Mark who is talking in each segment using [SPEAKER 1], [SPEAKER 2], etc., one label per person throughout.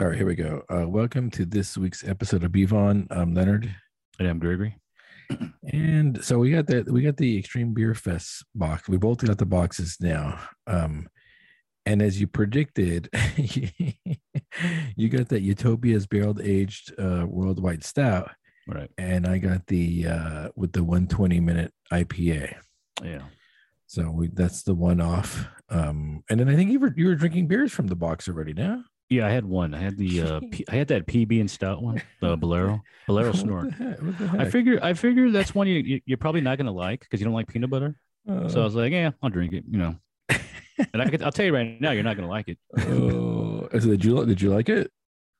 [SPEAKER 1] All right, here we go. Uh, welcome to this week's episode of Bevon. I'm Leonard,
[SPEAKER 2] And I'm Gregory.
[SPEAKER 1] and so we got that. We got the Extreme Beer Fest box. We both got the boxes now. Um, and as you predicted, you got that Utopia's barrel aged uh, worldwide stout,
[SPEAKER 2] All Right.
[SPEAKER 1] and I got the uh, with the 120 minute IPA.
[SPEAKER 2] Yeah.
[SPEAKER 1] So we, that's the one off. Um, and then I think you were you were drinking beers from the box already now.
[SPEAKER 2] Yeah, I had one. I had the uh, P- I had that PB and stout one, the Bolero, Bolero
[SPEAKER 1] What
[SPEAKER 2] snort.
[SPEAKER 1] the heck? What the
[SPEAKER 2] I
[SPEAKER 1] heck?
[SPEAKER 2] figure I figure that's one you, you you're probably not gonna like because you don't like peanut butter. So I
[SPEAKER 1] Uh,
[SPEAKER 2] was like, yeah, I'll drink it, you know. And I could, I'll tell you right now, you're not gonna like it.
[SPEAKER 1] oh, so did you did you like it?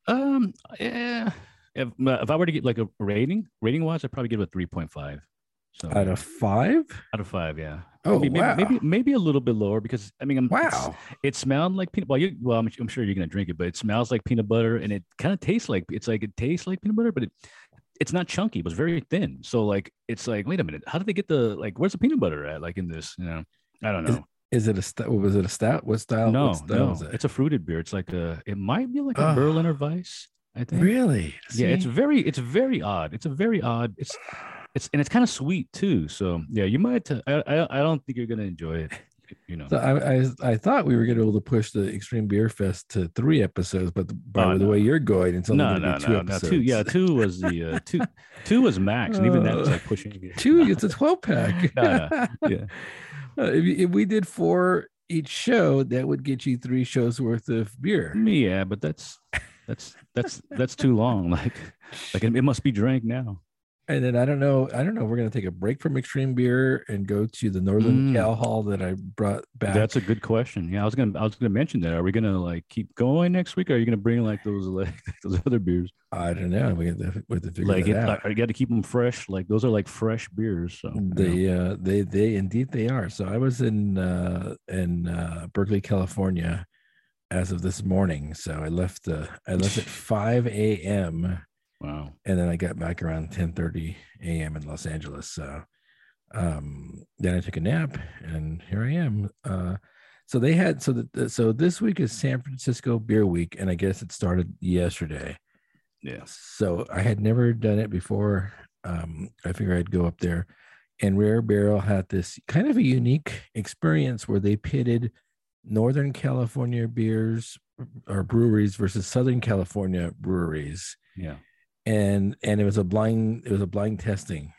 [SPEAKER 2] Um, yeah. If, uh, if I were to get like a rating, rating wise, I'd probably give it a three point five. So
[SPEAKER 1] Out of five?
[SPEAKER 2] out of five, yeah.
[SPEAKER 1] Oh
[SPEAKER 2] maybe,
[SPEAKER 1] wow!
[SPEAKER 2] maybe maybe maybe a little bit lower because I mean, I'm, it's-
[SPEAKER 1] wow!
[SPEAKER 2] It smelled like peanut. Well, you well, I'm, I'm sure you're gonna drink it, but it smells like peanut butter, and it kind of tastes like it's like it tastes like peanut butter, but it it's not chunky. It was very thin, so like it's like wait a minute, how did they get the like where's the peanut butter at? Like in this, you know, I don't
[SPEAKER 1] Is-
[SPEAKER 2] know.
[SPEAKER 1] Is it a stout? Was it a stout? What style?
[SPEAKER 2] no,
[SPEAKER 1] what style
[SPEAKER 2] no,
[SPEAKER 1] is it?
[SPEAKER 2] it's a fruited beer. It's like a it might be like a
[SPEAKER 1] Ah.
[SPEAKER 2] Berliner Weiss, I think.
[SPEAKER 1] really?
[SPEAKER 2] Yeah, it's
[SPEAKER 1] See?
[SPEAKER 2] very it's very odd. It's a very odd. It's it's and it's kind of sweet too. So yeah, you might. I I I I don't think you're gonna enjoy it. You know.
[SPEAKER 1] So I, I I thought we were going to be able to push the Extreme Beer Fest to three episodes, but by
[SPEAKER 2] Oh,
[SPEAKER 1] the
[SPEAKER 2] no.
[SPEAKER 1] way you're going, it's only
[SPEAKER 2] no,
[SPEAKER 1] going to
[SPEAKER 2] no,
[SPEAKER 1] be two
[SPEAKER 2] no, no.
[SPEAKER 1] episodes.
[SPEAKER 2] Two, yeah, two was the uh, two, two was max, and even that was
[SPEAKER 1] Uh,
[SPEAKER 2] like pushing it.
[SPEAKER 1] two. It's a twelve pack.
[SPEAKER 2] No, yeah.
[SPEAKER 1] if, you- if we did four each show, that would get you three shows worth of beer.
[SPEAKER 2] yeah, but that's that's that's that's too long. Like, like it, it must be drank now.
[SPEAKER 1] And then I don't know. I don't know. We're going to take a break from Extreme Beer and go to the Northern
[SPEAKER 2] Mm.
[SPEAKER 1] Cal Hall that I brought back.
[SPEAKER 2] That's a good question. Yeah, I was gonna I was gonna mention that. Are we gonna like keep going next week? Or are you gonna bring like those like those other beers?
[SPEAKER 1] I don't know. We have to, we have to figure
[SPEAKER 2] Like,
[SPEAKER 1] that
[SPEAKER 2] it,
[SPEAKER 1] out.
[SPEAKER 2] like you got to keep them fresh. Like those are like fresh beers. So you know.
[SPEAKER 1] They uh they they indeed they are. So I was in uh in uh Berkeley, California as of this morning. So I left uh I left at 5 a.m.
[SPEAKER 2] wow.
[SPEAKER 1] and then I got back around 10 30 a.m. in Los Angeles. So um then I took a nap and here I am. Uh so they had so that so this week is San Francisco Beer Week, and I guess it started yesterday
[SPEAKER 2] Yeah.
[SPEAKER 1] so I had never done it before. Um, I figured I'd go up there. And Rare Barrel had this kind of a unique experience where they pitted Northern California beers or breweries versus Southern California breweries,
[SPEAKER 2] Yeah.
[SPEAKER 1] and and it was a blind it was a blind testing.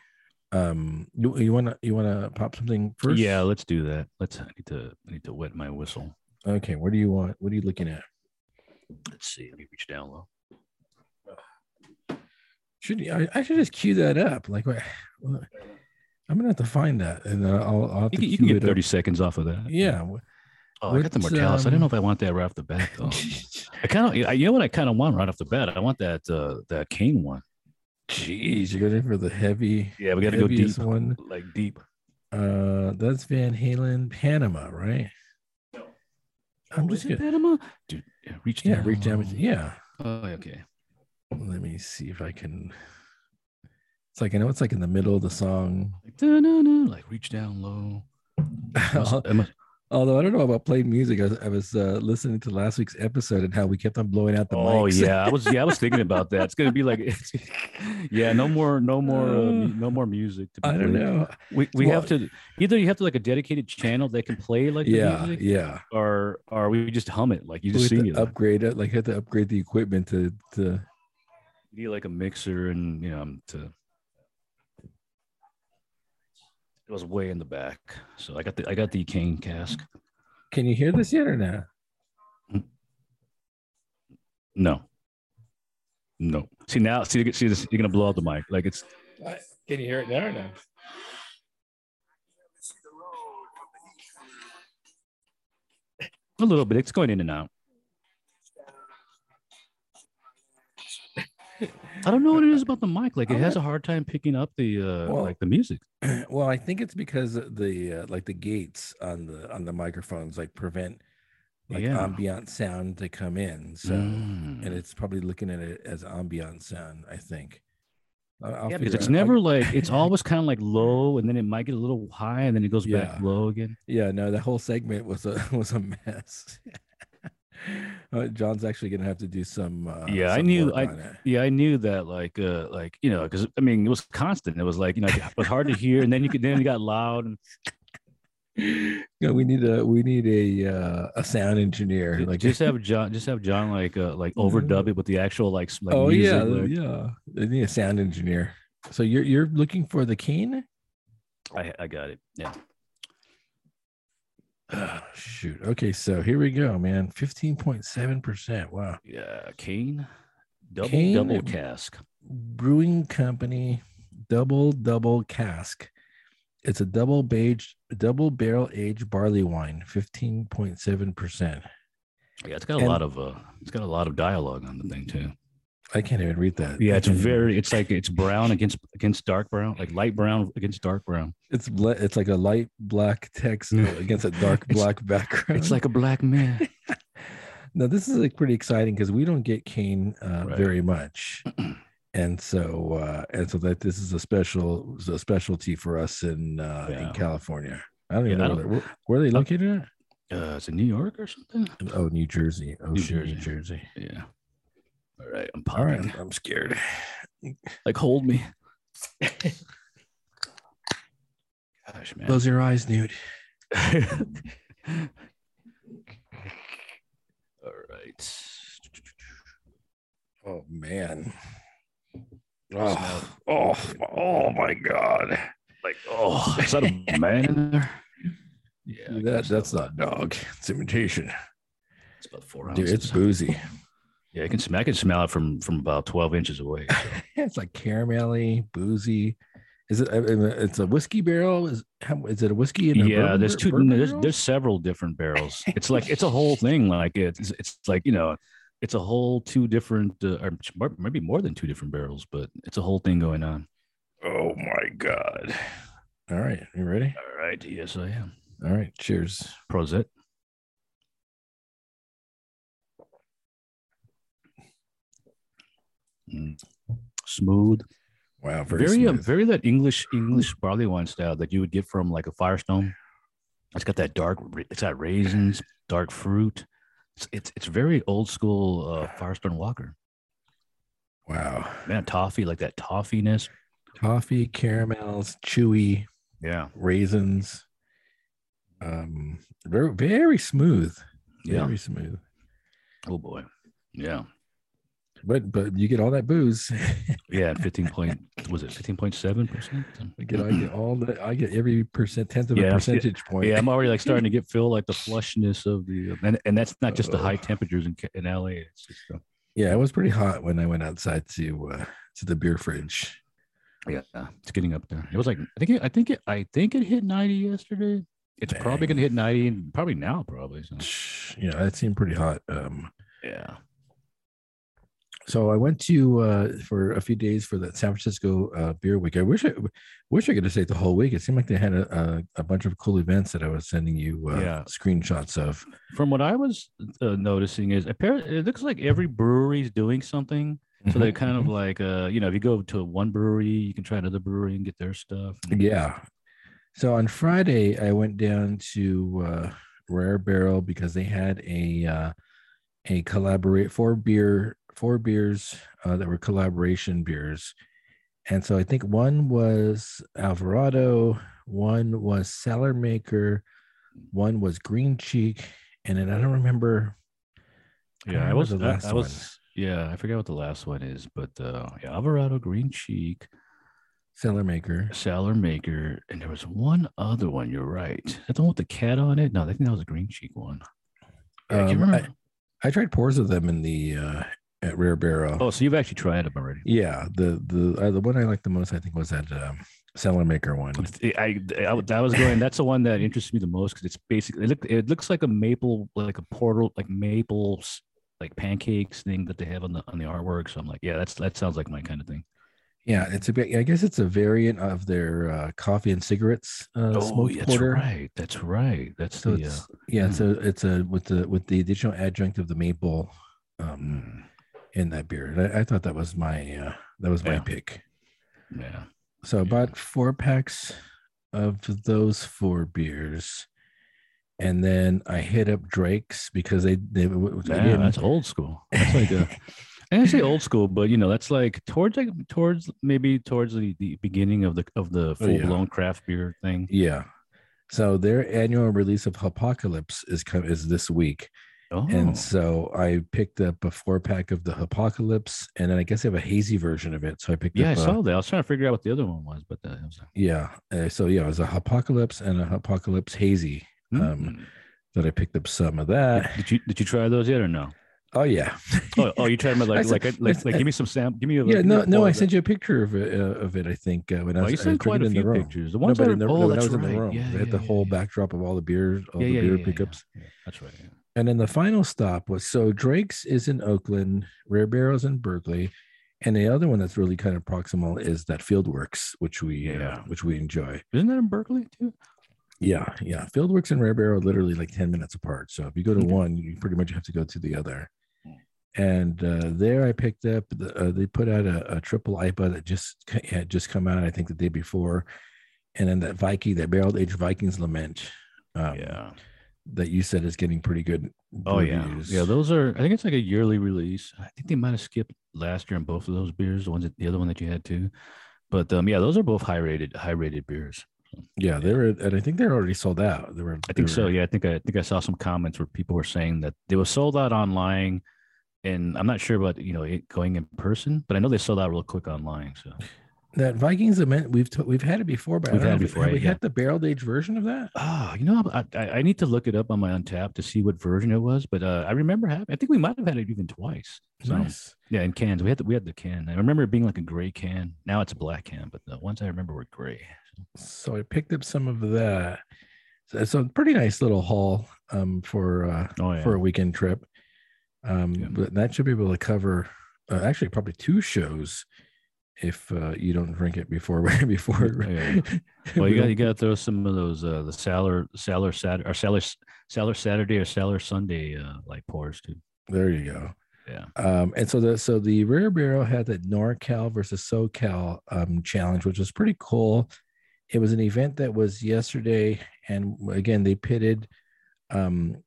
[SPEAKER 1] Um, you, you wanna you wanna pop something first?
[SPEAKER 2] Yeah. Let's do that. Let's. I need to. I need to wet my whistle.
[SPEAKER 1] Okay. What do you want? What are you looking at?
[SPEAKER 2] Let's see. Let me reach down low.
[SPEAKER 1] Should I, I should just cue that up? Like, what- what- I'm gonna have to find that, and uh, I'll, I'll have
[SPEAKER 2] You
[SPEAKER 1] to
[SPEAKER 2] can,
[SPEAKER 1] cue
[SPEAKER 2] you can get
[SPEAKER 1] it up.
[SPEAKER 2] 30 seconds off of that.
[SPEAKER 1] Yeah.
[SPEAKER 2] Oh, I got the
[SPEAKER 1] What,
[SPEAKER 2] Mortalis. I don't know
[SPEAKER 1] um,
[SPEAKER 2] if I want that right off the bat though. I kind of, you know what I kind of want right off the bat. I want that uh that cane one.
[SPEAKER 1] Jeez, you're going for the heavy,
[SPEAKER 2] Yeah, we got to go deep,
[SPEAKER 1] heaviest one.
[SPEAKER 2] like deep.
[SPEAKER 1] Uh, that's Van Halen, Panama, right?
[SPEAKER 2] Oh,
[SPEAKER 1] I'm just gonna
[SPEAKER 2] Panama, dude. Yeah, reach
[SPEAKER 1] yeah,
[SPEAKER 2] down.
[SPEAKER 1] reach down. with-
[SPEAKER 2] low.
[SPEAKER 1] Yeah,
[SPEAKER 2] Oh, okay.
[SPEAKER 1] let me see if I can. It's like I know it's like in the middle of the song.
[SPEAKER 2] Like, da-na-na, like reach down low. I must- I must-
[SPEAKER 1] Although I don't know about playing music, I was, I was uh, listening to last week's episode and how we kept on blowing out the
[SPEAKER 2] oh
[SPEAKER 1] mics.
[SPEAKER 2] yeah, I was yeah I was thinking about that. It's gonna be like, it's, yeah, no more no more uh, mu-
[SPEAKER 1] Uh,
[SPEAKER 2] no more music. To be
[SPEAKER 1] I don't
[SPEAKER 2] played.
[SPEAKER 1] know.
[SPEAKER 2] We we
[SPEAKER 1] Well-
[SPEAKER 2] have to either you have to like a dedicated channel that can play like the
[SPEAKER 1] Yeah,
[SPEAKER 2] music,
[SPEAKER 1] yeah.
[SPEAKER 2] or or we just hum it like you
[SPEAKER 1] We
[SPEAKER 2] just
[SPEAKER 1] had
[SPEAKER 2] sing
[SPEAKER 1] to
[SPEAKER 2] it. like-
[SPEAKER 1] upgrade it. Like had to upgrade the equipment to to.
[SPEAKER 2] you need like a mixer and you know um, to it was way in the back so i got the i got the cane cask
[SPEAKER 1] Can you hear this yet or not?
[SPEAKER 2] no no see now see, see this you're gonna blow out the mic like it's
[SPEAKER 1] Can you hear it now or not?
[SPEAKER 2] a little bit it's going in and out i don't know what it is about the mic like it has a hard time picking up the uh
[SPEAKER 1] Well-
[SPEAKER 2] like the music
[SPEAKER 1] well i think it's because of the uh, like the gates on the on the microphones like prevent like
[SPEAKER 2] Yeah.
[SPEAKER 1] ambient sound to come in so
[SPEAKER 2] Mm.
[SPEAKER 1] and it's probably looking at it as ambient sound i think I- I'll
[SPEAKER 2] yeah, because
[SPEAKER 1] figure
[SPEAKER 2] it's
[SPEAKER 1] out- I'll-
[SPEAKER 2] never like it's always kind of like low, and then it might get a little high, and then it goes
[SPEAKER 1] Yeah.
[SPEAKER 2] back low again.
[SPEAKER 1] yeah no that whole segment was a was a mess Uh, John's actually going to have to do some. Uh,
[SPEAKER 2] Yeah, I
[SPEAKER 1] some
[SPEAKER 2] knew-
[SPEAKER 1] work
[SPEAKER 2] I-
[SPEAKER 1] on it.
[SPEAKER 2] Yeah, I knew that. Like, uh, like you know, because I mean, it was constant. It was like you know, it was hard to hear, and then you could then it got loud, and
[SPEAKER 1] No, we need a we need a uh, a sound engineer.
[SPEAKER 2] ju-
[SPEAKER 1] Like
[SPEAKER 2] just have John, just have John like uh, like
[SPEAKER 1] No.
[SPEAKER 2] overdub it with the actual like, s- like
[SPEAKER 1] oh
[SPEAKER 2] music,
[SPEAKER 1] yeah,
[SPEAKER 2] like-
[SPEAKER 1] yeah. They need a sound engineer. So you're you're looking for the cane?
[SPEAKER 2] I, I got it. Yeah,
[SPEAKER 1] Oh, shoot. Okay, so here we go, man. Fifteen point seven percent. Wow.
[SPEAKER 2] yeah, Kane, double
[SPEAKER 1] Cane
[SPEAKER 2] double
[SPEAKER 1] and-
[SPEAKER 2] cask.
[SPEAKER 1] Brewing Company Double Double Cask. It's a double aged, double barrel aged barley wine, fifteen point seven percent.
[SPEAKER 2] Yeah, it's got a
[SPEAKER 1] And-
[SPEAKER 2] lot of uh, it's got a lot of dialogue on the thing too.
[SPEAKER 1] I can't even read that.
[SPEAKER 2] Yeah,
[SPEAKER 1] I
[SPEAKER 2] it's
[SPEAKER 1] can't even-
[SPEAKER 2] very, it's like it's brown against against dark brown, like light brown against dark brown.
[SPEAKER 1] It's bla- it's like a light black text against a dark
[SPEAKER 2] It's-
[SPEAKER 1] black background.
[SPEAKER 2] It's like a black man.
[SPEAKER 1] now this is like pretty exciting because we don't get cane uh,
[SPEAKER 2] Right.
[SPEAKER 1] very much, and so uh, and so that this is a special a specialty for us in uh,
[SPEAKER 2] Yeah.
[SPEAKER 1] in California. I don't even
[SPEAKER 2] Yeah, I
[SPEAKER 1] know where, they- where are they located at.
[SPEAKER 2] Uh, it's in New York or something.
[SPEAKER 1] Oh, New Jersey. Oh, New
[SPEAKER 2] New
[SPEAKER 1] Jersey.
[SPEAKER 2] Jersey.
[SPEAKER 1] New Jersey.
[SPEAKER 2] Yeah. All right, I'm
[SPEAKER 1] All
[SPEAKER 2] popping.
[SPEAKER 1] right. I'm- I'm scared.
[SPEAKER 2] Like hold me. Gosh, man.
[SPEAKER 1] Close your eyes, Newt.
[SPEAKER 2] All right.
[SPEAKER 1] Oh, man. Oh, oh, oh my God.
[SPEAKER 2] Like, oh, is that a man in there? Yeah, I
[SPEAKER 1] That,
[SPEAKER 2] guess
[SPEAKER 1] that's
[SPEAKER 2] so.
[SPEAKER 1] not dog. It's imitation.
[SPEAKER 2] It's about four ounces.
[SPEAKER 1] Dude, it's boozy.
[SPEAKER 2] yeah, I can smell. I can smell it from from about twelve inches away.
[SPEAKER 1] it's like caramelly, boozy. Is it? I mean, It's a whiskey barrel. Is how- is it a whiskey? And a
[SPEAKER 2] yeah,
[SPEAKER 1] bourbon
[SPEAKER 2] there's
[SPEAKER 1] bar-
[SPEAKER 2] two.
[SPEAKER 1] bourbon
[SPEAKER 2] no, there's
[SPEAKER 1] barrel?
[SPEAKER 2] there's several different barrels. It's like it's a whole thing. Like it's it's like you know, it's a whole two different, uh, or m- maybe more than two different barrels, but it's a whole thing going on.
[SPEAKER 1] Oh my God. All right, you ready?
[SPEAKER 2] All right. Yes, I am.
[SPEAKER 1] All right, cheers.
[SPEAKER 2] Prosit. Mm. Smooth,
[SPEAKER 1] Wow, very,
[SPEAKER 2] very uh,
[SPEAKER 1] smooth.
[SPEAKER 2] very that English English barley wine style that you would get from like a Firestone. It's got that dark. ra- It's got raisins, dark fruit. It's it's, it's very old school uh, Firestone Walker.
[SPEAKER 1] wow.
[SPEAKER 2] Man, toffee like that toffiness.
[SPEAKER 1] Coffee, caramels, chewy,
[SPEAKER 2] Yeah,
[SPEAKER 1] raisins. Um, very very smooth,
[SPEAKER 2] yeah.
[SPEAKER 1] very smooth.
[SPEAKER 2] Oh boy, yeah,
[SPEAKER 1] But but you get all that booze.
[SPEAKER 2] yeah. Fifteen point was it fifteen point seven percent?
[SPEAKER 1] I get I get all the I get every percent tenth of
[SPEAKER 2] Yeah,
[SPEAKER 1] a
[SPEAKER 2] yeah.
[SPEAKER 1] percentage point.
[SPEAKER 2] Yeah, I'm already like starting to get feel like the flushness of the, uh, and, and that's not just the high
[SPEAKER 1] Oh.
[SPEAKER 2] temperatures in, Ca- in LA. It's just, uh,
[SPEAKER 1] yeah. It was pretty hot when I went outside to uh, to the beer fridge.
[SPEAKER 2] yeah, it's getting up there. It was like I think it, I think it I think it hit 90 yesterday. It's probably
[SPEAKER 1] Dang.
[SPEAKER 2] gonna hit 90, and probably now, probably. So.
[SPEAKER 1] Yeah, that seemed pretty hot. Um,
[SPEAKER 2] Yeah.
[SPEAKER 1] so I went to uh, for a few days for the San Francisco uh, Beer Week. I wish I wish I could have stayed the whole week. It seemed like they had a, a, a bunch of cool events that I was sending you uh,
[SPEAKER 2] Yeah.
[SPEAKER 1] screenshots of.
[SPEAKER 2] From what I was uh, noticing is apparently it looks like every brewery is doing something. So they're kind
[SPEAKER 1] Mm-hmm.
[SPEAKER 2] of like, uh, you know, if you go to one brewery, you can try another brewery and get their stuff.
[SPEAKER 1] yeah. So on Friday, I went down to uh, Rare Barrel because they had a uh, a collaborate four beer four beers uh, that were collaboration beers, and so I think one was Alvarado, one was Cellar Maker, one was Green Cheek, and then I don't remember. I
[SPEAKER 2] Yeah, I
[SPEAKER 1] remember
[SPEAKER 2] was.
[SPEAKER 1] the
[SPEAKER 2] I-
[SPEAKER 1] last
[SPEAKER 2] I, was. Yeah, I forget what the last one is, but uh, yeah, Alvarado, Green Cheek,
[SPEAKER 1] Cellar Maker.
[SPEAKER 2] Salar Maker, and there was one other one. You're right. Is that the one with the cat on it? No, I think that was a Green Cheek one. Yeah, I
[SPEAKER 1] Um,
[SPEAKER 2] can't
[SPEAKER 1] I-
[SPEAKER 2] remember.
[SPEAKER 1] I tried pours of them in the uh, at Rare Barrel.
[SPEAKER 2] oh, so you've actually tried them already.
[SPEAKER 1] Yeah, the the uh, the one I liked the most, I think, was that um, cellar maker one.
[SPEAKER 2] I, I, I, that was going. That's the one that interests me the most because it's basically it, look, it looks like a maple, like a portal, like maples, like pancakes thing that they have on the on the artwork. So I'm like, yeah, that's that sounds like my kind of thing.
[SPEAKER 1] Yeah, it's a bit. I guess it's a variant of their uh, coffee and cigarettes uh, smoked
[SPEAKER 2] Oh, that's
[SPEAKER 1] porter.
[SPEAKER 2] right. That's right. That's
[SPEAKER 1] So
[SPEAKER 2] the. Uh,
[SPEAKER 1] it's yeah, it's a it's a with the with the additional adjunct of the maple um,
[SPEAKER 2] mm,
[SPEAKER 1] in that beer. And I, I thought that was my uh, that was my
[SPEAKER 2] Yeah.
[SPEAKER 1] pick.
[SPEAKER 2] yeah.
[SPEAKER 1] So I
[SPEAKER 2] Yeah.
[SPEAKER 1] bought four packs of those four beers, and then I hit up Drake's because they they, they
[SPEAKER 2] Yeah, that's old school. That's like a, I didn't say old school, but you know, that's like towards like towards maybe towards the, the beginning of the of the
[SPEAKER 1] Oh,
[SPEAKER 2] full
[SPEAKER 1] yeah.
[SPEAKER 2] blown craft beer thing.
[SPEAKER 1] yeah. So their annual release of Apocalypse is com- is this week,
[SPEAKER 2] Oh,
[SPEAKER 1] and so I picked up a four pack of the Apocalypse, and then I guess they have a hazy version of it. So I picked
[SPEAKER 2] yeah, I
[SPEAKER 1] up a-
[SPEAKER 2] saw that. I was trying to figure out what the other one was, but uh, I was like,
[SPEAKER 1] yeah. Uh, so yeah, it was a Apocalypse and a Apocalypse hazy um,
[SPEAKER 2] "Hmm."
[SPEAKER 1] that I picked up some of that.
[SPEAKER 2] did you did you try those yet or no?
[SPEAKER 1] Oh yeah,
[SPEAKER 2] Oh, oh you tried them
[SPEAKER 1] I
[SPEAKER 2] like
[SPEAKER 1] said-
[SPEAKER 2] like, like like
[SPEAKER 1] I-
[SPEAKER 2] give me some sam give me a
[SPEAKER 1] yeah.
[SPEAKER 2] give me a
[SPEAKER 1] No, no,
[SPEAKER 2] pour
[SPEAKER 1] I
[SPEAKER 2] of
[SPEAKER 1] sent you a picture of it, uh, of it. I think uh, when
[SPEAKER 2] that.
[SPEAKER 1] I was
[SPEAKER 2] Oh, you
[SPEAKER 1] I
[SPEAKER 2] sent
[SPEAKER 1] took
[SPEAKER 2] quite
[SPEAKER 1] it
[SPEAKER 2] a
[SPEAKER 1] in the
[SPEAKER 2] few
[SPEAKER 1] room.
[SPEAKER 2] pictures. The
[SPEAKER 1] No,
[SPEAKER 2] ones
[SPEAKER 1] but
[SPEAKER 2] that
[SPEAKER 1] in
[SPEAKER 2] are,
[SPEAKER 1] the,
[SPEAKER 2] oh,
[SPEAKER 1] when I
[SPEAKER 2] that's
[SPEAKER 1] was in
[SPEAKER 2] right.
[SPEAKER 1] the room,
[SPEAKER 2] Yeah,
[SPEAKER 1] they
[SPEAKER 2] yeah,
[SPEAKER 1] had the
[SPEAKER 2] yeah,
[SPEAKER 1] whole
[SPEAKER 2] yeah.
[SPEAKER 1] backdrop of all the beers, all
[SPEAKER 2] Yeah,
[SPEAKER 1] the
[SPEAKER 2] yeah,
[SPEAKER 1] beer
[SPEAKER 2] yeah, yeah.
[SPEAKER 1] pickups.
[SPEAKER 2] Yeah, That's right. yeah.
[SPEAKER 1] And then the final stop was so Drake's is in Oakland, Rare Barrels in Berkeley, and the other one that's really kind of proximal is that Fieldworks, which we uh,
[SPEAKER 2] Yeah.
[SPEAKER 1] which we enjoy.
[SPEAKER 2] Isn't that in Berkeley too?
[SPEAKER 1] Yeah, yeah. Fieldworks and Rare Barrel are literally like ten minutes apart. So if you go to
[SPEAKER 2] Okay.
[SPEAKER 1] one, you pretty much have to go to the other.
[SPEAKER 2] Mm.
[SPEAKER 1] And uh, there, I picked up. The, uh, they put out a, a triple IPA that just ca- had just come out, I think, the day before, and then that Viking, that barrel aged Vikings Lament. Um,
[SPEAKER 2] yeah.
[SPEAKER 1] that you said is getting pretty good.
[SPEAKER 2] Oh yeah,
[SPEAKER 1] reviews.
[SPEAKER 2] yeah. Those are. I think it's like a yearly release. I think they might have skipped last year on both of those beers. The ones, that, the other one that you had too. But um, yeah, those are both high rated, high rated beers.
[SPEAKER 1] Yeah, they were, and I think they're already sold out. They were,
[SPEAKER 2] I
[SPEAKER 1] they
[SPEAKER 2] think so.
[SPEAKER 1] were-
[SPEAKER 2] Yeah, I think I, I think I saw some comments where people were saying that they were sold out online, and I'm not sure about you know it going in person, but I know they sold out real quick online. So
[SPEAKER 1] That Vikings event, we've t- we've had it before, but I
[SPEAKER 2] We've
[SPEAKER 1] don't
[SPEAKER 2] had
[SPEAKER 1] know
[SPEAKER 2] it
[SPEAKER 1] if-
[SPEAKER 2] before,
[SPEAKER 1] Have we
[SPEAKER 2] yeah.
[SPEAKER 1] had the barrel aged version of that?
[SPEAKER 2] oh, you know, I, I I need to look it up on my Untapped to see what version it was, but uh, I remember having. I think we might have had it even twice. So
[SPEAKER 1] Nice.
[SPEAKER 2] Yeah, in cans. We had the, we had the can. I remember it being like a gray can. Now it's a black can, but the ones I remember were gray.
[SPEAKER 1] So I picked up some of that. So, so pretty nice little haul um, for uh,
[SPEAKER 2] Oh yeah.
[SPEAKER 1] for a weekend trip. Um,
[SPEAKER 2] Yeah.
[SPEAKER 1] But that should be able to cover uh, actually probably two shows if uh, you don't drink it before before.
[SPEAKER 2] Yeah. well, you got you got to throw some of those uh the Salar Salar Saturday or Salar Salar Saturday or Salar Sunday uh like pours too.
[SPEAKER 1] There you go.
[SPEAKER 2] Yeah.
[SPEAKER 1] Um, and so the so the Rare Barrel had that NorCal versus SoCal um, challenge, which was pretty cool. It was an event that was yesterday, and again they pitted, um,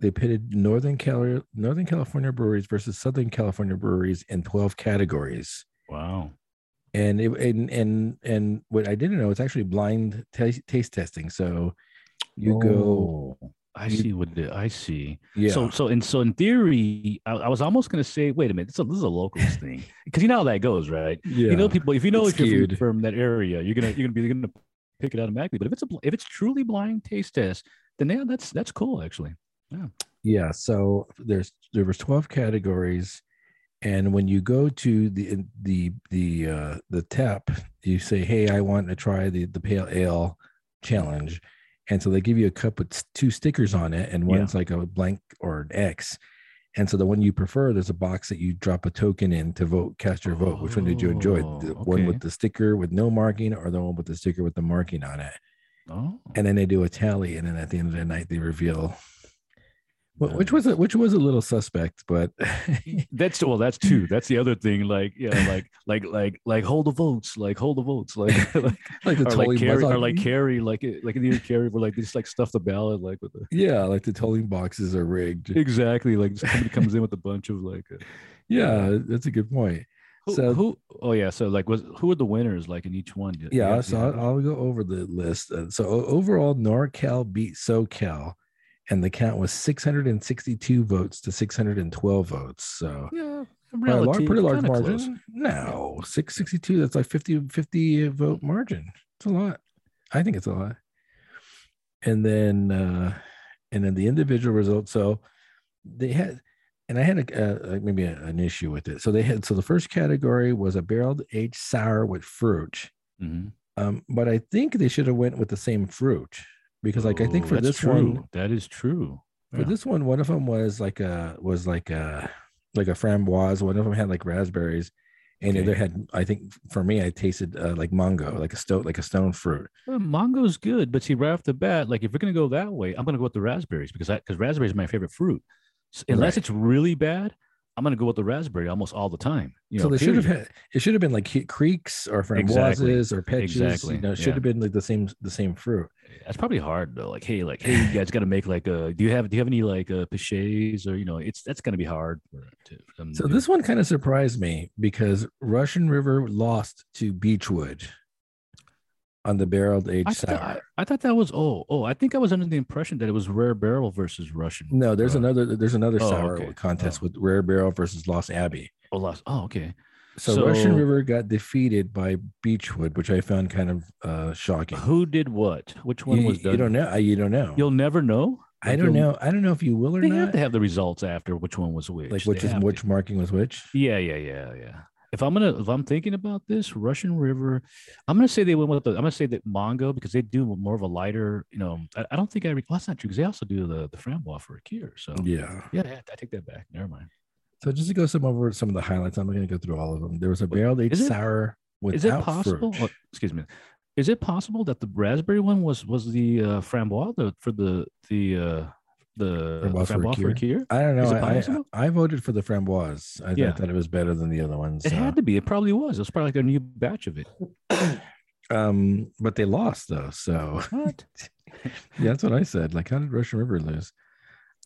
[SPEAKER 1] they pitted Northern Cal- Northern California breweries versus Southern California breweries in twelve categories.
[SPEAKER 2] Wow.
[SPEAKER 1] And it and and and what I didn't know it's actually blind ta- taste testing. So you go,
[SPEAKER 2] Oh, I
[SPEAKER 1] you-
[SPEAKER 2] see what the, I see.
[SPEAKER 1] yeah,
[SPEAKER 2] So so and so in theory, I, I was almost gonna say, wait a minute, this is a, this is a locals thing because you know how that goes, right?
[SPEAKER 1] yeah.
[SPEAKER 2] you know people if you know
[SPEAKER 1] It's
[SPEAKER 2] if you're from,
[SPEAKER 1] skewed.
[SPEAKER 2] from that area you're gonna you're gonna be you're gonna pick it automatically but if it's a bl- if it's truly blind taste test then yeah that's that's cool actually
[SPEAKER 1] Yeah, so there's there was 12 categories and when you go to the the the uh the tap, you say, "Hey, I want to try the the pale ale challenge." And so they give you a cup with s- two stickers on it and
[SPEAKER 2] Yeah.
[SPEAKER 1] one's like a blank or an X. And so the one you prefer, there's a box that you drop a token in to vote, cast your vote. Which one did you enjoy?
[SPEAKER 2] Oh,
[SPEAKER 1] The one with
[SPEAKER 2] okay.
[SPEAKER 1] the sticker with no marking or the one with the sticker with the marking on it?
[SPEAKER 2] oh
[SPEAKER 1] and then they do a tally, and then at the end of the night they reveal, uh, wh- which
[SPEAKER 2] Nice.
[SPEAKER 1] was a, which was a little suspect, but
[SPEAKER 2] that's well that's two that's the other thing like yeah like like like like hold the votes like hold the votes like,
[SPEAKER 1] like
[SPEAKER 2] like
[SPEAKER 1] the
[SPEAKER 2] or like
[SPEAKER 1] tolling box,
[SPEAKER 2] carry or like carry like it- like in the carry where like they just like stuff the ballot like with the
[SPEAKER 1] yeah, like the tolling boxes are rigged.
[SPEAKER 2] exactly like somebody comes in with a bunch of like uh,
[SPEAKER 1] Yeah, that's a good point.
[SPEAKER 2] who,
[SPEAKER 1] So-
[SPEAKER 2] who oh yeah so like was who are the winners like in each one
[SPEAKER 1] Yeah,
[SPEAKER 2] yeah
[SPEAKER 1] so I'll, I'll go over the list. Uh, so o- overall, NorCal beat SoCal, and the count was 662 votes to 612 votes. So.
[SPEAKER 2] yeah
[SPEAKER 1] by a lar-
[SPEAKER 2] relative,
[SPEAKER 1] pretty large
[SPEAKER 2] kinda close.
[SPEAKER 1] margin. No, 662. That's like 50, 50 vote margin. It's a lot. I think it's a lot. And then, uh, and then the individual results. So they had, and I had a, a, a- maybe a- an issue with it. So they had, so the first category was a barrel aged sour with fruit.
[SPEAKER 2] Mhm.
[SPEAKER 1] Um, but I think they should have went with the same fruit because, like, I think
[SPEAKER 2] Oh,
[SPEAKER 1] for
[SPEAKER 2] that's
[SPEAKER 1] this
[SPEAKER 2] true.
[SPEAKER 1] one,
[SPEAKER 2] that is true.
[SPEAKER 1] for
[SPEAKER 2] Yeah.
[SPEAKER 1] this one, one of them was like a was like a like a framboise. One of them had like raspberries, and the
[SPEAKER 2] Okay.
[SPEAKER 1] other had I think for me I tasted uh, like mango, like a stone like a stone fruit.
[SPEAKER 2] Well, mango's good, but see, right off the bat, like if you're gonna go that way, I'm gonna go with the raspberries because I because raspberries are my favorite fruit. S- unless
[SPEAKER 1] Right.
[SPEAKER 2] it's really bad, I'm gonna go with the raspberry almost all the time. You
[SPEAKER 1] so
[SPEAKER 2] know,
[SPEAKER 1] they should have
[SPEAKER 2] period.
[SPEAKER 1] had it should have been like He- creeks or
[SPEAKER 2] Exactly.
[SPEAKER 1] framboises or peaches.
[SPEAKER 2] Exactly.
[SPEAKER 1] You know, it should
[SPEAKER 2] Yeah.
[SPEAKER 1] have been like the same the same fruit.
[SPEAKER 2] That's probably hard though. Like, hey, like, hey, you guys got to make like a. Do you have do you have any like uh, piches or you know? It's that's gonna be hard. For, to, for them to
[SPEAKER 1] So
[SPEAKER 2] do.
[SPEAKER 1] this one kind of surprised me because Russian River lost to Beechwood on the barreled aged
[SPEAKER 2] I
[SPEAKER 1] sour.
[SPEAKER 2] thought, I, I thought that was oh oh. I think I was under the impression that it was rare barrel versus Russian.
[SPEAKER 1] no, there's
[SPEAKER 2] uh,
[SPEAKER 1] another there's another
[SPEAKER 2] oh,
[SPEAKER 1] sour
[SPEAKER 2] okay.
[SPEAKER 1] contest
[SPEAKER 2] Oh.
[SPEAKER 1] with Rare Barrel versus Lost Abbey.
[SPEAKER 2] Oh, lost. Oh, okay.
[SPEAKER 1] So, Russian
[SPEAKER 2] So-
[SPEAKER 1] River got defeated by Beechwood, which I found kind of uh, shocking.
[SPEAKER 2] Who did what? Which one
[SPEAKER 1] you,
[SPEAKER 2] was
[SPEAKER 1] you
[SPEAKER 2] done?
[SPEAKER 1] don't know. I- You don't know.
[SPEAKER 2] You'll never know.
[SPEAKER 1] I
[SPEAKER 2] Like,
[SPEAKER 1] don't
[SPEAKER 2] you'll-
[SPEAKER 1] know. I don't know if you will or
[SPEAKER 2] They have
[SPEAKER 1] not.
[SPEAKER 2] to have the results after which one was which.
[SPEAKER 1] Like
[SPEAKER 2] They
[SPEAKER 1] which is
[SPEAKER 2] have to.
[SPEAKER 1] which marking was which.
[SPEAKER 2] Yeah, yeah, yeah, yeah. If I'm gonna, if I'm thinking about this Russian River, I'm gonna say they went with the. I'm gonna say that Mongo because they do more of a lighter. You know, I, I don't think I. Re- well, that's not true because they also do the the framboise for a cure. So
[SPEAKER 1] Yeah.
[SPEAKER 2] yeah, yeah, I take that back. Never mind.
[SPEAKER 1] So just to go some over some of the highlights, I'm not going to go through all of them. There was a
[SPEAKER 2] Wait,
[SPEAKER 1] barrel aged
[SPEAKER 2] is it-
[SPEAKER 1] sour without
[SPEAKER 2] Is it possible?
[SPEAKER 1] fruit.
[SPEAKER 2] oh, excuse me. Is it possible that the raspberry one was was the uh, framboise the, for the the uh,
[SPEAKER 1] Framboise
[SPEAKER 2] the framboise,
[SPEAKER 1] for a
[SPEAKER 2] for a cure?
[SPEAKER 1] I don't know.
[SPEAKER 2] Is it
[SPEAKER 1] I,
[SPEAKER 2] possible?
[SPEAKER 1] I I voted for the framboise. I, I
[SPEAKER 2] Yeah.
[SPEAKER 1] thought it was better than the other ones.
[SPEAKER 2] It
[SPEAKER 1] so.
[SPEAKER 2] had to be. It probably was. It was probably like a new batch of it.
[SPEAKER 1] um, but they lost though. So
[SPEAKER 2] What?
[SPEAKER 1] yeah, that's what I said. Like, how did Russian River lose?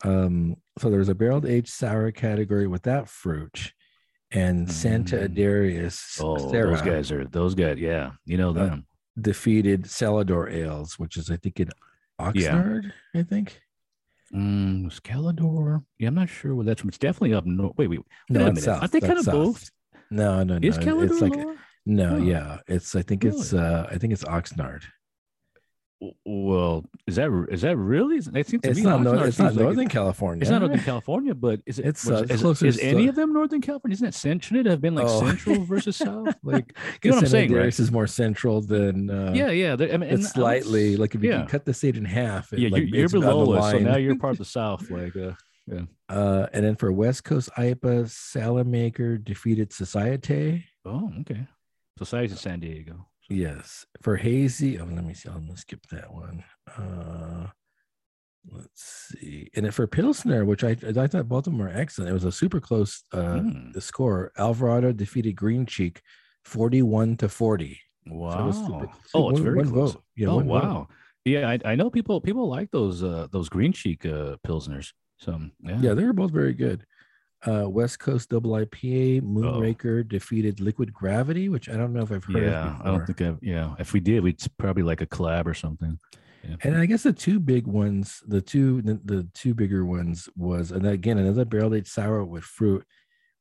[SPEAKER 1] Um, so there was a barrel aged sour category without fruit, and Santa
[SPEAKER 2] Mm.
[SPEAKER 1] Adarius
[SPEAKER 2] Oh,
[SPEAKER 1] Sarah
[SPEAKER 2] those guys are those guys. Yeah, you know
[SPEAKER 1] Uh,
[SPEAKER 2] them.
[SPEAKER 1] defeated Salador Ales, which is I think in Oxnard. I think
[SPEAKER 2] Mm, Scalador. Yeah, I'm not sure where that's from. It's definitely up north. Wait, wait. Wait a
[SPEAKER 1] that's
[SPEAKER 2] minute. Aren't they
[SPEAKER 1] that's
[SPEAKER 2] kind of both?
[SPEAKER 1] No, no, no.
[SPEAKER 2] Is
[SPEAKER 1] it-
[SPEAKER 2] Scalador
[SPEAKER 1] It's like
[SPEAKER 2] lower?
[SPEAKER 1] no,
[SPEAKER 2] Huh.
[SPEAKER 1] yeah. It's I think it's
[SPEAKER 2] Really?
[SPEAKER 1] uh I think it's Oxnard.
[SPEAKER 2] W- Well, is that re- is that really? Is- It seems to
[SPEAKER 1] It's
[SPEAKER 2] me
[SPEAKER 1] not,
[SPEAKER 2] Oxnard
[SPEAKER 1] no, it's not
[SPEAKER 2] seems like
[SPEAKER 1] Northern California.
[SPEAKER 2] It's not Northern California, but is it?
[SPEAKER 1] It's,
[SPEAKER 2] was-
[SPEAKER 1] uh, it's
[SPEAKER 2] is,
[SPEAKER 1] closer
[SPEAKER 2] is
[SPEAKER 1] to
[SPEAKER 2] any
[SPEAKER 1] South-
[SPEAKER 2] of them Northern California? Isn't that cent- shouldn't it have been like
[SPEAKER 1] Oh.
[SPEAKER 2] Central versus South? Like,
[SPEAKER 1] You know what I'm
[SPEAKER 2] saying, right?
[SPEAKER 1] is more central than uh,
[SPEAKER 2] yeah, yeah. there- I mean, and
[SPEAKER 1] It's slightly
[SPEAKER 2] that's-
[SPEAKER 1] like if you
[SPEAKER 2] yeah,
[SPEAKER 1] can cut the state in half. it,
[SPEAKER 2] yeah.
[SPEAKER 1] like,
[SPEAKER 2] you, you're
[SPEAKER 1] it's on the
[SPEAKER 2] below us, so
[SPEAKER 1] line.
[SPEAKER 2] now you're part of the South. Like, uh,
[SPEAKER 1] Uh, and then for West Coast IPA, Salamaker defeated Societe.
[SPEAKER 2] oh, okay. Society of San Diego.
[SPEAKER 1] Yes. For Hazy, oh, let me see. I'm gonna skip that one. Uh, let's see. And then for Pilsner, which I I thought Baltimore were excellent. It was a super close uh,
[SPEAKER 2] Mm,
[SPEAKER 1] the score. Alvarado defeated Green Cheek, forty-one to forty. So it
[SPEAKER 2] wow.
[SPEAKER 1] was super-
[SPEAKER 2] oh, it's
[SPEAKER 1] one-
[SPEAKER 2] very
[SPEAKER 1] one
[SPEAKER 2] close.
[SPEAKER 1] vote. Yeah,
[SPEAKER 2] oh
[SPEAKER 1] one vote.
[SPEAKER 2] wow. Yeah, I, I know people people like those uh those green cheek uh pilsners. So mm, yeah.
[SPEAKER 1] Yeah, they were both very good. Uh, West Coast Double
[SPEAKER 2] Oh.
[SPEAKER 1] IPA Moonraker defeated Liquid Gravity, which I don't know if I've heard of
[SPEAKER 2] Yeah,
[SPEAKER 1] before.
[SPEAKER 2] I don't think I've yeah. If we did, we'd probably like a collab or something. Yeah.
[SPEAKER 1] And I guess the two big ones, the two the, the two bigger ones was, and again another barrel aged sour with fruit,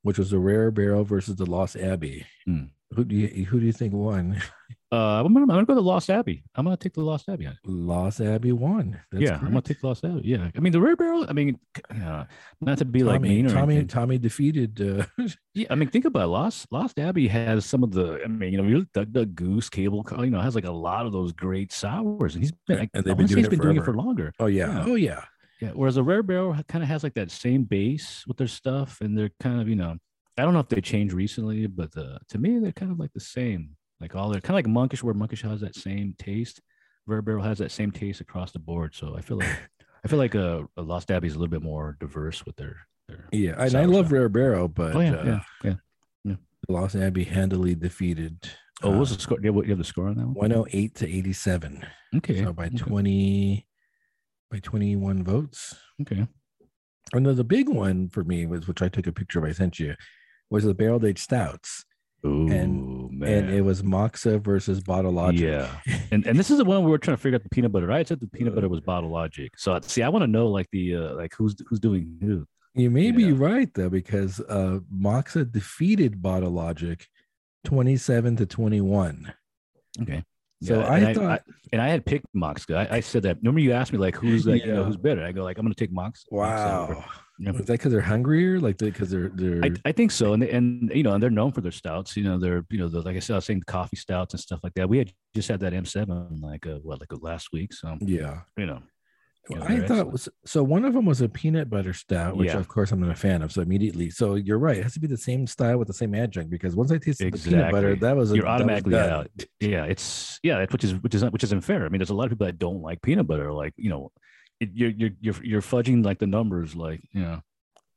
[SPEAKER 1] which was the rare barrel versus the Lost Abbey.
[SPEAKER 2] Hmm.
[SPEAKER 1] Who do you who do you think won?
[SPEAKER 2] Uh, I'm gonna, I'm gonna go to Lost Abbey. I'm gonna take the Lost Abbey.
[SPEAKER 1] Lost Abbey won. That's
[SPEAKER 2] yeah, I'm gonna
[SPEAKER 1] correct.
[SPEAKER 2] take Lost Abbey. Yeah, I mean the rare barrel. I mean, uh, not to be like
[SPEAKER 1] Tommy.
[SPEAKER 2] mean or
[SPEAKER 1] Tommy.
[SPEAKER 2] anything.
[SPEAKER 1] Tommy defeated. Uh,
[SPEAKER 2] Yeah, I mean think about it. Lost Lost Abbey has some of the. I mean, you know, you look at the Goose Cable. Co- You know, has like a lot of those great sours, and he's been. Like,
[SPEAKER 1] And
[SPEAKER 2] I
[SPEAKER 1] they've been
[SPEAKER 2] wanna say
[SPEAKER 1] doing
[SPEAKER 2] he's
[SPEAKER 1] it
[SPEAKER 2] been doing it for
[SPEAKER 1] forever.
[SPEAKER 2] longer.
[SPEAKER 1] oh yeah.
[SPEAKER 2] Yeah.
[SPEAKER 1] Oh yeah.
[SPEAKER 2] Yeah. Whereas the rare barrel kind of has like that same base with their stuff, and they're kind of you know, I don't know if they changed recently, but uh, to me they're kind of like the same. Like all they're kind of like monkish, where monkish has that same taste. Rare barrel has that same taste across the board. So I feel like I feel like uh, a Lost Abbey is a little bit more diverse with their their.
[SPEAKER 1] Yeah. And I
[SPEAKER 2] Sour
[SPEAKER 1] love
[SPEAKER 2] stuff.
[SPEAKER 1] rare barrel, but
[SPEAKER 2] oh yeah,
[SPEAKER 1] uh,
[SPEAKER 2] yeah, yeah.
[SPEAKER 1] Lost Abbey handily defeated.
[SPEAKER 2] Oh, what
[SPEAKER 1] uh,
[SPEAKER 2] was the score? Do you have, you have the score on that one?
[SPEAKER 1] 108 to 87.
[SPEAKER 2] Okay.
[SPEAKER 1] So by
[SPEAKER 2] okay,
[SPEAKER 1] 20 by 21 votes.
[SPEAKER 2] Okay.
[SPEAKER 1] And then the big one for me was which I took a picture of, I sent you, was the barrel aged stouts.
[SPEAKER 2] Ooh man.
[SPEAKER 1] And it was Moxa versus Bottle Logic.
[SPEAKER 2] Yeah. and and this is the one where we're trying to figure out the peanut butter. Right? I said the peanut
[SPEAKER 1] Uh,
[SPEAKER 2] butter was bottle logic. So I- see, I want to know like the uh, like who's who's doing who.
[SPEAKER 1] you may be
[SPEAKER 2] Yeah.
[SPEAKER 1] right though, because uh Moxa defeated Bottle Logic 27 to 21.
[SPEAKER 2] Okay.
[SPEAKER 1] So
[SPEAKER 2] Yeah,
[SPEAKER 1] I
[SPEAKER 2] and
[SPEAKER 1] thought,
[SPEAKER 2] and I had picked Mox. I, I said that. Remember you asked me like who's like you know
[SPEAKER 1] Yeah.
[SPEAKER 2] who's better. I go like I'm gonna take Mox. Mox over.
[SPEAKER 1] wow.
[SPEAKER 2] Yeah.
[SPEAKER 1] Was that because they're hungrier? Like because they're they're
[SPEAKER 2] I, I think so, and and you know, and they're known for their stouts. You know, they're you know, the, like I said, I was saying coffee stouts and stuff like that. We had just had that M7 like uh, what like last week, so
[SPEAKER 1] yeah.
[SPEAKER 2] you know,
[SPEAKER 1] Well,
[SPEAKER 2] Yeah,
[SPEAKER 1] I
[SPEAKER 2] they're
[SPEAKER 1] thought it was so. One of them was a peanut butter stout, which
[SPEAKER 2] Yeah.
[SPEAKER 1] of course I'm not a fan of. So immediately, so you're right. It has to be the same style with the same adjunct because once I tasted the peanut butter,
[SPEAKER 2] Exactly.
[SPEAKER 1] that was a,
[SPEAKER 2] You're
[SPEAKER 1] that was
[SPEAKER 2] automatically
[SPEAKER 1] done.
[SPEAKER 2] out. yeah it's yeah that's which is which is not which is unfair i mean there's a lot of people that don't like peanut butter like you know it, you're, you're you're you're fudging like the numbers like you know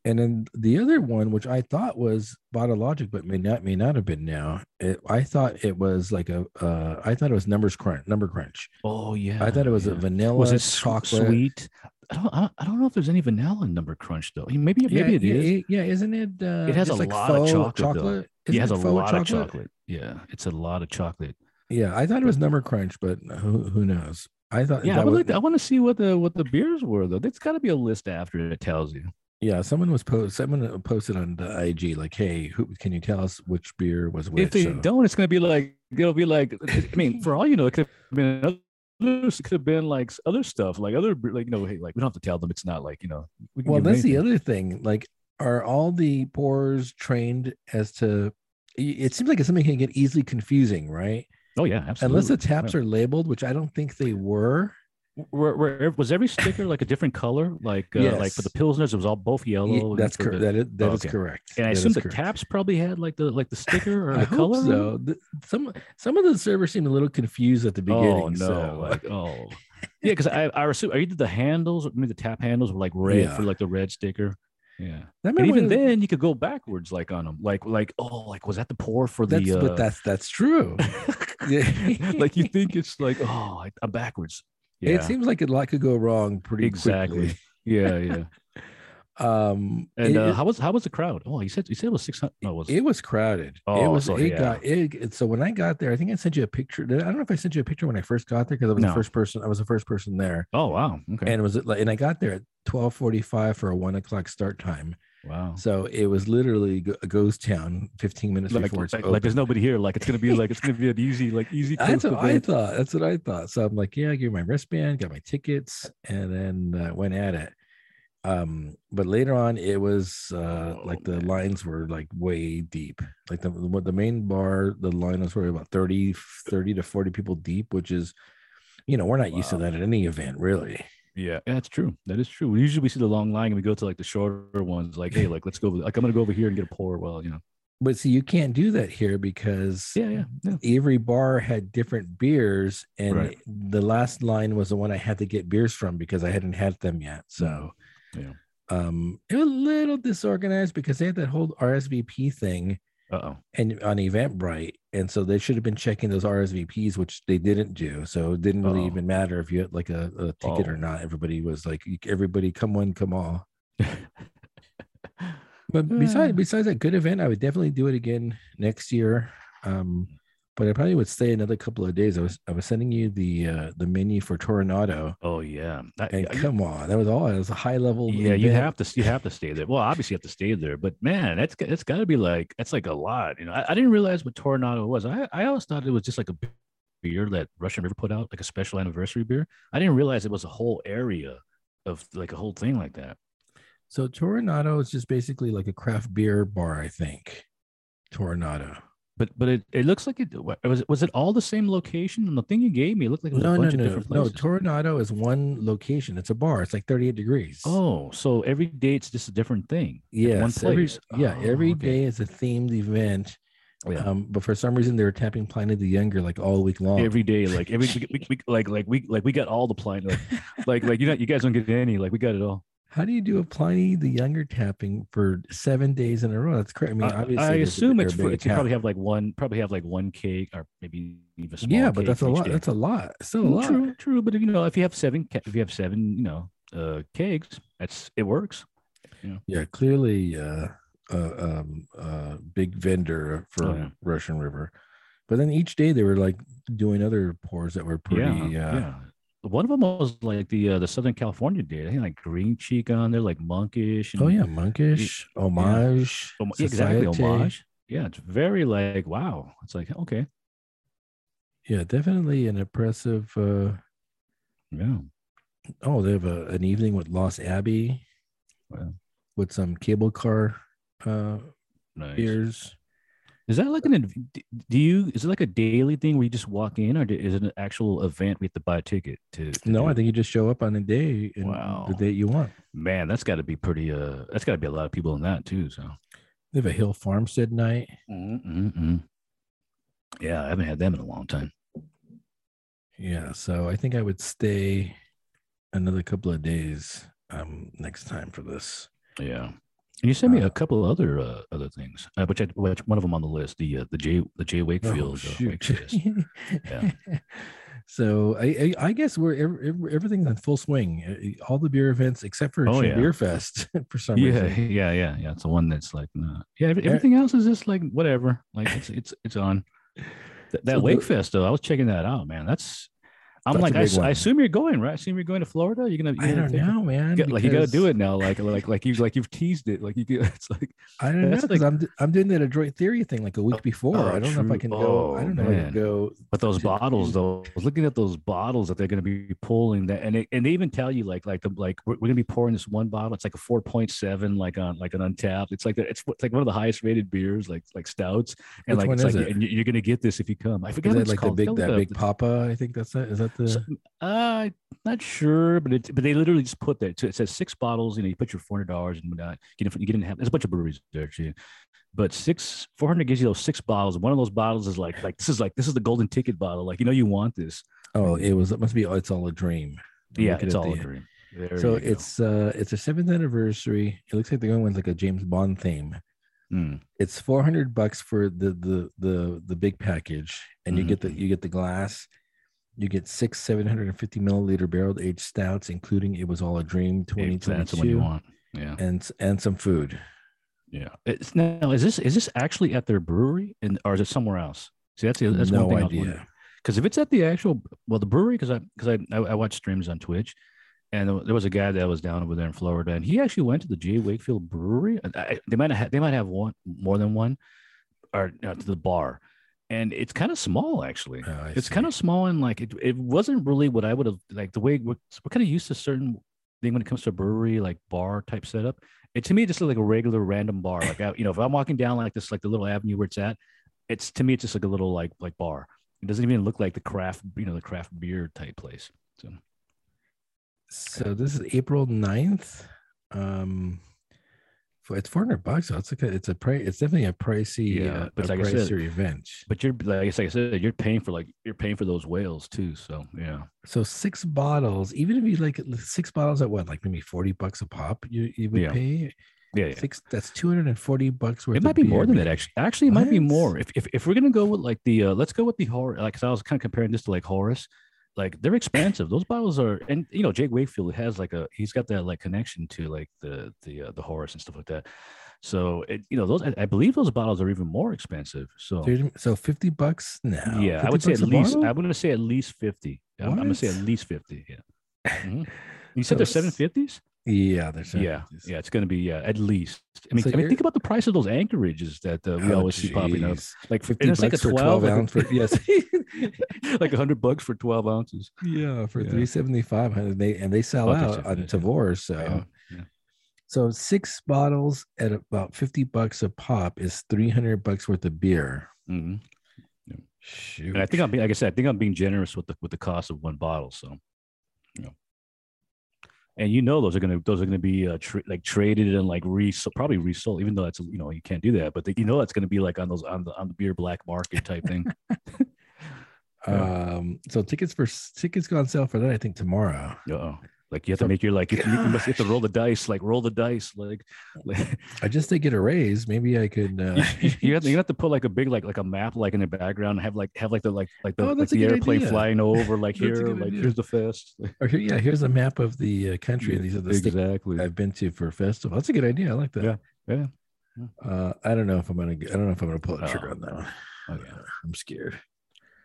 [SPEAKER 1] And then the other one, which I thought was Bottle Logic, but may not may not have been. Now, it, I thought it was like a. Uh, I thought it was Numbers Crunch. Number Crunch.
[SPEAKER 2] Oh yeah.
[SPEAKER 1] I thought it was
[SPEAKER 2] yeah.
[SPEAKER 1] a vanilla.
[SPEAKER 2] was it s-
[SPEAKER 1] chocolate?
[SPEAKER 2] sweet? I don't, I don't- I don't know if there's any vanilla in number crunch though. I mean, Maybe
[SPEAKER 1] Yeah,
[SPEAKER 2] maybe it
[SPEAKER 1] yeah,
[SPEAKER 2] is.
[SPEAKER 1] it- yeah, isn't it? Uh,
[SPEAKER 2] It has
[SPEAKER 1] just
[SPEAKER 2] a lot
[SPEAKER 1] faux
[SPEAKER 2] of chocolate, though.
[SPEAKER 1] Isn't
[SPEAKER 2] it has a
[SPEAKER 1] faux
[SPEAKER 2] lot of chocolate. Yeah, it's a lot of chocolate.
[SPEAKER 1] Yeah, I thought it was Number Crunch, but who who knows? I thought
[SPEAKER 2] Yeah, I
[SPEAKER 1] that
[SPEAKER 2] would
[SPEAKER 1] was-
[SPEAKER 2] like. To, I want to see what the what the beers were though. There's got to be a list after it that tells you.
[SPEAKER 1] Yeah, someone was post someone uh, posted on the IG like, "Hey, who can you tell us which beer was which?" uh,
[SPEAKER 2] if they
[SPEAKER 1] So-
[SPEAKER 2] don't, it's gonna be like it'll be like. I mean, for all you know, it could have been other- it could have been like s- other stuff, like other like you know, hey, like we don't have to tell them. It's not like you know. We can
[SPEAKER 1] well,
[SPEAKER 2] give
[SPEAKER 1] that's the
[SPEAKER 2] anything.
[SPEAKER 1] other thing. Like, are all the pourers trained as to? i- It seems like it's something that can get easily confusing, right?
[SPEAKER 2] Oh yeah, absolutely.
[SPEAKER 1] Unless the taps are labeled, which I don't think they were.
[SPEAKER 2] were, were- was every sticker like a different color? Like uh, like for the pilsners, it was all both
[SPEAKER 1] Ye-
[SPEAKER 2] yellow. and
[SPEAKER 1] that's
[SPEAKER 2] for
[SPEAKER 1] cor-
[SPEAKER 2] the-
[SPEAKER 1] that is, that
[SPEAKER 2] Oh,
[SPEAKER 1] is
[SPEAKER 2] okay.
[SPEAKER 1] correct.
[SPEAKER 2] And I
[SPEAKER 1] That
[SPEAKER 2] assume
[SPEAKER 1] is
[SPEAKER 2] the
[SPEAKER 1] correct.
[SPEAKER 2] taps probably had like the like the sticker or
[SPEAKER 1] I
[SPEAKER 2] the
[SPEAKER 1] hope
[SPEAKER 2] color.
[SPEAKER 1] so. Th- Some some of the servers seemed a little confused at the beginning.
[SPEAKER 2] Oh no!
[SPEAKER 1] so-
[SPEAKER 2] Like oh, yeah, because I I assume either the handles, I mean the tap handles were like red for like the red sticker. Yeah,
[SPEAKER 1] That
[SPEAKER 2] and
[SPEAKER 1] made
[SPEAKER 2] even
[SPEAKER 1] me-
[SPEAKER 2] then you could go backwards like on them, like like oh like was that the pour for
[SPEAKER 1] that's
[SPEAKER 2] the? uh,
[SPEAKER 1] but that's that's true. Yeah.
[SPEAKER 2] like you think it's like oh I, am backwards. Yeah,
[SPEAKER 1] It seems like a lot could go wrong pretty
[SPEAKER 2] exactly.
[SPEAKER 1] quickly.
[SPEAKER 2] Yeah, yeah.
[SPEAKER 1] Um, it,
[SPEAKER 2] And uh, how was how was the crowd? Oh, you said you said it was six hundred. No, it was
[SPEAKER 1] it was crowded. it
[SPEAKER 2] Oh,
[SPEAKER 1] was.
[SPEAKER 2] so
[SPEAKER 1] it
[SPEAKER 2] yeah.
[SPEAKER 1] got. It, it- so when I got there, I think I sent you a picture. Did- I don't know if I sent you a picture when I first got there because I was
[SPEAKER 2] No.
[SPEAKER 1] the first person. I was the first person there,
[SPEAKER 2] oh wow okay
[SPEAKER 1] and it was at, like, and I got there at twelve forty five for a one o'clock start time.
[SPEAKER 2] wow.
[SPEAKER 1] So it was literally go- a ghost town. Fifteen minutes
[SPEAKER 2] Like,
[SPEAKER 1] before it's
[SPEAKER 2] like,
[SPEAKER 1] open.
[SPEAKER 2] like there's nobody here. Like it's gonna be like it's gonna be an easy like easy.
[SPEAKER 1] That's
[SPEAKER 2] coast
[SPEAKER 1] what I
[SPEAKER 2] event.
[SPEAKER 1] thought. That's what I thought. So I'm like, yeah, I gave my wristband, got my tickets, and then uh, went at it. Um, but later on, it was uh,
[SPEAKER 2] Oh,
[SPEAKER 1] like the
[SPEAKER 2] man.
[SPEAKER 1] lines were like way deep. Like the what the main bar, the line was probably about 30, 30 to 40 people deep, which is, you know, we're not used to
[SPEAKER 2] Wow.
[SPEAKER 1] that at any event, really.
[SPEAKER 2] Yeah, that's true. That is true. Usually we see the long line and we go to like the shorter ones. Like, hey, like let's go. Like I'm gonna go over here and get a pour. Well, you know.
[SPEAKER 1] But see, you can't do that here because
[SPEAKER 2] Yeah, yeah, yeah.
[SPEAKER 1] every bar had different beers, and
[SPEAKER 2] Right.
[SPEAKER 1] the last line was the one I had to get beers from because I hadn't had them yet. So,
[SPEAKER 2] Yeah.
[SPEAKER 1] um, it was a little disorganized because they had that whole RSVP thing
[SPEAKER 2] Uh oh.
[SPEAKER 1] and on Eventbrite, and so they should have been checking those RSVPs, which they didn't do. So it didn't really
[SPEAKER 2] Uh-oh.
[SPEAKER 1] even matter if you had like a, a ticket
[SPEAKER 2] Oh.
[SPEAKER 1] or not. Everybody was like, everybody come one, come all. But besides
[SPEAKER 2] Yeah.
[SPEAKER 1] besides that good event, I would definitely do it again next year. Um, but I probably would stay another couple of days. I was I was sending you the uh, the menu for Toronado,
[SPEAKER 2] Oh yeah. That-
[SPEAKER 1] and
[SPEAKER 2] yeah, you-
[SPEAKER 1] come on, that was all. It was a high level.
[SPEAKER 2] yeah, you
[SPEAKER 1] event.
[SPEAKER 2] have to you have to stay there. Well, obviously you have to stay there, but man, that's g- that's got to be like that's like a lot. You know, I, I didn't realize what Tornado was. I I always thought it was just like a beer that Russian River put out, like a special anniversary beer. I didn't realize it was a whole area of like a whole thing like that.
[SPEAKER 1] So Toronado is just basically like a craft beer bar, I think. Toronado.
[SPEAKER 2] But but it, it looks like it wa- was it, was it all the same location? And the thing you gave me it looked like it was
[SPEAKER 1] No,
[SPEAKER 2] a
[SPEAKER 1] no,
[SPEAKER 2] bunch
[SPEAKER 1] no,
[SPEAKER 2] of
[SPEAKER 1] no.
[SPEAKER 2] different
[SPEAKER 1] No,
[SPEAKER 2] places.
[SPEAKER 1] Toronado is one location. It's a bar. It's like 38 degrees.
[SPEAKER 2] oh, so every day it's just a different thing.
[SPEAKER 1] yes. every-
[SPEAKER 2] place.
[SPEAKER 1] yeah,
[SPEAKER 2] Oh,
[SPEAKER 1] every
[SPEAKER 2] okay.
[SPEAKER 1] day is a themed event.
[SPEAKER 2] Oh, Yeah.
[SPEAKER 1] Um, but for some reason they were tapping Planet the Younger like all week long.
[SPEAKER 2] Every day, like every we, we, we, like like we like we got all the plane like like like you know you guys don't get any like we got it all.
[SPEAKER 1] How do you do a Pliny the Younger tapping for seven days in a row? That's crazy. I mean,
[SPEAKER 2] I-
[SPEAKER 1] obviously,
[SPEAKER 2] I
[SPEAKER 1] there's a-
[SPEAKER 2] assume
[SPEAKER 1] there
[SPEAKER 2] it's
[SPEAKER 1] are
[SPEAKER 2] for,
[SPEAKER 1] big
[SPEAKER 2] it's you probably
[SPEAKER 1] accounts.
[SPEAKER 2] have like one probably have like one cake or maybe even small.
[SPEAKER 1] yeah, but
[SPEAKER 2] cake
[SPEAKER 1] that's a
[SPEAKER 2] each
[SPEAKER 1] lot.
[SPEAKER 2] day.
[SPEAKER 1] That's a lot. Still a lot.
[SPEAKER 2] Mm, True, true. But if, you know, if you have seven, ca- if you have seven, you know, uh, cakes, that's it works.
[SPEAKER 1] Yeah, clearly uh, uh, um, uh, big vendor for
[SPEAKER 2] Oh, yeah.
[SPEAKER 1] Russian River. But then each day they were like doing other pours that were pretty.
[SPEAKER 2] yeah,
[SPEAKER 1] Uh,
[SPEAKER 2] yeah. One of them was like the uh, the Southern California did. I think like green cheek on there, like monkish. And,
[SPEAKER 1] Oh yeah, monkish homage.
[SPEAKER 2] Mm, Hom- yeah, exactly.
[SPEAKER 1] societe.
[SPEAKER 2] Homage. Yeah, it's very like wow. It's like okay,
[SPEAKER 1] Yeah, definitely an impressive. Uh,
[SPEAKER 2] yeah.
[SPEAKER 1] oh, they have a, an evening with Lost Abbey,
[SPEAKER 2] Wow.
[SPEAKER 1] with some cable car uh,
[SPEAKER 2] Nice.
[SPEAKER 1] beers.
[SPEAKER 2] Is that like an inv- d- do you is it like a daily thing where you just walk in or d- is it an actual event we have to buy a ticket to? to
[SPEAKER 1] No,
[SPEAKER 2] do?
[SPEAKER 1] I think you just show up on a day and
[SPEAKER 2] Wow.
[SPEAKER 1] the date you want.
[SPEAKER 2] man, that's got to be pretty. Uh, that's got to be a lot of people in that too. So.
[SPEAKER 1] They have a Hill Farmstead night. Mm-hmm.
[SPEAKER 2] Mm-mm-mm. Yeah, I haven't had them in a long time.
[SPEAKER 1] Yeah, so I think I would stay another couple of days um next time for this.
[SPEAKER 2] Yeah. And you sent me
[SPEAKER 1] Uh,
[SPEAKER 2] a couple of other uh, other things, uh, which I which one of them on the list, the uh, the J the Jay
[SPEAKER 1] Oh,
[SPEAKER 2] Wakefield. uh, Wakefield. Yeah.
[SPEAKER 1] So I, I I guess we're ev- ev- everything's in full swing. Uh, All the beer events except for
[SPEAKER 2] Oh,
[SPEAKER 1] Chin
[SPEAKER 2] yeah.
[SPEAKER 1] Beer Fest for some
[SPEAKER 2] yeah,
[SPEAKER 1] reason.
[SPEAKER 2] yeah, yeah, yeah. It's the one that's like, nah. yeah. ev-
[SPEAKER 1] Yeah.
[SPEAKER 2] Everything else is just like whatever. Like it's it's it's on. Th- that
[SPEAKER 1] So the-
[SPEAKER 2] Wakefest though, I was checking that out, man. That's I'm
[SPEAKER 1] That's a
[SPEAKER 2] like, I,
[SPEAKER 1] big
[SPEAKER 2] s- I
[SPEAKER 1] one.
[SPEAKER 2] assume you're going, right? I assume you're going to Florida. You're gonna. You're
[SPEAKER 1] I
[SPEAKER 2] gonna
[SPEAKER 1] don't
[SPEAKER 2] take-
[SPEAKER 1] know, man.
[SPEAKER 2] get- like you gotta do
[SPEAKER 1] because
[SPEAKER 2] it now. Like like like you like you've teased it. Like you get, it's like
[SPEAKER 1] I don't know
[SPEAKER 2] That's
[SPEAKER 1] because
[SPEAKER 2] like-
[SPEAKER 1] I'm d- I'm doing that Adroit Theory thing like a week before.
[SPEAKER 2] oh,
[SPEAKER 1] I don't know if I
[SPEAKER 2] true.
[SPEAKER 1] can go. I
[SPEAKER 2] Oh,
[SPEAKER 1] don't know if I
[SPEAKER 2] man.
[SPEAKER 1] can go.
[SPEAKER 2] But those
[SPEAKER 1] to-
[SPEAKER 2] bottles, though, I was looking at those bottles that they're going to be pulling, that, and it, and they even tell you like like the like we're, we're going to be pouring this one bottle. It's like a four point seven, like on like an untapped. It's like the, it's, it's like one of the highest rated beers, like like stouts, and
[SPEAKER 1] Which
[SPEAKER 2] like
[SPEAKER 1] one
[SPEAKER 2] it's like
[SPEAKER 1] is it?
[SPEAKER 2] and you- you're going to get this if you come. I forget
[SPEAKER 1] Is
[SPEAKER 2] what
[SPEAKER 1] that
[SPEAKER 2] it's
[SPEAKER 1] like the
[SPEAKER 2] called.
[SPEAKER 1] big
[SPEAKER 2] Tell
[SPEAKER 1] that
[SPEAKER 2] the-
[SPEAKER 1] big Papa? I think that's it. Is that the
[SPEAKER 2] so- uh, not sure, but it but they literally just put that. So it says six bottles. You know, you put your four hundred dollars and whatnot. You know, you didn't have. There's a bunch of breweries there too, but six four hundred gives you those six bottles. One of those bottles is like like this is like this is the golden ticket bottle. Like you know you want this.
[SPEAKER 1] oh it was it must be it's all a dream. I'm
[SPEAKER 2] yeah,
[SPEAKER 1] looking
[SPEAKER 2] it's
[SPEAKER 1] at
[SPEAKER 2] all a
[SPEAKER 1] the-
[SPEAKER 2] dream. There
[SPEAKER 1] So
[SPEAKER 2] you go.
[SPEAKER 1] it's uh it's a seventh anniversary. It looks like they're going with like a James Bond theme.
[SPEAKER 2] Mm,
[SPEAKER 1] it's 400 bucks for the the the the big package and you get the
[SPEAKER 2] Mhm.
[SPEAKER 1] you get the glass you get six 750 milliliter barrel aged stouts including it was all a dream
[SPEAKER 2] if that's the one you
[SPEAKER 1] 2022
[SPEAKER 2] want. Yeah,
[SPEAKER 1] and s- and some food
[SPEAKER 2] yeah. It's, now is this is this actually at their brewery and or is it somewhere else? See, that's the, that's
[SPEAKER 1] no
[SPEAKER 2] one thing I was wondering.
[SPEAKER 1] idea
[SPEAKER 2] because if it's at the actual well the brewery because i because I, I I watch streams on twitch and there wa- there was a guy that was down over there in florida and he actually went to the jay wakefield brewery And I, they might have they might have one more than one or uh, to the bar and it's kind of small actually
[SPEAKER 1] Oh, I
[SPEAKER 2] it's
[SPEAKER 1] see.
[SPEAKER 2] kind of small and like it, it wasn't really what i would have like the way we're, we're kind of used to certain thing when it comes to a brewery like bar type setup it to me just looked like a regular random bar like I, you know if i'm walking down like this like the little avenue where it's at it's to me it's just like a little like like bar it doesn't even look like the craft you know the craft beer type place so
[SPEAKER 1] so this is april 9th um for, it's 400 bucks so it's like a, it's a price it's definitely a pricey
[SPEAKER 2] Yeah,
[SPEAKER 1] uh,
[SPEAKER 2] but
[SPEAKER 1] a
[SPEAKER 2] like I said-
[SPEAKER 1] pricier event
[SPEAKER 2] but you're like I said- I said you're paying for like you're paying for those whales too so yeah
[SPEAKER 1] so six bottles even if you like six bottles at what like maybe 40 bucks a pop you, you would
[SPEAKER 2] Yeah.
[SPEAKER 1] pay
[SPEAKER 2] yeah, yeah.
[SPEAKER 1] Six, that's 240 bucks worth.
[SPEAKER 2] it might
[SPEAKER 1] of
[SPEAKER 2] be more
[SPEAKER 1] beer.
[SPEAKER 2] than that actually actually it might be
[SPEAKER 1] What?
[SPEAKER 2] more if, if if we're gonna go with like the uh let's go with the horror like 'cause i was kind of comparing this to like horus like they're expensive those bottles are and you know jake wakefield has like a he's got that like connection to like the the uh, the horus and stuff like that so it, you know those I, I believe those bottles are even more expensive so
[SPEAKER 1] Dude, So 50 bucks now.
[SPEAKER 2] yeah i
[SPEAKER 1] 50
[SPEAKER 2] would say
[SPEAKER 1] bucks a
[SPEAKER 2] at least i'm
[SPEAKER 1] bottle?
[SPEAKER 2] gonna say at least 50 I'm, I'm gonna say
[SPEAKER 1] What?
[SPEAKER 2] at least 50 yeah Mhm. you said
[SPEAKER 1] So
[SPEAKER 2] they're
[SPEAKER 1] s-
[SPEAKER 2] 750s
[SPEAKER 1] yeah, there's
[SPEAKER 2] yeah, yeah, it's going to be yeah, at least. I mean,
[SPEAKER 1] So
[SPEAKER 2] I mean,
[SPEAKER 1] you're- Oh,
[SPEAKER 2] think about the price of those anchorages that uh, we always see popping up. Like
[SPEAKER 1] 50
[SPEAKER 2] and
[SPEAKER 1] bucks
[SPEAKER 2] it's like a
[SPEAKER 1] for 12
[SPEAKER 2] 12, like a-
[SPEAKER 1] ounce. For, yes.
[SPEAKER 2] like a hundred bucks for twelve ounces.
[SPEAKER 1] yeah, for
[SPEAKER 2] Yeah.
[SPEAKER 1] 375 and they and they sell
[SPEAKER 2] Oh,
[SPEAKER 1] out on
[SPEAKER 2] 375, yeah. Uh-huh.
[SPEAKER 1] Tavor. So
[SPEAKER 2] Yeah, yeah.
[SPEAKER 1] so six bottles at about 50 bucks a pop is 300 bucks worth of beer.
[SPEAKER 2] Mhm.
[SPEAKER 1] Shoot.
[SPEAKER 2] And I think I'm being, like I said, I think I'm being generous with the with the cost of one bottle. So, you know. And you know those are gonna those are gonna be uh, tra- like traded and like resold, probably resold. Even though that's you know you can't do that, but they, you know that's gonna be like on those on the on the beer black market type thing. yeah.
[SPEAKER 1] um so tickets for tickets go on sale for that I think tomorrow.
[SPEAKER 2] Uh-oh. Like you have to
[SPEAKER 1] So-
[SPEAKER 2] make your like you, you must you have to
[SPEAKER 1] Gosh.
[SPEAKER 2] roll the dice, like roll the dice, like, like
[SPEAKER 1] I just did get a raise. Maybe I could uh,
[SPEAKER 2] you, you- you have to, you have to put like a big like like a map like in the background and have like have like the like like the,
[SPEAKER 1] Oh,
[SPEAKER 2] like
[SPEAKER 1] that's a
[SPEAKER 2] the
[SPEAKER 1] good
[SPEAKER 2] airplane
[SPEAKER 1] idea.
[SPEAKER 2] flying over like
[SPEAKER 1] That's a
[SPEAKER 2] here
[SPEAKER 1] good
[SPEAKER 2] like
[SPEAKER 1] idea.
[SPEAKER 2] here's the fest.
[SPEAKER 1] Or here, yeah, here's a map of the uh, country. and These are the states
[SPEAKER 2] exactly.
[SPEAKER 1] I've been to for festival. That's a good idea. I like that.
[SPEAKER 2] Yeah.
[SPEAKER 1] Uh, I don't know if I'm gonna. g- I don't know if I'm gonna pull the trigger
[SPEAKER 2] Oh.
[SPEAKER 1] on that one.
[SPEAKER 2] Okay.
[SPEAKER 1] Uh, I'm scared.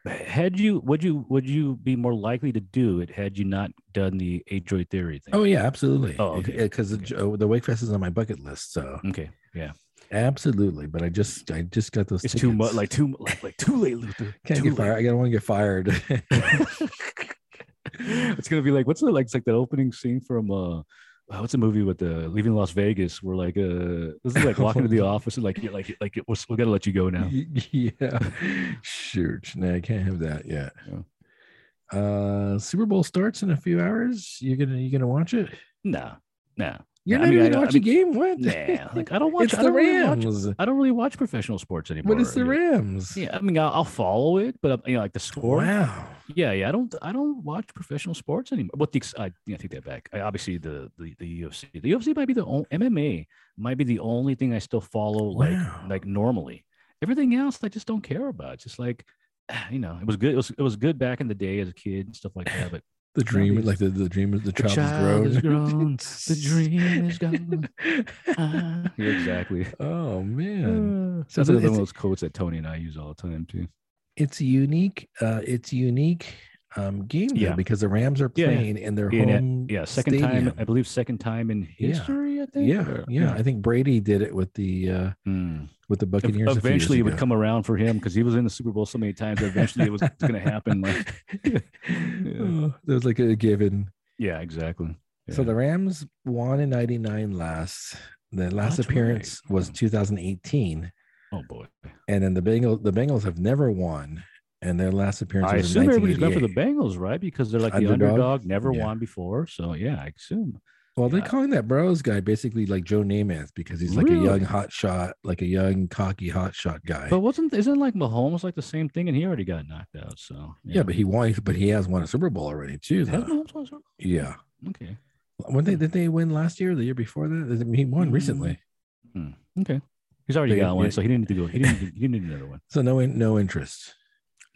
[SPEAKER 2] Had you would you would you be more likely to do it had you not done the adroit theory thing?
[SPEAKER 1] Oh yeah, absolutely.
[SPEAKER 2] Oh, okay.
[SPEAKER 1] Because the
[SPEAKER 2] Okay.
[SPEAKER 1] the, uh, the Wakefest is on my bucket list, so
[SPEAKER 2] okay. Yeah.
[SPEAKER 1] absolutely. But I just, I just got those.
[SPEAKER 2] It's too much
[SPEAKER 1] tickets.
[SPEAKER 2] like too mu- like like too late, Luther.
[SPEAKER 1] can't
[SPEAKER 2] too
[SPEAKER 1] get
[SPEAKER 2] late.
[SPEAKER 1] fired. I don't want to get fired.
[SPEAKER 2] it's gonna be like what's the like it's like that opening scene from uh uh, what's the movie with the leaving Las Vegas where like uh this is like walking to the office and like you're like like we're, we gotta let you go now.
[SPEAKER 1] yeah. Shoot. No, I can't have that yet.
[SPEAKER 2] Yeah.
[SPEAKER 1] Uh, Super Bowl starts in a few hours. You're gonna, you gonna watch it?
[SPEAKER 2] Nah, nah,
[SPEAKER 1] You're
[SPEAKER 2] I
[SPEAKER 1] not
[SPEAKER 2] mean,
[SPEAKER 1] even
[SPEAKER 2] I- I
[SPEAKER 1] gonna watch a game. What?
[SPEAKER 2] nah. Like I don't watch.
[SPEAKER 1] it's
[SPEAKER 2] I
[SPEAKER 1] the
[SPEAKER 2] don't really watch.
[SPEAKER 1] Rams.
[SPEAKER 2] I don't really watch professional sports anymore.
[SPEAKER 1] What is the
[SPEAKER 2] you know?
[SPEAKER 1] Rams?
[SPEAKER 2] Yeah, I mean I'll, I'll follow it, but uh, you know like the score.
[SPEAKER 1] Wow.
[SPEAKER 2] Yeah, yeah. I don't, I don't watch professional sports anymore. What the? ex- I, yeah, take that back. I, obviously, the, the the UFC, the UFC might be the only MMA might be the only thing I still follow like
[SPEAKER 1] Wow.
[SPEAKER 2] like normally. Everything else, I just don't care about. It's just like, you know, it was good. It was it was good back in the day as a kid and stuff like that. But
[SPEAKER 1] The dream,
[SPEAKER 2] Zombies.
[SPEAKER 1] like the, the dream of the,
[SPEAKER 2] the
[SPEAKER 1] child, has grown.
[SPEAKER 2] grown. The dream is gone. Ah. Yeah, exactly.
[SPEAKER 1] Oh man,
[SPEAKER 2] Uh,
[SPEAKER 1] So
[SPEAKER 2] That's another one
[SPEAKER 1] it's-
[SPEAKER 2] of those quotes that Tony and I use all the time too.
[SPEAKER 1] it's a unique. Uh, it's a unique um, game though,
[SPEAKER 2] Yeah.
[SPEAKER 1] because the Rams are
[SPEAKER 2] Yeah, yeah.
[SPEAKER 1] playing in their
[SPEAKER 2] Yeah,
[SPEAKER 1] home.
[SPEAKER 2] Yeah, second time, I
[SPEAKER 1] stadium.
[SPEAKER 2] believe, second time in
[SPEAKER 1] Yeah.
[SPEAKER 2] history. I think.
[SPEAKER 1] Yeah,
[SPEAKER 2] or-
[SPEAKER 1] yeah, I think Brady did it with the uh,
[SPEAKER 2] Hmm.
[SPEAKER 1] with the
[SPEAKER 2] Ev-
[SPEAKER 1] Buccaneers. a few years
[SPEAKER 2] Eventually, it would
[SPEAKER 1] ago.
[SPEAKER 2] come around for him because he was in the Super Bowl so many times. that Eventually, it was going to happen. Like,
[SPEAKER 1] Oh, that was like a given.
[SPEAKER 2] yeah, exactly.
[SPEAKER 1] So
[SPEAKER 2] Yeah.
[SPEAKER 1] the Rams won in '99 last. The last
[SPEAKER 2] That's right.
[SPEAKER 1] appearance was
[SPEAKER 2] Yeah.
[SPEAKER 1] 2018,
[SPEAKER 2] Oh boy.
[SPEAKER 1] and then the Bengals. The Bengals have never won, and their last appearance
[SPEAKER 2] I
[SPEAKER 1] was
[SPEAKER 2] assume
[SPEAKER 1] in
[SPEAKER 2] everybody's going for the
[SPEAKER 1] 1988.
[SPEAKER 2] Bengals, right? Because they're like the
[SPEAKER 1] Underdog?
[SPEAKER 2] underdog, never
[SPEAKER 1] Yeah.
[SPEAKER 2] won before. So yeah, I assume.
[SPEAKER 1] Well, they're
[SPEAKER 2] Yeah.
[SPEAKER 1] calling that Bros guy basically like Joe Namath because he's like a young
[SPEAKER 2] Really?
[SPEAKER 1] hot shot, like a young cocky hot shot guy.
[SPEAKER 2] But wasn't isn't like Mahomes like the same thing, and he already got knocked out. So
[SPEAKER 1] yeah. but he won. But he has won a Super Bowl already too.
[SPEAKER 2] Has
[SPEAKER 1] Though.
[SPEAKER 2] Mahomes won a Super Bowl?
[SPEAKER 1] Yeah.
[SPEAKER 2] okay,
[SPEAKER 1] When
[SPEAKER 2] Hmm.
[SPEAKER 1] they did they win last year? or The year before that? They- He won
[SPEAKER 2] Mm.
[SPEAKER 1] recently.
[SPEAKER 2] Hmm. okay, he's already
[SPEAKER 1] They-
[SPEAKER 2] got one,
[SPEAKER 1] yeah.
[SPEAKER 2] so he didn't need to go. He didn't. Need to, he didn't need another one.
[SPEAKER 1] So no, in- no interest.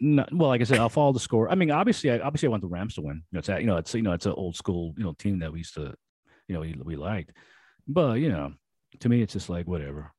[SPEAKER 2] No, well, like I said, I'll follow the score. I mean, obviously, I obviously I want the Rams to win. You know, it's a- you know, it's you know, it's an old school you know team that we used to, you know, we, we liked. But you know, to me, it's just like whatever.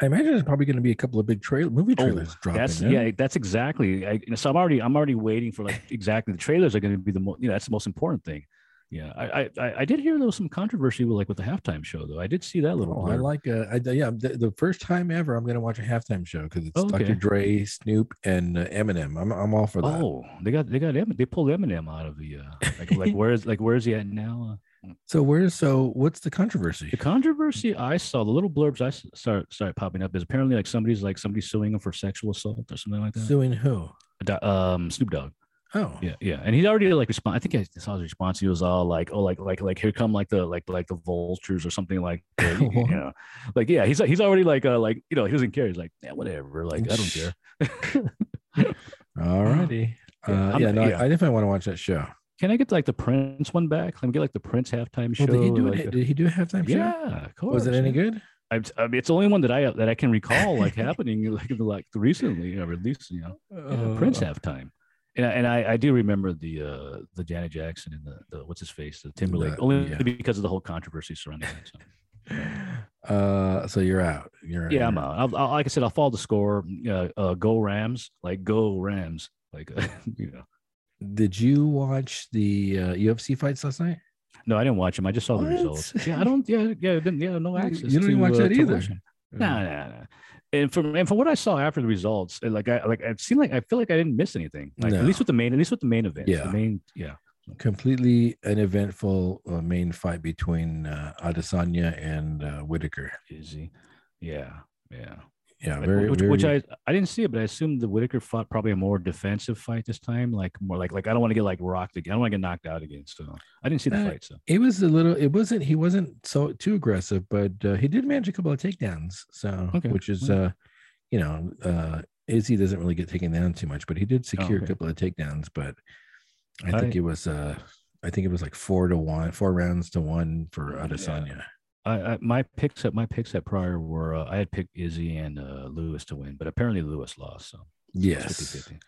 [SPEAKER 1] I imagine there's probably going to be a couple of big trail movie
[SPEAKER 2] Oh,
[SPEAKER 1] trailers dropping.
[SPEAKER 2] that's
[SPEAKER 1] no?
[SPEAKER 2] yeah, that's exactly. I, you know, so I'm already I'm already waiting for like exactly the trailers are going to be the most. You know, that's the most important thing. Yeah, I I- I, I did hear there was some controversy with like with the halftime show though. I did see that little.
[SPEAKER 1] Oh, I
[SPEAKER 2] blurb.
[SPEAKER 1] like uh, I, yeah. The, the first time ever, I'm going to watch a halftime show because it's Dr.
[SPEAKER 2] Okay.
[SPEAKER 1] Dre, Snoop, and uh, Eminem. I'm I'm all for that.
[SPEAKER 2] Oh, they got they got Emin, they pulled Eminem out of the uh, like like where is like where is he at now? Uh,
[SPEAKER 1] So where's so what's the controversy?
[SPEAKER 2] The controversy I saw, the little blurbs I s- start started popping up is apparently like somebody's like somebody's suing him for sexual assault or something like that.
[SPEAKER 1] Suing who?
[SPEAKER 2] Do- um, Snoop Dogg.
[SPEAKER 1] Oh,
[SPEAKER 2] Yeah, yeah, and he's already like respond. I think I saw his response. He was all like, "Oh, like like like here come like the like like the vultures or something like that. you
[SPEAKER 1] What?
[SPEAKER 2] know, like yeah, he's he's already like uh like you know he doesn't care. He's like yeah, whatever. Like I don't care.
[SPEAKER 1] All righty. Uh,
[SPEAKER 2] Yeah,
[SPEAKER 1] yeah,
[SPEAKER 2] I'm-
[SPEAKER 1] no, I-
[SPEAKER 2] yeah.
[SPEAKER 1] I, definitely want to watch that show.
[SPEAKER 2] Can I get like the Prince one back? Let me get like the Prince halftime show.
[SPEAKER 1] Well, did he
[SPEAKER 2] or,
[SPEAKER 1] do
[SPEAKER 2] like,
[SPEAKER 1] it?
[SPEAKER 2] the-
[SPEAKER 1] Did he do a halftime show?
[SPEAKER 2] yeah, of course.
[SPEAKER 1] Was it any
[SPEAKER 2] yeah.
[SPEAKER 1] good?
[SPEAKER 2] I, I mean, it's the only one that I that I can recall like happening like like recently, you know, released, you know, yeah, Prince
[SPEAKER 1] Uh,
[SPEAKER 2] halftime. And I, and I, I do remember the uh the Janet Jackson and the, the what's his face the Timberlake
[SPEAKER 1] The-
[SPEAKER 2] only
[SPEAKER 1] yeah.
[SPEAKER 2] because of the whole controversy surrounding it. So.
[SPEAKER 1] Uh, so you're out. You're
[SPEAKER 2] Yeah, I'm
[SPEAKER 1] you're-
[SPEAKER 2] out. I'll, I'll, like I said, I'll follow the score. Uh, uh, go Rams! Like go Rams! Like uh, you know.
[SPEAKER 1] Did you watch the uh, UFC fights last night?
[SPEAKER 2] No, I didn't watch them. I just saw the
[SPEAKER 1] What?
[SPEAKER 2] results. Yeah, I don't. Yeah, yeah, I didn't, yeah. No
[SPEAKER 1] You-
[SPEAKER 2] access.
[SPEAKER 1] you don't even
[SPEAKER 2] to,
[SPEAKER 1] watch
[SPEAKER 2] uh,
[SPEAKER 1] that
[SPEAKER 2] to
[SPEAKER 1] either.
[SPEAKER 2] watch 'em.
[SPEAKER 1] Uh,
[SPEAKER 2] No, no, no. And from and from what I saw after the results, and like I like it seemed like I feel like I didn't miss anything. Like
[SPEAKER 1] No.
[SPEAKER 2] at least with the main, at least with the main event.
[SPEAKER 1] Yeah.
[SPEAKER 2] The main, yeah.
[SPEAKER 1] Completely uneventful uh, main fight between uh, Adesanya and uh, Whitaker.
[SPEAKER 2] Izzy. Yeah. Yeah.
[SPEAKER 1] Yeah,
[SPEAKER 2] Like,
[SPEAKER 1] very,
[SPEAKER 2] which, which
[SPEAKER 1] very-
[SPEAKER 2] I I didn't see it, but I assumed the Whitaker fought probably a more defensive fight this time. Like more like like I don't want to get like rocked again. I don't want to get knocked out again. So I didn't see the
[SPEAKER 1] Uh,
[SPEAKER 2] fight. So
[SPEAKER 1] It was a little. It wasn't. He wasn't so too aggressive, but uh, he did manage a couple of takedowns. So,
[SPEAKER 2] Okay,
[SPEAKER 1] which is,
[SPEAKER 2] yeah.
[SPEAKER 1] uh, you know, uh, Izzy doesn't really get taken down too much, but he did secure
[SPEAKER 2] Oh, okay.
[SPEAKER 1] a couple of takedowns. But I
[SPEAKER 2] I-
[SPEAKER 1] think it was. Uh, I think it was like four to one, four rounds to one for
[SPEAKER 2] Yeah.
[SPEAKER 1] Adesanya.
[SPEAKER 2] I, I my picks at my picks at prior were uh, I had picked Izzy and uh, Lewis to win, but apparently Lewis lost. So
[SPEAKER 1] Yes.
[SPEAKER 2] it's 50-50.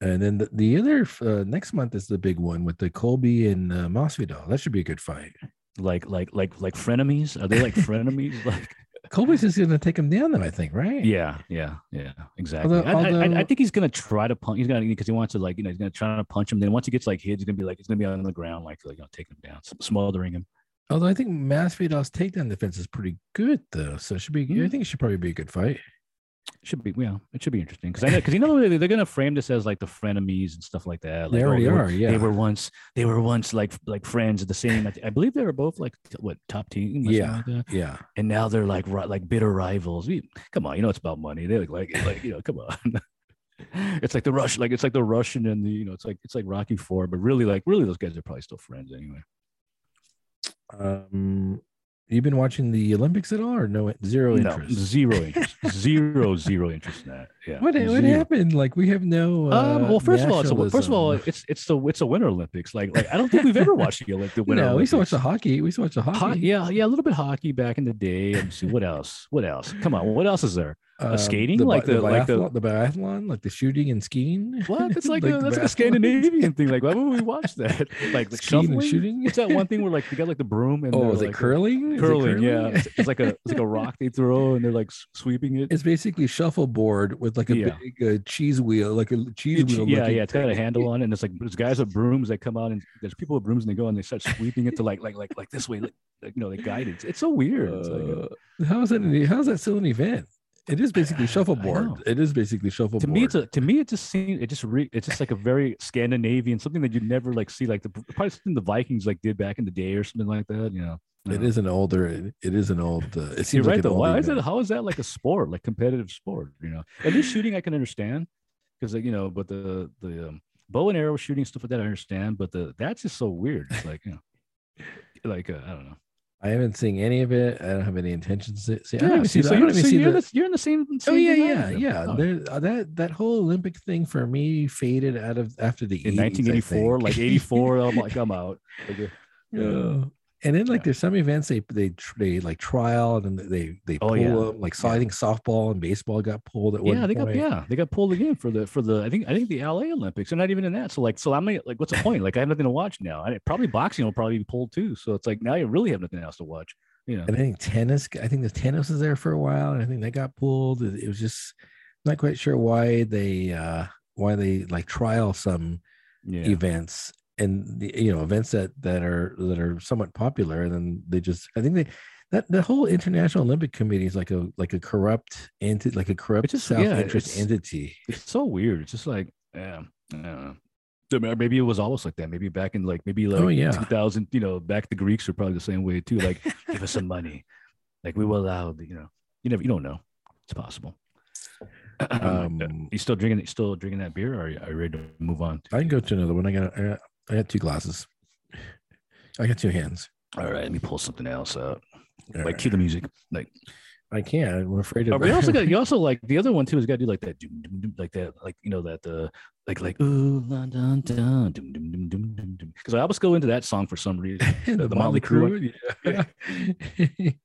[SPEAKER 1] And then the, the other uh, next month is the big one with the Colby and uh, Masvidal. That should be a good fight.
[SPEAKER 2] like like like like frenemies. Are they like frenemies? Like.
[SPEAKER 1] Colby's just going to take him down, though. I think, right?
[SPEAKER 2] Yeah, yeah, yeah, exactly.
[SPEAKER 1] Although-
[SPEAKER 2] I- I- I, I,
[SPEAKER 1] although-
[SPEAKER 2] think he's gonna try to punch. He's gonna because he wants to like you know he's gonna try to punch him. Then once he gets like hit, he's gonna be like he's gonna be on the ground like like you know, taking him down, sm- smothering him.
[SPEAKER 1] Although I think Masvidal's takedown defense is pretty good, though. So it should be. I
[SPEAKER 2] Mm.
[SPEAKER 1] think it should probably be a good fight.
[SPEAKER 2] Should be yeah, it should be interesting because I know because you know they- they're gonna frame this as like the frenemies and stuff like that.
[SPEAKER 1] they
[SPEAKER 2] like, oh,
[SPEAKER 1] already
[SPEAKER 2] were-
[SPEAKER 1] are. Yeah.
[SPEAKER 2] They were once they were once like like friends at the same. I, thi- I believe they were both like t- what top team. or something
[SPEAKER 1] Yeah.
[SPEAKER 2] like that.
[SPEAKER 1] yeah.
[SPEAKER 2] and now they're like ri- like bitter rivals. We- Come on, you know it's about money. They look like like you know, come on. It's like the rush, like it's like the Russian and the you know, it's like it's like Rocky Four, but really like really those guys are probably still friends anyway.
[SPEAKER 1] Um, you been watching the Olympics at all, or no? Zero
[SPEAKER 2] No,
[SPEAKER 1] interest.
[SPEAKER 2] zero interest. zero, zero interest in that. Yeah.
[SPEAKER 1] What, what
[SPEAKER 2] zero.
[SPEAKER 1] happened? Like we have no. Uh,
[SPEAKER 2] Um, well, first of all, it's a, first of all,
[SPEAKER 1] nationalism.
[SPEAKER 2] it's it's the it's the Winter Olympics. Like, like I don't think we've ever watched the Olympic Winter
[SPEAKER 1] no, we
[SPEAKER 2] Olympics.
[SPEAKER 1] used to watch the hockey. We used to watch the hockey.
[SPEAKER 2] Ho- yeah, yeah, a little bit hockey back in the day. Let me see what else. What else? Come on, what else is there?
[SPEAKER 1] Um,
[SPEAKER 2] skating?
[SPEAKER 1] the, bi-
[SPEAKER 2] Like
[SPEAKER 1] the
[SPEAKER 2] the- like the-
[SPEAKER 1] biathlon, the biathlon, like the shooting and skiing.
[SPEAKER 2] What? It's like,
[SPEAKER 1] Like
[SPEAKER 2] a,
[SPEAKER 1] the
[SPEAKER 2] that's like
[SPEAKER 1] basketball.
[SPEAKER 2] a Scandinavian thing. Like, why would we watch that? Like, like
[SPEAKER 1] skiing
[SPEAKER 2] shoveling.
[SPEAKER 1] and shooting.
[SPEAKER 2] What's that one thing where like they got like the broom and
[SPEAKER 1] Oh,
[SPEAKER 2] they're,
[SPEAKER 1] is
[SPEAKER 2] like,
[SPEAKER 1] it curling? Is it
[SPEAKER 2] Curling, yeah. It's, it's like a it's like a rock they throw and they're like s- sweeping it.
[SPEAKER 1] It's basically shuffleboard with like a
[SPEAKER 2] Yeah.
[SPEAKER 1] big uh, cheese wheel, like a l- cheese
[SPEAKER 2] It's-
[SPEAKER 1] wheel.
[SPEAKER 2] yeah,
[SPEAKER 1] looking
[SPEAKER 2] yeah, it's got a
[SPEAKER 1] thing.
[SPEAKER 2] handle on it, and it's like there's guys with brooms that come out, and there's people with brooms, and they go and they start sweeping it to like, like, like, like this way, like, like you know, they guide it. It's- It's so weird. It's like a-
[SPEAKER 1] Uh, how is that? An, how is that still an event? It is basically
[SPEAKER 2] I
[SPEAKER 1] shuffleboard.
[SPEAKER 2] know.
[SPEAKER 1] It is basically shuffleboard.
[SPEAKER 2] to me, it's a, to me, it just seems it just re, it's just like a very Scandinavian something that you never like see, like the probably something the Vikings like did back in the day or something like that. You know,
[SPEAKER 1] It
[SPEAKER 2] No.
[SPEAKER 1] is an older. It, it is an old. Uh, it
[SPEAKER 2] You're
[SPEAKER 1] seems
[SPEAKER 2] right
[SPEAKER 1] like an
[SPEAKER 2] though.
[SPEAKER 1] old
[SPEAKER 2] Why is it?
[SPEAKER 1] event.
[SPEAKER 2] How is that like a sport, like competitive sport? You know, at least shooting I can understand because like you know, but the the um, bow and arrow shooting stuff like that I understand, but the that's just so weird. It's like you know, like uh, I don't know.
[SPEAKER 1] I haven't seen any of it. I don't have any intentions to see. I don't even see.
[SPEAKER 2] so
[SPEAKER 1] the- I
[SPEAKER 2] you're,
[SPEAKER 1] don't even
[SPEAKER 2] so
[SPEAKER 1] see
[SPEAKER 2] you're,
[SPEAKER 1] the-
[SPEAKER 2] in the, you're in the same.
[SPEAKER 1] Oh
[SPEAKER 2] same
[SPEAKER 1] yeah,
[SPEAKER 2] thing I
[SPEAKER 1] yeah,
[SPEAKER 2] am.
[SPEAKER 1] yeah.
[SPEAKER 2] Oh.
[SPEAKER 1] There, uh, that that whole Olympic thing for me faded out of after the
[SPEAKER 2] In
[SPEAKER 1] 80s, I
[SPEAKER 2] 1984,
[SPEAKER 1] think.
[SPEAKER 2] like 84, I'm like I'm out. Like, uh,
[SPEAKER 1] Yeah. And then like
[SPEAKER 2] Yeah.
[SPEAKER 1] there's some events they they tr- they like trial and then they they pull
[SPEAKER 2] Oh, yeah.
[SPEAKER 1] them. Like so I
[SPEAKER 2] Yeah.
[SPEAKER 1] think softball and baseball got pulled at one
[SPEAKER 2] yeah, they got
[SPEAKER 1] point.
[SPEAKER 2] yeah, they got pulled again for the for the I think I think the LA Olympics. They're not even in that. So like so I'm like like, what's the point? Like I have nothing to watch now. And it- probably boxing will probably be pulled too. So it's like now you really have nothing else to watch. You know.
[SPEAKER 1] And I think tennis. I think the tennis was there for a while, and I think that got pulled. It, it was just not quite sure why they uh why they like trial some
[SPEAKER 2] Yeah.
[SPEAKER 1] events and the, you know events that that are that are somewhat popular and then they just i think they that the whole international olympic committee is like a like a corrupt entity like a corrupt
[SPEAKER 2] just- yeah,
[SPEAKER 1] self-interest
[SPEAKER 2] it's-
[SPEAKER 1] entity
[SPEAKER 2] It's so weird. It's just like yeah, I don't know. I mean, Maybe it was always like that. Maybe back in like maybe like
[SPEAKER 1] Oh, yeah.
[SPEAKER 2] 2000, you know, back the Greeks were probably the same way too. Like, give us some money, like we will allow. the- You know, you never, you don't know. It's possible.
[SPEAKER 1] um
[SPEAKER 2] you still drinking? You still drinking that beer? Or are you, are you ready to move on?
[SPEAKER 1] i can go to another one i got I got, I got two glasses i got two hands
[SPEAKER 2] All right, let me pull something else out.
[SPEAKER 1] All
[SPEAKER 2] like
[SPEAKER 1] right.
[SPEAKER 2] cue the music. Like
[SPEAKER 1] i can't i'm afraid
[SPEAKER 2] Or
[SPEAKER 1] of
[SPEAKER 2] Oh, we also got you also like the other one too is got to do like that doom, doom, doom, like that like you know that uh, like like ooh la dun dun doom doom doom doom doom doom because I always go into that song for some reason.
[SPEAKER 1] the,
[SPEAKER 2] the
[SPEAKER 1] Motley
[SPEAKER 2] Motley
[SPEAKER 1] Crue.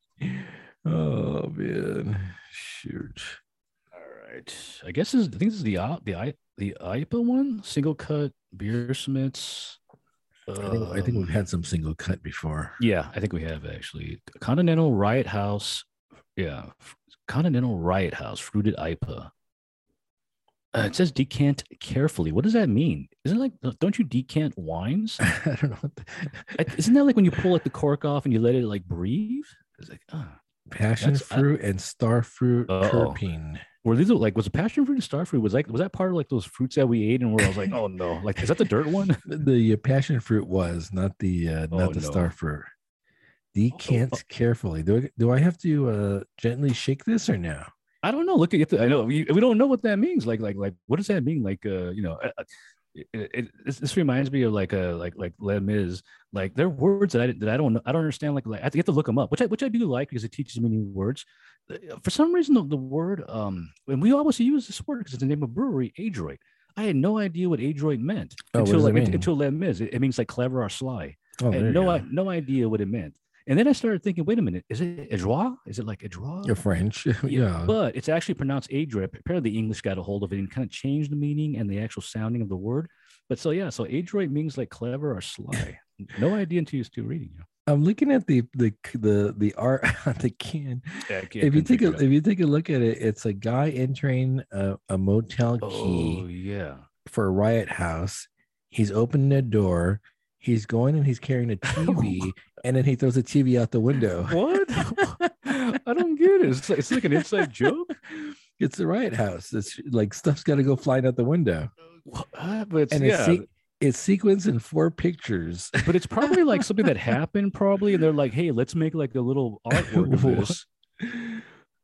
[SPEAKER 1] yeah. oh man shoot
[SPEAKER 2] All right, I guess this, is- I think this is the uh, the I the IPA one single cut beer smiths.
[SPEAKER 1] I think, Oh, I think we've
[SPEAKER 2] um,
[SPEAKER 1] had some single cut before
[SPEAKER 2] Yeah, I think we have actually. Continental Riot House. Yeah. f- Continental Riot House fruited IPA. Uh, it says decant carefully. What does that mean? Isn't it like don't you decant wines?
[SPEAKER 1] i don't know what the,
[SPEAKER 2] I- Isn't that like when you pull like the cork off and you let it like breathe? It's like uh.
[SPEAKER 1] passion
[SPEAKER 2] That's- I-
[SPEAKER 1] fruit and star fruit
[SPEAKER 2] Uh-oh.
[SPEAKER 1] terpene.
[SPEAKER 2] Were these like was the passion fruit and star fruit? Was like was that part of like those fruits that we ate and where I was like, oh no, like is that the dirt one?
[SPEAKER 1] The uh, passion fruit was not the uh, not
[SPEAKER 2] Oh,
[SPEAKER 1] the
[SPEAKER 2] no.
[SPEAKER 1] star fruit. Decant
[SPEAKER 2] oh.
[SPEAKER 1] carefully. Do I, do I have to uh, gently shake this or no?
[SPEAKER 2] I don't know. Look at the, I know we, we don't know what that means. Like like like what does that mean? Like uh you know, uh, uh, it, it, this, this reminds me of like uh like like Les Mis. Like there are words that I that I don't know. I don't understand. Like like I have to get to look them up, which I which I do like because it teaches me new words. Uh, For some reason, the, the word um and we always use this word because it's the name of brewery Adroit. I had no idea what Adroit meant
[SPEAKER 1] Oh, what
[SPEAKER 2] until
[SPEAKER 1] does it
[SPEAKER 2] like
[SPEAKER 1] mean?
[SPEAKER 2] until Les Mis. It, it means like clever or sly.
[SPEAKER 1] Oh,
[SPEAKER 2] I
[SPEAKER 1] there you
[SPEAKER 2] had no
[SPEAKER 1] go.
[SPEAKER 2] I, no idea what it meant. And then I started thinking, wait a minute, is it Adroit? Is it like Adroit?
[SPEAKER 1] You're French. yeah.
[SPEAKER 2] But it's actually pronounced adrip. Apparently, the English got a hold of it and kind of changed the meaning and the actual sounding of the word. But so yeah, so adroit means like clever or sly. no idea until you still reading. You.
[SPEAKER 1] I'm looking at the the the the art on the can.
[SPEAKER 2] Yeah,
[SPEAKER 1] if you take a if you take a look at it, it's a guy entering a, a motel key.
[SPEAKER 2] oh yeah,
[SPEAKER 1] for a riot house. He's opening a door. He's going and he's carrying a TV, and then he throws the TV out the window.
[SPEAKER 2] what? I don't get it. It's like, it's like an inside joke.
[SPEAKER 1] It's the riot house. It's like stuff's got to go flying out the window,
[SPEAKER 2] What? But it's,
[SPEAKER 1] and
[SPEAKER 2] yeah,
[SPEAKER 1] it's se- it's sequenced in four pictures.
[SPEAKER 2] but it's probably like something that happened probably, and they're like, hey, let's make like a little artwork of
[SPEAKER 1] What?
[SPEAKER 2] this.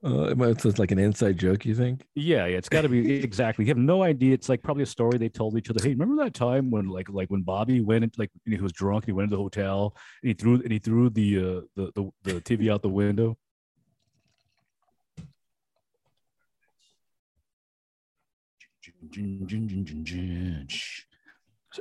[SPEAKER 1] Uh, it's it's like an inside joke, you think?
[SPEAKER 2] Yeah, yeah, it's got to be exactly. You have no idea. It's like probably a story they told each other. Hey, remember that time when like like when Bobby went into, like and he was drunk and he went into the hotel and he threw and he threw the uh, the, the the TV out the window.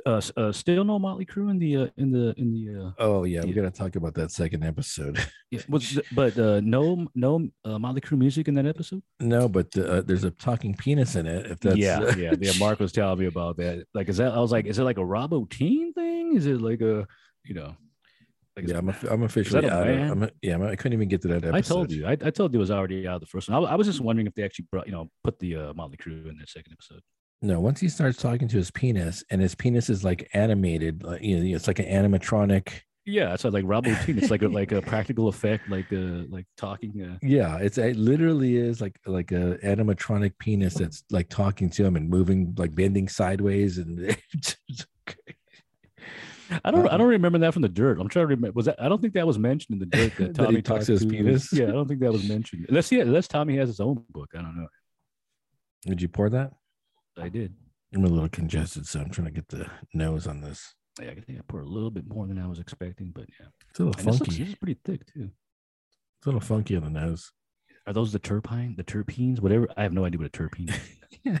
[SPEAKER 2] Uh, s- uh, still no Motley Crue in the uh, in the in the uh,
[SPEAKER 1] Oh yeah, we
[SPEAKER 2] Yeah.
[SPEAKER 1] gotta talk about that second episode.
[SPEAKER 2] yeah, was th- but uh, no no uh, Motley Crue music in that episode.
[SPEAKER 1] no, but uh, there's a talking penis in it. If that's
[SPEAKER 2] yeah,
[SPEAKER 1] uh,
[SPEAKER 2] yeah, yeah. Mark was telling me about that. Like, is that? I was like, is it like a Robo Teen thing? Is it like a, you know, like
[SPEAKER 1] yeah,
[SPEAKER 2] yeah,
[SPEAKER 1] I'm, I'm officially
[SPEAKER 2] a
[SPEAKER 1] out. Of,
[SPEAKER 2] man?
[SPEAKER 1] I'm, a- yeah, I'm, I couldn't even get to that episode.
[SPEAKER 2] I told you, I, I told you it was already out of the first one. I, wa- I was just wondering if they actually brought, you know, put the uh, Motley Crue in that second episode.
[SPEAKER 1] No, once he starts talking to his penis, and his penis is like animated, like you know, it's like an animatronic.
[SPEAKER 2] Yeah, so like Robo Teen, it's like a, like a practical effect, like uh, like talking. Uh,
[SPEAKER 1] Yeah, it's it literally is like like a animatronic penis that's like talking to him and moving, like bending sideways, and
[SPEAKER 2] I don't, I
[SPEAKER 1] Uh-uh.
[SPEAKER 2] don't remember that from the dirt. I'm trying to remember. Was that? I don't think that was mentioned in the dirt that
[SPEAKER 1] That
[SPEAKER 2] Tommy
[SPEAKER 1] he talks
[SPEAKER 2] talked
[SPEAKER 1] to his penis?
[SPEAKER 2] Yeah, I don't think that was mentioned. Unless he, unless Tommy has his own book. I don't know.
[SPEAKER 1] Would you pour that?
[SPEAKER 2] I did.
[SPEAKER 1] I'm a little congested, so I'm trying to get the nose on this.
[SPEAKER 2] Yeah, I think I poured a little bit more than I was expecting, but yeah.
[SPEAKER 1] It's a little
[SPEAKER 2] And this looks
[SPEAKER 1] funky.
[SPEAKER 2] this is pretty thick too.
[SPEAKER 1] It's a little funky on the nose.
[SPEAKER 2] Are those the terpine, the terpenes, whatever? I have no idea what a terpene. is.
[SPEAKER 1] Yeah.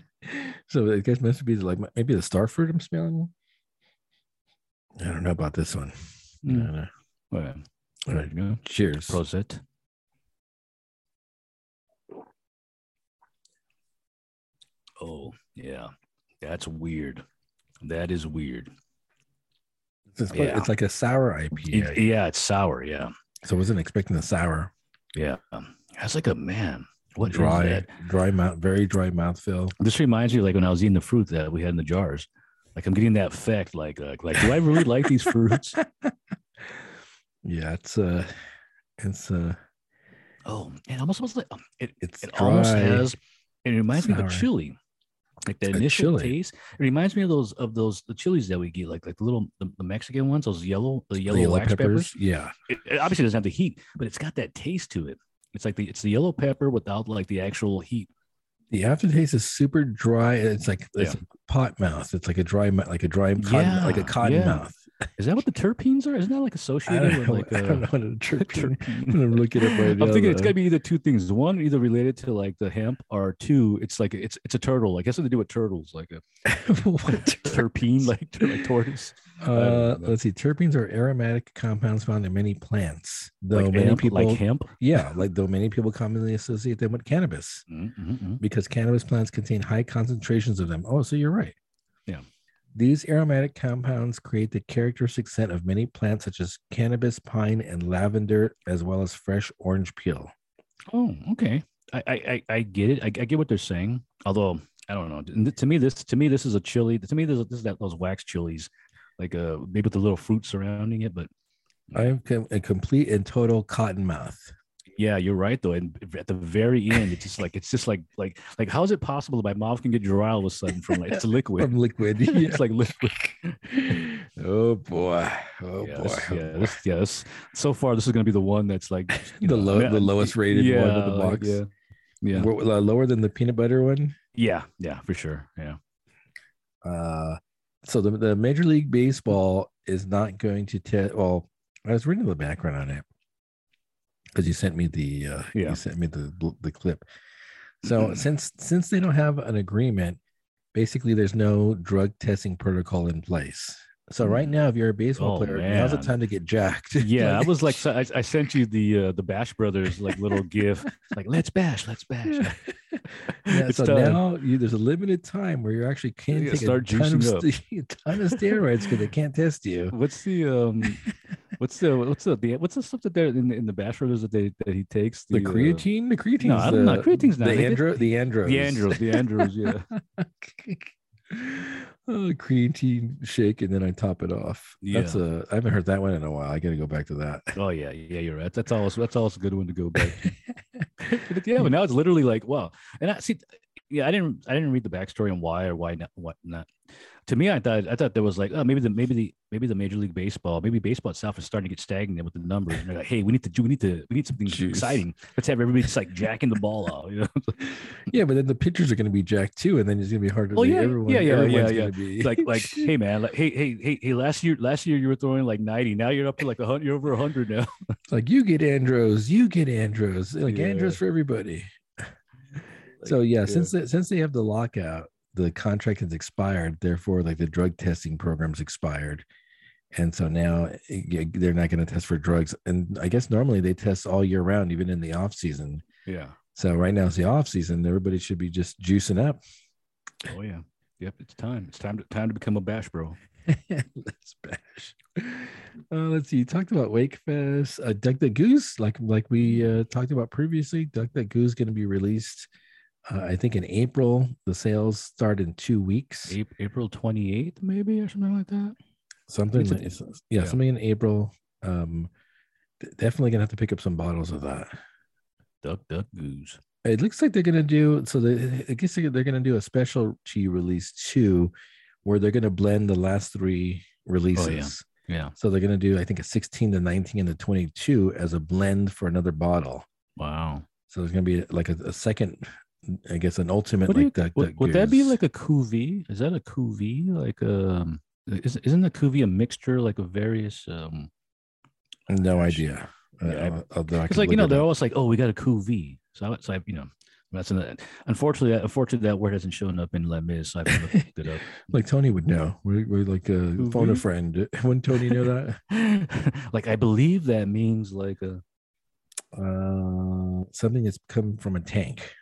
[SPEAKER 1] So I guess must be like maybe the star fruit I'm smelling. I don't know about this one. I
[SPEAKER 2] Mm.
[SPEAKER 1] don't know.
[SPEAKER 2] All right,
[SPEAKER 1] All
[SPEAKER 2] there
[SPEAKER 1] right.
[SPEAKER 2] you go.
[SPEAKER 1] Cheers.
[SPEAKER 2] Proset. Oh yeah, that's weird. That is weird.
[SPEAKER 1] It's, like-
[SPEAKER 2] Yeah.
[SPEAKER 1] it's like a sour
[SPEAKER 2] Yeah,
[SPEAKER 1] IPA.
[SPEAKER 2] yeah, it's sour. Yeah,
[SPEAKER 1] so I wasn't expecting the sour.
[SPEAKER 2] yeah. Um, That's like a man. What is
[SPEAKER 1] Dry,
[SPEAKER 2] that?
[SPEAKER 1] dry mouth, very dry mouthfeel.
[SPEAKER 2] This reminds me, like when I was eating the fruit that we had in the jars. Like I'm getting that effect. Like, like, like, do I really like these fruits?
[SPEAKER 1] Yeah, it's uh it's uh
[SPEAKER 2] Oh, it almost smells like um, it.
[SPEAKER 1] it's
[SPEAKER 2] It almost
[SPEAKER 1] dry.
[SPEAKER 2] has. It reminds me of a
[SPEAKER 1] sour.
[SPEAKER 2] chili, like the
[SPEAKER 1] A
[SPEAKER 2] initial
[SPEAKER 1] chili.
[SPEAKER 2] taste. It reminds me of those of those the chilies that we get, like like the little the, the Mexican ones, those yellow the
[SPEAKER 1] The
[SPEAKER 2] yellow, wax peppers.
[SPEAKER 1] Yeah.
[SPEAKER 2] It, it obviously doesn't have the heat, but it's got that taste to it. It's like the it's the yellow pepper without like the actual heat.
[SPEAKER 1] The aftertaste is super dry. It's like it's pot mouth. It's like a dry mouth, like a dry cotton, like a
[SPEAKER 2] Yeah,
[SPEAKER 1] cotton
[SPEAKER 2] yeah.
[SPEAKER 1] mouth.
[SPEAKER 2] Is that what the terpenes are? Isn't that like
[SPEAKER 1] I
[SPEAKER 2] associated
[SPEAKER 1] don't,
[SPEAKER 2] with
[SPEAKER 1] know,
[SPEAKER 2] like
[SPEAKER 1] I don't know
[SPEAKER 2] a
[SPEAKER 1] what a terpene. I'm
[SPEAKER 2] terpene?
[SPEAKER 1] gonna look it up right now.
[SPEAKER 2] I'm thinking it's
[SPEAKER 1] though.
[SPEAKER 2] gotta be either two things. One, either related to like the hemp, or two, it's like it's it's a turtle. Like it has something to do with turtles, like a
[SPEAKER 1] What?
[SPEAKER 2] terpene, like, tur- like tortoise.
[SPEAKER 1] Uh,
[SPEAKER 2] know.
[SPEAKER 1] let's see. Terpenes are aromatic compounds found in many plants, though
[SPEAKER 2] like
[SPEAKER 1] many
[SPEAKER 2] hemp,
[SPEAKER 1] people,
[SPEAKER 2] like hemp.
[SPEAKER 1] yeah, like though many people commonly associate them with cannabis
[SPEAKER 2] Mm, mm, mm.
[SPEAKER 1] because cannabis plants contain high concentrations of them. Oh, so you're right.
[SPEAKER 2] Yeah.
[SPEAKER 1] These aromatic compounds create the characteristic scent of many plants, such as cannabis, pine, and lavender, as well as fresh orange peel.
[SPEAKER 2] Oh, okay. I, I, I- I get it. I, I get what they're saying. Although I don't know. Th- To me, this to me this is a chili. To me, this, this is that those wax chilies, like uh maybe with a little fruit surrounding it. But
[SPEAKER 1] I am com- a complete and total cottonmouth.
[SPEAKER 2] yeah, you're right though. And at the very end, it's just like it's just like like like how is it possible that my mouth can get dry all of a sudden from like it's liquid?
[SPEAKER 1] From liquid. Yeah.
[SPEAKER 2] it's like liquid.
[SPEAKER 1] oh boy. Oh
[SPEAKER 2] yeah,
[SPEAKER 1] boy.
[SPEAKER 2] this,
[SPEAKER 1] Oh,
[SPEAKER 2] yeah,
[SPEAKER 1] boy.
[SPEAKER 2] this, yeah, this- So far, this is gonna be the one that's like you
[SPEAKER 1] the
[SPEAKER 2] know,
[SPEAKER 1] low,
[SPEAKER 2] man,
[SPEAKER 1] the lowest rated one of the
[SPEAKER 2] like,
[SPEAKER 1] box.
[SPEAKER 2] Yeah, yeah,
[SPEAKER 1] Wo- uh, lower than the peanut butter one.
[SPEAKER 2] yeah, yeah, for sure. Yeah.
[SPEAKER 1] Uh, so the, the Major League Baseball is not going to test. Well, I was reading the background on it because you sent me the uh,
[SPEAKER 2] Yeah.
[SPEAKER 1] you sent me the bl- the clip. So since since they don't have an agreement, basically there's no drug testing protocol in place. So right now, if you're a baseball
[SPEAKER 2] Oh,
[SPEAKER 1] player, now's the
[SPEAKER 2] man.
[SPEAKER 1] time to get jacked.
[SPEAKER 2] Yeah, I
[SPEAKER 1] Like-
[SPEAKER 2] was like, so I, I sent you the uh, the Bash Brothers like little gif, like let's bash, let's bash.
[SPEAKER 1] Yeah. Yeah,
[SPEAKER 2] It's
[SPEAKER 1] so
[SPEAKER 2] done.
[SPEAKER 1] now you, there's a limited time where you actually can
[SPEAKER 2] Yeah,
[SPEAKER 1] take
[SPEAKER 2] start
[SPEAKER 1] a, ton of
[SPEAKER 2] juicing up.
[SPEAKER 1] st- a ton of steroids because they can't test you.
[SPEAKER 2] What's the um, what's the what's the, the what's the stuff that they're in, in the Bash Brothers that they that he takes
[SPEAKER 1] The
[SPEAKER 2] uh,
[SPEAKER 1] creatine, the creatine,
[SPEAKER 2] I don't know. Creatine's
[SPEAKER 1] the
[SPEAKER 2] not- they did-
[SPEAKER 1] andro, the andros,
[SPEAKER 2] the Andrews, the Andrews, yeah,
[SPEAKER 1] oh, creatine shake, and then I top it off. That's a I haven't heard that one in a while. I got to go back to that.
[SPEAKER 2] oh yeah, yeah, you're right. That's always that's always a good one to go back. to. but yeah, but now it's literally like wow, and I see, yeah, I didn't I didn't read the backstory on why or why not what not. to me, I thought I thought there was like, oh, maybe the maybe the maybe the Major League Baseball, maybe baseball itself is starting to get stagnant with the numbers. And they're like, hey, we need to do, we need to, we need something
[SPEAKER 1] Juice.
[SPEAKER 2] exciting. Let's have everybody just like jacking the ball out. You know,
[SPEAKER 1] Yeah, but then the pitchers are going to be jacked too, and then it's going to be hard to.
[SPEAKER 2] Oh,
[SPEAKER 1] be-
[SPEAKER 2] yeah,
[SPEAKER 1] everyone,
[SPEAKER 2] yeah, yeah,
[SPEAKER 1] everyone's
[SPEAKER 2] yeah,
[SPEAKER 1] gonna
[SPEAKER 2] yeah.
[SPEAKER 1] Be,
[SPEAKER 2] It's like like, hey man, like hey hey hey hey, last year last year you were throwing like ninety, now you're up to like a hundred, you're over hundred now.
[SPEAKER 1] It's like you get Andros, you get Andros, like
[SPEAKER 2] Yeah.
[SPEAKER 1] Andros for everybody. so yeah,
[SPEAKER 2] yeah.
[SPEAKER 1] since they, since they have the lockout, the contract has expired. Therefore, like the drug testing program's expired, and so now eh, yeah, they're not going to test for drugs. And I guess normally they test all year round, even in the off season.
[SPEAKER 2] Yeah.
[SPEAKER 1] So right now it's the off season. Everybody should be just juicing up.
[SPEAKER 2] Oh yeah. Yep. It's time. It's time to time to become a bash bro.
[SPEAKER 1] let's bash. Uh, let's see. You talked about Wake Fest. Uh, Duck the Goose, like like we uh, talked about previously, Duck the Goose going to be released. Uh, I think in April. The sales start in two weeks.
[SPEAKER 2] A- April twenty eighth, maybe or something like that.
[SPEAKER 1] Something,
[SPEAKER 2] It's a-
[SPEAKER 1] like- it's- yeah,
[SPEAKER 2] yeah.
[SPEAKER 1] something in April. Um, d- definitely gonna have to pick up some bottles of that.
[SPEAKER 2] Duck duck goose.
[SPEAKER 1] It looks like they're gonna do so. They, I guess they're they're gonna do a special G release two, where they're gonna blend the last three
[SPEAKER 2] Oh,
[SPEAKER 1] releases.
[SPEAKER 2] Yeah.
[SPEAKER 1] So they're going to do, I think, a 16 to 19 and a 22 as a blend for another bottle.
[SPEAKER 2] Wow.
[SPEAKER 1] So there's going to be like a, a second, I guess, an ultimate
[SPEAKER 2] What do
[SPEAKER 1] like
[SPEAKER 2] you-
[SPEAKER 1] Duck
[SPEAKER 2] would
[SPEAKER 1] Duck
[SPEAKER 2] would that be
[SPEAKER 1] Goose.
[SPEAKER 2] like a cuvee? Is that a cuvee? Like um is, isn't a cuvee a mixture like of various um
[SPEAKER 1] No idea.
[SPEAKER 2] Yeah, I-
[SPEAKER 1] Uh, although I
[SPEAKER 2] it's
[SPEAKER 1] could
[SPEAKER 2] like
[SPEAKER 1] look
[SPEAKER 2] you know
[SPEAKER 1] it
[SPEAKER 2] they're
[SPEAKER 1] up.
[SPEAKER 2] always like oh we got a cuvee so I, so I you know that's an, unfortunately that unfortunately that word hasn't shown up in Les Mis so I haven't looked it up
[SPEAKER 1] like Tony would know. We're, we're like a phone a
[SPEAKER 2] Mhm.
[SPEAKER 1] friend. Wouldn't Tony know that?
[SPEAKER 2] like I believe that means like a
[SPEAKER 1] Uh, something that's come from a tank.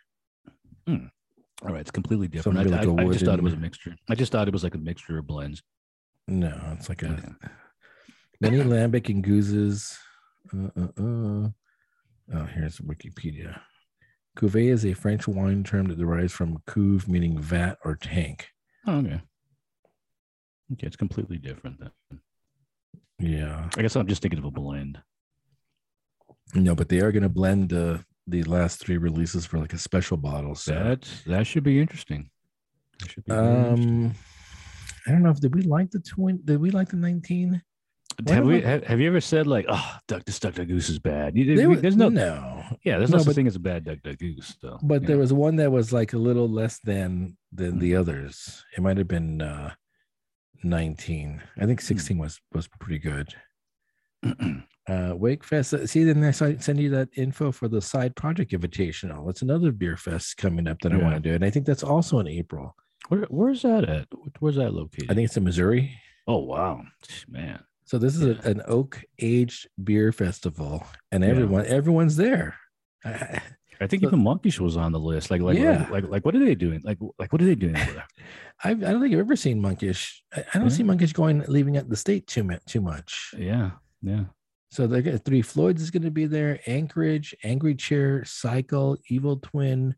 [SPEAKER 2] all right, it's completely different. I,
[SPEAKER 1] maybe like
[SPEAKER 2] I-
[SPEAKER 1] a
[SPEAKER 2] I just thought it was a
[SPEAKER 1] wooden-
[SPEAKER 2] mixture. I just thought it was like a mixture of blends.
[SPEAKER 1] No, it's like a
[SPEAKER 2] Okay.
[SPEAKER 1] many lambic and gooses. Uh, uh, uh. Oh, here's Wikipedia. Cuvée is a French wine term that derives from cuve, meaning vat or tank.
[SPEAKER 2] Oh, okay. Okay, it's completely different then.
[SPEAKER 1] Yeah.
[SPEAKER 2] I guess I'm just thinking of a blend.
[SPEAKER 1] No, but they are going to blend the the last three releases for like a special bottle. So,
[SPEAKER 2] That's that should be interesting. That should be very interesting.
[SPEAKER 1] um, I don't know if did we like the twin? Did we like the nineteen? why
[SPEAKER 2] have
[SPEAKER 1] don't
[SPEAKER 2] we
[SPEAKER 1] I-
[SPEAKER 2] have, have you ever said like, oh, duck this duck duck goose is bad? You-
[SPEAKER 1] They
[SPEAKER 2] we-
[SPEAKER 1] were-
[SPEAKER 2] there's no,
[SPEAKER 1] no,
[SPEAKER 2] yeah, there's
[SPEAKER 1] no,
[SPEAKER 2] no, such
[SPEAKER 1] but-
[SPEAKER 2] thing as a bad duck duck goose though.
[SPEAKER 1] but
[SPEAKER 2] you
[SPEAKER 1] there
[SPEAKER 2] know?
[SPEAKER 1] was one that was like a little less than than
[SPEAKER 2] Mm.
[SPEAKER 1] the others. It might have been uh, nineteen. I
[SPEAKER 2] Hmm.
[SPEAKER 1] think sixteen was was pretty good. Uh, Wake Fest. uh, See, then I si- send you that info for the side project invitational. It's another beer fest coming up that I
[SPEAKER 2] Yeah.
[SPEAKER 1] want to do, and I think that's also in April.
[SPEAKER 2] Where, where's that at? Where's that located?
[SPEAKER 1] I think it's in Missouri.
[SPEAKER 2] Oh wow, man.
[SPEAKER 1] So this is
[SPEAKER 2] Yeah.
[SPEAKER 1] a, an oak aged beer festival, and
[SPEAKER 2] Yeah.
[SPEAKER 1] everyone everyone's there. I-
[SPEAKER 2] I think
[SPEAKER 1] So-
[SPEAKER 2] even Monkeys was on the list. Like, like,
[SPEAKER 1] Yeah.
[SPEAKER 2] like, like, like, what are they doing? Like, like, what are they doing over there?
[SPEAKER 1] I, I don't think I've ever seen monkish. I, I don't
[SPEAKER 2] Yeah.
[SPEAKER 1] see monkish going leaving out the state too much. Too much.
[SPEAKER 2] Yeah, yeah.
[SPEAKER 1] So they got Three Floyds is going to be there. Anchorage, Angry Chair, Cycle, Evil Twin,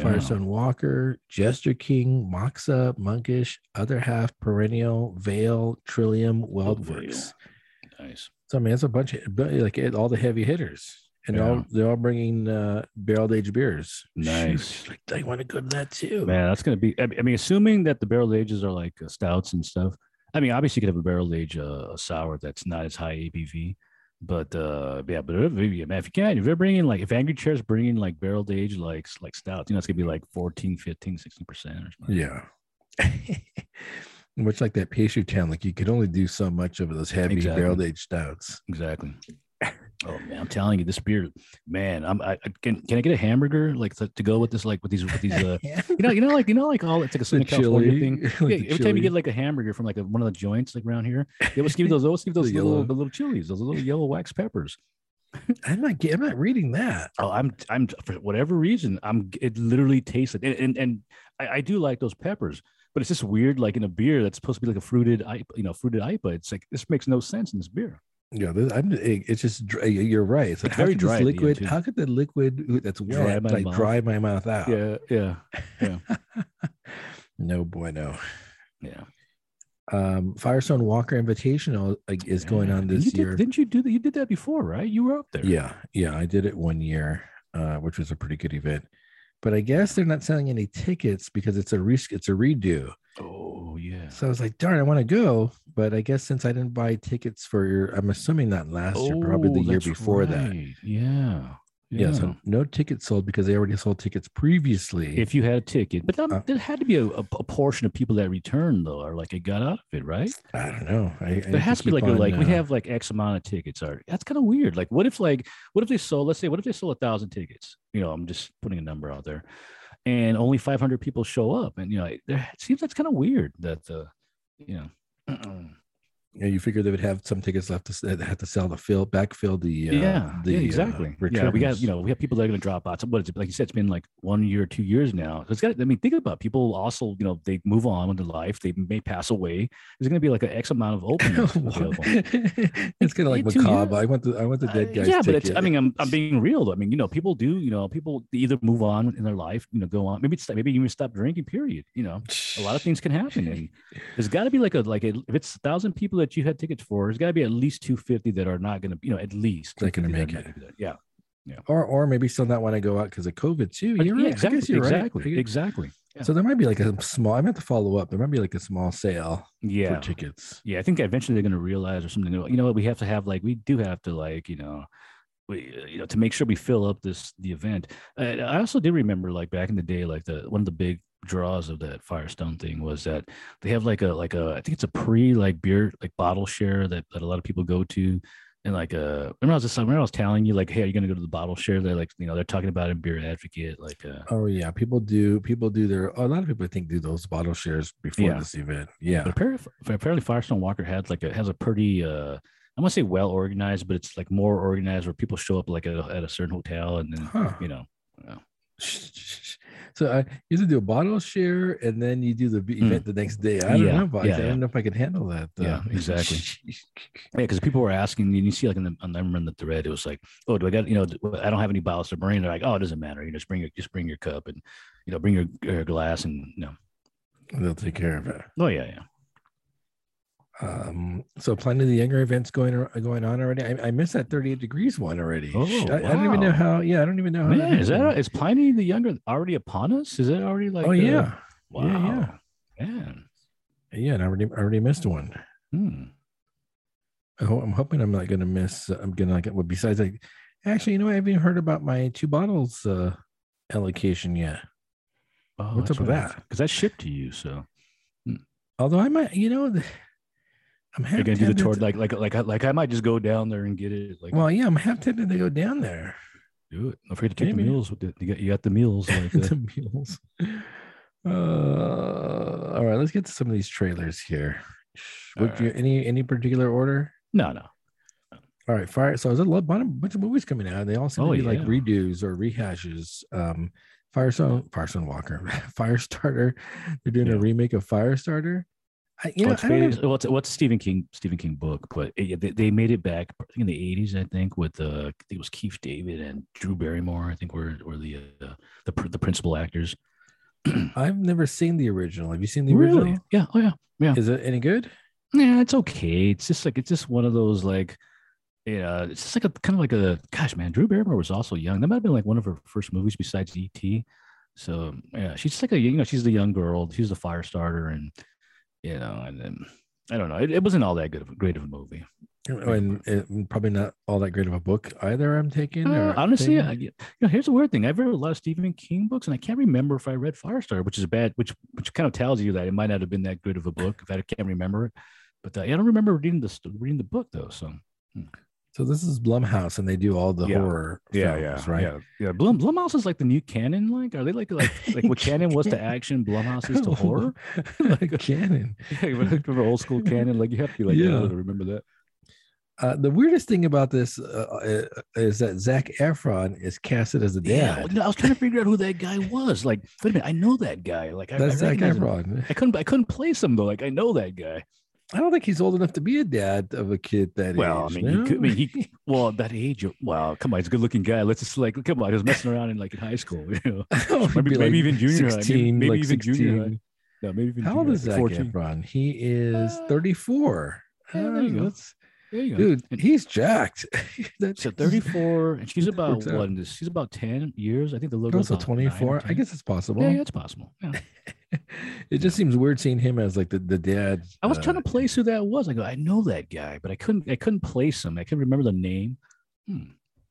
[SPEAKER 1] Firestone Walker, Jester King, Moxa, Monkish, Other Half, Perennial, Veil, Trillium, Weldworks.
[SPEAKER 2] Nice.
[SPEAKER 1] So I mean, that's a bunch of but, like it- all the heavy hitters, and
[SPEAKER 2] Yeah.
[SPEAKER 1] all they're all bringing uh, barrel aged beers. Shoot,
[SPEAKER 2] Nice.
[SPEAKER 1] like, I want to go to that too.
[SPEAKER 2] Man, that's gonna be. I mean- I mean, assuming that the barrel ages are like uh, stouts and stuff. I mean, obviously, you could have a barrel age uh, a sour that's not as high ABV. But uh, yeah, but if, if- man, if you can, if you're bringing like, if Angry Chair's bringing like barrel age like like stouts, you know, it's gonna be like 14, 15, 16 percent or something.
[SPEAKER 1] Yeah. Much like that pastry town, like you could only do so much of those heavy
[SPEAKER 2] Exactly.
[SPEAKER 1] barrel aged stouts.
[SPEAKER 2] Exactly. Oh man, I'm telling you, this beer, man. I'm. I, I- can can I get a hamburger like to, to go with this? Like with these with these. Uh, you know, you know, like you know, like all it's like a Southern California thing. Yeah, every time you get like a hamburger from like a, one of the joints like around here, they always give you those. They always give those
[SPEAKER 1] The
[SPEAKER 2] little
[SPEAKER 1] yellow.
[SPEAKER 2] the little chilies, those little yellow wax peppers.
[SPEAKER 1] I'm not. get- I'm not reading that.
[SPEAKER 2] Oh, I'm I'm for whatever reason I'm it literally tastes like and and, and I, I do like those peppers, but it's just weird like in a beer that's supposed to be like a fruited IPA, you know fruited IPA. It's like this makes no sense in this beer.
[SPEAKER 1] Yeah, this, I'm. it- It's just. dry- You're right. It's, like,
[SPEAKER 2] It's
[SPEAKER 1] how
[SPEAKER 2] very
[SPEAKER 1] could this
[SPEAKER 2] dry at the end,
[SPEAKER 1] liquid.
[SPEAKER 2] too.
[SPEAKER 1] How could the liquid ooh, that's
[SPEAKER 2] Dry
[SPEAKER 1] wet
[SPEAKER 2] my
[SPEAKER 1] like
[SPEAKER 2] mouth.
[SPEAKER 1] dry my mouth out?
[SPEAKER 2] Yeah, yeah,
[SPEAKER 1] no bueno.
[SPEAKER 2] yeah.
[SPEAKER 1] Um, Firestone Walker Invitational like, is going
[SPEAKER 2] Yeah.
[SPEAKER 1] on
[SPEAKER 2] And
[SPEAKER 1] this
[SPEAKER 2] you did-
[SPEAKER 1] year.
[SPEAKER 2] didn't you do that? You did that before, right? You were up there.
[SPEAKER 1] Yeah, yeah, I did it one year, uh, which was a pretty good event. But I guess they're not selling any tickets because it's a risk. It's a redo.
[SPEAKER 2] Oh yeah. Yeah.
[SPEAKER 1] So I was like, darn, I want to go. But I guess since I didn't buy tickets for your, I'm assuming not last year, probably the year
[SPEAKER 2] Oh, that's
[SPEAKER 1] before that.
[SPEAKER 2] right. Yeah.
[SPEAKER 1] Yeah. So no tickets sold because they already sold tickets previously.
[SPEAKER 2] if you had a ticket, but that,
[SPEAKER 1] Uh,
[SPEAKER 2] there had to be a, a, a portion of people that returned though, or like it got out of it, right?
[SPEAKER 1] I don't know. I, I
[SPEAKER 2] There has to be like a, like we
[SPEAKER 1] have.
[SPEAKER 2] have like X amount of tickets. Or that's kind of weird. Like, what if like what if they sold? Let's say what if they sold a thousand tickets? You know, I'm just putting a number out there, and only 500 people show up, and you know, there, it seems that's kind of weird. That uh, you know,
[SPEAKER 1] you, know, you figure they would have some tickets left to s- they had to sell to fill backfill the uh,
[SPEAKER 2] yeah, yeah,
[SPEAKER 1] the, uh,
[SPEAKER 2] exactly. yeah, we got
[SPEAKER 1] returns.
[SPEAKER 2] you know we have people that are going to drop out. So what is it? Like you said, it's been like one year, two years now. So it's got. I mean, think about it. people also. You know, they move on with their life. They may pass away. There's going to be like an X amount of openings available.
[SPEAKER 1] it's kind of like
[SPEAKER 2] Yeah, two
[SPEAKER 1] macabre.
[SPEAKER 2] years.
[SPEAKER 1] I want the I want the dead
[SPEAKER 2] Uh,
[SPEAKER 1] guys.
[SPEAKER 2] yeah, but
[SPEAKER 1] ticket.
[SPEAKER 2] it's, I mean, I'm, I'm being real. though. I mean, you know, people do. You know, people either move on in their life. You know, go on. Maybe it's maybe even stop drinking. Period. You know, a lot of things can happen, and there's got to be like a like a, if it's a thousand people that you had tickets for, there's got to be at least two fifty that are not going to. You know, at least
[SPEAKER 1] Not gonna
[SPEAKER 2] 250 that
[SPEAKER 1] make
[SPEAKER 2] are
[SPEAKER 1] it.
[SPEAKER 2] not gonna be there. Yeah.
[SPEAKER 1] or or maybe still not want to go out because of COVID too.
[SPEAKER 2] But
[SPEAKER 1] You're
[SPEAKER 2] yeah,
[SPEAKER 1] right. I
[SPEAKER 2] Exactly.
[SPEAKER 1] guess you're
[SPEAKER 2] exactly.
[SPEAKER 1] right.
[SPEAKER 2] Exactly. Yeah.
[SPEAKER 1] So there might be like a small. I meant to follow up. There might be like a small sale
[SPEAKER 2] yeah.
[SPEAKER 1] for tickets.
[SPEAKER 2] yeah. I think eventually they're going to realize or something. You know what? We have to have like we do have to like you know. We, uh, you know, to make sure we fill up this the event. I, I also do remember, like back in the day, like the one of the big draws of that Firestone thing was that they have like a like a I think it's a pre like beer like bottle share that, that a lot of people go to, and like uh remember I was just remember I was telling you like hey are you gonna go to the bottle share? They're like you know they're talking about it in Beer Advocate like uh
[SPEAKER 1] Oh yeah, people do. People do their. A lot of people I think do those bottle shares before
[SPEAKER 2] Yeah.
[SPEAKER 1] this event. Yeah.
[SPEAKER 2] But apparently, apparently Firestone Walker had like a has a pretty uh I want to say well organized, but it's like more organized where people show up like at a, at a certain hotel and then
[SPEAKER 1] Huh.
[SPEAKER 2] you know
[SPEAKER 1] So I you have to do a bottle share and then you do the b-
[SPEAKER 2] Mm.
[SPEAKER 1] event the next day. I don't
[SPEAKER 2] Yeah,
[SPEAKER 1] know. If I,
[SPEAKER 2] yeah,
[SPEAKER 1] I
[SPEAKER 2] yeah.
[SPEAKER 1] don't know if I can handle that.
[SPEAKER 2] Yeah, exactly. yeah because people were asking and you see like in the I remember in the thread it was like oh do I got you know do- I don't have any bottles to bring they're like oh it doesn't matter you just bring your just bring your cup and you know bring your, your glass and no
[SPEAKER 1] They'll take care of it.
[SPEAKER 2] oh yeah yeah
[SPEAKER 1] Um, so Planet of the Younger events going ar- going on already. I, I missed that 38 degrees one already.
[SPEAKER 2] Oh,
[SPEAKER 1] Sh- I, I don't even know
[SPEAKER 2] wow.
[SPEAKER 1] how. Oh, Yeah, I don't even know how.
[SPEAKER 2] man is that
[SPEAKER 1] happened.
[SPEAKER 2] is Pliny the Younger already upon us is that already like
[SPEAKER 1] oh
[SPEAKER 2] uh,
[SPEAKER 1] yeah,
[SPEAKER 2] wow
[SPEAKER 1] yeah,
[SPEAKER 2] man
[SPEAKER 1] yeah. And I already I already missed one.
[SPEAKER 2] hmm.
[SPEAKER 1] I ho- I'm hoping I'm not going to miss. uh, I'm going to like. Well, besides, like, actually, you know, what? I haven't even heard about my two bottles uh allocation yet.
[SPEAKER 2] oh,
[SPEAKER 1] What's up with that?
[SPEAKER 2] because that shipped to you so.
[SPEAKER 1] Although I might, you know, the- I'm half
[SPEAKER 2] You're gonna do the
[SPEAKER 1] tempted
[SPEAKER 2] tour
[SPEAKER 1] to-
[SPEAKER 2] like like like like I might just go down there and get it. Like
[SPEAKER 1] Well, yeah, I'm half tempted to go down there.
[SPEAKER 2] do it. Don't forget to take
[SPEAKER 1] maybe.
[SPEAKER 2] the meals with it. You got you got the meals. Like, uh,
[SPEAKER 1] the mules. Uh, all right, let's get to some of these trailers here.
[SPEAKER 2] All
[SPEAKER 1] Would you any any particular order?
[SPEAKER 2] no, no.
[SPEAKER 1] All right, fire. So there's a lot, a bunch of movies coming out. They all seem
[SPEAKER 2] Oh,
[SPEAKER 1] to be like
[SPEAKER 2] yeah.
[SPEAKER 1] redos or rehashes. Um, Firestone, Firestone Walker, Firestarter. They're doing a
[SPEAKER 2] Yeah.
[SPEAKER 1] remake of Firestarter. I, you know,
[SPEAKER 2] Well, it's
[SPEAKER 1] I don't know-
[SPEAKER 2] based- well, it's, well, it's a Stephen King Stephen King book, but it, yeah, they, they made it back I think in the eighties, I think, with uh, I think it was Keith David and Drew Barrymore. I think were were the uh, the pr- the principal actors.
[SPEAKER 1] I've never seen the original. Have you seen the original?
[SPEAKER 2] Really? Yeah. Oh yeah.
[SPEAKER 1] Is it any good?
[SPEAKER 2] Yeah, it's okay. It's just like it's just one of those like you know, it's just like a kind of like a gosh, man, Drew Barrymore was also young. That might have been like one of her first movies besides E.T. So yeah, she's just like a you know, she's the young girl, she's the fire starter, and you know, and then I don't know. It, it wasn't all that good of a great of a movie.
[SPEAKER 1] And, and probably not all that great of a book either. I'm taking. or
[SPEAKER 2] Uh, honestly,
[SPEAKER 1] thing.
[SPEAKER 2] I, you know, here's the weird thing. I've read a lot of Stephen King books, and I can't remember if I read Firestarter, which is a bad, which which kind of tells you that it might not have been that good of a book if I can't remember it. But uh, yeah, I don't remember reading the st- reading the book though. So
[SPEAKER 1] So this is Blumhouse, and they do all the
[SPEAKER 2] Yeah.
[SPEAKER 1] horror films, right?
[SPEAKER 2] Yeah, yeah. Blum, Blumhouse is like the new canon. Like, are they like like like what canon was to action, Blumhouse is to horror?
[SPEAKER 1] like canon.
[SPEAKER 2] Yeah, you remember old school canon? Like, you have to be like,
[SPEAKER 1] Yeah.
[SPEAKER 2] yeah, I remember that.
[SPEAKER 1] Uh, the weirdest thing about this uh, uh, is that Zach Efron is casted as a
[SPEAKER 2] well,
[SPEAKER 1] dad.
[SPEAKER 2] you know, I was trying to figure out who that guy was. Like, wait a minute, I know that guy. Like, I,
[SPEAKER 1] That's
[SPEAKER 2] I
[SPEAKER 1] Zac
[SPEAKER 2] recognize him.
[SPEAKER 1] Efron.
[SPEAKER 2] I couldn't I couldn't place him though. Like, I know that guy.
[SPEAKER 1] I don't think he's old enough to be a dad of a kid that
[SPEAKER 2] Well, I
[SPEAKER 1] age,
[SPEAKER 2] mean, you
[SPEAKER 1] no?
[SPEAKER 2] could- I mean, he- Well, at that age, you- wow, come on, he's a good looking guy. Let's just like, come on, he was messing around in like in high school, you know,
[SPEAKER 1] He'd
[SPEAKER 2] maybe-
[SPEAKER 1] be
[SPEAKER 2] maybe even junior high, maybe-
[SPEAKER 1] 16,
[SPEAKER 2] maybe
[SPEAKER 1] like
[SPEAKER 2] even junior high.
[SPEAKER 1] 16.
[SPEAKER 2] no, maybe even
[SPEAKER 1] How old
[SPEAKER 2] junior,
[SPEAKER 1] is
[SPEAKER 2] like,
[SPEAKER 1] Zach Efron? He is
[SPEAKER 2] Uh,
[SPEAKER 1] 34.
[SPEAKER 2] yeah, there you
[SPEAKER 1] Uh,
[SPEAKER 2] go.
[SPEAKER 1] that's-
[SPEAKER 2] There you go.
[SPEAKER 1] Dude,
[SPEAKER 2] And-
[SPEAKER 1] he's jacked. That's
[SPEAKER 2] So 34, and she's about
[SPEAKER 1] works out.
[SPEAKER 2] what? in this- She's about 10 years. I think the little
[SPEAKER 1] Also
[SPEAKER 2] girl's about nine or
[SPEAKER 1] 24. I
[SPEAKER 2] 10.
[SPEAKER 1] guess it's possible.
[SPEAKER 2] Yeah, yeah, it's possible. Yeah.
[SPEAKER 1] It just seems weird seeing him as like the, the dad.
[SPEAKER 2] I was
[SPEAKER 1] uh,
[SPEAKER 2] trying to place who that was. I go, I know that guy, but I couldn't. I couldn't place him. I couldn't remember the name. Hmm.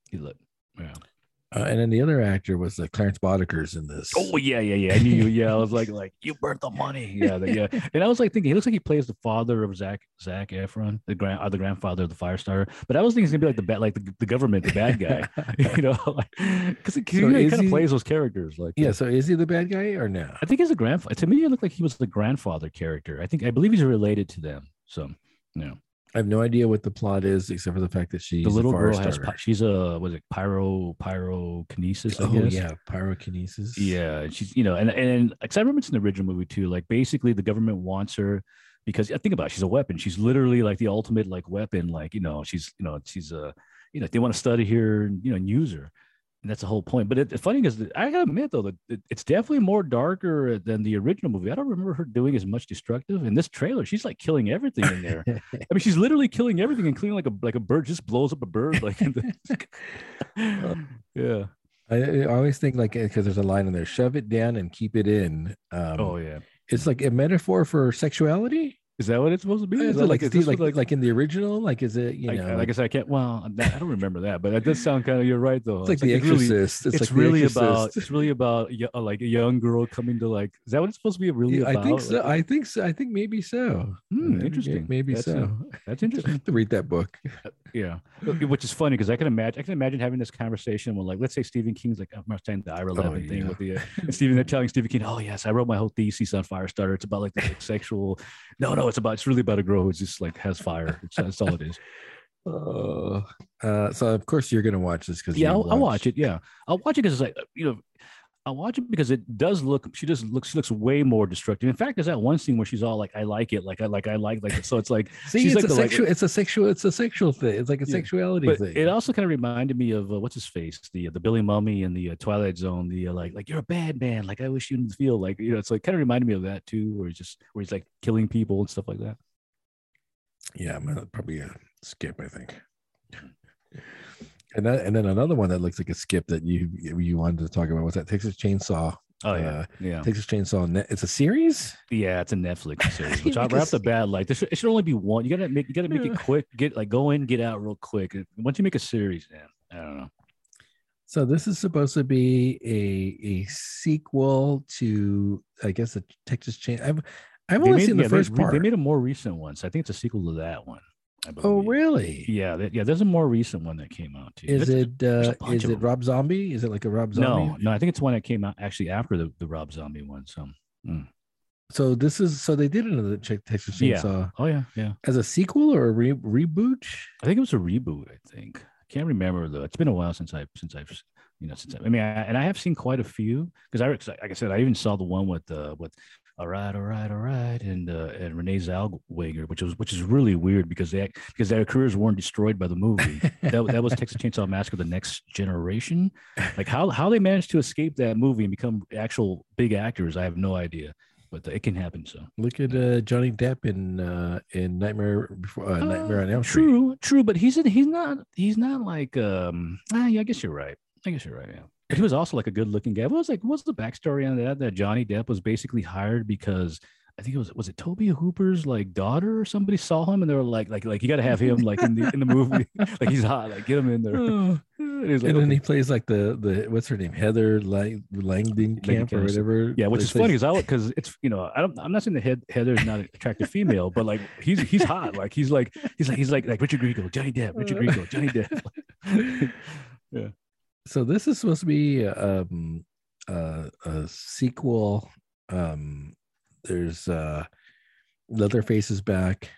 [SPEAKER 2] He looked. Yeah.
[SPEAKER 1] uh, and then the other actor was like Clarence Boddickers in this.
[SPEAKER 2] Oh yeah, yeah, yeah. I knew you. Yeah, I was like, like you burnt the money. Yeah, the- yeah. And I was like thinking, he looks like he plays the father of Zach Zach Efron, the grand, or the grandfather of the Firestarter. But I was thinking he's gonna be like the bad, like the, the government, the bad guy. you know, because he,
[SPEAKER 1] So is
[SPEAKER 2] kind
[SPEAKER 1] he-
[SPEAKER 2] of plays those characters. Like, that.
[SPEAKER 1] yeah. So is he the bad guy or no?
[SPEAKER 2] I think he's a grandfather. To me, it looked like he was the grandfather character. I think I believe he's related to them. So, you know,
[SPEAKER 1] I have no idea what the plot is except for the fact that she's
[SPEAKER 2] the
[SPEAKER 1] a
[SPEAKER 2] little girl
[SPEAKER 1] forest
[SPEAKER 2] has
[SPEAKER 1] daughter.
[SPEAKER 2] pi- she's a was it pyro pyrokinesis? I
[SPEAKER 1] Oh
[SPEAKER 2] guess.
[SPEAKER 1] yeah, pyrokinesis.
[SPEAKER 2] Yeah, and she's you know, and and because I remember it's in the original movie too. Like basically, the government wants her because yeah, think about it, she's a weapon. She's literally like the ultimate like weapon. Like you know, she's you know she's a you know they want to study her and you know and use her. And that's the whole point. But it, the funny is, that- I gotta admit though that it- it's definitely more darker than the original movie. I don't remember her doing as much destructive in this trailer. She's like killing everything in there. I mean, she's literally killing everything, including like a like a bird just blows up a bird. Like, in the- yeah.
[SPEAKER 1] I, I always think like because there's a line in there: shove it down and keep it in. Um,
[SPEAKER 2] Oh yeah.
[SPEAKER 1] it's like a metaphor for sexuality.
[SPEAKER 2] Is that what it's supposed to be?
[SPEAKER 1] Is
[SPEAKER 2] Is
[SPEAKER 1] it
[SPEAKER 2] that
[SPEAKER 1] like,
[SPEAKER 2] is
[SPEAKER 1] Steve-
[SPEAKER 2] this what,
[SPEAKER 1] like, like in the original? Like is it you
[SPEAKER 2] I,
[SPEAKER 1] know?
[SPEAKER 2] I-
[SPEAKER 1] like,
[SPEAKER 2] like I said, I can't. Well, I'm not- I don't remember that, but that does sound kind of. You're right, though.
[SPEAKER 1] it's like The
[SPEAKER 2] it really-
[SPEAKER 1] Exorcist.
[SPEAKER 2] it's
[SPEAKER 1] like The
[SPEAKER 2] really
[SPEAKER 1] Exorcist.
[SPEAKER 2] about. It's really about y- uh, like a young girl coming to like. Is that what it's supposed to be? Really
[SPEAKER 1] Yeah,
[SPEAKER 2] about?
[SPEAKER 1] I think so.
[SPEAKER 2] Like,
[SPEAKER 1] I think so. I think maybe so.
[SPEAKER 2] hmm,
[SPEAKER 1] Uh, yeah,
[SPEAKER 2] interesting.
[SPEAKER 1] Maybe
[SPEAKER 2] That's, uh,
[SPEAKER 1] so.
[SPEAKER 2] that's
[SPEAKER 1] I
[SPEAKER 2] interesting.
[SPEAKER 1] have to read that book.
[SPEAKER 2] Yeah, Wh- which is funny because I can imagine. I can imagine having this conversation when, like, let's say Stephen King's like, I'm understanding the Ira Levin
[SPEAKER 1] Oh, yeah.
[SPEAKER 2] thing with the uh, and Stephen. They're telling Stephen King, "Oh yes, I wrote my whole thesis on Firestarter. It's about like the like, sexual. No, no, it's about. It's really about a girl who just like has fire. It's, that's all it is."
[SPEAKER 1] Oh. Uh, so of course you're gonna watch this because
[SPEAKER 2] yeah I'll, I'll watch it yeah i'll watch it because it's like uh, you know i'll watch it because it does look she just looks she looks way more destructive in fact there's that one scene where she's all like i like it like i like i like like it." so it's like
[SPEAKER 1] See,
[SPEAKER 2] She's
[SPEAKER 1] it's
[SPEAKER 2] like
[SPEAKER 1] a
[SPEAKER 2] the, like-
[SPEAKER 1] sexual. it's a sexual. It's a sexual thing. It's like a
[SPEAKER 2] Yeah.
[SPEAKER 1] sexuality
[SPEAKER 2] but
[SPEAKER 1] thing.
[SPEAKER 2] it also kind of reminded me of uh, what's his face the the billy mummy and the uh, twilight zone the uh, like like you're a bad man like i wish you didn't feel like you know it's like kind of reminded me of that too where he's just where he's like killing people and stuff like that
[SPEAKER 1] yeah, I'm gonna probably uh, skip. I think. And that, and then another one that looks like a skip that you you wanted to talk about was that Texas Chainsaw.
[SPEAKER 2] oh yeah
[SPEAKER 1] Uh,
[SPEAKER 2] yeah
[SPEAKER 1] Texas Chainsaw. Net, it's a series.
[SPEAKER 2] Yeah, it's a Netflix series.
[SPEAKER 1] Yeah,
[SPEAKER 2] Which I right off
[SPEAKER 1] because-
[SPEAKER 2] the bat, like this, it should only be one. You gotta make you gotta make
[SPEAKER 1] Yeah.
[SPEAKER 2] it quick. Get like go in, get out real quick. And Once you make a series, man, I don't know.
[SPEAKER 1] So this is supposed to be a a sequel to I guess the Texas Chain. I've I've
[SPEAKER 2] They
[SPEAKER 1] only
[SPEAKER 2] made-
[SPEAKER 1] seen the
[SPEAKER 2] yeah, they-
[SPEAKER 1] first
[SPEAKER 2] they,
[SPEAKER 1] part.
[SPEAKER 2] They made a more recent one, so I think it's a sequel to that one. I
[SPEAKER 1] oh
[SPEAKER 2] believe.
[SPEAKER 1] really?
[SPEAKER 2] Yeah, th- yeah. There's a more recent one that came out too.
[SPEAKER 1] Is
[SPEAKER 2] That's-
[SPEAKER 1] it uh,
[SPEAKER 2] bunch
[SPEAKER 1] is
[SPEAKER 2] of
[SPEAKER 1] it
[SPEAKER 2] 'em.
[SPEAKER 1] Rob Zombie? Is it like a Rob Zombie?
[SPEAKER 2] No, no. I think it's one that came out actually after the, the Rob Zombie one. So
[SPEAKER 1] So this is so they did another Ch- Texas
[SPEAKER 2] Yeah.
[SPEAKER 1] Chainsaw
[SPEAKER 2] oh yeah, yeah.
[SPEAKER 1] as a sequel or a re- reboot.
[SPEAKER 2] I think it was a reboot. I think I can't remember though. It's been a while since I since I've you know since I, I mean I, and I have seen quite a few because I rec- like I said I even saw the one with uh with all right all right all right and uh, and Renee Zellweger which was which is really weird because they act- because their careers weren't destroyed by the movie. That, that was Texas Chainsaw Massacre: The Next Generation. Like how how they managed to escape that movie and become actual big actors, I have no idea. But uh, it can happen. So
[SPEAKER 1] Look at uh, Johnny Depp in uh, in Nightmare Before uh, Nightmare on
[SPEAKER 2] Uh,
[SPEAKER 1] Elm Street.
[SPEAKER 2] True, true, but he's he's not he's not like um. Ah, yeah, I guess you're right. I guess you're right. Yeah, But he was also like a good-looking guy. What was like? What's the backstory on that? That Johnny Depp was basically hired because I think it was was it Toby Hooper's like daughter or somebody saw him and they were like like like you got to have him like in the in the movie like he's hot like get him in there.
[SPEAKER 1] Oh.
[SPEAKER 2] And he's like,
[SPEAKER 1] and then
[SPEAKER 2] okay.
[SPEAKER 1] he plays like the the what's her name Heather Lang, Langdon Camp or
[SPEAKER 2] Camp,
[SPEAKER 1] whatever.
[SPEAKER 2] Yeah, which
[SPEAKER 1] They
[SPEAKER 2] is
[SPEAKER 1] play-
[SPEAKER 2] funny because I because it's you know I don't I'm not saying that Heath- Heather's not an attractive female, but like he's he's hot like he's like he's like he's like like Richard Grieco, Johnny Depp, Richard
[SPEAKER 1] Uh.
[SPEAKER 2] Grieco, Johnny Depp. yeah,
[SPEAKER 1] So this is supposed to be um, uh, a sequel. Um, there's uh, Leatherface is back,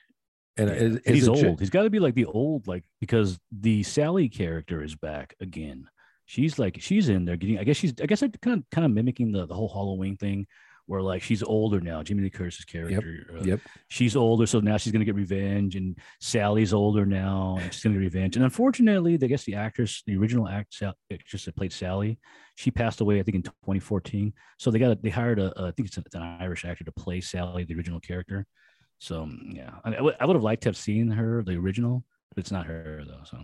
[SPEAKER 1] and
[SPEAKER 2] Yeah.
[SPEAKER 1] it-
[SPEAKER 2] And
[SPEAKER 1] it's
[SPEAKER 2] he's
[SPEAKER 1] a
[SPEAKER 2] old.
[SPEAKER 1] chi-
[SPEAKER 2] he's got to be like the old like because the Sally character is back again. She's like she's in there getting. I guess she's. I guess I kind of kind of mimicking the the whole Halloween thing. Where like she's older now, Jimmy Lee Curtis's character. uh,
[SPEAKER 1] yep.
[SPEAKER 2] she's older, so now she's gonna get revenge, and Sally's older now, and she's gonna get revenge. And unfortunately, I guess the actress, the original act, Sa- actress that played Sally, she passed away, I think, in 2014. So they got a, they hired a, a I think it's an, an Irish actor to play Sally, the original character. So yeah, I, I would I would have liked to have seen her, the original, but it's not her though. So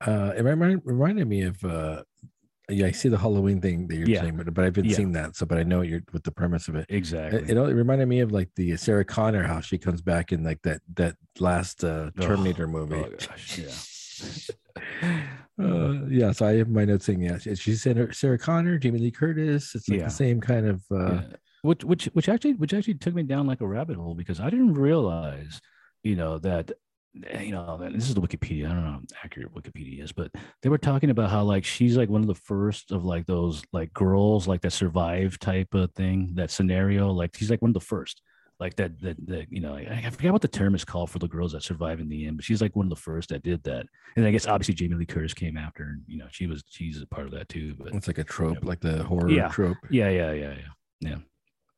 [SPEAKER 1] Uh, it remind, reminded me of uh, yeah, I see the Halloween thing that you're
[SPEAKER 2] Yeah.
[SPEAKER 1] saying, but, but I haven't
[SPEAKER 2] Yeah.
[SPEAKER 1] seen that. So, but I know you're with the premise of it.
[SPEAKER 2] Exactly.
[SPEAKER 1] It, it, only reminded me of like the uh, Sarah Connor, how she comes back in like that that last uh,
[SPEAKER 2] Ugh.
[SPEAKER 1] Terminator movie.
[SPEAKER 2] Oh, gosh, yeah.
[SPEAKER 1] Uh, yeah, so I have my notes saying yeah, she- she's Sarah, Sarah Connor, Jamie Lee Curtis. It's like
[SPEAKER 2] Yeah.
[SPEAKER 1] the same kind of. Uh,
[SPEAKER 2] Yeah. which which which actually which actually took me down like a rabbit hole because I didn't realize, you know, that eh, you know and this is the Wikipedia. I don't know how accurate Wikipedia is, but they were talking about how like she's like one of the first of like those like girls like that survive type of thing that scenario. Like she's like one of the first. Like that, that, that you know, I, I forget what the term is called for the girls that survive in the end, but she's like one of the first that did that. And I guess obviously Jamie Lee Curtis came after, and you know, she was she's a part of that too. But
[SPEAKER 1] It's like a trope, like the horror
[SPEAKER 2] Yeah.
[SPEAKER 1] trope.
[SPEAKER 2] yeah, yeah, yeah, yeah.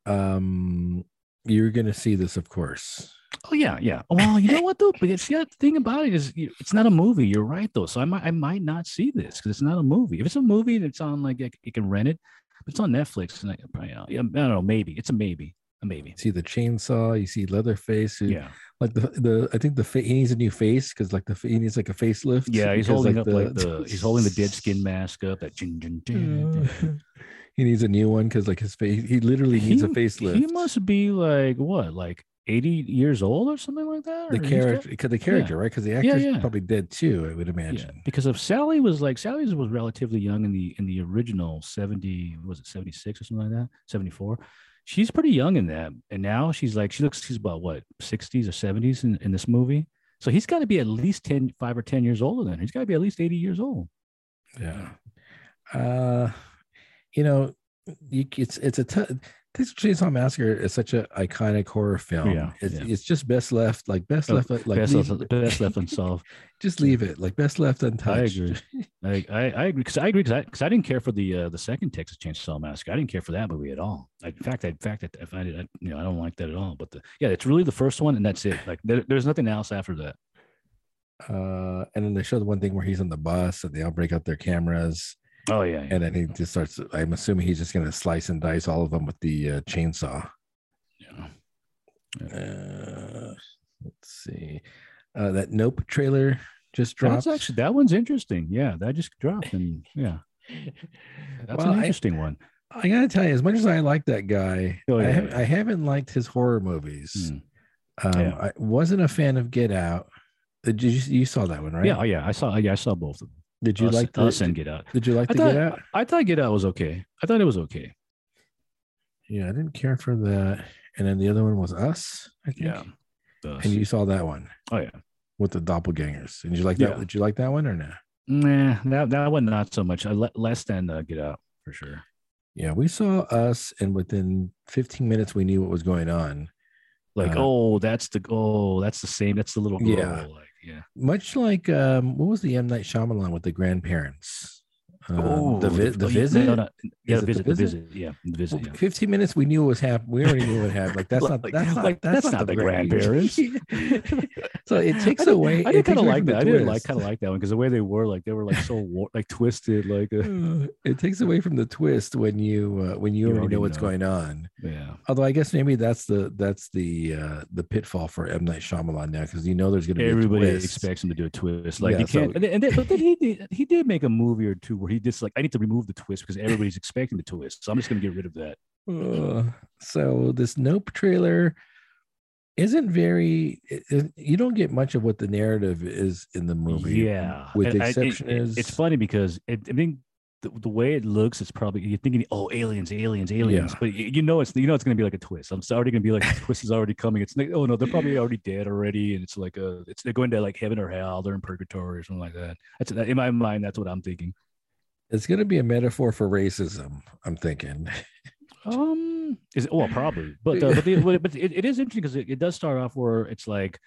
[SPEAKER 1] Um, you're gonna see this, of course.
[SPEAKER 2] Oh yeah, yeah. Well, you know what though? But it's yeah, the thing about it is you- it's not a movie. You're right though. So I might I might not see this because it's not a movie. If it's a movie and it's on like like, you can rent it, but it's on Netflix and I probably uh, yeah, I don't know, maybe. It's a maybe. A maybe.
[SPEAKER 1] You see the chainsaw. You see Leatherface. Who,
[SPEAKER 2] Yeah.
[SPEAKER 1] Like the the I think the fa- he needs a new face because like the fa- he needs like a facelift.
[SPEAKER 2] Yeah, he's
[SPEAKER 1] because,
[SPEAKER 2] holding up like the he's holding the dead skin mask up that jing, jing,
[SPEAKER 1] Mm.
[SPEAKER 2] jing.
[SPEAKER 1] Mm-hmm. he needs a new one because like his face. He literally needs a facelift.
[SPEAKER 2] He must be like what, like 80 years old or something like that?
[SPEAKER 1] the
[SPEAKER 2] Or he's
[SPEAKER 1] character
[SPEAKER 2] got-
[SPEAKER 1] because the character right because the actor's
[SPEAKER 2] yeah.
[SPEAKER 1] probably dead too. I would
[SPEAKER 2] Yeah,
[SPEAKER 1] imagine.
[SPEAKER 2] because if Sally was like Sally was relatively young in the in the original seventy was it seventy six or something like that seventy four, she's pretty young in that, and now she's like she looks she's about what sixties or seventies in, in this movie. So he's got to be at least 10, five or ten years older than her. He's got to be at least eighty years old.
[SPEAKER 1] Yeah. Uh, you know, you, c- it's it's a t- this Chainsaw Massacre is such an iconic horror film.
[SPEAKER 2] Yeah,
[SPEAKER 1] it's,
[SPEAKER 2] yeah.
[SPEAKER 1] it's just best left like best
[SPEAKER 2] Oh,
[SPEAKER 1] left like
[SPEAKER 2] best,
[SPEAKER 1] leave-
[SPEAKER 2] left, best left unsolved.
[SPEAKER 1] just leave it like best left
[SPEAKER 2] I
[SPEAKER 1] untouched.
[SPEAKER 2] agree. I, I, I agree because I agree because I, 'cause I didn't care for the uh, the second Texas Chainsaw Massacre. I didn't care for that movie at all. I, in fact, I, in fact, I, I find it I, you know I don't like that at all. But the, yeah, it's really the first one, and that's it. Like there, there's nothing else after that.
[SPEAKER 1] Uh, and then they show the one thing where he's on the bus and they all break out their cameras
[SPEAKER 2] Oh yeah, yeah.
[SPEAKER 1] and then he just starts. I'm assuming he's just gonna slice and dice all of them with the uh, chainsaw.
[SPEAKER 2] yeah.
[SPEAKER 1] Uh, let's see. Uh, that Nope trailer just dropped.
[SPEAKER 2] That's actually that one's interesting. Yeah, that just dropped, and yeah, that's
[SPEAKER 1] Well,
[SPEAKER 2] an
[SPEAKER 1] I-
[SPEAKER 2] interesting one.
[SPEAKER 1] I gotta tell you, as much as I like that guy,
[SPEAKER 2] Oh,
[SPEAKER 1] I,
[SPEAKER 2] yeah,
[SPEAKER 1] haven't,
[SPEAKER 2] yeah.
[SPEAKER 1] I haven't liked his horror movies.
[SPEAKER 2] Hmm.
[SPEAKER 1] Um,
[SPEAKER 2] Yeah.
[SPEAKER 1] I wasn't a fan of Get Out. Uh, Did you you saw that one right?
[SPEAKER 2] Yeah, oh, yeah. I saw. Yeah, I saw both of them.
[SPEAKER 1] Did you
[SPEAKER 2] us,
[SPEAKER 1] like the,
[SPEAKER 2] us and Get Out?
[SPEAKER 1] Did you like
[SPEAKER 2] I
[SPEAKER 1] the
[SPEAKER 2] thought
[SPEAKER 1] Get Out?
[SPEAKER 2] I thought Get Out was okay. I thought it was okay.
[SPEAKER 1] Yeah, I didn't care for that. And then the other one was Us. I think.
[SPEAKER 2] Yeah. Us.
[SPEAKER 1] And you saw that one
[SPEAKER 2] oh yeah.
[SPEAKER 1] with the doppelgangers. And did you like
[SPEAKER 2] Yeah.
[SPEAKER 1] that? Did you like that one or no?
[SPEAKER 2] Nah, that that one not so much. I le- less than uh, Get Out for sure.
[SPEAKER 1] Yeah, we saw Us, and within 15 minutes, we knew what was going on.
[SPEAKER 2] Like,
[SPEAKER 1] Uh,
[SPEAKER 2] oh, that's the oh, that's the same. That's the little girl.
[SPEAKER 1] Yeah.
[SPEAKER 2] Like, yeah.
[SPEAKER 1] Much like um, what was the M Night Shyamalan with the grandparents? Um, the, vi- the
[SPEAKER 2] oh, yeah,
[SPEAKER 1] visit.
[SPEAKER 2] No, no, yeah,
[SPEAKER 1] it The
[SPEAKER 2] the visit, the
[SPEAKER 1] Visit?
[SPEAKER 2] visit. Yeah, the visit.
[SPEAKER 1] Well,
[SPEAKER 2] yeah.
[SPEAKER 1] 15 minutes we knew what was happening we already knew what happened like that's not
[SPEAKER 2] Like-
[SPEAKER 1] that's not
[SPEAKER 2] like,
[SPEAKER 1] that's, not, the grandparents so it takes
[SPEAKER 2] I did-
[SPEAKER 1] away
[SPEAKER 2] I
[SPEAKER 1] it
[SPEAKER 2] did
[SPEAKER 1] takes
[SPEAKER 2] kind of
[SPEAKER 1] away from the
[SPEAKER 2] like that. I did like
[SPEAKER 1] twist.
[SPEAKER 2] kind of like that one because the way they were, like they were like so war- like twisted, like uh,
[SPEAKER 1] Uh, it takes away from the twist when you uh, when you, already know what's going on
[SPEAKER 2] yeah,
[SPEAKER 1] although i guess maybe that's the that's the uh the pitfall for m night Shyamalan now because you know there's gonna be
[SPEAKER 2] everybody
[SPEAKER 1] a twist.
[SPEAKER 2] expects him to do a twist. Like
[SPEAKER 1] Yeah,
[SPEAKER 2] you can't,
[SPEAKER 1] so-
[SPEAKER 2] and, then, and then- but then he did he did make a movie or two where he just like I need to remove the twist because everybody's expecting the twist, so I'm just gonna get rid of that.
[SPEAKER 1] Uh, so this nope trailer isn't very it- it- you don't get much of what the narrative is in the movie
[SPEAKER 2] Yeah,
[SPEAKER 1] with
[SPEAKER 2] and
[SPEAKER 1] the
[SPEAKER 2] I- it-
[SPEAKER 1] exception
[SPEAKER 2] it-
[SPEAKER 1] is
[SPEAKER 2] it's funny because it, I think the, the way it looks, it's probably you're thinking, oh, aliens, aliens, aliens, but y- you know it's you know it's gonna be like a twist. I'm it's already gonna be like the twist is already coming. It's like, oh no, they're probably already dead already, and it's like a it's they're going to like heaven or hell, they're in purgatory or something like that. That's that, in my mind, that's what I'm thinking.
[SPEAKER 1] It's going to be a metaphor for racism. I'm thinking.
[SPEAKER 2] Um, is it, well probably, but uh, but, the, but but it, it is interesting because it, it does start off where it's like.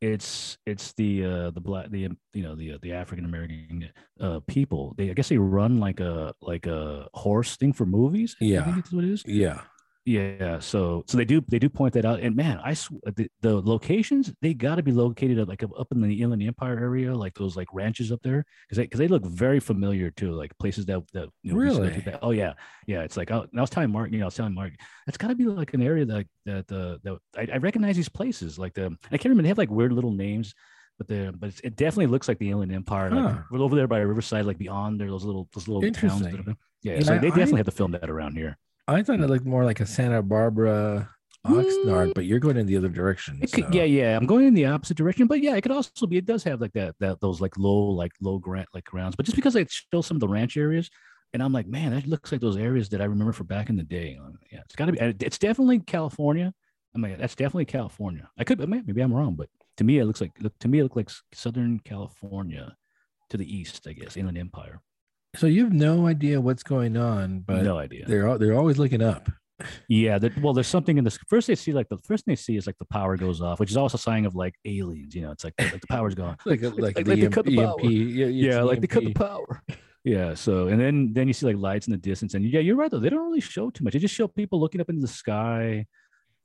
[SPEAKER 2] It's it's the uh, the black the um, you know the uh, the African American uh, people. They I guess they run like a like a horse thing for movies. I
[SPEAKER 1] Yeah.
[SPEAKER 2] think that's what it is.
[SPEAKER 1] Yeah,
[SPEAKER 2] Yeah. So so they do they do point that out. And man, I sw- the, the locations they got to be located at, like up up in the Inland Empire area, like those like ranches up there, because they because they look very familiar to like places that that you know, we used to go
[SPEAKER 1] Really?
[SPEAKER 2] to back- Oh yeah, yeah. It's like oh, and I was telling Mark, you know, I was telling Mark, that's got to be like an um, area that that uh, that I, I recognize these places. Like the I can't remember they have like weird little names. But there, but it's, it definitely looks like the Alien Empire.
[SPEAKER 1] Huh.
[SPEAKER 2] Like, we're over there by Riverside, like beyond there, those little those little towns. That
[SPEAKER 1] Interesting.
[SPEAKER 2] are, yeah,
[SPEAKER 1] Yeah,
[SPEAKER 2] so they
[SPEAKER 1] I-
[SPEAKER 2] definitely have to film that around here.
[SPEAKER 1] I thought it looked more like a Santa Barbara Oxnard, but you're going in the other direction.
[SPEAKER 2] It could,
[SPEAKER 1] so-
[SPEAKER 2] yeah, yeah. I'm going in the opposite direction, but yeah, it could also be. It does have like that, that those like low, like low grant, like grounds. But just because I show some of the ranch areas, and I'm like, man, that looks like those areas that I remember from back in the day. Um, Yeah, it's got to be. and It's definitely California. I mean, that's definitely California. I could, may- maybe I'm wrong, but to me, it looks like look to me, it looked like Southern California to the east. I guess Inland Empire.
[SPEAKER 1] So you have no idea what's going on, but
[SPEAKER 2] no idea.
[SPEAKER 1] they're al- they're always looking up.
[SPEAKER 2] Yeah, that, well, there's something in this. First, they see like the first thing they see is like the power goes off, which is also a sign of like aliens. You know, it's like like the power's gone.
[SPEAKER 1] Like like, E
[SPEAKER 2] like
[SPEAKER 1] the
[SPEAKER 2] they cut the
[SPEAKER 1] EMP.
[SPEAKER 2] power.
[SPEAKER 1] Yeah, it's E
[SPEAKER 2] yeah,
[SPEAKER 1] an
[SPEAKER 2] like they cut the
[SPEAKER 1] EMP.
[SPEAKER 2] power. Yeah. So and then then you see like lights in the distance, and yeah, you're right though. They don't really show too much. They just show people looking up into the sky,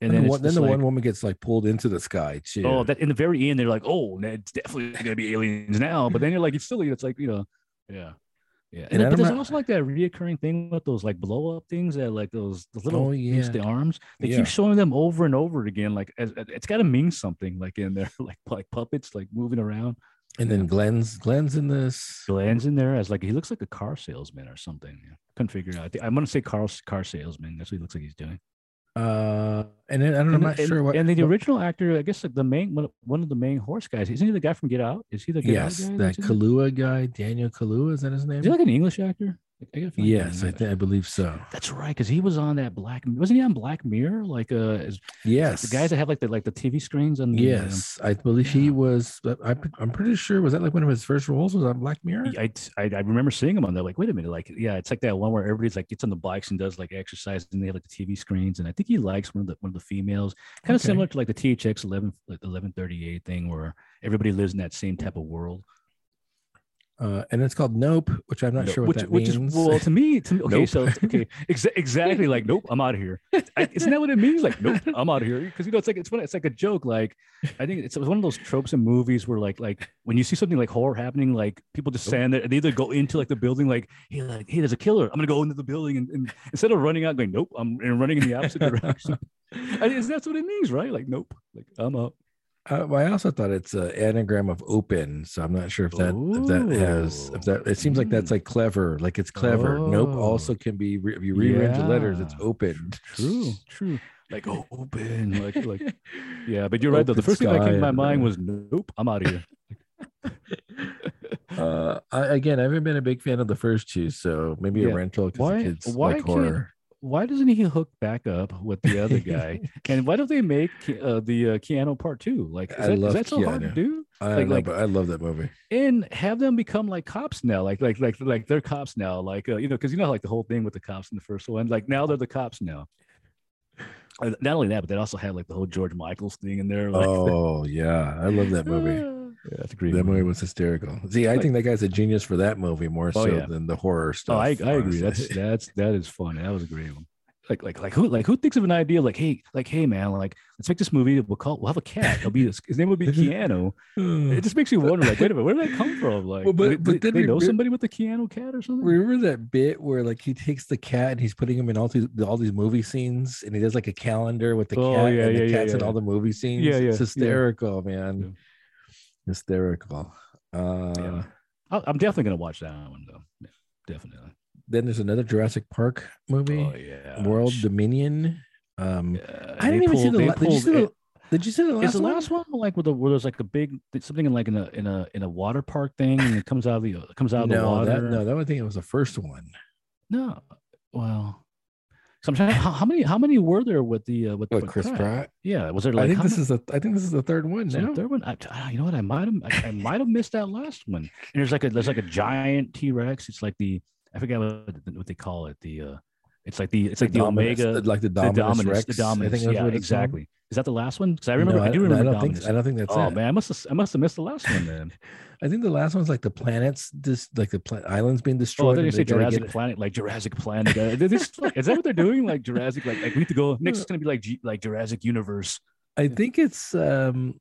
[SPEAKER 2] and
[SPEAKER 1] And then,
[SPEAKER 2] then, it's
[SPEAKER 1] one, then
[SPEAKER 2] just
[SPEAKER 1] the
[SPEAKER 2] like,
[SPEAKER 1] one woman gets like pulled into the sky too.
[SPEAKER 2] oh, that in the very end they're like, oh, no, it's definitely gonna be aliens now. But then you're like, it's silly. It's like you know, yeah. Yeah,
[SPEAKER 1] And
[SPEAKER 2] and, then-
[SPEAKER 1] I
[SPEAKER 2] but
[SPEAKER 1] don't
[SPEAKER 2] there's
[SPEAKER 1] know-
[SPEAKER 2] also like that reoccurring thing with those like blow up things that like those, those little
[SPEAKER 1] Oh,
[SPEAKER 2] things,
[SPEAKER 1] yeah.
[SPEAKER 2] the arms. They
[SPEAKER 1] Yeah.
[SPEAKER 2] keep showing them over and over again. Like as, it's got to mean something. Like in there, like like puppets like moving around.
[SPEAKER 1] and then Glenn's Glenn's in this.
[SPEAKER 2] Glenn's in there as like he looks like a car salesman or something. Yeah. Couldn't figure it out. I think- I'm gonna say car car salesman. That's what he looks like he's doing.
[SPEAKER 1] Uh, and then I don't, I'm
[SPEAKER 2] and,
[SPEAKER 1] not
[SPEAKER 2] and-
[SPEAKER 1] sure what.
[SPEAKER 2] And then the
[SPEAKER 1] what-
[SPEAKER 2] original actor, I guess, like the main one, one of the main horse guys. Isn't he the guy from Get Out? Is he the Get
[SPEAKER 1] yes,
[SPEAKER 2] Out guy?
[SPEAKER 1] that
[SPEAKER 2] that's in it?
[SPEAKER 1] Kalua guy, Daniel Kalua, is that his name?
[SPEAKER 2] Is he like an English actor? I- I gotta find him
[SPEAKER 1] yes, I
[SPEAKER 2] English.
[SPEAKER 1] think I believe so.
[SPEAKER 2] That's right, because he was on that Black. Wasn't he on Black Mirror? Like, uh, is,
[SPEAKER 1] Yes,
[SPEAKER 2] the guys that have like the like the um, TV screens and
[SPEAKER 1] Yes, I believe he
[SPEAKER 2] yeah.
[SPEAKER 1] was. but I, I'm pretty sure was that like one of his first roles was on Black Mirror.
[SPEAKER 2] I, I I remember seeing him on there. Like, wait a minute, like yeah, it's like that one where everybody's like gets on the bikes and does like exercise, and they have like the TV screens. And I think he likes one of the one of the females, kind of
[SPEAKER 1] Okay.
[SPEAKER 2] similar to like the THX eleven like eleven thirty eight thing, where everybody lives in that same type of world.
[SPEAKER 1] Uh, and it's called Nope, which I'm not
[SPEAKER 2] No,
[SPEAKER 1] sure what
[SPEAKER 2] which,
[SPEAKER 1] that
[SPEAKER 2] which
[SPEAKER 1] means.
[SPEAKER 2] is well to me. To me okay,
[SPEAKER 1] Nope.
[SPEAKER 2] so it's- okay, exa- exactly like nope, I'm out of here. I, isn't that what it means? Like nope, I'm out of here because you know it's like it's one, it's like a joke. Like I think it's, it's one of those tropes in movies where like like when you see something like horror happening, like people just
[SPEAKER 1] Nope.
[SPEAKER 2] stand there and they either go into like the building, like hey like hey there's a killer, I'm gonna go into the building and, and instead of running out, going nope, I'm and running in the opposite direction. I guess that's what it means, right? Like nope, like I'm out.
[SPEAKER 1] Uh, well, I also thought it's an anagram of open, so I'm not sure if that if that has if
[SPEAKER 2] Ooh.
[SPEAKER 1] that it seems like that's
[SPEAKER 2] Hmm.
[SPEAKER 1] like clever, like it's clever. Nope
[SPEAKER 2] Oh.
[SPEAKER 1] also can be re- if you rearrange the letters, it's
[SPEAKER 2] Yeah.
[SPEAKER 1] open.
[SPEAKER 2] True, true. Like oh, open, like like Yeah, but you're right though.
[SPEAKER 1] open
[SPEAKER 2] The first thing that came
[SPEAKER 1] sky
[SPEAKER 2] to my
[SPEAKER 1] and,
[SPEAKER 2] mind
[SPEAKER 1] uh,
[SPEAKER 2] was, "Nope, I'm out of here."
[SPEAKER 1] Uh, I, again, I haven't been a big fan of the first two, so maybe
[SPEAKER 2] Yeah.
[SPEAKER 1] a rental because
[SPEAKER 2] Why-
[SPEAKER 1] the kids
[SPEAKER 2] why
[SPEAKER 1] like
[SPEAKER 2] can't-
[SPEAKER 1] horror.
[SPEAKER 2] Why doesn't he hook back up with the other guy? and why don't they make Ke- uh, the uh, Keanu part two? Like, is
[SPEAKER 1] I
[SPEAKER 2] that, is
[SPEAKER 1] love
[SPEAKER 2] that so hard to
[SPEAKER 1] Keanu.
[SPEAKER 2] do?
[SPEAKER 1] I don't
[SPEAKER 2] like-
[SPEAKER 1] know,
[SPEAKER 2] like-
[SPEAKER 1] but I love that movie.
[SPEAKER 2] And have them become like cops now, like like like like they're cops now, like uh, you know, because you know, like the whole thing with the cops in the first one, like now they're the cops now. Uh, Not only that, but they also had like the whole George Michaels thing in there. Like,
[SPEAKER 1] Oh yeah, I love that movie.
[SPEAKER 2] Yeah, that's a great.
[SPEAKER 1] That
[SPEAKER 2] movie.
[SPEAKER 1] movie was hysterical. See, I
[SPEAKER 2] Like-
[SPEAKER 1] think that guy's a genius for that movie more so
[SPEAKER 2] yeah.
[SPEAKER 1] than the horror
[SPEAKER 2] Oh,
[SPEAKER 1] stuff.
[SPEAKER 2] I, I
[SPEAKER 1] honestly.
[SPEAKER 2] agree. That's that's that is fun. That was a great one. Like like like who like who thinks of an idea like hey like hey man like let's make this movie we'll call we'll have a cat it'll be his name will be Keanu
[SPEAKER 1] Hmm.
[SPEAKER 2] it just makes you wonder like wait a minute where did that come from like
[SPEAKER 1] Well, but-
[SPEAKER 2] did-
[SPEAKER 1] but
[SPEAKER 2] did
[SPEAKER 1] then
[SPEAKER 2] they know
[SPEAKER 1] remember-
[SPEAKER 2] somebody with the Keanu cat or something
[SPEAKER 1] Remember that bit where like he takes the cat and he's putting him in all these all these movie scenes and he does like a calendar with the
[SPEAKER 2] Oh,
[SPEAKER 1] cat
[SPEAKER 2] yeah,
[SPEAKER 1] and the
[SPEAKER 2] yeah, yeah,
[SPEAKER 1] cats in
[SPEAKER 2] yeah.
[SPEAKER 1] all the movie scenes.
[SPEAKER 2] yeah,
[SPEAKER 1] It's
[SPEAKER 2] yeah.
[SPEAKER 1] hysterical, man.
[SPEAKER 2] Yeah.
[SPEAKER 1] Hysterical. Uh,
[SPEAKER 2] Yeah. I, I'm definitely gonna watch that one though yeah, definitely
[SPEAKER 1] Then there's another Jurassic Park movie,
[SPEAKER 2] oh yeah
[SPEAKER 1] World
[SPEAKER 2] Sh- Dominion. Um, yeah,
[SPEAKER 1] I
[SPEAKER 2] they
[SPEAKER 1] didn't even see
[SPEAKER 2] pulled-
[SPEAKER 1] the. la- Did you
[SPEAKER 2] they pulled
[SPEAKER 1] see
[SPEAKER 2] it-
[SPEAKER 1] the? Did you see the last
[SPEAKER 2] is the
[SPEAKER 1] one?
[SPEAKER 2] last one like with the where there's like a big something in like in a in a in a water park thing and it comes out of the it comes out of the
[SPEAKER 1] no,
[SPEAKER 2] water
[SPEAKER 1] that, no, that one thing. It was the first one.
[SPEAKER 2] No, well, so I'm trying. How, how many? How many were there with the uh, with,
[SPEAKER 1] What
[SPEAKER 2] with
[SPEAKER 1] Chris
[SPEAKER 2] Pratt?
[SPEAKER 1] Pratt?
[SPEAKER 2] Yeah, was there
[SPEAKER 1] I
[SPEAKER 2] like
[SPEAKER 1] think
[SPEAKER 2] how
[SPEAKER 1] this
[SPEAKER 2] many-
[SPEAKER 1] is the I think this is the third one
[SPEAKER 2] was there a
[SPEAKER 1] now.
[SPEAKER 2] third one? I, I- you know what? I might have I, I might have missed that last one. And there's like a there's like a giant T Rex. It's like the I forget what, what they call it. The uh, it's like the it's like the
[SPEAKER 1] Dominus-
[SPEAKER 2] omega
[SPEAKER 1] the- like the
[SPEAKER 2] the
[SPEAKER 1] Dominus,
[SPEAKER 2] dominus
[SPEAKER 1] Rex.
[SPEAKER 2] the dominus.
[SPEAKER 1] I think that's
[SPEAKER 2] yeah,
[SPEAKER 1] what it's called.
[SPEAKER 2] exactly. Is that the last one? Because I remember
[SPEAKER 1] No,
[SPEAKER 2] I do
[SPEAKER 1] no,
[SPEAKER 2] remember
[SPEAKER 1] I don't think I
[SPEAKER 2] dominus.
[SPEAKER 1] don't think that's
[SPEAKER 2] Oh
[SPEAKER 1] it.
[SPEAKER 2] man, I must have, I must have missed the last one then.
[SPEAKER 1] I think the last one's like the planets, this like the pla- islands being
[SPEAKER 2] Oh,
[SPEAKER 1] destroyed.
[SPEAKER 2] they
[SPEAKER 1] and they
[SPEAKER 2] say
[SPEAKER 1] gotta
[SPEAKER 2] Jurassic
[SPEAKER 1] get-
[SPEAKER 2] Planet, like Jurassic Planet. uh, they're just like- is that what they're doing? Like Jurassic, like, like we need to go next. It's gonna be like G, like Jurassic Universe.
[SPEAKER 1] I think it's um,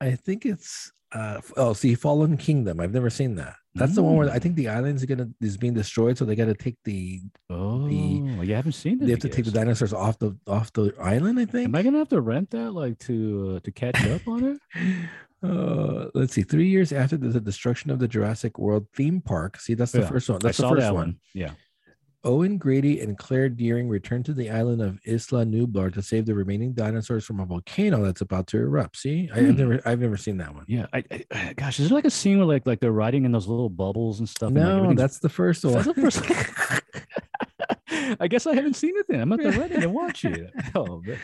[SPEAKER 1] I think it's uh f- oh see Fallen Kingdom. I've never seen that. That's the one where I
[SPEAKER 2] Mm.
[SPEAKER 1] think the islands are gonna is being destroyed, so they got to take the
[SPEAKER 2] Oh, you haven't seen it.
[SPEAKER 1] they have to take the dinosaurs off the off the island. I think.
[SPEAKER 2] Am I gonna have to rent that like to uh, to catch up on it?
[SPEAKER 1] Uh, let's see. Three years after the, the destruction of the Jurassic World theme park. See, that's the
[SPEAKER 2] Yeah,
[SPEAKER 1] first one. That's
[SPEAKER 2] I
[SPEAKER 1] the
[SPEAKER 2] saw
[SPEAKER 1] first
[SPEAKER 2] that
[SPEAKER 1] one.
[SPEAKER 2] Yeah.
[SPEAKER 1] Owen Grady and Claire Deering return to the island of Isla Nublar to save the remaining dinosaurs from a volcano that's about to erupt. See, I, I've
[SPEAKER 2] Hmm.
[SPEAKER 1] never, I've never seen that one.
[SPEAKER 2] Yeah. I, I, gosh, is there like a scene where like like they're riding in those little bubbles and stuff? and, like,
[SPEAKER 1] No,
[SPEAKER 2] everything's
[SPEAKER 1] that's the first one.
[SPEAKER 2] That's the first- I guess I haven't seen it then. I'm at the ready to watch it. Oh, man.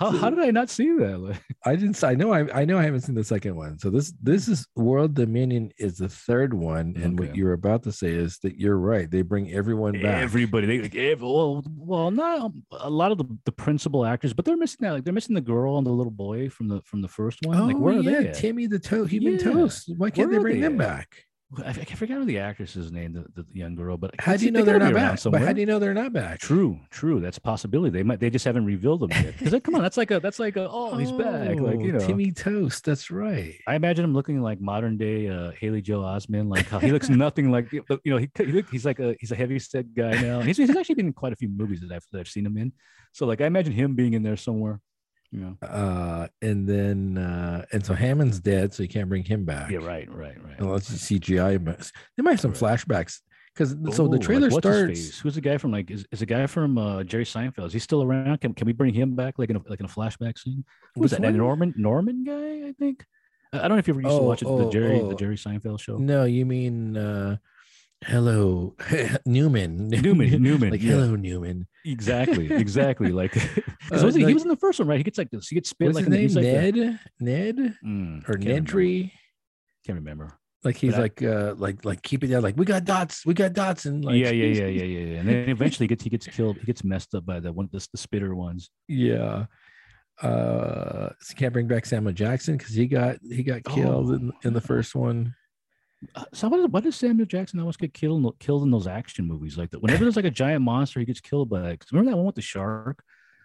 [SPEAKER 2] How, how did I not see that? Like,
[SPEAKER 1] I didn't. s- I know. I, I know. I haven't seen the second one. So this this is World Dominion is the third one, and what
[SPEAKER 2] Okay.
[SPEAKER 1] you're about to say is that you're right. They bring everyone back.
[SPEAKER 2] Everybody, they, like, ev- well, well, not um, a lot of the, the principal actors, but they're missing that. Like they're missing the girl and the little boy from the from the first one.
[SPEAKER 1] oh
[SPEAKER 2] like where
[SPEAKER 1] yeah,
[SPEAKER 2] are they? at?
[SPEAKER 1] Timmy the to- Human
[SPEAKER 2] Yeah.
[SPEAKER 1] Toast. Why can't
[SPEAKER 2] Where
[SPEAKER 1] they
[SPEAKER 2] are
[SPEAKER 1] bring
[SPEAKER 2] they
[SPEAKER 1] them
[SPEAKER 2] at?
[SPEAKER 1] back?
[SPEAKER 2] I, I forgot the actress's name, the, the young girl. But I
[SPEAKER 1] How
[SPEAKER 2] can't
[SPEAKER 1] do you
[SPEAKER 2] see-
[SPEAKER 1] know
[SPEAKER 2] they
[SPEAKER 1] they're
[SPEAKER 2] gotta
[SPEAKER 1] not
[SPEAKER 2] be around
[SPEAKER 1] back? But how
[SPEAKER 2] somewhere.
[SPEAKER 1] do you know they're not back?
[SPEAKER 2] True, true. That's a possibility. They might. They just haven't revealed them yet. Because come on, that's like a. That's like a. Oh, he's back. Like you
[SPEAKER 1] Oh,
[SPEAKER 2] know.
[SPEAKER 1] Timmy Toast. That's right.
[SPEAKER 2] I imagine him looking like modern day uh, Haley Joel Osment. Like how he looks nothing like you know. He, he look, he's like a he's a heavy set guy now. He's, he's actually been in quite a few movies that I've that I've seen him in. So like I imagine him being in there somewhere. You know.
[SPEAKER 1] Uh, and then uh, and so Hammond's dead, so you can't bring him back.
[SPEAKER 2] Yeah. Right. Right. Right.
[SPEAKER 1] Unless you CGI him. They might have some
[SPEAKER 2] Right.
[SPEAKER 1] flashbacks because so
[SPEAKER 2] Oh,
[SPEAKER 1] the
[SPEAKER 2] like,
[SPEAKER 1] trailer
[SPEAKER 2] what's his
[SPEAKER 1] starts.
[SPEAKER 2] face? Who's the guy from like? Is, is the guy from uh, Jerry Seinfeld? Is he still around? Can, can we bring him back like in a, like in a flashback scene?
[SPEAKER 1] Which
[SPEAKER 2] Who's that? That
[SPEAKER 1] one?
[SPEAKER 2] Norman Norman guy? I think. I I don't know if you ever used
[SPEAKER 1] Oh,
[SPEAKER 2] to watch it,
[SPEAKER 1] oh,
[SPEAKER 2] the Jerry
[SPEAKER 1] oh.
[SPEAKER 2] the Jerry Seinfeld show.
[SPEAKER 1] No, you mean uh, hello Newman.
[SPEAKER 2] Newman, Newman,
[SPEAKER 1] like
[SPEAKER 2] yeah.
[SPEAKER 1] hello Newman.
[SPEAKER 2] Exactly, exactly. Like, 'cause
[SPEAKER 1] Uh,
[SPEAKER 2] was he,
[SPEAKER 1] like-
[SPEAKER 2] he was in the first one, right? He gets like this. He gets spit
[SPEAKER 1] What's
[SPEAKER 2] like
[SPEAKER 1] his
[SPEAKER 2] in the-
[SPEAKER 1] name?
[SPEAKER 2] he's like a-
[SPEAKER 1] Ned. Ned
[SPEAKER 2] Mm,
[SPEAKER 1] or
[SPEAKER 2] can't remember.
[SPEAKER 1] Nedry.
[SPEAKER 2] Can't remember.
[SPEAKER 1] Like he's
[SPEAKER 2] I-
[SPEAKER 1] like uh like like keeping that like we got dots, we got dots, and like
[SPEAKER 2] yeah, yeah, yeah, yeah, yeah, yeah. And then eventually he gets he gets killed. He gets messed up by the one the, the spitter ones.
[SPEAKER 1] yeah. Uh, so can't bring back Samuel Jackson because he got he got killed in,
[SPEAKER 2] Oh,
[SPEAKER 1] in the
[SPEAKER 2] no.
[SPEAKER 1] first one.
[SPEAKER 2] Uh, So why does, why does Samuel Jackson always get killed in, tho- killed in those action movies like that? Whenever there's like a giant monster, he gets killed by. Like, remember that one with the shark?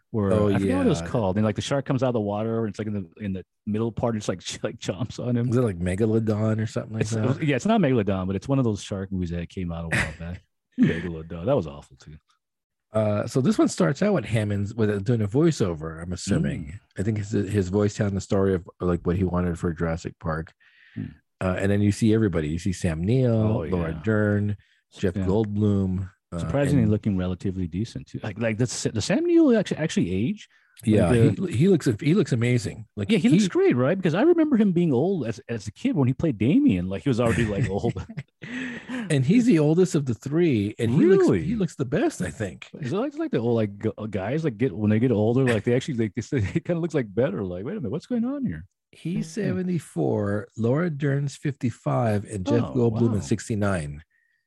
[SPEAKER 2] Where,
[SPEAKER 1] Oh,
[SPEAKER 2] I forget what it was
[SPEAKER 1] yeah.
[SPEAKER 2] called. And like the shark comes out of the water, and it's like in the in the middle part, it's like like chomps on him.
[SPEAKER 1] Was it like Megalodon or something like
[SPEAKER 2] It's,
[SPEAKER 1] that?
[SPEAKER 2] yeah, it's not Megalodon, but it's one of those shark movies that came out a while back. Megalodon, that was awful too.
[SPEAKER 1] Uh, so this one starts out with Hammond's with uh, doing a voiceover. I'm assuming.
[SPEAKER 2] Mm.
[SPEAKER 1] I think his his voice telling the story of like what he wanted for Jurassic Park.
[SPEAKER 2] Hmm.
[SPEAKER 1] Uh, and then you see everybody. You see Sam Neill,
[SPEAKER 2] Oh,
[SPEAKER 1] Laura
[SPEAKER 2] yeah.
[SPEAKER 1] Dern, Jeff
[SPEAKER 2] Yeah.
[SPEAKER 1] Goldblum. uh,
[SPEAKER 2] Surprisingly,
[SPEAKER 1] and-
[SPEAKER 2] looking relatively decent too. Like like that's the Sam Neill actually actually age.
[SPEAKER 1] yeah,
[SPEAKER 2] the-
[SPEAKER 1] he, he looks he looks amazing. Like
[SPEAKER 2] Yeah, he looks great, right? Because I remember him being old as as a kid when he played Damien. Like he was already like old.
[SPEAKER 1] and he's the oldest of the three, and he looks he
[SPEAKER 2] Really?
[SPEAKER 1] looks the best, I think.
[SPEAKER 2] Is it like, like the old like gu- guys like get when they get older like they actually like they say it kind of looks like better like wait a minute what's going on here
[SPEAKER 1] He's
[SPEAKER 2] Hmm.
[SPEAKER 1] 74, Laura Dern's 55, and Jeff
[SPEAKER 2] Oh,
[SPEAKER 1] Goldblum
[SPEAKER 2] wow.
[SPEAKER 1] is 69.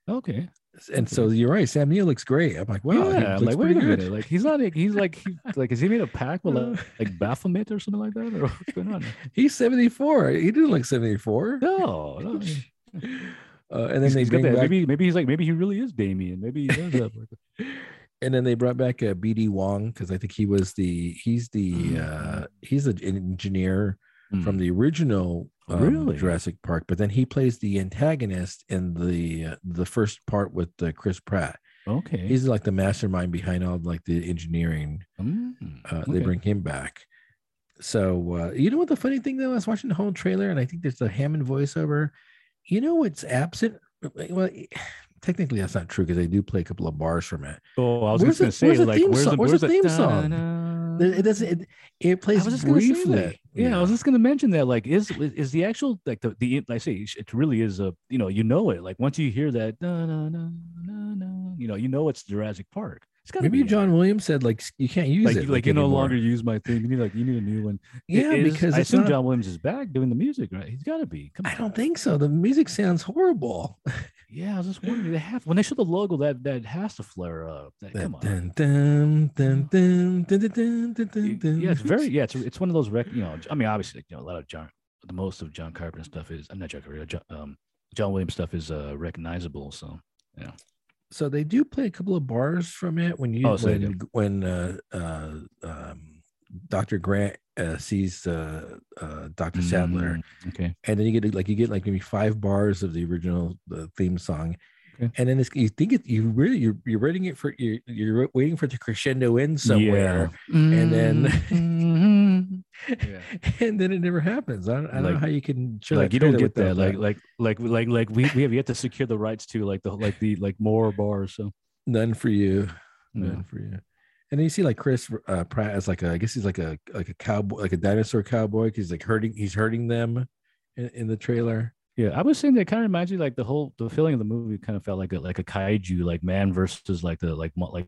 [SPEAKER 2] okay
[SPEAKER 1] And so you're right, Sam Neill looks great. I'm like, wow, he
[SPEAKER 2] yeah
[SPEAKER 1] looks
[SPEAKER 2] like wait a
[SPEAKER 1] pretty
[SPEAKER 2] minute
[SPEAKER 1] good.
[SPEAKER 2] like he's not like, he's like he, like is he made a pack with
[SPEAKER 1] Uh,
[SPEAKER 2] like, like Baphomet or something like that or what's going on here?
[SPEAKER 1] He's 74. He didn't look 74.
[SPEAKER 2] no no he's-
[SPEAKER 1] Uh, and then
[SPEAKER 2] he's
[SPEAKER 1] they
[SPEAKER 2] got
[SPEAKER 1] bring
[SPEAKER 2] that-
[SPEAKER 1] back,
[SPEAKER 2] maybe maybe he's like maybe he really is Damien maybe he does have like,
[SPEAKER 1] and then they brought back uh, BD Wong because I think he was the he's the
[SPEAKER 2] Mm.
[SPEAKER 1] uh, he's the engineer
[SPEAKER 2] Mm.
[SPEAKER 1] from the original um,
[SPEAKER 2] Really?
[SPEAKER 1] Jurassic Park, but then he plays the antagonist in the uh, the first part with uh, Chris Pratt.
[SPEAKER 2] okay
[SPEAKER 1] He's like the mastermind behind all like the engineering.
[SPEAKER 2] Mm,
[SPEAKER 1] uh, they
[SPEAKER 2] okay.
[SPEAKER 1] bring him back. So uh, you know what the funny thing though, I was watching the whole trailer, and I think there's the Hammond voiceover. You know what's absent? Well, technically that's not true because they do play a couple of bars from it.
[SPEAKER 2] Oh, I was
[SPEAKER 1] Where's
[SPEAKER 2] just gonna
[SPEAKER 1] the- where's
[SPEAKER 2] say,
[SPEAKER 1] the
[SPEAKER 2] like,
[SPEAKER 1] theme
[SPEAKER 2] where's
[SPEAKER 1] song-
[SPEAKER 2] the
[SPEAKER 1] where's
[SPEAKER 2] where's
[SPEAKER 1] the
[SPEAKER 2] the
[SPEAKER 1] theme song? It it doesn't. It, it
[SPEAKER 2] I
[SPEAKER 1] plays
[SPEAKER 2] was just gonna say
[SPEAKER 1] briefly.
[SPEAKER 2] that. Yeah, I was just gonna mention that. Like, is is the actual like the the I say it really is a you know you know it like once you hear that na, na, na, na, na, you know you know it's Jurassic Park. It's gotta
[SPEAKER 1] Maybe
[SPEAKER 2] be it.
[SPEAKER 1] John Williams said like s- you can't use
[SPEAKER 2] like,
[SPEAKER 1] it.
[SPEAKER 2] you- like you no
[SPEAKER 1] anymore.
[SPEAKER 2] longer use my thing. You need like you need a new one. It
[SPEAKER 1] Yeah,
[SPEAKER 2] is-
[SPEAKER 1] because
[SPEAKER 2] I
[SPEAKER 1] it's
[SPEAKER 2] assume
[SPEAKER 1] not-
[SPEAKER 2] John Williams is back doing the music, right? He's gotta be. Come
[SPEAKER 1] I
[SPEAKER 2] on.
[SPEAKER 1] don't think so. The music sounds horrible.
[SPEAKER 2] Yeah, I was just wondering. They have when they show the logo that that has to flare up. That, come on.
[SPEAKER 1] Dun, dun, dun, dun, dun, dun, dun, dun, dun,
[SPEAKER 2] Y-
[SPEAKER 1] dun.
[SPEAKER 2] yeah, it's very yeah, it's it's one of those rec- you know. I mean, obviously, like, you know, a lot of John, the most of John Carpenter stuff is. I'm not John Carpenter. John, um, John Williams stuff is uh, recognizable. So
[SPEAKER 1] so they do play a couple of bars from it when you
[SPEAKER 2] Oh, so they
[SPEAKER 1] when when uh, uh, um, Dr. Grant uh, sees uh, uh, Dr. Sadler,
[SPEAKER 2] Mm, okay,
[SPEAKER 1] and then you get like you get like maybe five bars of the original uh, theme song,
[SPEAKER 2] Okay.
[SPEAKER 1] And then this, you think it, you really, you're, you're waiting it for, you're, you're waiting for it to crescendo in somewhere, and then-
[SPEAKER 2] Mhm. Yeah.
[SPEAKER 1] and then it never happens. I don't, I don't know
[SPEAKER 2] Like-
[SPEAKER 1] how you can show
[SPEAKER 2] like
[SPEAKER 1] that
[SPEAKER 2] you don't
[SPEAKER 1] trailer
[SPEAKER 2] get that.
[SPEAKER 1] without
[SPEAKER 2] Like like like like like we, we have yet to secure the rights to like the like the like more bars. So
[SPEAKER 1] none for you,
[SPEAKER 2] no.
[SPEAKER 1] none for you. And then you see like Chris uh, Pratt as like a, I guess he's like a like a cowboy, like a dinosaur cowboy. 'cause He's like hurting, he's hurting them in, in the trailer.
[SPEAKER 2] Yeah, I was saying that kind of reminds me like the whole the feeling of the movie kind of felt like a like a kaiju like man versus like the like mo- like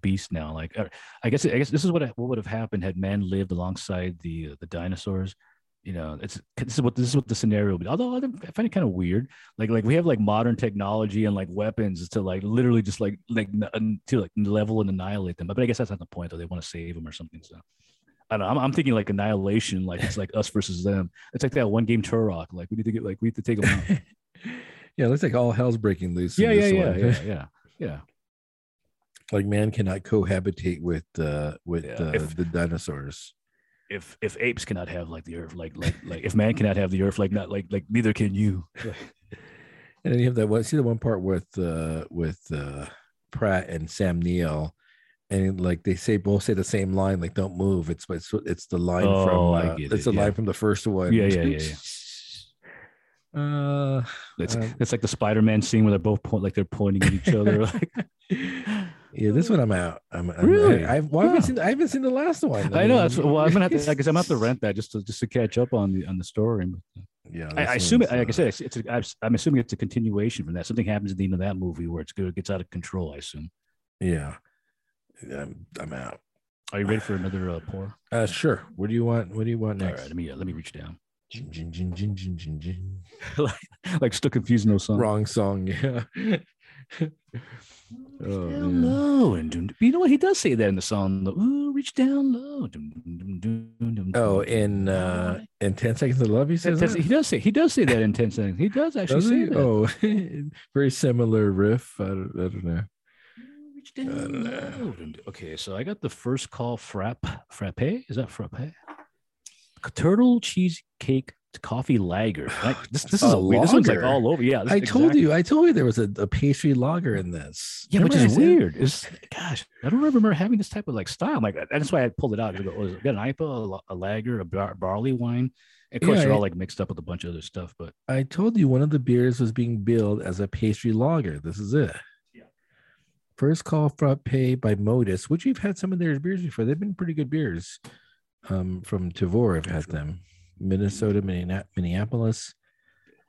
[SPEAKER 2] beast now like uh, I guess I guess this is what what would have happened had man lived alongside the uh, the dinosaurs. You know, it's this is what this is what the scenario. Would be. Although I don't- I find it kind of weird. Like like we have like modern technology and like weapons to like literally just like like n- n- to like level and annihilate them. But I guess that's not the point though. They want to save them or something. So I don't know. I'm, I'm thinking like annihilation. Like it's like us versus them. It's like that one game Turok. Like we need to get like we need to take them out.
[SPEAKER 1] yeah, it looks like all hell's breaking loose. in
[SPEAKER 2] yeah, yeah,
[SPEAKER 1] this
[SPEAKER 2] yeah,
[SPEAKER 1] one.
[SPEAKER 2] yeah, yeah, yeah.
[SPEAKER 1] Like man cannot cohabitate with uh with
[SPEAKER 2] Yeah,
[SPEAKER 1] uh,
[SPEAKER 2] if-
[SPEAKER 1] the dinosaurs.
[SPEAKER 2] If if apes cannot have like the earth, like like like if man cannot have the earth, like not like like neither can you.
[SPEAKER 1] And then you have that one. See the one part with uh with uh Pratt and Sam Neill, and like they say both say the same line, like "Don't move." It's it's it's the line
[SPEAKER 2] Oh,
[SPEAKER 1] from
[SPEAKER 2] I
[SPEAKER 1] uh,
[SPEAKER 2] get
[SPEAKER 1] it's
[SPEAKER 2] it,
[SPEAKER 1] the
[SPEAKER 2] yeah.
[SPEAKER 1] line from the first one.
[SPEAKER 2] Yeah, yeah, yeah, yeah.
[SPEAKER 1] Uh,
[SPEAKER 2] It's
[SPEAKER 1] Um,
[SPEAKER 2] it's like the Spider Man scene where they're both point like they're pointing at each other. Like,
[SPEAKER 1] yeah, this one I'm out. I'm, I'm
[SPEAKER 2] Really?
[SPEAKER 1] I, have well, I haven't
[SPEAKER 2] Huh.
[SPEAKER 1] seen I haven't seen the last one.
[SPEAKER 2] I know that's
[SPEAKER 1] mean,
[SPEAKER 2] well. I'm gonna have to because I'm gonna have to rent that just to just to catch up on the on the story.
[SPEAKER 1] Yeah,
[SPEAKER 2] I,
[SPEAKER 1] this
[SPEAKER 2] I assume it.
[SPEAKER 1] one's,
[SPEAKER 2] Like I
[SPEAKER 1] uh,
[SPEAKER 2] said, it's, it's a, I'm assuming it's a continuation from that. Something happens at the end of that movie where it's good, it gets out of control. I assume.
[SPEAKER 1] uh, Yeah, I'm I'm out.
[SPEAKER 2] Are you ready for another uh, pour?
[SPEAKER 1] Uh, sure. What do you want? What do you want
[SPEAKER 2] All
[SPEAKER 1] next?
[SPEAKER 2] right, let me uh, let me reach down.
[SPEAKER 1] Jin, jin, jin, jin, jin, jin, jin.
[SPEAKER 2] Like still confusing those songs.
[SPEAKER 1] Wrong song. Yeah.
[SPEAKER 2] Reach
[SPEAKER 1] Oh,
[SPEAKER 2] down
[SPEAKER 1] man.
[SPEAKER 2] low and dun- you know what he does say that in the song. The, Ooh, reach down low. dun- dun- dun- dun- dun-
[SPEAKER 1] Oh,
[SPEAKER 2] dun-
[SPEAKER 1] in uh,
[SPEAKER 2] dun-
[SPEAKER 1] in ten seconds of love, he says.
[SPEAKER 2] That's-
[SPEAKER 1] that?
[SPEAKER 2] he does say he does say that in ten seconds. He does actually
[SPEAKER 1] Does
[SPEAKER 2] say
[SPEAKER 1] he?
[SPEAKER 2] that.
[SPEAKER 1] Oh, very similar riff. I don't, I don't know.
[SPEAKER 2] Ooh, reach
[SPEAKER 1] I don't
[SPEAKER 2] down
[SPEAKER 1] know.
[SPEAKER 2] low. dun- dun- Okay, so I got the first call frap frappe. Is that frappe? Turtle cheesecake coffee lager. Like, this this is
[SPEAKER 1] A
[SPEAKER 2] a weird. This one's like
[SPEAKER 1] lager?
[SPEAKER 2] all over. Yeah, this-
[SPEAKER 1] I told
[SPEAKER 2] exactly.
[SPEAKER 1] you. I told you there was a, a pastry lager in this.
[SPEAKER 2] Yeah, which
[SPEAKER 1] Remember I
[SPEAKER 2] is
[SPEAKER 1] said-
[SPEAKER 2] weird. It's gosh, I don't remember having this type of like style. Like that's why I pulled it out. I go, oh, is it got an IPA, a, la- a lager, a bar- barley wine. And of course,
[SPEAKER 1] Yeah,
[SPEAKER 2] they're
[SPEAKER 1] I-
[SPEAKER 2] all like mixed up with a bunch of other stuff. But
[SPEAKER 1] I told you one of the beers was being billed as a pastry lager. This is it.
[SPEAKER 2] Yeah.
[SPEAKER 1] First call frappe by Modus, which we've had some of their beers before. They've been pretty good beers. Um, from Tavor, I've had them. Minnesota, Minneap- Minneapolis.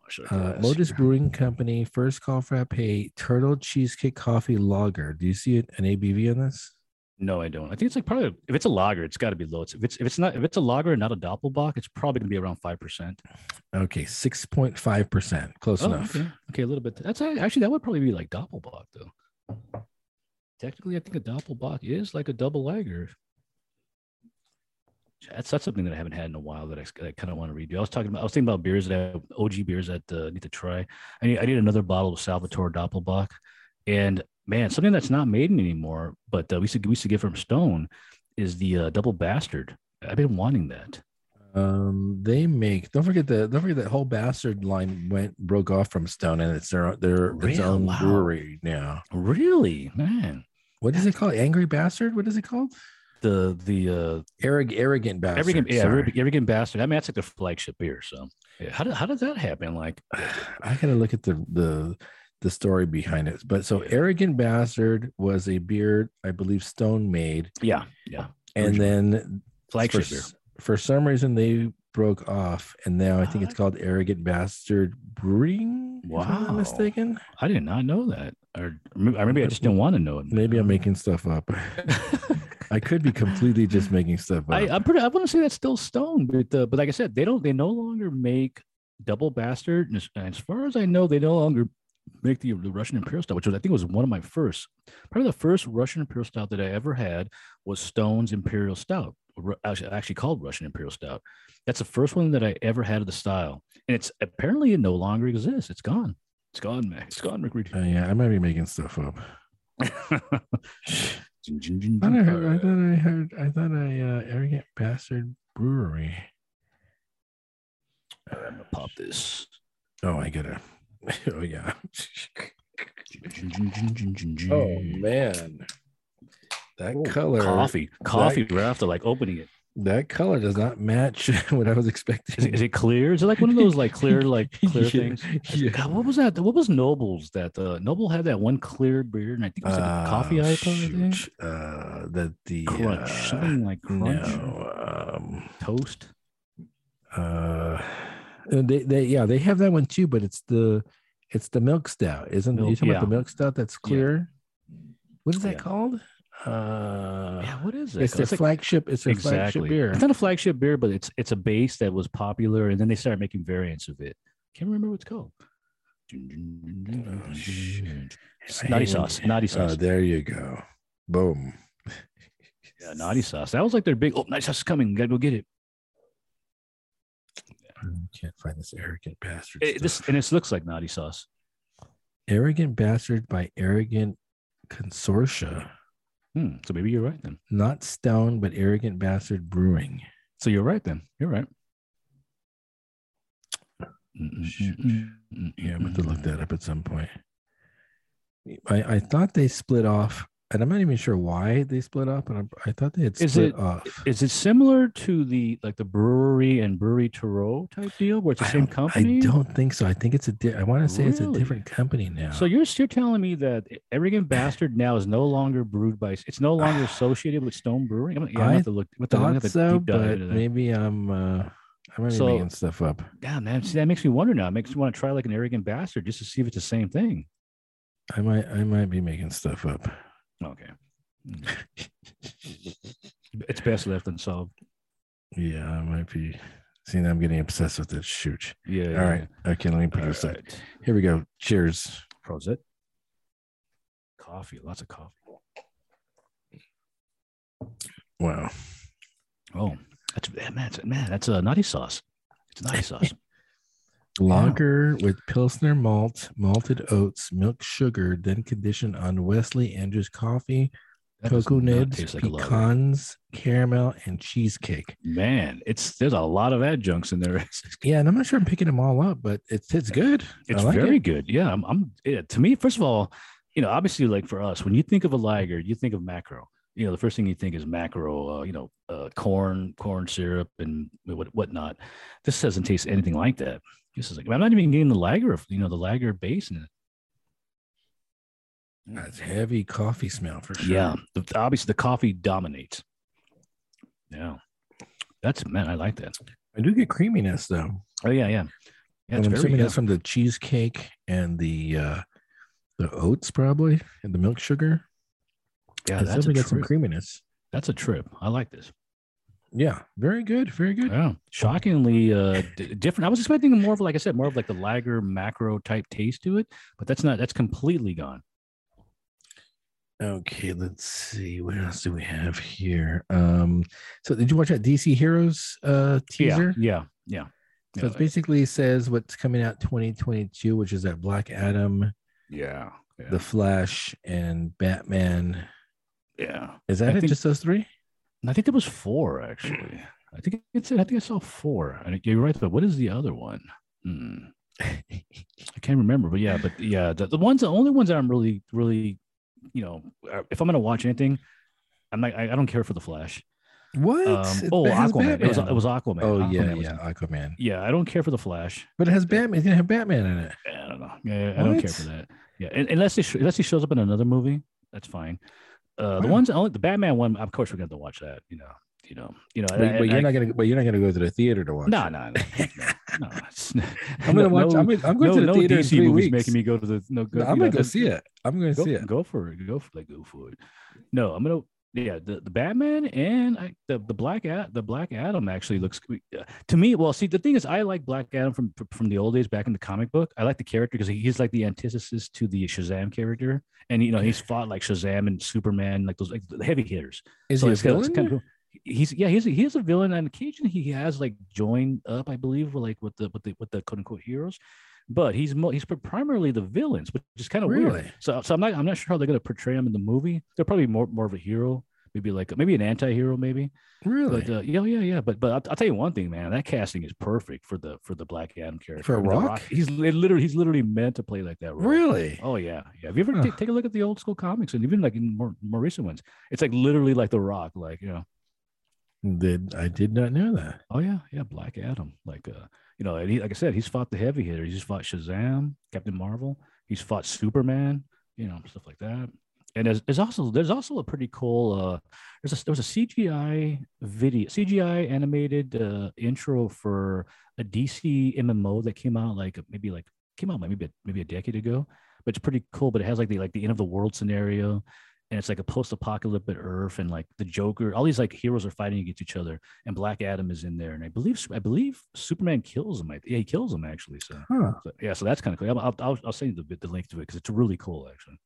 [SPEAKER 2] Should I go
[SPEAKER 1] Uh,
[SPEAKER 2] last
[SPEAKER 1] Modus
[SPEAKER 2] here?
[SPEAKER 1] Brewing Company, First Call Frappe, Turtle Cheesecake Coffee Lager. Do you see it, an ABV on this?
[SPEAKER 2] No, I don't. I think it's like probably if it's a lager, it's got to be low. It's, if it's if it's not if it's a lager and not a doppelbock, it's probably gonna be around five percent.
[SPEAKER 1] Okay, 6.5%. Close
[SPEAKER 2] Oh,
[SPEAKER 1] enough.
[SPEAKER 2] okay. okay, a little bit. That's a- actually that would probably be like doppelbock though. Technically, I think a doppelbock is like a double lager. That's that's something that I haven't had in a while that I, kind of want to redo. I was talking about I was thinking about beers that I have, OG beers that uh, need to try. I need I need another bottle of Salvatore Doppelbock, and man, something that's not made anymore, but uh, we used to we used to get from Stone is the uh, Double Bastard. I've been wanting that.
[SPEAKER 1] Um, they make. Don't forget that. Don't forget that whole bastard line went broke off from Stone, and it's their their its
[SPEAKER 2] Really?
[SPEAKER 1] own
[SPEAKER 2] Wow.
[SPEAKER 1] brewery now.
[SPEAKER 2] Really, man.
[SPEAKER 1] What is it called? Angry bastard. What is it called?
[SPEAKER 2] The the uh,
[SPEAKER 1] Arrogant, arrogant bastard.
[SPEAKER 2] Every game, yeah,
[SPEAKER 1] sorry.
[SPEAKER 2] every, every game bastard. I mean, that's like their flagship beer. So, yeah. how did how did that happen? Like,
[SPEAKER 1] I gotta look at the the the story behind it. But so arrogant bastard was a beer I believe Stone made,
[SPEAKER 2] yeah, yeah,
[SPEAKER 1] and then for,
[SPEAKER 2] flagship beer.
[SPEAKER 1] s- for some reason they broke off, and now I think it's called Arrogant Bastard Brewing. if I'm not
[SPEAKER 2] Ah. Wow.
[SPEAKER 1] mistaken.
[SPEAKER 2] I did not know that, or maybe, or maybe I just didn't want to know it.
[SPEAKER 1] Maybe I'm making stuff up. I could be completely just making stuff up.
[SPEAKER 2] I, I'm pretty. I want to say that's still Stone, but uh, but like I said, they don't. They no longer make Double Bastard, and as, and as far as I know, they no longer make the, the Russian Imperial style, which was I think was one of my first, probably the first Russian Imperial stout that I ever had was Stone's Imperial Stout, Ru- actually, actually called Russian Imperial Stout. That's the first one that I ever had of the style, and it's apparently it no longer exists. It's gone. It's gone, man. It's gone, Rick Reed.
[SPEAKER 1] Uh, yeah, I might be making stuff up.
[SPEAKER 2] Jin, jin, jin,
[SPEAKER 1] I thought I
[SPEAKER 2] jin.
[SPEAKER 1] heard. I thought I heard. I thought I uh, arrogant bastard brewery.
[SPEAKER 2] All right, I'm gonna pop this.
[SPEAKER 1] Oh, I gotta. Oh yeah. Oh man, that
[SPEAKER 2] Ooh,
[SPEAKER 1] color,
[SPEAKER 2] Coffee, coffee. We're after like opening it.
[SPEAKER 1] that color does not match what I was
[SPEAKER 2] Is, it-
[SPEAKER 1] expecting.
[SPEAKER 2] is it clear? Is it like one of those like clear, like clear
[SPEAKER 1] Yeah,
[SPEAKER 2] things? It's-
[SPEAKER 1] yeah.
[SPEAKER 2] God, what was that? What was Noble's? That uh, Noble had that one clear beer, and I think it was like a coffee
[SPEAKER 1] Uh,
[SPEAKER 2] IPA. I think?
[SPEAKER 1] shoot, Uh, that the
[SPEAKER 2] Crunch,
[SPEAKER 1] uh,
[SPEAKER 2] something like crunch,
[SPEAKER 1] No, um,
[SPEAKER 2] toast.
[SPEAKER 1] uh, and they, they, yeah, they have that one too, but it's the, it's the milk stout, isn't it? You
[SPEAKER 2] Milk,
[SPEAKER 1] talking about
[SPEAKER 2] yeah.
[SPEAKER 1] the milk stout that's clear? What is that
[SPEAKER 2] Yeah.
[SPEAKER 1] called? Uh,
[SPEAKER 2] Yeah, what is it?
[SPEAKER 1] it's their flagship. It's their flagship beer.
[SPEAKER 2] It's not a flagship beer, but it's it's a base that was popular, and then they started making variants of it. Can't remember what it's called.
[SPEAKER 1] Oh, shit.
[SPEAKER 2] Naughty
[SPEAKER 1] Hey,
[SPEAKER 2] sauce. Naughty
[SPEAKER 1] Oh,
[SPEAKER 2] sauce.
[SPEAKER 1] there you go. Boom.
[SPEAKER 2] yeah, naughty sauce. That was like their big. Oh, naughty sauce is coming. Gotta go get it.
[SPEAKER 1] I can't find this arrogant bastard.
[SPEAKER 2] It-
[SPEAKER 1] stuff.
[SPEAKER 2] this and this looks like naughty sauce.
[SPEAKER 1] arrogant bastard by arrogant consortia.
[SPEAKER 2] Hmm, so maybe you're right then.
[SPEAKER 1] Not Stone, but arrogant bastard brewing.
[SPEAKER 2] So you're right then. You're right.
[SPEAKER 1] Shoot. Yeah, I'm going
[SPEAKER 2] going
[SPEAKER 1] to look that up at some point. I, I thought they split off, and I'm not even sure why they split off, but I'm, I thought they had split
[SPEAKER 2] Is it-
[SPEAKER 1] off.
[SPEAKER 2] Is it similar to the like the brewery and brewery Tarot type deal where it's the
[SPEAKER 1] I
[SPEAKER 2] same
[SPEAKER 1] don't-
[SPEAKER 2] company?
[SPEAKER 1] I don't think so. I think it's a. Di- I want to say it's a
[SPEAKER 2] Really?
[SPEAKER 1] different company now.
[SPEAKER 2] So you're you're telling me that Arrogant Bastard now is no longer brewed by it's no longer associated with Stone Brewing. I'm, yeah, I'm
[SPEAKER 1] I
[SPEAKER 2] gonna have to look. What the I'm gonna
[SPEAKER 1] thought
[SPEAKER 2] have to
[SPEAKER 1] so,
[SPEAKER 2] deep dive
[SPEAKER 1] but
[SPEAKER 2] into that.
[SPEAKER 1] maybe I'm. Uh, I might be
[SPEAKER 2] So-
[SPEAKER 1] making stuff up.
[SPEAKER 2] Damn, man, see, that makes me wonder now. It makes me want to try like an Arrogant Bastard just to see if it's the same thing.
[SPEAKER 1] I might. I might be making stuff up.
[SPEAKER 2] Okay, it's best left unsolved.
[SPEAKER 1] yeah, I might be. See, now I'm getting obsessed with this. Shoot.
[SPEAKER 2] Yeah.
[SPEAKER 1] All right. Okay, let me put this up. Here we go. Cheers.
[SPEAKER 2] Prosit. Coffee, lots of coffee.
[SPEAKER 1] Wow.
[SPEAKER 2] Oh, that's man, that's, man, that's a naughty sauce. It's naughty sauce.
[SPEAKER 1] Lager with Pilsner malt, malted oats, milk sugar, then conditioned on Wesley Andrews coffee,
[SPEAKER 2] That does
[SPEAKER 1] cocoa
[SPEAKER 2] not
[SPEAKER 1] nibs,
[SPEAKER 2] taste like a lager.
[SPEAKER 1] pecans, caramel, and cheesecake.
[SPEAKER 2] Man, it's there's a lot of adjuncts in there.
[SPEAKER 1] Yeah, and I'm not sure I'm picking them all up, but it's it's good. I
[SPEAKER 2] It's
[SPEAKER 1] like
[SPEAKER 2] very
[SPEAKER 1] it.
[SPEAKER 2] good. Yeah, I'm. I'm yeah, to me, first of all, you know, obviously, like for us, when you think of a lager, you think of macro. You know, the first thing you think is macro. Uh, you know, uh, corn, corn syrup, and what whatnot. This doesn't taste anything like that. This is like I'm not even getting the lager. You know, the lager base in it.
[SPEAKER 1] That's heavy coffee smell for sure.
[SPEAKER 2] Yeah, the, obviously the coffee dominates. Yeah, that's man, I like that.
[SPEAKER 1] I do get creaminess though.
[SPEAKER 2] Oh yeah, yeah, yeah.
[SPEAKER 1] and
[SPEAKER 2] It's
[SPEAKER 1] I'm
[SPEAKER 2] very,
[SPEAKER 1] assuming
[SPEAKER 2] yeah.
[SPEAKER 1] that's from the cheesecake and the uh the oats probably and the milk sugar.
[SPEAKER 2] yeah,
[SPEAKER 1] It's
[SPEAKER 2] that's a
[SPEAKER 1] definitely got some
[SPEAKER 2] trip.
[SPEAKER 1] creaminess.
[SPEAKER 2] That's a trip. I like this.
[SPEAKER 1] Yeah, very good, very good.
[SPEAKER 2] Yeah, shockingly uh, d- different. I was expecting more of, like I said, more of like the lager macro type taste to it, but that's not. That's completely gone.
[SPEAKER 1] Okay, let's see. What else do we have here? Um, so did you watch that DC Heroes uh teaser?
[SPEAKER 2] Yeah, yeah, yeah.
[SPEAKER 1] So it basically says what's coming out 2022, which is that Black Adam,
[SPEAKER 2] yeah, yeah,
[SPEAKER 1] The Flash, and Batman.
[SPEAKER 2] yeah.
[SPEAKER 1] Is that
[SPEAKER 2] I
[SPEAKER 1] it?
[SPEAKER 2] think-
[SPEAKER 1] Just those three?
[SPEAKER 2] And I think there was four actually. I think it's. I think I saw four. I think you're right, but what is the other one? Hmm. I can't remember, but yeah, but yeah, the, the ones, the only ones that I'm really, really, you know, uh, if I'm gonna watch anything, I'm like, I, I don't care for the Flash.
[SPEAKER 1] What?
[SPEAKER 2] Um,
[SPEAKER 1] It
[SPEAKER 2] oh,
[SPEAKER 1] has
[SPEAKER 2] Aquaman. It was,
[SPEAKER 1] Batman.
[SPEAKER 2] it was Aquaman.
[SPEAKER 1] Oh
[SPEAKER 2] Aquaman
[SPEAKER 1] yeah,
[SPEAKER 2] was-
[SPEAKER 1] yeah, Aquaman.
[SPEAKER 2] Yeah, I don't care for the Flash.
[SPEAKER 1] But it has Batman. It's gonna have Batman in it.
[SPEAKER 2] I don't know. Yeah, I don't care for
[SPEAKER 1] What?
[SPEAKER 2] that. Yeah, un- unless he sh- unless he shows up in another movie, that's fine. Uh, the
[SPEAKER 1] Wow.
[SPEAKER 2] ones only the Batman one, of course, we're gonna have to watch that. You know, you know, you know.
[SPEAKER 1] But, but you're not gonna. But you're not gonna go to the theater to watch.
[SPEAKER 2] No,
[SPEAKER 1] it.
[SPEAKER 2] no, no, no. it's-
[SPEAKER 1] I'm gonna
[SPEAKER 2] no-
[SPEAKER 1] watch.
[SPEAKER 2] No,
[SPEAKER 1] I'm, gonna, I'm going
[SPEAKER 2] no,
[SPEAKER 1] to the
[SPEAKER 2] no
[SPEAKER 1] theater in
[SPEAKER 2] DC
[SPEAKER 1] three
[SPEAKER 2] movies
[SPEAKER 1] weeks.
[SPEAKER 2] making me go to the. No, go,
[SPEAKER 1] No,
[SPEAKER 2] you
[SPEAKER 1] I'm
[SPEAKER 2] know,
[SPEAKER 1] gonna go
[SPEAKER 2] that's-
[SPEAKER 1] see it. I'm gonna
[SPEAKER 2] Go,
[SPEAKER 1] see it.
[SPEAKER 2] go for it. Go for like go for it. No, I'm gonna. Yeah, the, the Batman and I, the the Black Ad, the Black Adam actually looks uh, to me. Well, see, the thing is, I like Black Adam from from the old days back in the comic book. I like the character because he's like the antithesis to the Shazam character, and you know he's fought like Shazam and Superman, like those like the heavy hitters.
[SPEAKER 1] Is
[SPEAKER 2] So
[SPEAKER 1] he a
[SPEAKER 2] it's kinda- it's
[SPEAKER 1] villain?
[SPEAKER 2] kinda cool. He's yeah, he's a, he is a villain, and occasionally he has like joined up, I believe, with like with the with the with the quote unquote heroes, but he's mo- he's primarily the villains, which is kind of oh, weird.
[SPEAKER 1] really?
[SPEAKER 2] So, so I'm not I'm not sure how they're going to portray him in the movie. They're probably more more of a hero, maybe like maybe an anti-hero, maybe.
[SPEAKER 1] Really?
[SPEAKER 2] But uh, yeah, yeah, yeah. But but I'll, I'll tell you one thing, man. That casting is perfect for the for the Black Adam character.
[SPEAKER 1] For
[SPEAKER 2] I mean, The
[SPEAKER 1] Rock?
[SPEAKER 2] he's li- literally he's literally meant to play like that. Role.
[SPEAKER 1] really?
[SPEAKER 2] Oh yeah, yeah. If you ever
[SPEAKER 1] Huh.
[SPEAKER 2] ta- take a look at the old school comics and even like in more, more recent ones, it's like literally like The Rock, like you know,
[SPEAKER 1] Did I did not know that.
[SPEAKER 2] oh yeah, yeah, Black Adam, like uh, you know, and he like I said, he's fought the heavy hitter. He's fought Shazam, Captain Marvel. He's fought Superman, you know, stuff like that. And there's, there's also there's also a pretty cool uh, there's a, there was a CGI video CGI animated uh, intro for a DC MMO that came out like maybe like came out like maybe a, maybe a decade ago, but it's pretty cool. But it has like the like the end of the world scenario, and it's like a post apocalyptic Earth, and like the Joker, all these like heroes are fighting against each other, and Black Adam is in there, and I believe I believe Superman kills him. I, yeah, he kills him actually. So,
[SPEAKER 1] Huh.
[SPEAKER 2] so- yeah, so that's kind of cool. I'll, I'll- I'll I'll send you the the link to it because it's really cool actually.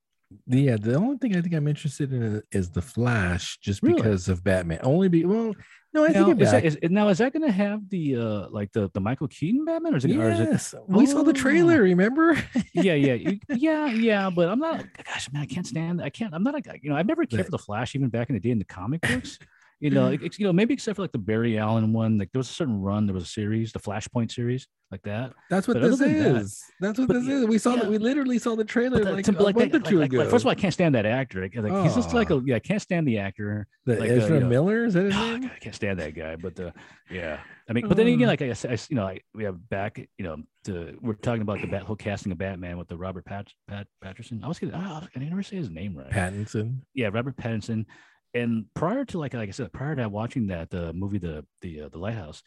[SPEAKER 1] Yeah, the only thing I think I'm interested in is the Flash, just
[SPEAKER 2] Really?
[SPEAKER 1] because of Batman. Only be well, no, I
[SPEAKER 2] Now
[SPEAKER 1] think
[SPEAKER 2] is,
[SPEAKER 1] about
[SPEAKER 2] that, is, now is that going to have the uh like the the Michael Keaton Batman or is it, or is it
[SPEAKER 1] yes. we saw the trailer. Remember?
[SPEAKER 2] yeah, yeah, you- yeah, yeah. But I'm not. Gosh, man, I can't stand. I can't. I'm not a guy. You know, I've never cared for the Flash, even back in the day in the comic books. You know, like, it's- you know, maybe except for like the Barry Allen one. Like there was a certain run, there was a series, the Flashpoint series, like that.
[SPEAKER 1] That's what
[SPEAKER 2] But other
[SPEAKER 1] this
[SPEAKER 2] than that-
[SPEAKER 1] is. That's what
[SPEAKER 2] but
[SPEAKER 1] this
[SPEAKER 2] yeah,
[SPEAKER 1] is. We saw
[SPEAKER 2] yeah.
[SPEAKER 1] that. We literally saw the trailer
[SPEAKER 2] But that-
[SPEAKER 1] like
[SPEAKER 2] to-
[SPEAKER 1] a
[SPEAKER 2] like
[SPEAKER 1] month
[SPEAKER 2] that-
[SPEAKER 1] or two
[SPEAKER 2] like-
[SPEAKER 1] ago.
[SPEAKER 2] like, first of all, I can't stand that actor. Like, like, he's just like
[SPEAKER 1] Aw.
[SPEAKER 2] a. Yeah, I can't stand the actor.
[SPEAKER 1] the
[SPEAKER 2] like, uh,
[SPEAKER 1] Ezra
[SPEAKER 2] you know,
[SPEAKER 1] Miller is that his
[SPEAKER 2] God,
[SPEAKER 1] name?
[SPEAKER 2] I can't stand that guy. But uh, yeah, I mean, but then again,
[SPEAKER 1] Uh.
[SPEAKER 2] like I said, I s- you know, I, we have back, you know, the we're talking about the bat, whole casting of Batman with the Robert Pat, Pat Patterson. I was gonna, I, was- I never say his name right.
[SPEAKER 1] Pattinson.
[SPEAKER 2] yeah, Robert Pattinson. And prior to like like I said, prior to watching that uh, movie, the the uh, the Lighthouse,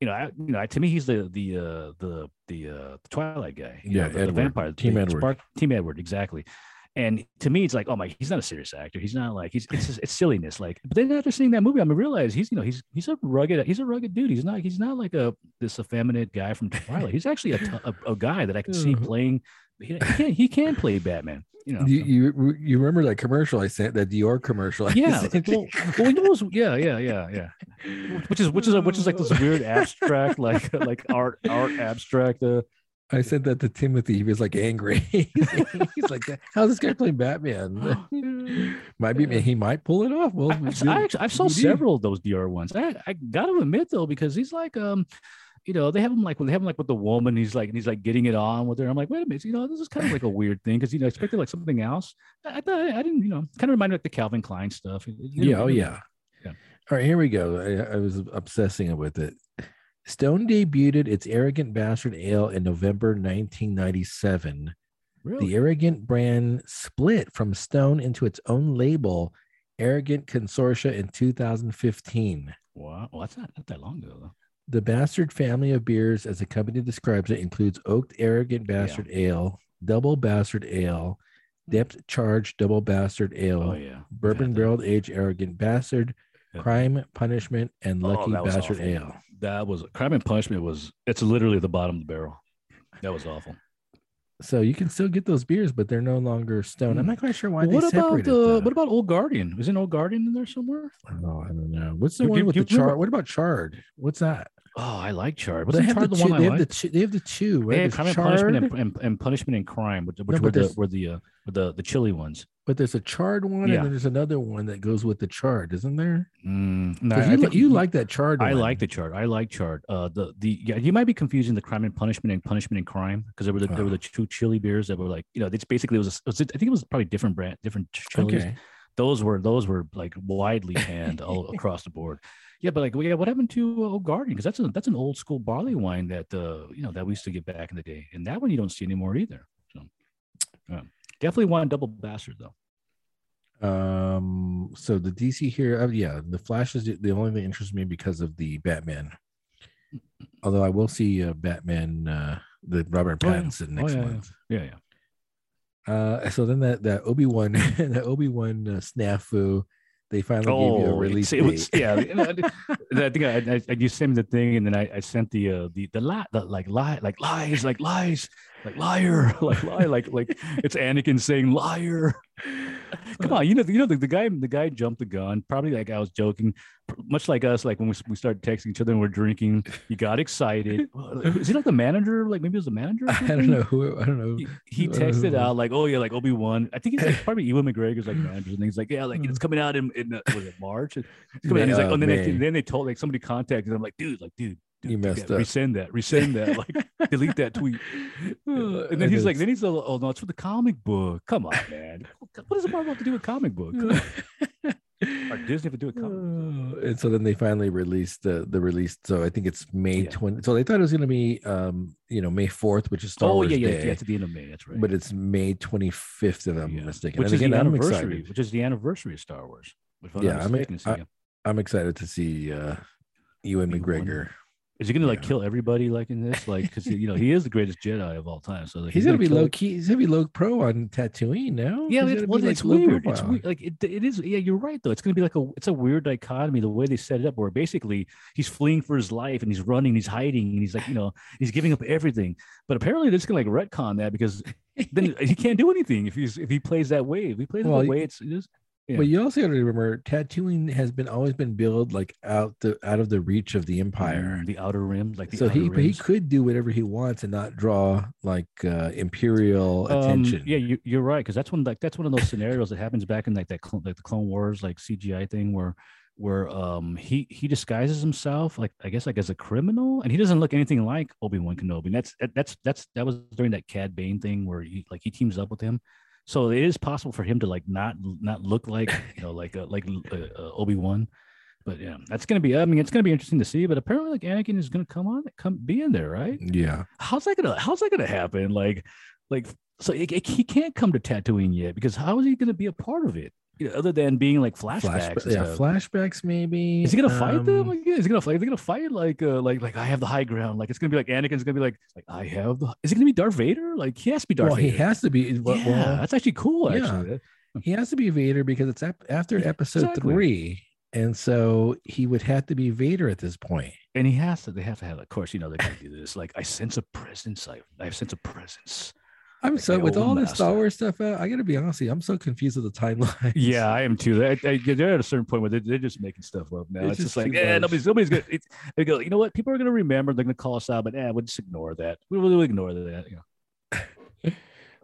[SPEAKER 2] you know, I, you know, I, to me he's the the uh, the the uh, Twilight guy, you know,
[SPEAKER 1] Yeah,
[SPEAKER 2] the, the
[SPEAKER 1] Edward.
[SPEAKER 2] vampire,
[SPEAKER 1] Team
[SPEAKER 2] the
[SPEAKER 1] Edward.
[SPEAKER 2] Team Edward, exactly. And to me, it's like, oh my, he's not a serious actor. He's not like he's it's, just, it's silliness. Like, but then after seeing that movie, I'm realize he's you know he's he's a rugged he's a rugged dude. He's not he's not like a this effeminate guy from Twilight. He's actually a t- a- a guy that I can see
[SPEAKER 1] Uh-huh.
[SPEAKER 2] playing. He, he can he can play Batman. You know,
[SPEAKER 1] You,
[SPEAKER 2] so-
[SPEAKER 1] you you remember that commercial I sent that Dior commercial? I
[SPEAKER 2] yeah
[SPEAKER 1] sent
[SPEAKER 2] well,
[SPEAKER 1] you?
[SPEAKER 2] well, you know what's- yeah yeah yeah yeah which is which is which is like this weird abstract like like art art abstract uh,
[SPEAKER 1] I sent that to Timothy. He was like angry. He's like, how's this guy playing
[SPEAKER 2] Oh,
[SPEAKER 1] Batman? might be
[SPEAKER 2] Yeah.
[SPEAKER 1] he might pull it off. Well,
[SPEAKER 2] I've,
[SPEAKER 1] dude,
[SPEAKER 2] I actually, I've saw
[SPEAKER 1] you do.
[SPEAKER 2] several of those dr ones i i gotta admit though because he's like um you know they have him like when they have him like with the woman he's like and he's like getting it on with her i'm like wait a minute you know this is kind of like a weird thing because you know I expected like something else i I thought i didn't you know kind of reminded me of the calvin klein stuff It- it- it-
[SPEAKER 1] yeah, oh
[SPEAKER 2] it-
[SPEAKER 1] yeah.
[SPEAKER 2] Yeah.
[SPEAKER 1] All right, here we go. I, I was obsessing with it. Stone debuted its Arrogant Bastard Ale in November 1997.
[SPEAKER 2] really
[SPEAKER 1] The Arrogant brand split from Stone into its own label, Arrogant Consortia, in 2015.
[SPEAKER 2] wow well that's not, not that long ago though
[SPEAKER 1] The Bastard family of beers, as the company describes it, includes Oaked Arrogant
[SPEAKER 2] Yeah. Mm-hmm.
[SPEAKER 1] Bastard Ale, Double Bastard Ale, Depth Charge Double Bastard Ale,
[SPEAKER 2] oh yeah
[SPEAKER 1] Bourbon
[SPEAKER 2] Yeah,
[SPEAKER 1] Barreled Age Arrogant Bastard,
[SPEAKER 2] Yeah.
[SPEAKER 1] Crime Punishment, and
[SPEAKER 2] Oh,
[SPEAKER 1] Lucky
[SPEAKER 2] that was
[SPEAKER 1] Bastard
[SPEAKER 2] awful.
[SPEAKER 1] Ale.
[SPEAKER 2] That was crime and punishment was it's literally the bottom of the barrel. That was awful.
[SPEAKER 1] So you can still get those beers, but they're no longer stoned. I'm
[SPEAKER 2] Hmm.
[SPEAKER 1] not quite sure why
[SPEAKER 2] what
[SPEAKER 1] they
[SPEAKER 2] about
[SPEAKER 1] separated.
[SPEAKER 2] the
[SPEAKER 1] though.
[SPEAKER 2] what about Old Guardian? Isn't Old Guardian in there somewhere?
[SPEAKER 1] oh, I don't know. What's the
[SPEAKER 2] Do-
[SPEAKER 1] one
[SPEAKER 2] do-
[SPEAKER 1] with
[SPEAKER 2] do
[SPEAKER 1] the
[SPEAKER 2] you remember-
[SPEAKER 1] char? What about charred? What's that?
[SPEAKER 2] Oh, I like Chard.
[SPEAKER 1] they
[SPEAKER 2] Wasn't
[SPEAKER 1] have
[SPEAKER 2] Chard the,
[SPEAKER 1] two,
[SPEAKER 2] one I
[SPEAKER 1] they have
[SPEAKER 2] liked?
[SPEAKER 1] the two, they have the two, right?
[SPEAKER 2] they had
[SPEAKER 1] There's
[SPEAKER 2] crime and
[SPEAKER 1] charred,
[SPEAKER 2] punishment and, and, and punishment and crime, which, which
[SPEAKER 1] but
[SPEAKER 2] were, the,
[SPEAKER 1] there's-
[SPEAKER 2] were the uh, were the the chili ones.
[SPEAKER 1] but there's a charred one,
[SPEAKER 2] Yeah.
[SPEAKER 1] and then there's another one that goes with the charred, isn't there?
[SPEAKER 2] Mm, no,
[SPEAKER 1] 'Cause
[SPEAKER 2] I
[SPEAKER 1] you, li-
[SPEAKER 2] think
[SPEAKER 1] you like that charred.
[SPEAKER 2] I
[SPEAKER 1] one.
[SPEAKER 2] like the chart. I like chart. Uh, the the yeah, you might be confusing the crime and punishment and punishment and crime because there were the, there were
[SPEAKER 1] Oh.
[SPEAKER 2] the two chili beers that were like you know it's basically it was, a, it was- I think it was probably different brand different ch- chilies.
[SPEAKER 1] Okay.
[SPEAKER 2] those were those were like widely panned all across the board. Yeah, but like, well, yeah, what happened to uh, Old Guardian? Because that's a, that's an old school barley wine that uh, you know that we used to get back in the day, and that one you don't see anymore either. So, yeah. definitely want double bastard though.
[SPEAKER 1] Um. So the DC here, oh, yeah, the Flash is the- the only thing that interests me because of the Batman. Although I will see uh, Batman, uh, the Robert
[SPEAKER 2] Oh, yeah.
[SPEAKER 1] Pattinson
[SPEAKER 2] Oh,
[SPEAKER 1] next
[SPEAKER 2] yeah, yeah.
[SPEAKER 1] month.
[SPEAKER 2] Yeah, yeah.
[SPEAKER 1] Uh, so then that that Obi Wan, that Obi Wan uh, snafu, they finally gave you a release
[SPEAKER 2] Oh, it was,
[SPEAKER 1] date.
[SPEAKER 2] yeah. I- I think I, I, I you sent me the thing, and then I, I sent the uh, the the lie, the, like lie, like lies, like lies, like liar, like lie, like like it's Anakin saying liar. Come on, you know, you know, the, the guy, the guy jumped the gun. Probably like I was joking, much like us, like when we, we started texting each other and we're drinking, he got excited. Is he like the manager? Like maybe it was the manager? or
[SPEAKER 1] I
[SPEAKER 2] something?
[SPEAKER 1] don't know who. I don't know.
[SPEAKER 2] He, he
[SPEAKER 1] I don't know who it
[SPEAKER 2] texted
[SPEAKER 1] was.
[SPEAKER 2] out like, "Oh yeah, like Obi Wan." I think he's like probably Ewan McGregor's like manager, and he's like, "Yeah, like
[SPEAKER 1] Hmm.
[SPEAKER 2] it's coming out in, in uh, was it March?" It's coming out. And he's like,
[SPEAKER 1] Oh,
[SPEAKER 2] "Oh, and then they,
[SPEAKER 1] man.
[SPEAKER 2] then they told like somebody contacted him, like, dude, like dude, dude
[SPEAKER 1] You
[SPEAKER 2] do
[SPEAKER 1] messed
[SPEAKER 2] that,
[SPEAKER 1] up.
[SPEAKER 2] resend that, resend that, like delete that tweet."
[SPEAKER 1] Uh,
[SPEAKER 2] and
[SPEAKER 1] I
[SPEAKER 2] then he's
[SPEAKER 1] know
[SPEAKER 2] like, then he's all, "Oh no, it's for the comic book. Come on, man. What does Marvel have to do with comic book? Or Disney have to do with comic?"
[SPEAKER 1] Oh, and so then they finally released the the release. So I think it's May
[SPEAKER 2] Yeah.
[SPEAKER 1] twenty. So they thought it was going to be, um, you know, May fourth, which is Star
[SPEAKER 2] oh
[SPEAKER 1] Wars
[SPEAKER 2] yeah, yeah,
[SPEAKER 1] Day,
[SPEAKER 2] yeah. It's at the end of May. That's right.
[SPEAKER 1] but it's May twenty fifth, if I'm
[SPEAKER 2] Yeah.
[SPEAKER 1] mistaken.
[SPEAKER 2] which
[SPEAKER 1] and
[SPEAKER 2] is
[SPEAKER 1] again,
[SPEAKER 2] the
[SPEAKER 1] I'm
[SPEAKER 2] anniversary,
[SPEAKER 1] excited.
[SPEAKER 2] which is the anniversary of Star Wars. If I'm not
[SPEAKER 1] Yeah, I mean,
[SPEAKER 2] mistaken, so
[SPEAKER 1] I-
[SPEAKER 2] yeah.
[SPEAKER 1] I'm excited to see uh, Ewan
[SPEAKER 2] Obi-Wan.
[SPEAKER 1] McGregor.
[SPEAKER 2] Is he gonna like
[SPEAKER 1] Yeah.
[SPEAKER 2] kill everybody like in this? Like, because you know he is the greatest Jedi of all time. So like,
[SPEAKER 1] He's gonna be
[SPEAKER 2] kill-
[SPEAKER 1] low key. He's gonna be low pro on Tatooine now.
[SPEAKER 2] Yeah,
[SPEAKER 1] He's
[SPEAKER 2] it's,
[SPEAKER 1] gonna be,
[SPEAKER 2] well, it's
[SPEAKER 1] low
[SPEAKER 2] weird. It's
[SPEAKER 1] profile.
[SPEAKER 2] weird. Like it, it is. Yeah, you're right though. It's gonna be like a. It's a weird dichotomy the way they set it up, where basically he's fleeing for his life and he's running, he's hiding, and he's like you know he's giving up everything. But apparently they're just gonna like retcon that because then he can't do anything if he's if he plays that way. If he plays
[SPEAKER 1] Well,
[SPEAKER 2] that
[SPEAKER 1] you-
[SPEAKER 2] way, it's just Yeah.
[SPEAKER 1] But you also got to remember, Tatooine has been always been billed like out the out of the reach of the Empire.
[SPEAKER 2] the outer rim, like the
[SPEAKER 1] so
[SPEAKER 2] outer
[SPEAKER 1] he but he
[SPEAKER 2] rims.
[SPEAKER 1] could do whatever he wants and not draw like uh, imperial
[SPEAKER 2] Um,
[SPEAKER 1] attention.
[SPEAKER 2] yeah, you, you're right because that's one like that's one of those scenarios that happens back in like that cl- like the Clone Wars like CGI thing where where um he he disguises himself like I guess like as a criminal and he doesn't look anything like Obi Wan Kenobi. And that's that- that's that's that was during that Cad Bane thing where he like he teams up with him. So it is possible for him to like not not look like you know like uh, like uh, uh, Obi Wan. But yeah, that's gonna be. I mean, it's gonna be interesting to see. But apparently, like Anakin is gonna come on, come be in there, right?
[SPEAKER 1] yeah.
[SPEAKER 2] how's that gonna how's that gonna happen like like so it, it- he can't come to tatooine yet because how is he gonna be a part of it you know, other than being like flashbacks
[SPEAKER 1] Flashba-
[SPEAKER 2] and
[SPEAKER 1] yeah,
[SPEAKER 2] stuff.
[SPEAKER 1] flashbacks maybe.
[SPEAKER 2] is he gonna fight them?
[SPEAKER 1] Um,
[SPEAKER 2] Like, yeah, is he gonna fight? They're gonna fight like, uh, like, like I have the high ground. Like, it's gonna be like Anakin's gonna be like, like I have the. Is it gonna be Darth Vader? Like, he has to be Darth
[SPEAKER 1] well, he
[SPEAKER 2] Vader.
[SPEAKER 1] has to be. Well,
[SPEAKER 2] yeah,
[SPEAKER 1] well,
[SPEAKER 2] that's actually cool.
[SPEAKER 1] yeah.
[SPEAKER 2] Actually,
[SPEAKER 1] he has to be Vader because it's ap- after
[SPEAKER 2] Yeah,
[SPEAKER 1] episode
[SPEAKER 2] exactly.
[SPEAKER 1] three, and so he would have to be Vader at this point.
[SPEAKER 2] and he has to. They have to have. Of course, you know they're gonna do this. Like, I sense a presence. I, I sense a presence.
[SPEAKER 1] I'm
[SPEAKER 2] Like
[SPEAKER 1] so
[SPEAKER 2] the
[SPEAKER 1] with
[SPEAKER 2] old
[SPEAKER 1] all this Star
[SPEAKER 2] master.
[SPEAKER 1] Wars stuff out. I gotta be honest, with you, I'm so confused with the timeline.
[SPEAKER 2] Yeah, I am too. They, they, they're at a certain point where they're, they're just making stuff up now.
[SPEAKER 1] It's
[SPEAKER 2] It's,
[SPEAKER 1] just
[SPEAKER 2] just, like,
[SPEAKER 1] too
[SPEAKER 2] yeah,
[SPEAKER 1] much.
[SPEAKER 2] nobody's, nobody's gonna. It's, they go, you know what? People are gonna remember. They're gonna call us out, but eh, we'll just ignore that. We will ignore that. You know.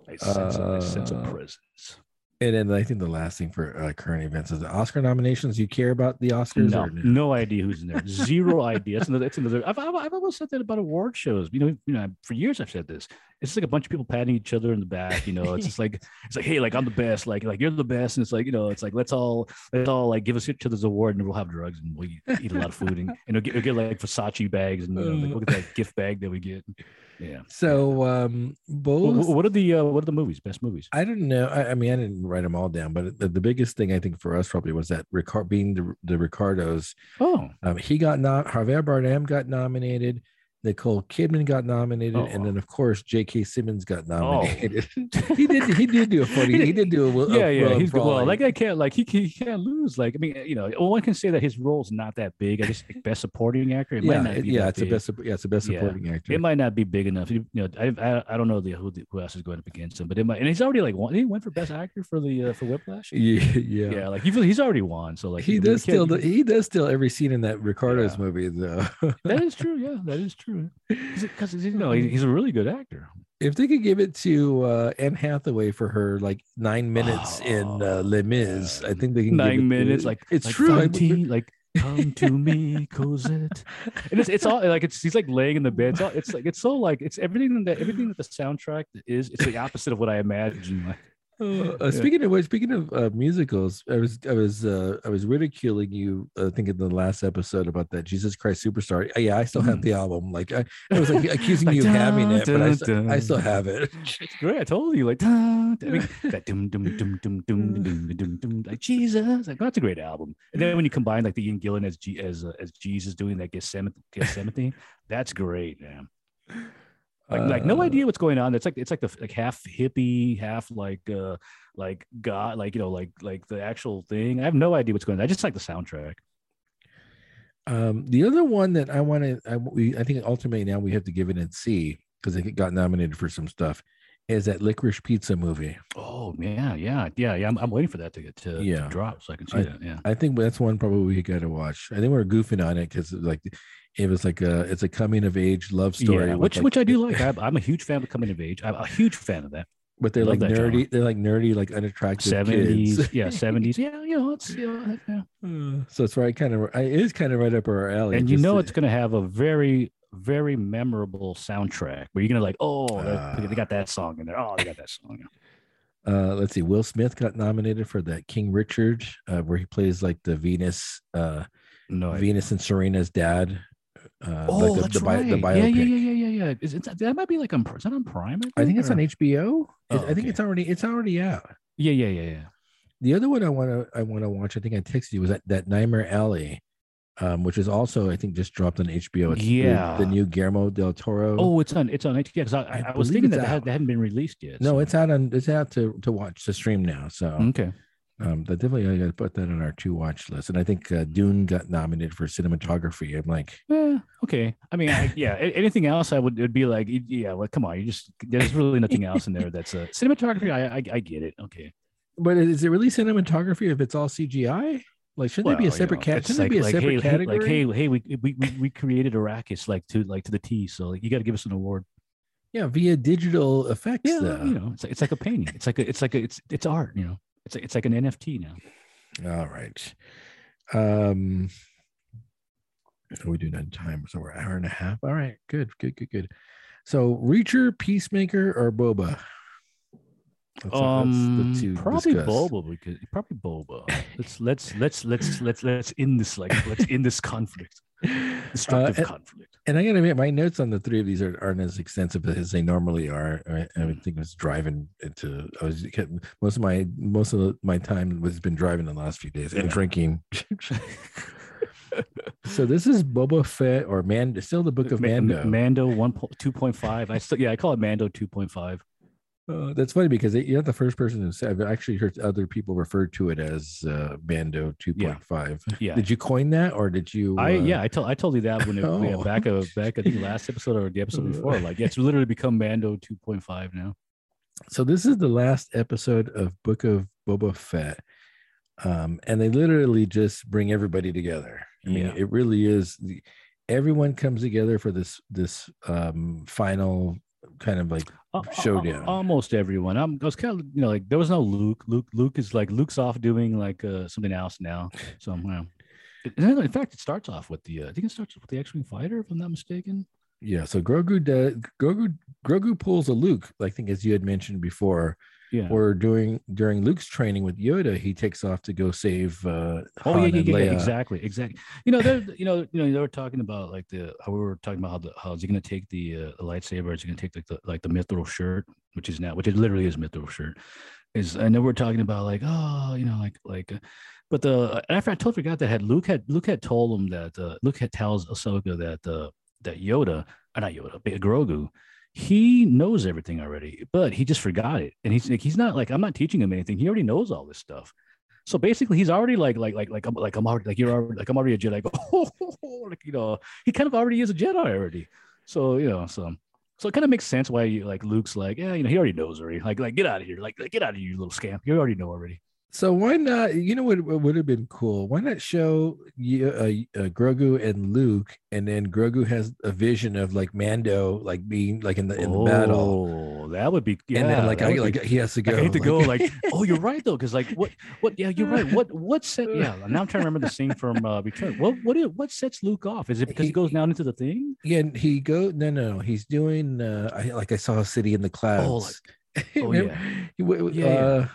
[SPEAKER 2] I sense, a- I sense a
[SPEAKER 1] Uh,
[SPEAKER 2] presence.
[SPEAKER 1] and then I think the last thing for uh, current events is the Oscar nominations. You care about the Oscars?
[SPEAKER 2] No,
[SPEAKER 1] or
[SPEAKER 2] no idea who's in there. Zero idea. That's another. That's another. I've, I've, I've always said that about award shows. You know, you know, for years I've said this. It's just like a bunch of people patting each other in the back. You know, it's just like it's like, hey, like I'm the best. Like, like you're the best. And it's like, you know, it's like let's all let's all like give us each other's award, and we'll have drugs, and we'll eat, eat a lot of food, and, and we'll, get, we'll get like Versace bags, and you know, like, look at that gift bag that we get. Yeah.
[SPEAKER 1] So um,
[SPEAKER 2] Wh-
[SPEAKER 1] both.
[SPEAKER 2] wh- What are the uh, what are the movies? Best movies?
[SPEAKER 1] I don't know. I, I mean, I didn't write them all down, but the, the biggest thing I think for us probably was that Ricard, being the, the Ricardos,
[SPEAKER 2] Oh,
[SPEAKER 1] um, he got not Javier Bardem got nominated, Nicole Kidman got nominated,
[SPEAKER 2] Oh,
[SPEAKER 1] and
[SPEAKER 2] wow.
[SPEAKER 1] then of course J.K. Simmons got
[SPEAKER 2] Oh.
[SPEAKER 1] nominated. he did. He did do a funny. He did do a. will- a
[SPEAKER 2] yeah,
[SPEAKER 1] will
[SPEAKER 2] yeah.
[SPEAKER 1] and
[SPEAKER 2] He's well.
[SPEAKER 1] brawling.
[SPEAKER 2] That guy can't like he, he can't lose. Like I mean, you know, well, one can say that his role's not that big. I guess like, best supporting actor. It
[SPEAKER 1] yeah,
[SPEAKER 2] might not
[SPEAKER 1] it-
[SPEAKER 2] be
[SPEAKER 1] yeah.
[SPEAKER 2] that
[SPEAKER 1] It's the
[SPEAKER 2] big.
[SPEAKER 1] best. sup- Yeah, it's the best
[SPEAKER 2] Yeah.
[SPEAKER 1] supporting actor.
[SPEAKER 2] It might not be big enough. You know, I I, I don't know the who, the who else is going up against him, but it might. And he's already like won. He went for best actor for the uh, for Whiplash.
[SPEAKER 1] yeah, yeah.
[SPEAKER 2] Yeah, like you feel he's already won. So like
[SPEAKER 1] he
[SPEAKER 2] you know, you
[SPEAKER 1] does steal.
[SPEAKER 2] can't-
[SPEAKER 1] The, he does steal every scene in that Ricardo's
[SPEAKER 2] Yeah.
[SPEAKER 1] movie, though.
[SPEAKER 2] That is true. Yeah, that is true. Because you know he- he's a really good actor.
[SPEAKER 1] if they could give it to uh, Anne Hathaway for her like nine minutes in uh,
[SPEAKER 2] Oh,
[SPEAKER 1] Les Mis, I
[SPEAKER 2] man.
[SPEAKER 1] think they can give it
[SPEAKER 2] nine
[SPEAKER 1] to-
[SPEAKER 2] minutes. Like
[SPEAKER 1] it's
[SPEAKER 2] like,
[SPEAKER 1] true. I-
[SPEAKER 2] Fantine, like come to me, Cosette. And it's it's all like it's he's like laying in the bed. It's, all, it's like it's so like it's everything that everything that the soundtrack is. It's the opposite of what I imagined. Like,
[SPEAKER 1] Uh,
[SPEAKER 2] Yeah.
[SPEAKER 1] Speaking of which, speaking of uh, musicals, I was I was uh, I was ridiculing you. I think in the last episode about that Jesus Christ Superstar. Uh, yeah, I still have
[SPEAKER 2] Mhm.
[SPEAKER 1] the album. Like I, I was like accusing you of having it, but I, st- I still have it.
[SPEAKER 2] It's great. I told you like dun, dun, I mean, that dum dum dum dum dum dum dum dum like Jesus. Like that's a great album. And then when you combine like the Ian Gillan as G, as uh, as Jesus doing that Gethsemane, Gethsemane that's great, man. like, like no
[SPEAKER 1] Uh,
[SPEAKER 2] idea what's going on. It's like it's like the f- like half hippie, half like uh like God, like you know, like like the actual thing. I have no idea what's going on. I just like the soundtrack.
[SPEAKER 1] Um, the other one that I want to, I, we, I think ultimately now we have to give it and see because I think it got nominated for some stuff is that licorice pizza movie.
[SPEAKER 2] Oh yeah, yeah, yeah, yeah. I'm, I'm waiting for that to get to, to
[SPEAKER 1] Yeah.
[SPEAKER 2] drop so I can see
[SPEAKER 1] I-
[SPEAKER 2] that. Yeah.
[SPEAKER 1] I think that's one probably we got to watch. I think we are goofing on it because like it was like a it's a coming of age love story.
[SPEAKER 2] yeah,
[SPEAKER 1] with,
[SPEAKER 2] which
[SPEAKER 1] like,
[SPEAKER 2] which I do like. I'm, I'm a huge fan of coming of age. I'm a huge fan of that.
[SPEAKER 1] But they're
[SPEAKER 2] love
[SPEAKER 1] like
[SPEAKER 2] that
[SPEAKER 1] nerdy.
[SPEAKER 2] genre.
[SPEAKER 1] They're like nerdy, like unattractive kids.
[SPEAKER 2] Seventies, yeah, seventies, yeah. You know, it's you know, yeah.
[SPEAKER 1] Uh, so it's right kind of I- it is kind of right up our alley.
[SPEAKER 2] and you
[SPEAKER 1] Oh, just
[SPEAKER 2] know
[SPEAKER 1] the-
[SPEAKER 2] it's going to have a very very memorable soundtrack where you're going to like oh that- they
[SPEAKER 1] Ah.
[SPEAKER 2] got that song in there oh they got that song
[SPEAKER 1] uh, let's see. Will Smith got nominated for that King Richard, uh, where he plays like the Venus, uh,
[SPEAKER 2] no idea.
[SPEAKER 1] Venus and Serena's dad. Uh,
[SPEAKER 2] oh
[SPEAKER 1] like the,
[SPEAKER 2] that's
[SPEAKER 1] the, bi-
[SPEAKER 2] right
[SPEAKER 1] the
[SPEAKER 2] yeah
[SPEAKER 1] biopic.
[SPEAKER 2] yeah yeah yeah yeah yeah is it, that might be like on Pr- is that on Prime
[SPEAKER 1] I think it's
[SPEAKER 2] or-
[SPEAKER 1] on HBO. I-
[SPEAKER 2] Oh,
[SPEAKER 1] I think
[SPEAKER 2] okay.
[SPEAKER 1] it's already it's already out.
[SPEAKER 2] yeah yeah yeah yeah
[SPEAKER 1] the other one I want to I want to watch. I think I texted you was that that Nightmare Alley, um, which is also I think just dropped on HBO. It's the-
[SPEAKER 2] Yeah.
[SPEAKER 1] the, new Guillermo del Toro.
[SPEAKER 2] oh it's on it's on HBO because
[SPEAKER 1] I
[SPEAKER 2] I, I, I was
[SPEAKER 1] believe
[SPEAKER 2] thinking
[SPEAKER 1] it's
[SPEAKER 2] that that,
[SPEAKER 1] out.
[SPEAKER 2] had, that hadn't been released yet
[SPEAKER 1] no,
[SPEAKER 2] so-
[SPEAKER 1] it's out on it's out to to watch to stream now. So
[SPEAKER 2] okay
[SPEAKER 1] um, that definitely I got to put that on our two watch list. And I think uh, Dune got nominated for cinematography. I'm like,
[SPEAKER 2] yeah Eh, okay I mean I, yeah a- anything else I would it'd be like yeah well come on you just there's really nothing else in there that's a cinematography I I, I get it okay
[SPEAKER 1] but is it really cinematography if it's all CGI? Like, shouldn't there be a
[SPEAKER 2] Well, you
[SPEAKER 1] separate
[SPEAKER 2] know,
[SPEAKER 1] cat?
[SPEAKER 2] it's
[SPEAKER 1] Shouldn't there be a
[SPEAKER 2] like- like,
[SPEAKER 1] separate
[SPEAKER 2] hey, hey,
[SPEAKER 1] category?
[SPEAKER 2] Like, hey, hey, we we we, we created Arrakis like to like to the T, so like, you got to give us an award.
[SPEAKER 1] yeah, via digital effects.
[SPEAKER 2] Yeah,
[SPEAKER 1] though.
[SPEAKER 2] you know, it's like, it's like a painting. It's like a, it's like a, it's it's art. You know, it's like, it's like an NFT now.
[SPEAKER 1] All right. Um we do not time, so we're an hour and a half. All right, good, good, good, good. So Reacher, Peacemaker, or Boba? That's,
[SPEAKER 2] um, probably
[SPEAKER 1] discuss.
[SPEAKER 2] Boba because probably Boba. Let's let's let's let's let's let's end this like let's end this conflict,
[SPEAKER 1] Uh,
[SPEAKER 2] destructive
[SPEAKER 1] and,
[SPEAKER 2] conflict.
[SPEAKER 1] and I gotta admit, my notes on the three of these are, aren't as extensive as they normally are. I, I
[SPEAKER 2] Hmm.
[SPEAKER 1] would think I was driving into I was most of my most of my time has been driving the last few days and
[SPEAKER 2] Yeah.
[SPEAKER 1] drinking. so this is Boba Fett or Man still the book of
[SPEAKER 2] Ma-
[SPEAKER 1] Mando.
[SPEAKER 2] Mando one po- two point five. I still yeah, I call it Mando two point five.
[SPEAKER 1] Uh, that's funny because it, you're not the first person who said. I've actually heard other people refer to it as uh, Bando 2.5.
[SPEAKER 2] Yeah,
[SPEAKER 1] Did you coin that, or did you?
[SPEAKER 2] I
[SPEAKER 1] uh,
[SPEAKER 2] yeah, I told I told you that when it, yeah,
[SPEAKER 1] Oh.
[SPEAKER 2] back of back I think last episode or the episode before. Like yeah, it's literally become Mando 2.5 now.
[SPEAKER 1] So this is the last episode of Book of Boba Fett, um, and they literally just bring everybody together. I mean,
[SPEAKER 2] Yeah.
[SPEAKER 1] it really is. The, everyone comes together for this this um, final kind of like
[SPEAKER 2] Uh,
[SPEAKER 1] Showdown.
[SPEAKER 2] uh, almost everyone. I'm, I was kind of you know like there was no Luke. Luke Luke is like Luke's off doing like uh, something else now. So you know. It- no, no, in fact, it starts off with the uh, I think it starts with the X-wing fighter if I'm not mistaken.
[SPEAKER 1] yeah. So Grogu does Grogu Grogu pulls a Luke, I think as you had mentioned before.
[SPEAKER 2] Yeah.
[SPEAKER 1] or during during Luke's training with Yoda, he takes off to go save. Uh,
[SPEAKER 2] Oh yeah,
[SPEAKER 1] Han
[SPEAKER 2] yeah,
[SPEAKER 1] and
[SPEAKER 2] yeah, yeah,
[SPEAKER 1] Leia.
[SPEAKER 2] exactly, exactly. You know, they're, you know, you know, they were talking about like the how we were talking about how the how is he going to take the, uh, the lightsaber? Is he going to take like the like the mithril shirt, which is now, which is literally his mithril shirt? Is and then we're talking about like oh, you know, like like, uh, but the after I totally forgot that had Luke had Luke had told him that uh, Luke had tells Ahsoka that uh, that Yoda, uh, not Yoda, but Grogu. He knows everything already, but he just forgot it. And he's like, he's not like, I'm not teaching him anything. He already knows all this stuff. So basically, he's already like, like, like, like, I'm, like I'm already, like you're already, like I'm already a Jedi. Oh, like you know, he kind of already is a Jedi already. So you know, so so it kind of makes sense why you like Luke's like, yeah, you know, he already knows already. Like, like get out of here, like, like get out of here, you little scamp. You already know already.
[SPEAKER 1] So why not? You know what, what would have been cool? Why not show Yo- uh, uh, Grogu and Luke, and then Grogu has a vision of like Mando, like being like in the in the battle,
[SPEAKER 2] Oh, that would be yeah.
[SPEAKER 1] and then like
[SPEAKER 2] that
[SPEAKER 1] I,
[SPEAKER 2] would be
[SPEAKER 1] like he has to go.
[SPEAKER 2] Like, I hate to go like, oh, you're right though, because like what what yeah, you're right. What what set yeah, now I'm trying to remember the scene from uh Return. What what is, what sets Luke off? Is it because
[SPEAKER 1] He-
[SPEAKER 2] he goes down into the thing?
[SPEAKER 1] yeah, and he go no no no. He's doing uh, I, like I saw a city in the clouds.
[SPEAKER 2] oh,
[SPEAKER 1] Remember? He w- w-
[SPEAKER 2] Yeah, yeah.
[SPEAKER 1] uh,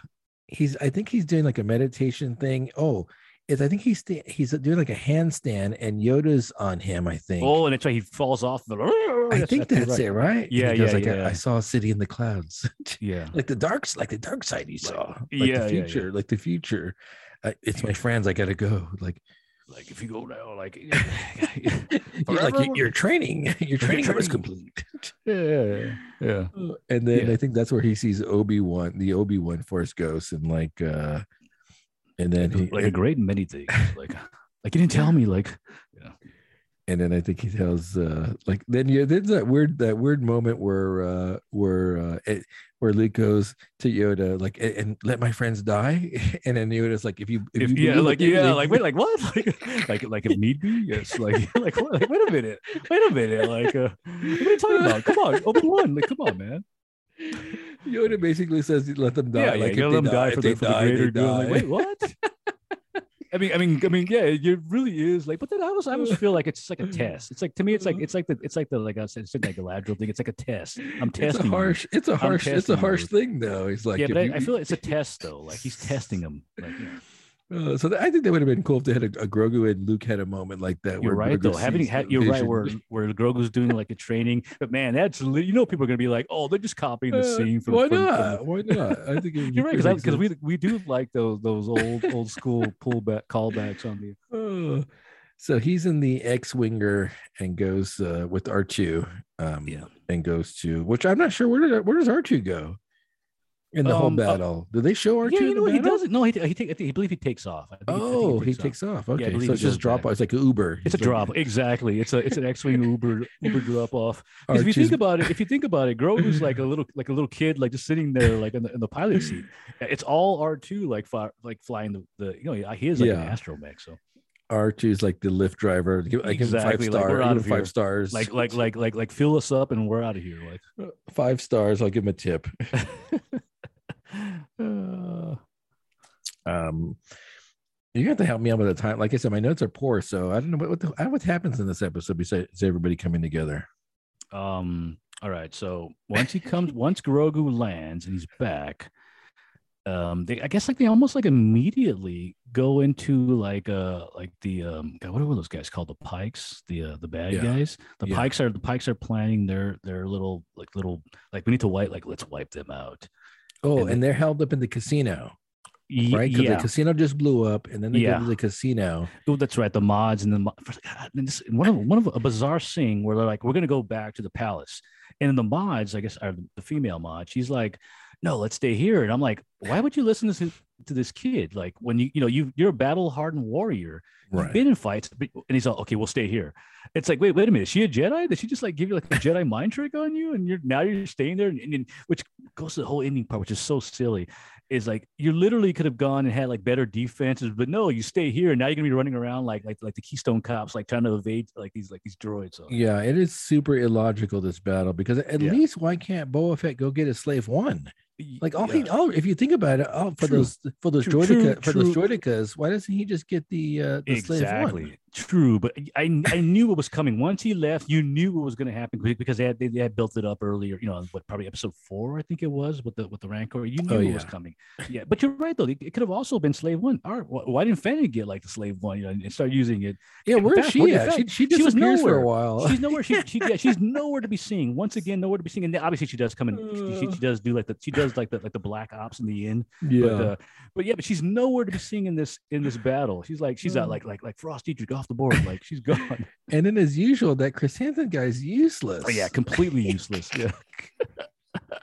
[SPEAKER 1] he's I think he's doing like a meditation thing. Oh, it's I think he's sta- he's doing like a handstand and Yoda's on him. I think.
[SPEAKER 2] Oh, and that's why he falls off the
[SPEAKER 1] I
[SPEAKER 2] Yes,
[SPEAKER 1] think
[SPEAKER 2] you're
[SPEAKER 1] that's
[SPEAKER 2] right.
[SPEAKER 1] it, right?
[SPEAKER 2] Yeah,
[SPEAKER 1] And he goes
[SPEAKER 2] yeah,
[SPEAKER 1] like, I- I,
[SPEAKER 2] yeah.
[SPEAKER 1] saw a city in the clouds,
[SPEAKER 2] Yeah.
[SPEAKER 1] like the darks, like the dark side. You saw, like
[SPEAKER 2] yeah,
[SPEAKER 1] the
[SPEAKER 2] yeah, yeah.
[SPEAKER 1] future, like the future. Uh, it's my friends. I gotta go. Like
[SPEAKER 2] Like if you go now, like
[SPEAKER 1] you're like
[SPEAKER 2] Forever?
[SPEAKER 1] your, your training, your training was
[SPEAKER 2] training.
[SPEAKER 1] complete.
[SPEAKER 2] yeah, yeah.
[SPEAKER 1] Uh, and then
[SPEAKER 2] Yeah.
[SPEAKER 1] I think that's where he sees Obi Wan, the Obi Wan Force Ghost, and like, uh and then he,
[SPEAKER 2] Like a great many things. Like like you didn't tell me. Like
[SPEAKER 1] and then I think he tells uh like then you then that weird that weird moment where uh where uh it, where Luke goes to Yoda like and, and let my friends die and then Yoda's like if you if,
[SPEAKER 2] If,
[SPEAKER 1] you
[SPEAKER 2] yeah,
[SPEAKER 1] believe
[SPEAKER 2] like
[SPEAKER 1] it,
[SPEAKER 2] yeah,
[SPEAKER 1] then-
[SPEAKER 2] like wait, like what? Like like like if need be, yes. Like like, what? like wait a minute, wait a minute. Like uh, what are you talking about? Come on, open one. Like come on, man.
[SPEAKER 1] Yoda basically says let them die
[SPEAKER 2] yeah, yeah.
[SPEAKER 1] like
[SPEAKER 2] you
[SPEAKER 1] if
[SPEAKER 2] let
[SPEAKER 1] they
[SPEAKER 2] them die
[SPEAKER 1] if
[SPEAKER 2] for
[SPEAKER 1] they
[SPEAKER 2] the, for the
[SPEAKER 1] die, they
[SPEAKER 2] greater good. I'm
[SPEAKER 1] die.
[SPEAKER 2] Like wait, what? I mean, I mean, I mean, yeah, it really is like, but then I almost, I almost feel like it's just like a test. It's like to me, it's like, it's like the, it's like the, like I said, it's like the Galadriel thing. It's like a test. I'm
[SPEAKER 1] it's
[SPEAKER 2] testing.
[SPEAKER 1] a
[SPEAKER 2] you.
[SPEAKER 1] harsh it's a harsh it's
[SPEAKER 2] testing
[SPEAKER 1] a
[SPEAKER 2] you.
[SPEAKER 1] harsh thing though he's like
[SPEAKER 2] yeah,
[SPEAKER 1] if
[SPEAKER 2] but I,
[SPEAKER 1] you-
[SPEAKER 2] I feel like it's a test though. Like he's testing him. Like, you know.
[SPEAKER 1] Uh, so that, I think that would have been cool if they had a, a Grogu and Luke had a moment like that.
[SPEAKER 2] You're
[SPEAKER 1] where
[SPEAKER 2] right
[SPEAKER 1] Grogu
[SPEAKER 2] though. Having
[SPEAKER 1] sees
[SPEAKER 2] ha-
[SPEAKER 1] the
[SPEAKER 2] you're right
[SPEAKER 1] vision.
[SPEAKER 2] where where Grogu's doing like a training, but man, that's li- you know people are gonna be like, oh, they're just copying the
[SPEAKER 1] Uh,
[SPEAKER 2] scene from.
[SPEAKER 1] why
[SPEAKER 2] from- from the-
[SPEAKER 1] not? Why not? I think it would
[SPEAKER 2] You're
[SPEAKER 1] be
[SPEAKER 2] right
[SPEAKER 1] pretty
[SPEAKER 2] because
[SPEAKER 1] cool.
[SPEAKER 2] we we do like those those old old school pullback callbacks on the.
[SPEAKER 1] Oh. so he's in the X-winger and goes uh, with R2, um,
[SPEAKER 2] Yeah.
[SPEAKER 1] and goes to which I'm not sure where did where does R2 go in the whole
[SPEAKER 2] Um, uh,
[SPEAKER 1] battle? Do they show R2?
[SPEAKER 2] yeah,
[SPEAKER 1] in
[SPEAKER 2] you
[SPEAKER 1] the
[SPEAKER 2] know what? he
[SPEAKER 1] battle?
[SPEAKER 2] doesn't. No, he ta- he take, I think, I believe he takes off. I think I think
[SPEAKER 1] Oh, he
[SPEAKER 2] off.
[SPEAKER 1] takes off.
[SPEAKER 2] I
[SPEAKER 1] Okay, so
[SPEAKER 2] believe he
[SPEAKER 1] it's just
[SPEAKER 2] goes
[SPEAKER 1] drop
[SPEAKER 2] back.
[SPEAKER 1] off. It's like an Uber.
[SPEAKER 2] It's a drop. Exactly. It's a it's an X-wing Uber Uber drop off. Because if you
[SPEAKER 1] R2's
[SPEAKER 2] think about it, if you think about it, Grogu's like a little like a little kid, like just sitting there, like in the, in the pilot seat. It's all R two, like fi- like flying the, the you know he is like
[SPEAKER 1] Yeah.
[SPEAKER 2] an astromech, so
[SPEAKER 1] R2's like the Lyft driver. Give, I give him five
[SPEAKER 2] Exactly, like,
[SPEAKER 1] stars.
[SPEAKER 2] we're
[SPEAKER 1] I
[SPEAKER 2] out
[SPEAKER 1] give him
[SPEAKER 2] of here.
[SPEAKER 1] five stars.
[SPEAKER 2] like like like like like fill us up and we're out of here. Like
[SPEAKER 1] five stars. I'll give him a tip.
[SPEAKER 2] uh,
[SPEAKER 1] Um, you have to help me out with the time. Like I said, my notes are poor, so I don't know what what, the, I- what happens in this episode besides everybody coming together.
[SPEAKER 2] Um. All right. So once he comes, once Grogu lands and he's back, um, they I guess like they almost like immediately go into like uh like the um God, what were those guys called? The Pikes, the uh, the bad
[SPEAKER 1] Yeah.
[SPEAKER 2] guys. The
[SPEAKER 1] Yeah.
[SPEAKER 2] Pikes are the Pikes are planning their their little like little like we need to wipe like let's wipe them out.
[SPEAKER 1] Oh,
[SPEAKER 2] And
[SPEAKER 1] and, they're held up in the casino,
[SPEAKER 2] Y-
[SPEAKER 1] right? Because
[SPEAKER 2] yeah.
[SPEAKER 1] the casino just blew up, and then they go
[SPEAKER 2] Yeah.
[SPEAKER 1] to the casino.
[SPEAKER 2] Oh, that's right. The mods and the mo- for- God, and this- one of one of a bizarre scene where they're like, "We're gonna go back to the palace," and the mods, I guess, are the female mod. She's like, "No, let's stay here." And I'm like, "Why would you listen to this, to this kid? Like when you you know you you're a battle hardened warrior, you've been in fights." but- And he's like, "Okay, we'll stay here." It's like, wait, wait a minute. Is she a Jedi? Did she just like give you like a Jedi mind trick on you? And you're now you're staying there, and, and which goes to the whole ending part, which is so silly is like you literally could have gone and had like better defenses, but no, you stay here and now you're gonna be running around like like like the Keystone cops, like trying to evade like these like these droids. So,
[SPEAKER 1] Yeah, it is super illogical this battle because at
[SPEAKER 2] Yeah.
[SPEAKER 1] least why can't Boba Fett go get his slave one?
[SPEAKER 2] y-
[SPEAKER 1] Like all
[SPEAKER 2] yeah.
[SPEAKER 1] he, all if you think about it, all for
[SPEAKER 2] True.
[SPEAKER 1] those for those
[SPEAKER 2] True, true,
[SPEAKER 1] Droidica, for those
[SPEAKER 2] true.
[SPEAKER 1] Droidicas, why doesn't he just get the uh, the slave one?
[SPEAKER 2] exactly true, but I I knew what was coming. Once he left, you knew what was gonna happen be- because they had they, they had built it up earlier. You know, what probably episode four I think it was with the with the Rancor. You knew
[SPEAKER 1] Oh,
[SPEAKER 2] what was
[SPEAKER 1] yeah.
[SPEAKER 2] coming. Yeah, but you're right though. It, it could have also been Slave One. All right, wh- why didn't Fanny get like the Slave One? You know, and start using it.
[SPEAKER 1] Yeah,
[SPEAKER 2] In
[SPEAKER 1] where's
[SPEAKER 2] fact,
[SPEAKER 1] she
[SPEAKER 2] what- in
[SPEAKER 1] at? She
[SPEAKER 2] fact,
[SPEAKER 1] she
[SPEAKER 2] she was
[SPEAKER 1] disappears for a
[SPEAKER 2] nowhere.
[SPEAKER 1] while.
[SPEAKER 2] she's nowhere. She, she yeah, she's nowhere to be seen. Once again, nowhere to be seen. And then obviously she does come in. She, she, she does do like the she does like the like the black ops in the end.
[SPEAKER 1] yeah,
[SPEAKER 2] But, uh, but yeah, but she's nowhere to be seen in this in this battle. She's like she's
[SPEAKER 1] Hmm.
[SPEAKER 2] out like like like Frost Dietrich off the board. Like she's gone.
[SPEAKER 1] And then, as usual, that chrysanthemum guy's useless.
[SPEAKER 2] Oh, yeah, completely useless. Yeah.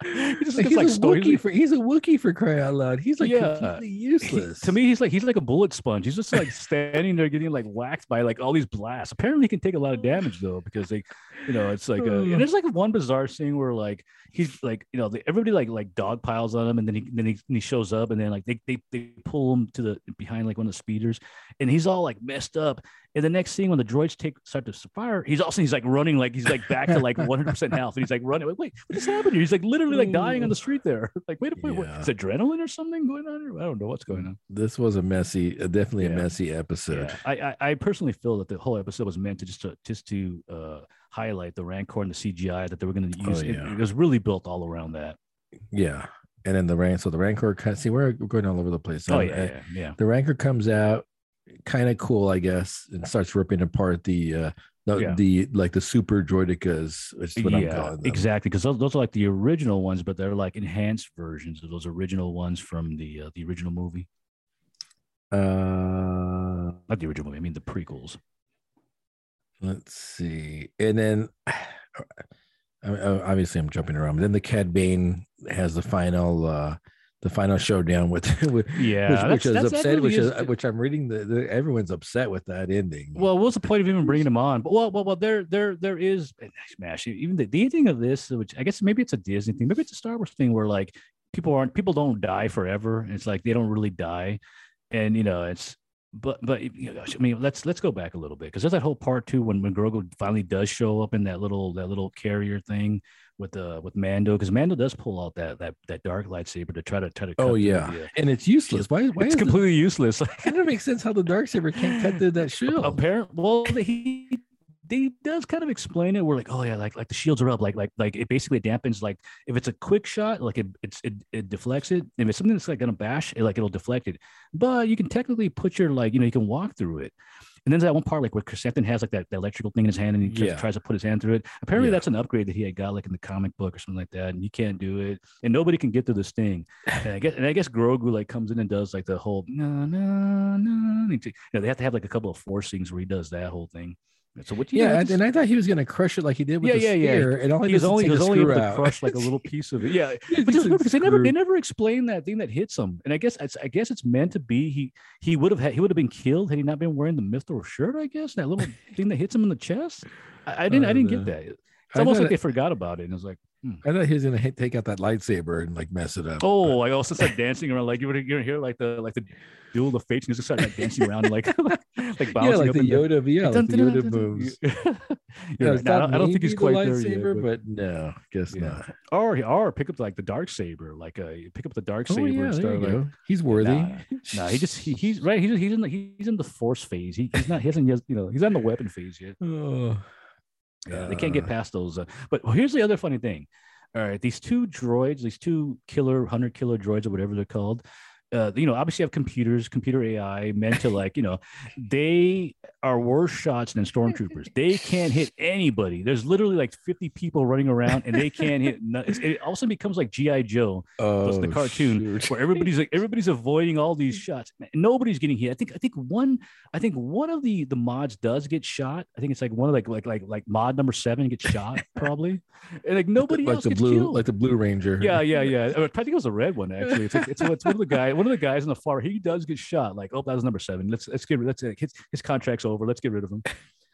[SPEAKER 2] he just
[SPEAKER 1] Like,
[SPEAKER 2] looks
[SPEAKER 1] he's,
[SPEAKER 2] like
[SPEAKER 1] a
[SPEAKER 2] story.
[SPEAKER 1] Wookiee for, he's a Wookiee for crying out loud. He's like
[SPEAKER 2] Yeah.
[SPEAKER 1] completely
[SPEAKER 2] He-
[SPEAKER 1] useless.
[SPEAKER 2] to me, he's like he's like a bullet sponge. He's just like standing there getting like whacked by like all these blasts. Apparently, he can take a lot of damage though because they, you know, it's like a,
[SPEAKER 1] Ugh.
[SPEAKER 2] and there's like one bizarre scene where like he's like you know they, everybody like like dog piles on him and then he then he, and he shows up and then like they, they they pull him to the behind like one of the speeders and he's all like messed up. And the next scene when the droids take start to fire, he's also he's like running like he's like back to like 100 percent health and he's like running. Like, wait, what just happened here? He's like literally like dying on the street there. Like wait, wait, wait
[SPEAKER 1] Yeah.
[SPEAKER 2] is adrenaline or something going on? Here? I don't know what's going on.
[SPEAKER 1] this was a messy, uh, definitely a
[SPEAKER 2] Yeah.
[SPEAKER 1] messy episode.
[SPEAKER 2] Yeah, I, I I personally feel that the whole episode was meant to just to just to uh, highlight the rancor and the CGI that they were going to
[SPEAKER 1] Oh,
[SPEAKER 2] use. It-
[SPEAKER 1] yeah.
[SPEAKER 2] it, was really built all around that.
[SPEAKER 1] Yeah. and then the rain. So the rancor cut. See, we're, we're going all over the place.
[SPEAKER 2] oh
[SPEAKER 1] Um,
[SPEAKER 2] yeah,
[SPEAKER 1] uh,
[SPEAKER 2] yeah, yeah.
[SPEAKER 1] The rancor comes out, kind of cool, I guess, and starts ripping apart the. uh the,
[SPEAKER 2] Yeah.
[SPEAKER 1] the like the super droidicas, which is what I'm
[SPEAKER 2] yeah,
[SPEAKER 1] calling them.
[SPEAKER 2] exactly. Because those, those are like the original ones, but they're like enhanced versions of those original ones from the uh, the original movie.
[SPEAKER 1] Uh,
[SPEAKER 2] Not the original movie. I mean the prequels.
[SPEAKER 1] Let's see. And then I- I- obviously I'm jumping around. But then the Cad Bane has the final uh the final showdown with, with
[SPEAKER 2] Yeah,
[SPEAKER 1] which, which
[SPEAKER 2] that's-
[SPEAKER 1] is
[SPEAKER 2] that's- that
[SPEAKER 1] upset,
[SPEAKER 2] movie
[SPEAKER 1] which is,
[SPEAKER 2] is-
[SPEAKER 1] which I'm reading the, the everyone's upset with that ending.
[SPEAKER 2] Well, what's the point of even bringing him on? But well, well, well, there, there, there is smash. Even the, the ending of this, which I guess maybe it's a Disney thing, maybe it's a Star Wars thing, where like people aren't people don't die forever. And it's like they don't really die, and you know it's. But but you know, I mean, let's let's go back a little bit because there's that whole part too when when Grogu finally does show up in that little that little carrier thing with uh with Mando because Mando does pull out that that that dark lightsaber to try to try to. cut
[SPEAKER 1] oh
[SPEAKER 2] through
[SPEAKER 1] yeah,
[SPEAKER 2] the, uh,
[SPEAKER 1] and it's useless. Why? Why
[SPEAKER 2] it's
[SPEAKER 1] is
[SPEAKER 2] completely useless.
[SPEAKER 1] It, kind of makes sense how the dark saber can't cut through that shield.
[SPEAKER 2] Apparent. Well, he he does kind of explain it. We're like, oh yeah, like like the shields are up. Like like like it basically dampens. Like if it's a quick shot, like it it's, it it deflects it. If it's something that's like gonna bash, it, like it'll deflect it. But you can technically put your like you know you can walk through it. And then there's that one part like where Chrysanthemum has like that, that electrical thing in his hand and he tries,
[SPEAKER 1] Yeah.
[SPEAKER 2] tries to put his hand through it. Apparently
[SPEAKER 1] Yeah.
[SPEAKER 2] that's an upgrade that he had got like in the comic book or something like that. And you can't do it. And nobody can get through this thing. And I guess and I guess Grogu like comes in and does like the whole no no no. You know, they have to have like a couple of forcings where he does that whole thing. So what? do you
[SPEAKER 1] Yeah,
[SPEAKER 2] know,
[SPEAKER 1] and-
[SPEAKER 2] it's-
[SPEAKER 1] and I thought he was gonna crush it like he did with
[SPEAKER 2] Yeah,
[SPEAKER 1] the
[SPEAKER 2] yeah, yeah.
[SPEAKER 1] spear. It only
[SPEAKER 2] he was
[SPEAKER 1] doesn't
[SPEAKER 2] only
[SPEAKER 1] take
[SPEAKER 2] he was
[SPEAKER 1] a
[SPEAKER 2] only
[SPEAKER 1] screw
[SPEAKER 2] able to
[SPEAKER 1] out.
[SPEAKER 2] crush like a little piece of it. Yeah,
[SPEAKER 1] It
[SPEAKER 2] but just
[SPEAKER 1] doesn't
[SPEAKER 2] remember, because they never they
[SPEAKER 1] screw.
[SPEAKER 2] never explained that thing that hits him. And I guess it's, I guess it's meant to be he he would have had he would have been killed had he not been wearing the mithril shirt. I guess that little thing that hits him in the chest. I, I didn't I
[SPEAKER 1] Oh,
[SPEAKER 2] didn't
[SPEAKER 1] no.
[SPEAKER 2] get that. It's
[SPEAKER 1] I
[SPEAKER 2] almost
[SPEAKER 1] thought
[SPEAKER 2] like they forgot about it and it was like.
[SPEAKER 1] I thought he was gonna hit, take out that lightsaber and like mess it up.
[SPEAKER 2] Oh, I also started dancing around like you were you hear like the like the duel of the fates and just started like dancing around like like bouncing
[SPEAKER 1] yeah, like
[SPEAKER 2] up
[SPEAKER 1] the
[SPEAKER 2] and down.
[SPEAKER 1] Yoda, yeah, like the Yoda moves.
[SPEAKER 2] You're
[SPEAKER 1] Yeah,
[SPEAKER 2] right.
[SPEAKER 1] it's
[SPEAKER 2] Now,
[SPEAKER 1] not
[SPEAKER 2] I don't- I don't think he's
[SPEAKER 1] maybe the
[SPEAKER 2] quite there yet.
[SPEAKER 1] lightsaber,
[SPEAKER 2] but-
[SPEAKER 1] but no, guess
[SPEAKER 2] Yeah.
[SPEAKER 1] not.
[SPEAKER 2] Or or pick up like the dark saber, like uh, you pick up the dark saber
[SPEAKER 1] Oh yeah,
[SPEAKER 2] and
[SPEAKER 1] there
[SPEAKER 2] start
[SPEAKER 1] you
[SPEAKER 2] like.
[SPEAKER 1] go. He's worthy.
[SPEAKER 2] Nah, nah, he just he, he's right. He's he's in the he's in the force phase. He, he's not he hasn't yet- you know he's not in the weapon phase yet.
[SPEAKER 1] Oh.
[SPEAKER 2] Yeah, they can't get
[SPEAKER 1] Uh,
[SPEAKER 2] past those. Uh, but here's the other funny thing. All right, these two droids, these two killer hundred killer droids or whatever they're called. Uh, you know, obviously have computers, computer AI meant to like, you know, they are worse shots than stormtroopers. They can't hit anybody. There's literally like 50 people running around and they can't hit. No, it's, it also becomes like GI Joe,
[SPEAKER 1] Oh,
[SPEAKER 2] the cartoon
[SPEAKER 1] shoot.
[SPEAKER 2] where everybody's like everybody's avoiding all these shots. Nobody's getting hit. I think I think one I think one of the the mods does get shot. I think it's like one of like like like like mod number seven gets shot probably, and like nobody
[SPEAKER 1] like
[SPEAKER 2] else
[SPEAKER 1] the
[SPEAKER 2] gets
[SPEAKER 1] blue,
[SPEAKER 2] killed.
[SPEAKER 1] like the Blue Ranger.
[SPEAKER 2] yeah, yeah, yeah. I think it was a red one actually. It's, like, it's, it's one of the guy, one of the guys on the far. He does get shot. Like, oh, that was number seven. Let's let's get rid- let's uh, his, his contract's over. Let's get rid of him.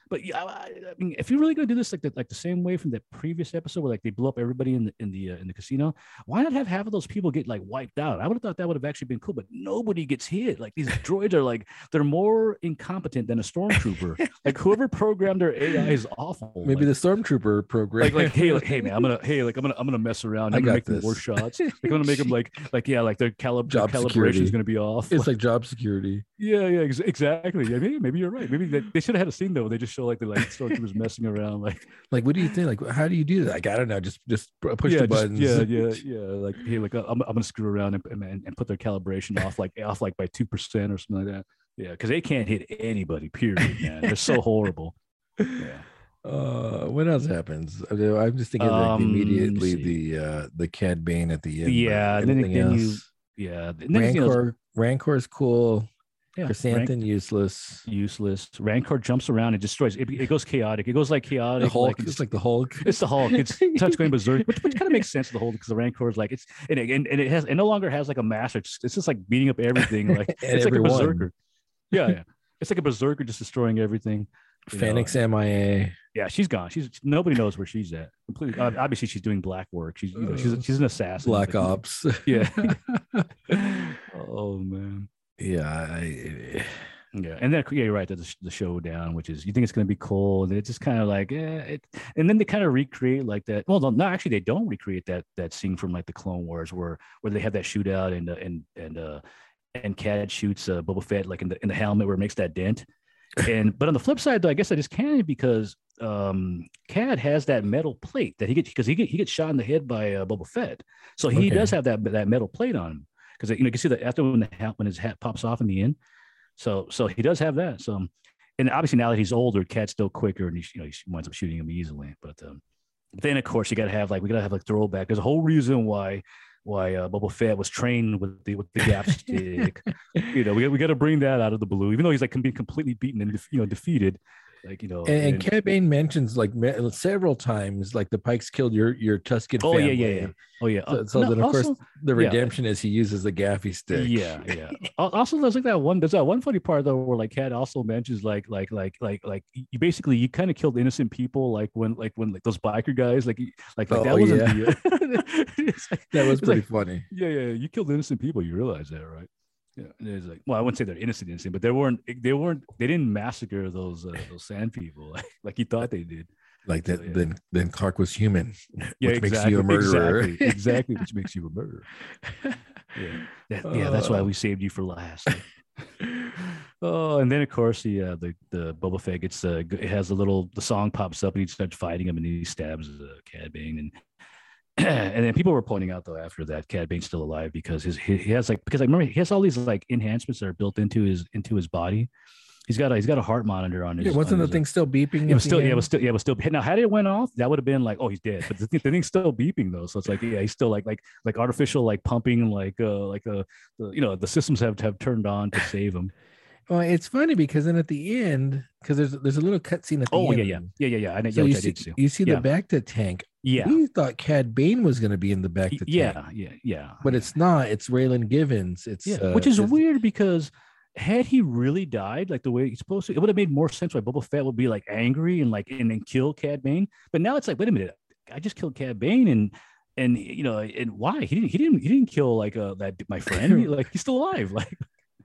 [SPEAKER 2] But yeah, I, I mean, if you're really gonna do this like the, like the same way from that previous episode where like they blew up everybody in the in the uh, in the casino, why not have half of those people get like wiped out? I would have thought that would have actually been cool, but nobody gets hit. Like these droids are like they're more incompetent than a stormtrooper. like whoever programmed their AI is awful.
[SPEAKER 1] Maybe
[SPEAKER 2] Like,
[SPEAKER 1] the Stormtrooper program.
[SPEAKER 2] like like hey like hey man I'm gonna hey like I'm gonna I'm gonna mess around
[SPEAKER 1] I
[SPEAKER 2] I'm gonna
[SPEAKER 1] got
[SPEAKER 2] make them
[SPEAKER 1] this.
[SPEAKER 2] worse shots like, I'm gonna make them like like yeah like their, calib- their
[SPEAKER 1] Job
[SPEAKER 2] calibration
[SPEAKER 1] security.
[SPEAKER 2] is gonna be off
[SPEAKER 1] it's like job security.
[SPEAKER 2] yeah yeah ex- exactly yeah maybe, maybe you're right maybe they, they should have had a scene though where they just show like the like stormtroopers messing around like
[SPEAKER 1] Like, what do you think? Like, how do you do that? Like, I don't know. Just, just pr- push
[SPEAKER 2] yeah,
[SPEAKER 1] the
[SPEAKER 2] just-
[SPEAKER 1] buttons.
[SPEAKER 2] yeah yeah yeah like hey like uh, I'm, I'm gonna screw around and, and, and put their calibration off like off like by two percent or something like that yeah because they can't hit anybody period man they're so horrible yeah.
[SPEAKER 1] Uh, what else happens? I mean, I'm just thinking like,
[SPEAKER 2] Um, let me
[SPEAKER 1] immediately
[SPEAKER 2] see.
[SPEAKER 1] the uh the Cad Bane at the end. but
[SPEAKER 2] Yeah, and then-
[SPEAKER 1] everything
[SPEAKER 2] then you-
[SPEAKER 1] else-
[SPEAKER 2] Yeah, and then, you know,
[SPEAKER 1] Rancor, Rancor's cool.
[SPEAKER 2] yeah, rank-
[SPEAKER 1] Chrysanthemum useless.
[SPEAKER 2] useless. Rancor jumps around and destroys. It, it goes chaotic. It goes like chaotic.
[SPEAKER 1] The Hulk.
[SPEAKER 2] like, it's,
[SPEAKER 1] it's like the Hulk.
[SPEAKER 2] it's the Hulk. It's touch going berserk, which, which kind of makes sense to the Hulk because the Rancor is like it's and it, and, and it has it no longer has like a master. It's, it's just like beating up everything. Like
[SPEAKER 1] And
[SPEAKER 2] it's
[SPEAKER 1] everyone.
[SPEAKER 2] like a berserker. Yeah, yeah. It's like a berserker just destroying everything. you know.
[SPEAKER 1] Phoenix MIA.
[SPEAKER 2] Yeah, she's gone. She's nobody knows where she's at. Completely. ob- Obviously, she's doing black work. She's you know, she's
[SPEAKER 1] Uh,
[SPEAKER 2] she's an assassin.
[SPEAKER 1] Black
[SPEAKER 2] but-
[SPEAKER 1] Ops.
[SPEAKER 2] Yeah. oh man.
[SPEAKER 1] yeah. I,
[SPEAKER 2] Yeah, and then yeah, you're right. That's the showdown, which is you think it's going to be cold, and it's just kind of like, eh, it, and then they kind of recreate like that. Well, no, no, actually, they don't recreate that that scene from like the Clone Wars, where where they have that shootout and uh, and and uh, and Cad shoots uh, Boba Fett like in the in the helmet where it makes that dent. And but on the flip side, though, I guess that is canon because um Cad has that metal plate that he gets because he get, he gets shot in the head by uh, Boba Fett, so he
[SPEAKER 1] Okay.
[SPEAKER 2] does have that that metal plate on him because you know you can see that after when the hat when his hat pops off in the end. So so he does have that. So and obviously now that he's older, Cat's still quicker, and he you know he winds up shooting him easily. But um, then of course you got to have like we got to have like throwback. There's a whole reason why why uh, Boba Fett was trained with the with the gap stick. You know we, we got to bring that out of the blue, even though he's like can be completely beaten and def- you know defeated. Like you know,
[SPEAKER 1] And, and Cad Bane mentions like me- several times, like the Pikes killed your your Tuscan
[SPEAKER 2] Oh, yeah,
[SPEAKER 1] family.
[SPEAKER 2] yeah, yeah. oh yeah,
[SPEAKER 1] So,
[SPEAKER 2] uh,
[SPEAKER 1] so
[SPEAKER 2] no,
[SPEAKER 1] then, of course,
[SPEAKER 2] also-
[SPEAKER 1] the
[SPEAKER 2] yeah.
[SPEAKER 1] redemption is he uses the gaffy stick.
[SPEAKER 2] yeah, yeah. Al- Also, there's like that one. There's that one funny part though, where like Cad also mentions like, like, like, like, like you basically you kind of killed innocent people, like when, like when like those biker guys, like, you- like, like
[SPEAKER 1] Oh,
[SPEAKER 2] that wasn't
[SPEAKER 1] yeah.
[SPEAKER 2] the. It's like-
[SPEAKER 1] That was
[SPEAKER 2] it's like,
[SPEAKER 1] pretty funny.
[SPEAKER 2] yeah, yeah, you killed innocent people. You realize that, right? Yeah, and it's like, well, I wouldn't say they're innocent, innocent, but they weren't. They weren't. They didn't massacre those uh, those sand people like, like you thought they did.
[SPEAKER 1] Like that.
[SPEAKER 2] Oh, yeah.
[SPEAKER 1] Then then Clark was human,
[SPEAKER 2] Yeah,
[SPEAKER 1] which makes
[SPEAKER 2] exactly.
[SPEAKER 1] you a murderer.
[SPEAKER 2] Exactly, exactly, which makes you a murderer. Yeah, that, yeah, that's
[SPEAKER 1] Uh.
[SPEAKER 2] why we saved you for last. oh, and then of course the uh, the the Boba Fett gets uh, g- it has a little the song pops up and he starts fighting him and he stabs uh, Cad Bane and. and then people were pointing out though after that Cad Bane's still alive because his he, he has like because I remember he has all these like enhancements that are built into his into his body. He's got a he's got a heart monitor on his.
[SPEAKER 1] Yeah, wasn't
[SPEAKER 2] on
[SPEAKER 1] the
[SPEAKER 2] his, uh,
[SPEAKER 1] thing still beeping?
[SPEAKER 2] it was
[SPEAKER 1] at the
[SPEAKER 2] still, yeah, it
[SPEAKER 1] end?
[SPEAKER 2] was still, yeah, it was still. Now, had it went off, that would have been like, oh, he's dead. But the, thing- the thing's still beeping though, so it's like, yeah, he's still like, like, like artificial, like pumping, like, uh, like uh, the, you know, the systems have have turned on to save him.
[SPEAKER 1] Well, it's funny because then at the end, because there's there's a little cutscene at the
[SPEAKER 2] Oh
[SPEAKER 1] end.
[SPEAKER 2] yeah, yeah, yeah, yeah, yeah. I know,
[SPEAKER 1] So
[SPEAKER 2] yeah,
[SPEAKER 1] you
[SPEAKER 2] which I
[SPEAKER 1] see,
[SPEAKER 2] did see.
[SPEAKER 1] you see
[SPEAKER 2] Yeah.
[SPEAKER 1] the back to tank.
[SPEAKER 2] Yeah,
[SPEAKER 1] We thought Cad Bane was going to be in the back to tank.
[SPEAKER 2] yeah, yeah, yeah.
[SPEAKER 1] but it's not. It's Raylan Givens. It's
[SPEAKER 2] Yeah,
[SPEAKER 1] uh,
[SPEAKER 2] which is
[SPEAKER 1] it's-
[SPEAKER 2] weird because had he really died like the way he's supposed to, it would have made more sense why Boba Fett would be like angry and like and then kill Cad Bane. But now it's like, wait a minute, I just killed Cad Bane and and you know and why he didn't he didn't he didn't kill like uh that my friend He- like he's still alive like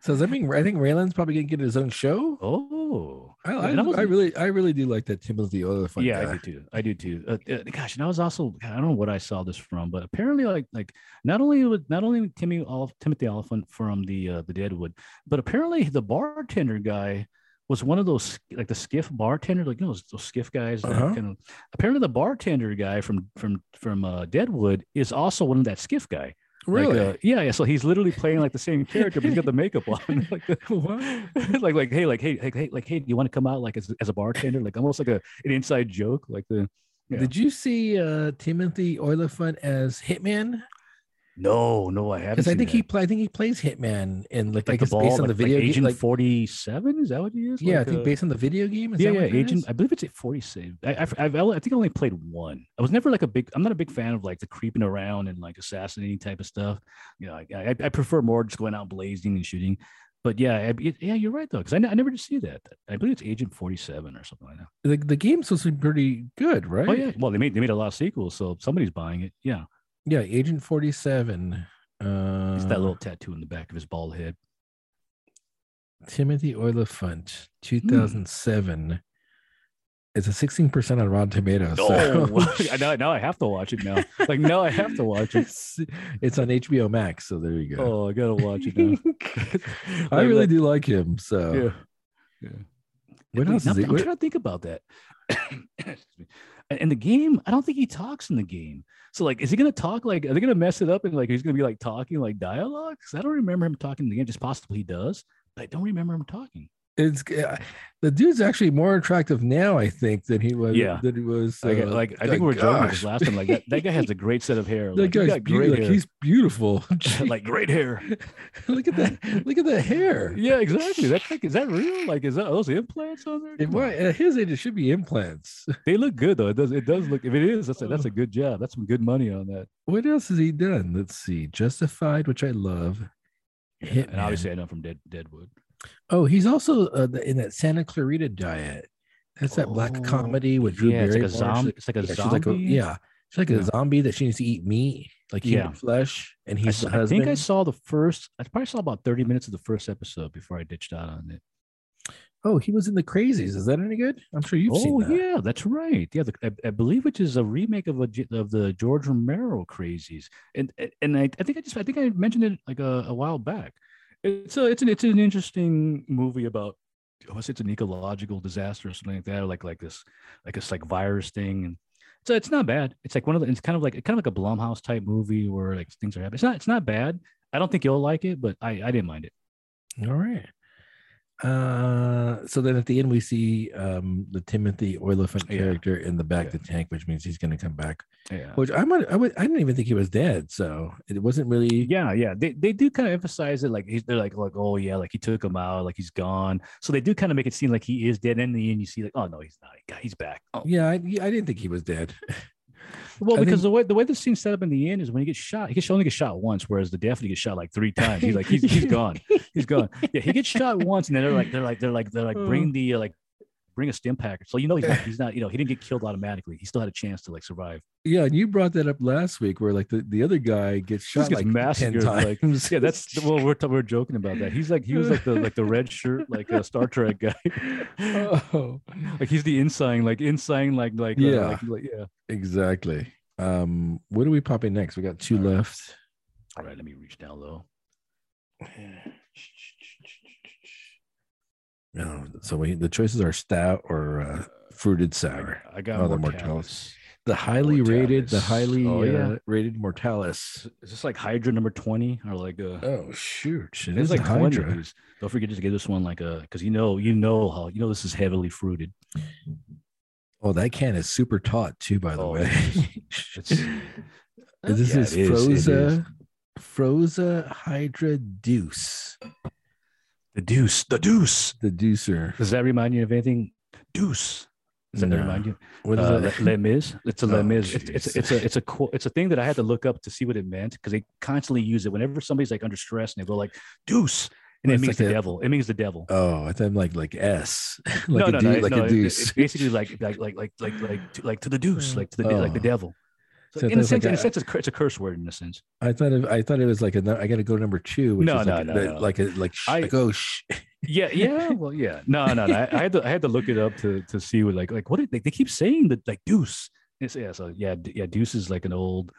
[SPEAKER 1] So does that mean I think Raylan's probably going to get his own show?
[SPEAKER 2] oh
[SPEAKER 1] I,
[SPEAKER 2] Yeah,
[SPEAKER 1] I,
[SPEAKER 2] and I
[SPEAKER 1] I
[SPEAKER 2] wasn't-
[SPEAKER 1] really I really do like that Timothy Oliphant.
[SPEAKER 2] yeah
[SPEAKER 1] guy.
[SPEAKER 2] I do too I do too uh, uh, gosh and I was also God, I don't know what I saw this from but apparently like like not only was not only Timmy Olif- Timothy Oliphant from the uh, the Deadwood but apparently the bartender guy was one of those like the skiff bartender like you know those, those skiff guys that
[SPEAKER 1] Uh-huh.
[SPEAKER 2] kind of, apparently the bartender guy from from from uh, Deadwood is also one of that skiff guy like,
[SPEAKER 1] really.
[SPEAKER 2] uh, yeah, yeah. So he's literally playing like the same character, but he's got the makeup on. like, the- like, like, hey, like, hey, like, hey, like, hey, do you want to come out like as, as a bartender? Like, almost like a an inside joke. Like the yeah.
[SPEAKER 1] Did you see uh, Timothy Oliphant as Hitman?
[SPEAKER 2] no, no, I haven't.
[SPEAKER 1] Because I
[SPEAKER 2] seen
[SPEAKER 1] think
[SPEAKER 2] that.
[SPEAKER 1] he pla- I think he plays Hitman in like, I
[SPEAKER 2] like the
[SPEAKER 1] guess
[SPEAKER 2] ball,
[SPEAKER 1] based on
[SPEAKER 2] like,
[SPEAKER 1] the video
[SPEAKER 2] like
[SPEAKER 1] game.
[SPEAKER 2] Agent
[SPEAKER 1] like-
[SPEAKER 2] forty seven. Is that what he is?
[SPEAKER 1] yeah, I
[SPEAKER 2] Like,
[SPEAKER 1] think
[SPEAKER 2] uh,
[SPEAKER 1] based on the video game. Is
[SPEAKER 2] yeah,
[SPEAKER 1] that
[SPEAKER 2] yeah,
[SPEAKER 1] what that
[SPEAKER 2] Agent.
[SPEAKER 1] is?
[SPEAKER 2] I believe it's at forty seven. I, I, I've, I think I only played one. I was never like a big. I'm not a big fan of like the creeping around and like assassinating type of stuff. You know, I, I, I prefer more just going out blazing and shooting. But yeah, I, it- yeah, you're right though, because I, ne- I never did see that. I believe it's Agent forty seven or something like that.
[SPEAKER 1] The, the game's supposed to be pretty good, right?
[SPEAKER 2] Oh yeah, well they made they made a lot of sequels, so somebody's buying it. Yeah,
[SPEAKER 1] Yeah, Agent 47. Uh,
[SPEAKER 2] it's that little tattoo in the back of his bald head.
[SPEAKER 1] Timothy
[SPEAKER 2] Hmm.
[SPEAKER 1] Oliphant, 2007. It's a 16% on Rotten Tomatoes.
[SPEAKER 2] Oh,
[SPEAKER 1] so-
[SPEAKER 2] I- now, now I have to watch it now. Like now I have to watch it.
[SPEAKER 1] It's, it's on HBO Max, so there you go.
[SPEAKER 2] Oh, I gotta watch it now.
[SPEAKER 1] I
[SPEAKER 2] Like
[SPEAKER 1] really
[SPEAKER 2] that-
[SPEAKER 1] do like him. So
[SPEAKER 2] Yeah. Yeah.
[SPEAKER 1] What
[SPEAKER 2] Wait,
[SPEAKER 1] else
[SPEAKER 2] now
[SPEAKER 1] is he-
[SPEAKER 2] I'm
[SPEAKER 1] what-
[SPEAKER 2] trying to think about that. Excuse me. And and the game, I don't think he talks in the game. So like, is he gonna talk? Like, are they gonna mess it up and like he's gonna be like talking like dialogue? 'Cause I don't remember him talking in the game. Just possibly he does, but I don't remember him talking.
[SPEAKER 1] it's uh, the dude's actually more attractive now, I think, than he was.
[SPEAKER 2] Yeah.
[SPEAKER 1] than he was.
[SPEAKER 2] Like,
[SPEAKER 1] uh,
[SPEAKER 2] like I think we were joking about this last time. Like that, that guy has a great set of hair.
[SPEAKER 1] That
[SPEAKER 2] Like, he
[SPEAKER 1] guy's
[SPEAKER 2] got
[SPEAKER 1] beautiful.
[SPEAKER 2] great
[SPEAKER 1] Like, he's beautiful.
[SPEAKER 2] hair. like great hair.
[SPEAKER 1] look at that! Look at that hair.
[SPEAKER 2] Yeah, exactly. That's like, is that real? Like, is that are those implants on there?
[SPEAKER 1] It,
[SPEAKER 2] Come
[SPEAKER 1] wa-
[SPEAKER 2] on.
[SPEAKER 1] at his age, it should be implants.
[SPEAKER 2] They look good though. It does. It does look. If it is, that's a,
[SPEAKER 1] Oh.
[SPEAKER 2] that's a good job. That's some good money on that.
[SPEAKER 1] What else has he done? Let's see. Justified, which I love.
[SPEAKER 2] Yeah, and
[SPEAKER 1] Hitman.
[SPEAKER 2] obviously, I know from Dead Deadwood.
[SPEAKER 1] Oh, he's also uh, the, in that Santa Clarita Diet. That's that
[SPEAKER 2] Oh,
[SPEAKER 1] black comedy with Drew
[SPEAKER 2] yeah, it's like a
[SPEAKER 1] Barrymore. She's
[SPEAKER 2] zombie. It's like a
[SPEAKER 1] yeah, she's
[SPEAKER 2] zombie.
[SPEAKER 1] like a, yeah, she's like a
[SPEAKER 2] Yeah.
[SPEAKER 1] zombie that she needs to eat meat, like human
[SPEAKER 2] Yeah.
[SPEAKER 1] flesh, and
[SPEAKER 2] I,
[SPEAKER 1] he's
[SPEAKER 2] s-
[SPEAKER 1] the
[SPEAKER 2] I
[SPEAKER 1] husband.
[SPEAKER 2] think I saw the first. I probably saw about thirty minutes of the first episode before I ditched out on it.
[SPEAKER 1] oh, he was in the Crazies. Is that any good? I'm sure you've seen
[SPEAKER 2] oh
[SPEAKER 1] that.
[SPEAKER 2] yeah, that's right. Yeah, the, I, I believe which is a remake of a J- of the George Romero Crazies, and and I, I think I just I think I mentioned it like a, a while back. It's a it's an it's an interesting movie about. I want to say it's an ecological disaster or something like that, or like like this like this like virus thing. And so it's not bad. It's like one of the it's kind of like kind of like a Blumhouse type movie where like things are happening. It's not it's not bad. I don't think you'll like it, but I I didn't mind it.
[SPEAKER 1] All right. Uh, so then at the end we see um the Timothy Oiliphant
[SPEAKER 2] Oh, Yeah.
[SPEAKER 1] character in the back
[SPEAKER 2] Yeah.
[SPEAKER 1] of the tank, which means he's going to come back.
[SPEAKER 2] Yeah.
[SPEAKER 1] Which I'm not- I would, I didn't even think he was dead, so it wasn't really.
[SPEAKER 2] Yeah, yeah. They, they do kind of emphasize it like he's, they're like like oh yeah, like he took him out, like he's gone. So they do kind of make it seem like he is dead, and in the end you see like oh no, he's not. God, He's back. Oh.
[SPEAKER 1] Yeah, I, I didn't think he was dead.
[SPEAKER 2] Well,
[SPEAKER 1] I
[SPEAKER 2] because the way the way the scene's set up in the end is when he gets shot, he gets only gets shot once, whereas the Daphne gets shot like three times. He's like he's, he's gone, he's gone. Yeah, he gets shot once, and then they're like they're like they're like they're like bring the uh, like bring a stim pack. So you know he's not he's not you know he didn't get killed automatically. He still had a chance to like survive.
[SPEAKER 1] Yeah, and you brought that up last week, where like the, the other guy gets shot
[SPEAKER 2] gets
[SPEAKER 1] like ten
[SPEAKER 2] massacred, like-
[SPEAKER 1] times.
[SPEAKER 2] Yeah, that's well we're t- we're joking about that. He's like he was like the like the red shirt like a Star Trek guy.
[SPEAKER 1] oh,
[SPEAKER 2] like he's the ensign, like ensign, like like uh,
[SPEAKER 1] Yeah.
[SPEAKER 2] like, like, yeah.
[SPEAKER 1] exactly. Um, what are we popping next? We got two
[SPEAKER 2] All right.
[SPEAKER 1] left.
[SPEAKER 2] All right, let me reach down low.
[SPEAKER 1] No, Oh, so we, the choices are stout or uh, fruited
[SPEAKER 2] I
[SPEAKER 1] sour.
[SPEAKER 2] got, I got
[SPEAKER 1] Oh, the
[SPEAKER 2] Mortalis.
[SPEAKER 1] The highly rated, the
[SPEAKER 2] Mortalis.
[SPEAKER 1] highly
[SPEAKER 2] Oh, yeah.
[SPEAKER 1] uh, rated Mortalis.
[SPEAKER 2] Is this like Hydra number twenty or like uh,
[SPEAKER 1] Oh shoot! It
[SPEAKER 2] There's
[SPEAKER 1] is
[SPEAKER 2] like
[SPEAKER 1] like
[SPEAKER 2] 20
[SPEAKER 1] Hydra.
[SPEAKER 2] of these. Don't forget to give this one like a because you know you know how you know this is heavily fruited.
[SPEAKER 1] Oh, that can is super taut too. By the
[SPEAKER 2] Oh,
[SPEAKER 1] way,
[SPEAKER 2] It's,
[SPEAKER 1] this
[SPEAKER 2] Yeah,
[SPEAKER 1] is
[SPEAKER 2] it is, it is.
[SPEAKER 1] Froza, Froza Hydra Deuce,
[SPEAKER 2] The Deuce, the Deuce.
[SPEAKER 1] the Deucer.
[SPEAKER 2] Does that remind you of anything? Deuce. Does that
[SPEAKER 1] No.
[SPEAKER 2] remind you?
[SPEAKER 1] What is
[SPEAKER 2] Uh,
[SPEAKER 1] that?
[SPEAKER 2] Le- Les Mis. It's a
[SPEAKER 1] Oh,
[SPEAKER 2] Les Mis. It's, it's,
[SPEAKER 1] jeez.
[SPEAKER 2] it's a it's a cool, it's a thing that I had to look up to see what it meant because they constantly use it whenever somebody's like under stress and they go like Deuce, and it
[SPEAKER 1] It's
[SPEAKER 2] means
[SPEAKER 1] like
[SPEAKER 2] the
[SPEAKER 1] a-
[SPEAKER 2] devil. It means the devil.
[SPEAKER 1] Oh, I thought I'm like like S, like
[SPEAKER 2] no,
[SPEAKER 1] a
[SPEAKER 2] no,
[SPEAKER 1] deu-
[SPEAKER 2] no,
[SPEAKER 1] like
[SPEAKER 2] no,
[SPEAKER 1] a
[SPEAKER 2] it-
[SPEAKER 1] deuce.
[SPEAKER 2] it's basically like like like like like like to, like to the deuce,
[SPEAKER 1] Mm.
[SPEAKER 2] like to the de- like the
[SPEAKER 1] Oh.
[SPEAKER 2] devil. So
[SPEAKER 1] So
[SPEAKER 2] in a
[SPEAKER 1] that's like
[SPEAKER 2] sense, in a
[SPEAKER 1] a-
[SPEAKER 2] sense, it's, cur- it's a curse word in a sense.
[SPEAKER 1] I thought it, I thought it was like a nu- I got to go number two, which
[SPEAKER 2] No,
[SPEAKER 1] is
[SPEAKER 2] no,
[SPEAKER 1] like,
[SPEAKER 2] no,
[SPEAKER 1] a, that-
[SPEAKER 2] no.
[SPEAKER 1] like a like sh-
[SPEAKER 2] I-
[SPEAKER 1] like oh sh-
[SPEAKER 2] Yeah, yeah, well, yeah. No, no, no. I, I had to I had to look it up to to see what like like what did they, they keep saying that like deuce. It's, yeah, so yeah, d- yeah. Deuce is like an old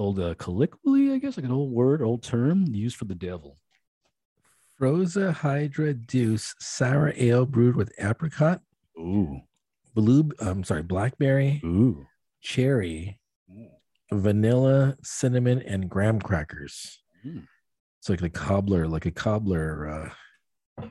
[SPEAKER 2] old uh, colloquially, I guess, like an old word, old term used for the devil.
[SPEAKER 1] Rosa Hydra Deuce sour ale brewed with apricot,
[SPEAKER 2] Ooh,
[SPEAKER 1] blue I'm sorry, blackberry,
[SPEAKER 2] ooh.
[SPEAKER 1] cherry, vanilla, cinnamon, and graham crackers.
[SPEAKER 2] Mm.
[SPEAKER 1] It's like a cobbler, like a cobbler, uh,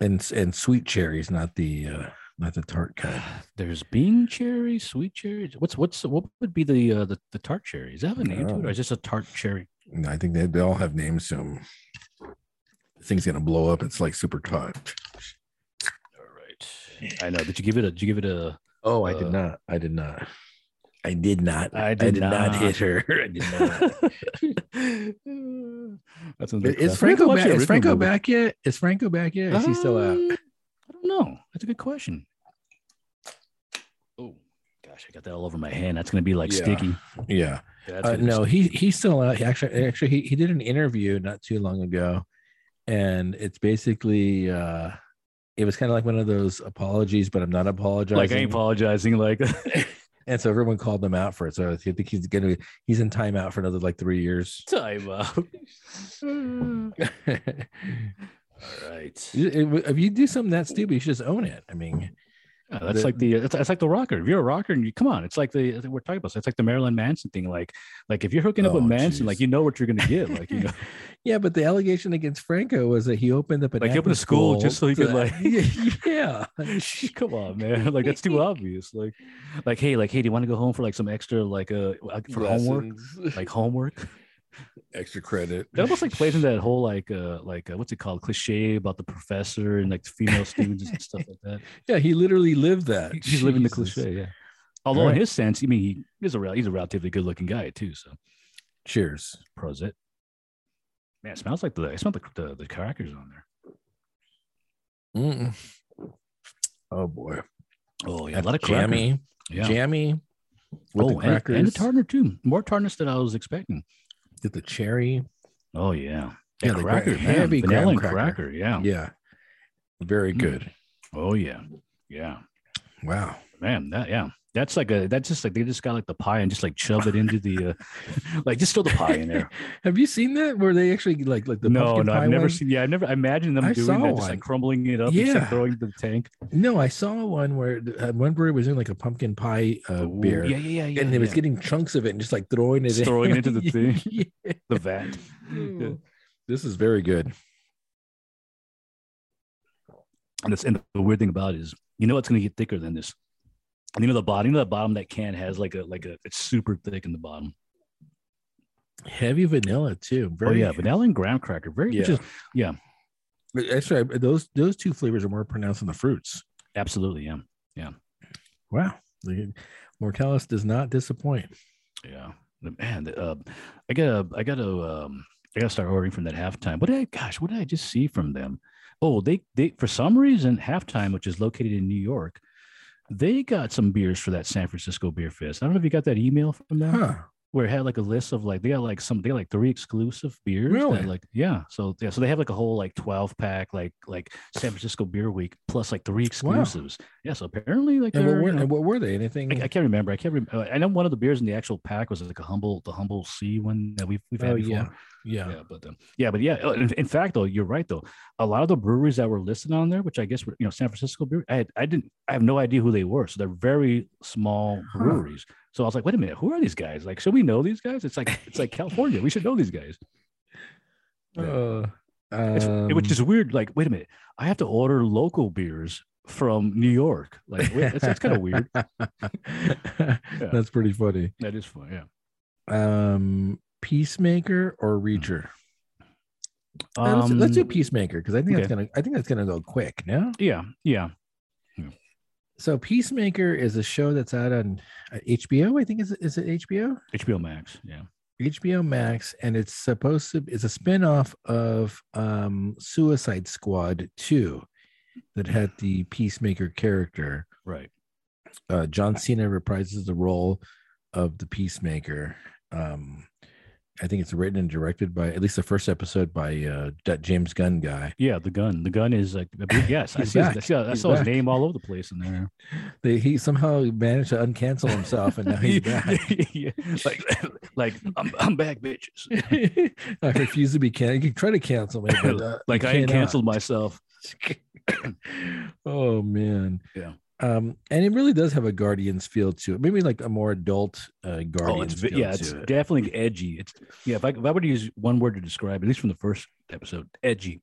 [SPEAKER 1] and s- and sweet cherries, not the uh, not the tart kind.
[SPEAKER 2] There's bean cherry, sweet cherry. What's what's what would be the uh, the, the tart cherry? Is that a name to it, or is this a tart cherry?
[SPEAKER 1] No, I think they, they all have names. So um, the thing's gonna blow up. It's like super taut.
[SPEAKER 2] All right. I know. Did you give it a? Did you give it a?
[SPEAKER 1] Oh,
[SPEAKER 2] Uh,
[SPEAKER 1] not. I did not. I did not.
[SPEAKER 2] I did not.
[SPEAKER 1] hit her. I did not.
[SPEAKER 2] That's another
[SPEAKER 1] Is
[SPEAKER 2] classic.
[SPEAKER 1] Franco
[SPEAKER 2] Watch
[SPEAKER 1] back?
[SPEAKER 2] the
[SPEAKER 1] Is
[SPEAKER 2] original
[SPEAKER 1] Franco
[SPEAKER 2] movie.
[SPEAKER 1] back yet? Is Franco back yet? Is he still out?
[SPEAKER 2] Um, I don't know. That's a good question. Oh gosh, I got that all over my hand. That's gonna be like
[SPEAKER 1] Yeah.
[SPEAKER 2] sticky.
[SPEAKER 1] Yeah.
[SPEAKER 2] That's
[SPEAKER 1] Uh,
[SPEAKER 2] gonna be
[SPEAKER 1] no,
[SPEAKER 2] sticky.
[SPEAKER 1] he he's still out. He actually, actually, he, he did an interview not too long ago, and it's basically uh it was kind of like one of those apologies, but I'm not apologizing.
[SPEAKER 2] like I ain't apologizing. Like
[SPEAKER 1] and so everyone called him out for it. So I think he's gonna be he's in timeout for another like three years.
[SPEAKER 2] time out. all right.
[SPEAKER 1] You- it- if you do something that stupid, you should just own it. I mean,
[SPEAKER 2] Yeah, Oh, that's
[SPEAKER 1] The-
[SPEAKER 2] like the that's, that's like the rocker. If you're a rocker and you come on, it's like the we're talking about. It's like the Marilyn Manson thing. Like like if you're hooking up with
[SPEAKER 1] Oh,
[SPEAKER 2] Manson, like
[SPEAKER 1] jeez.
[SPEAKER 2] you know what you're gonna get. Like you know,
[SPEAKER 1] yeah, but the allegation against Franco was that he opened up an
[SPEAKER 2] Like,
[SPEAKER 1] acting
[SPEAKER 2] he opened a school just so he could,
[SPEAKER 1] yeah,
[SPEAKER 2] come on, man. Like that's too obvious. Like like hey like hey, do you want to go home for like some extra like uh for homework
[SPEAKER 1] Lessons,
[SPEAKER 2] like homework?
[SPEAKER 1] extra credit.
[SPEAKER 2] That almost like plays into that whole like uh like uh, what's it called cliche about the professor and like the female students and stuff like that.
[SPEAKER 1] Yeah, he literally lived that.
[SPEAKER 2] He- He's living the
[SPEAKER 1] Jesus.
[SPEAKER 2] cliche, yeah. Although
[SPEAKER 1] Alright.
[SPEAKER 2] in his sense, I mean, he is a rel- he's a relatively good looking guy too. So
[SPEAKER 1] Cheers.
[SPEAKER 2] pros it. Man, it smells like the I smell the the, the crackers on there.
[SPEAKER 1] Mm-mm. Oh boy,
[SPEAKER 2] Oh yeah, a lot of crackers.
[SPEAKER 1] jammy,
[SPEAKER 2] Yeah.
[SPEAKER 1] jammy. With the
[SPEAKER 2] oh, and,
[SPEAKER 1] crackers,
[SPEAKER 2] and the tartness too. More tartness than I was expecting.
[SPEAKER 1] Get the cherry.
[SPEAKER 2] Oh yeah,
[SPEAKER 1] Yeah,
[SPEAKER 2] That
[SPEAKER 1] the
[SPEAKER 2] cracker,
[SPEAKER 1] crack-
[SPEAKER 2] man,
[SPEAKER 1] heavy graham
[SPEAKER 2] vanilla and
[SPEAKER 1] cracker.
[SPEAKER 2] cracker. Yeah.
[SPEAKER 1] Yeah, very
[SPEAKER 2] Mm.
[SPEAKER 1] good.
[SPEAKER 2] Oh yeah, yeah,
[SPEAKER 1] Wow.
[SPEAKER 2] man. That yeah. That's like a that's just like they just got like the pie and just like shove it into the uh, like just throw the pie in there.
[SPEAKER 1] Have you seen that where they actually like like the
[SPEAKER 2] no,
[SPEAKER 1] pumpkin
[SPEAKER 2] no,
[SPEAKER 1] pie
[SPEAKER 2] I've never
[SPEAKER 1] one?
[SPEAKER 2] seen. Yeah, I've never. I imagine them
[SPEAKER 1] I
[SPEAKER 2] doing
[SPEAKER 1] saw
[SPEAKER 2] that, just
[SPEAKER 1] one.
[SPEAKER 2] like crumbling it up, and just
[SPEAKER 1] Yeah.
[SPEAKER 2] like throwing it to the tank.
[SPEAKER 1] No, I saw one where th- uh, one brewery was doing like a pumpkin pie uh,
[SPEAKER 2] Ooh,
[SPEAKER 1] beer,
[SPEAKER 2] Yeah, yeah, yeah. yeah
[SPEAKER 1] and they was
[SPEAKER 2] yeah.
[SPEAKER 1] getting chunks of it and just like throwing it,
[SPEAKER 2] Just
[SPEAKER 1] in.
[SPEAKER 2] throwing it into the thing.
[SPEAKER 1] Yeah. Hmm.
[SPEAKER 2] the vat.
[SPEAKER 1] This is very good.
[SPEAKER 2] And, it's, and the weird thing about it is, you know, it's going to get thicker than this. And you know the bottom, you know the bottom of that can has like a like a it's super thick in the bottom.
[SPEAKER 1] Heavy vanilla too.
[SPEAKER 2] oh yeah, vanilla and graham cracker. Very
[SPEAKER 1] Yeah.
[SPEAKER 2] yeah. just yeah,
[SPEAKER 1] Actually, I- those those two flavors are more pronounced in the fruits.
[SPEAKER 2] absolutely, yeah.
[SPEAKER 1] Wow. The- Mortalis does not disappoint.
[SPEAKER 2] Yeah. Man, the, uh, I gotta I gotta um I gotta start ordering from that halftime. What did I gosh, what did I just see from them? Oh, they they for some reason halftime, which is located in New York, they got some beers for that San Francisco Beer Fest. I don't know if you got that email from them
[SPEAKER 1] Huh.
[SPEAKER 2] where it had like a list of like they got like some they got like three exclusive beers. that,
[SPEAKER 1] Really?
[SPEAKER 2] like yeah. So yeah, so they have like a whole like 12 pack like like San Francisco Beer Week plus like three
[SPEAKER 1] Wow.
[SPEAKER 2] exclusives. Yeah, so apparently like
[SPEAKER 1] And
[SPEAKER 2] they're,
[SPEAKER 1] what were,
[SPEAKER 2] you know-
[SPEAKER 1] and what were they? Anything?
[SPEAKER 2] I, I can't remember. I can't remember. I know one of the beers in the actual pack was like a humble, the humble C one that we've we've had
[SPEAKER 1] Oh,
[SPEAKER 2] before.
[SPEAKER 1] yeah.
[SPEAKER 2] Yeah,
[SPEAKER 1] yeah.
[SPEAKER 2] but um, yeah, but yeah. oh, In, in fact, though, you're right. Though a lot of the breweries that were listed on there, which I guess were you know San Francisco brewery, I had, I didn't, I have no idea who they were. So they're very small
[SPEAKER 1] Huh.
[SPEAKER 2] breweries. So I was like, wait a minute, who are these guys? Like, should we know these guys? It's like it's like California. We should know these guys. Yeah.
[SPEAKER 1] Uh,
[SPEAKER 2] It's, it- which
[SPEAKER 1] um,
[SPEAKER 2] is weird. Like, wait a minute, I have to order local beers from New York. Like, wait, that's, that's kind of weird.
[SPEAKER 1] um, That's pretty funny.
[SPEAKER 2] That is fun. Yeah.
[SPEAKER 1] Um, Peacemaker or Reacher? Uh, let's, let's do
[SPEAKER 2] Um,
[SPEAKER 1] Peacemaker because I think that's
[SPEAKER 2] okay.
[SPEAKER 1] gonna. I think that's gonna go quick. No.
[SPEAKER 2] Yeah, yeah.
[SPEAKER 1] So Peacemaker is a show that's out on uh, HBO. I think is it- is it HBO?
[SPEAKER 2] HBO Max. Yeah.
[SPEAKER 1] HBO Max, and it's supposed to. It's a spinoff of um, Suicide Squad Two, that had the Peacemaker character.
[SPEAKER 2] Right.
[SPEAKER 1] uh, John Cena reprises the role of the Peacemaker. Um, I think it's written and directed by at least the first episode by uh, that James Gunn guy.
[SPEAKER 2] Yeah. The gun. The gun is like a big- yes. I
[SPEAKER 1] He's
[SPEAKER 2] see. his- I
[SPEAKER 1] back.
[SPEAKER 2] see- I
[SPEAKER 1] He's
[SPEAKER 2] saw his
[SPEAKER 1] back.
[SPEAKER 2] name all over the place in there.
[SPEAKER 1] They, he somehow managed to uncancel himself, and now he's back.
[SPEAKER 2] Yeah, Like, like I'm, I'm back, bitches.
[SPEAKER 1] I refuse to be canceled. You can try to cancel me, but uh,
[SPEAKER 2] Like
[SPEAKER 1] you
[SPEAKER 2] I had
[SPEAKER 1] cannot.
[SPEAKER 2] canceled myself.
[SPEAKER 1] oh man,
[SPEAKER 2] Yeah.
[SPEAKER 1] Um, and it really does have a Guardians feel to it. Maybe like a more adult uh, Guardians.
[SPEAKER 2] Oh, it's
[SPEAKER 1] feel
[SPEAKER 2] yeah,
[SPEAKER 1] to
[SPEAKER 2] it's
[SPEAKER 1] it.
[SPEAKER 2] definitely edgy. It's yeah. If I, if I were to use one word to describe, at least from the first episode, edgy,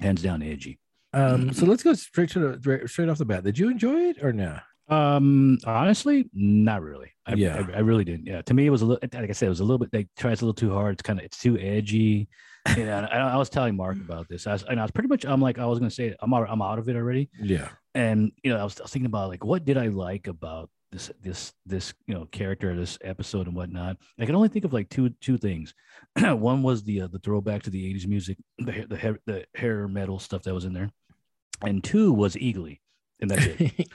[SPEAKER 2] hands down, edgy.
[SPEAKER 1] Um,
[SPEAKER 2] mm-hmm.
[SPEAKER 1] so let's go straight to the, dra- straight off the bat. Did you enjoy it or no?
[SPEAKER 2] Um, honestly, not really. I,
[SPEAKER 1] Yeah.
[SPEAKER 2] I, I really didn't. Yeah, to me, it was a little. Like I said, it was a little bit. They tries a little too hard. It's kind of it's too edgy. You know, and I, I was telling Mark about this. I was, and I was pretty much. I'm like, I was gonna say, I'm out, I'm out of it already.
[SPEAKER 1] Yeah.
[SPEAKER 2] And you know, I was, I was thinking about like, what did I like about this this this you know character, this episode, and whatnot. I can only think of like two two things. One was the uh, the throwback to the '80s music, the hair, the hair, the hair metal stuff that was in there, and two was Eagly, and that's it.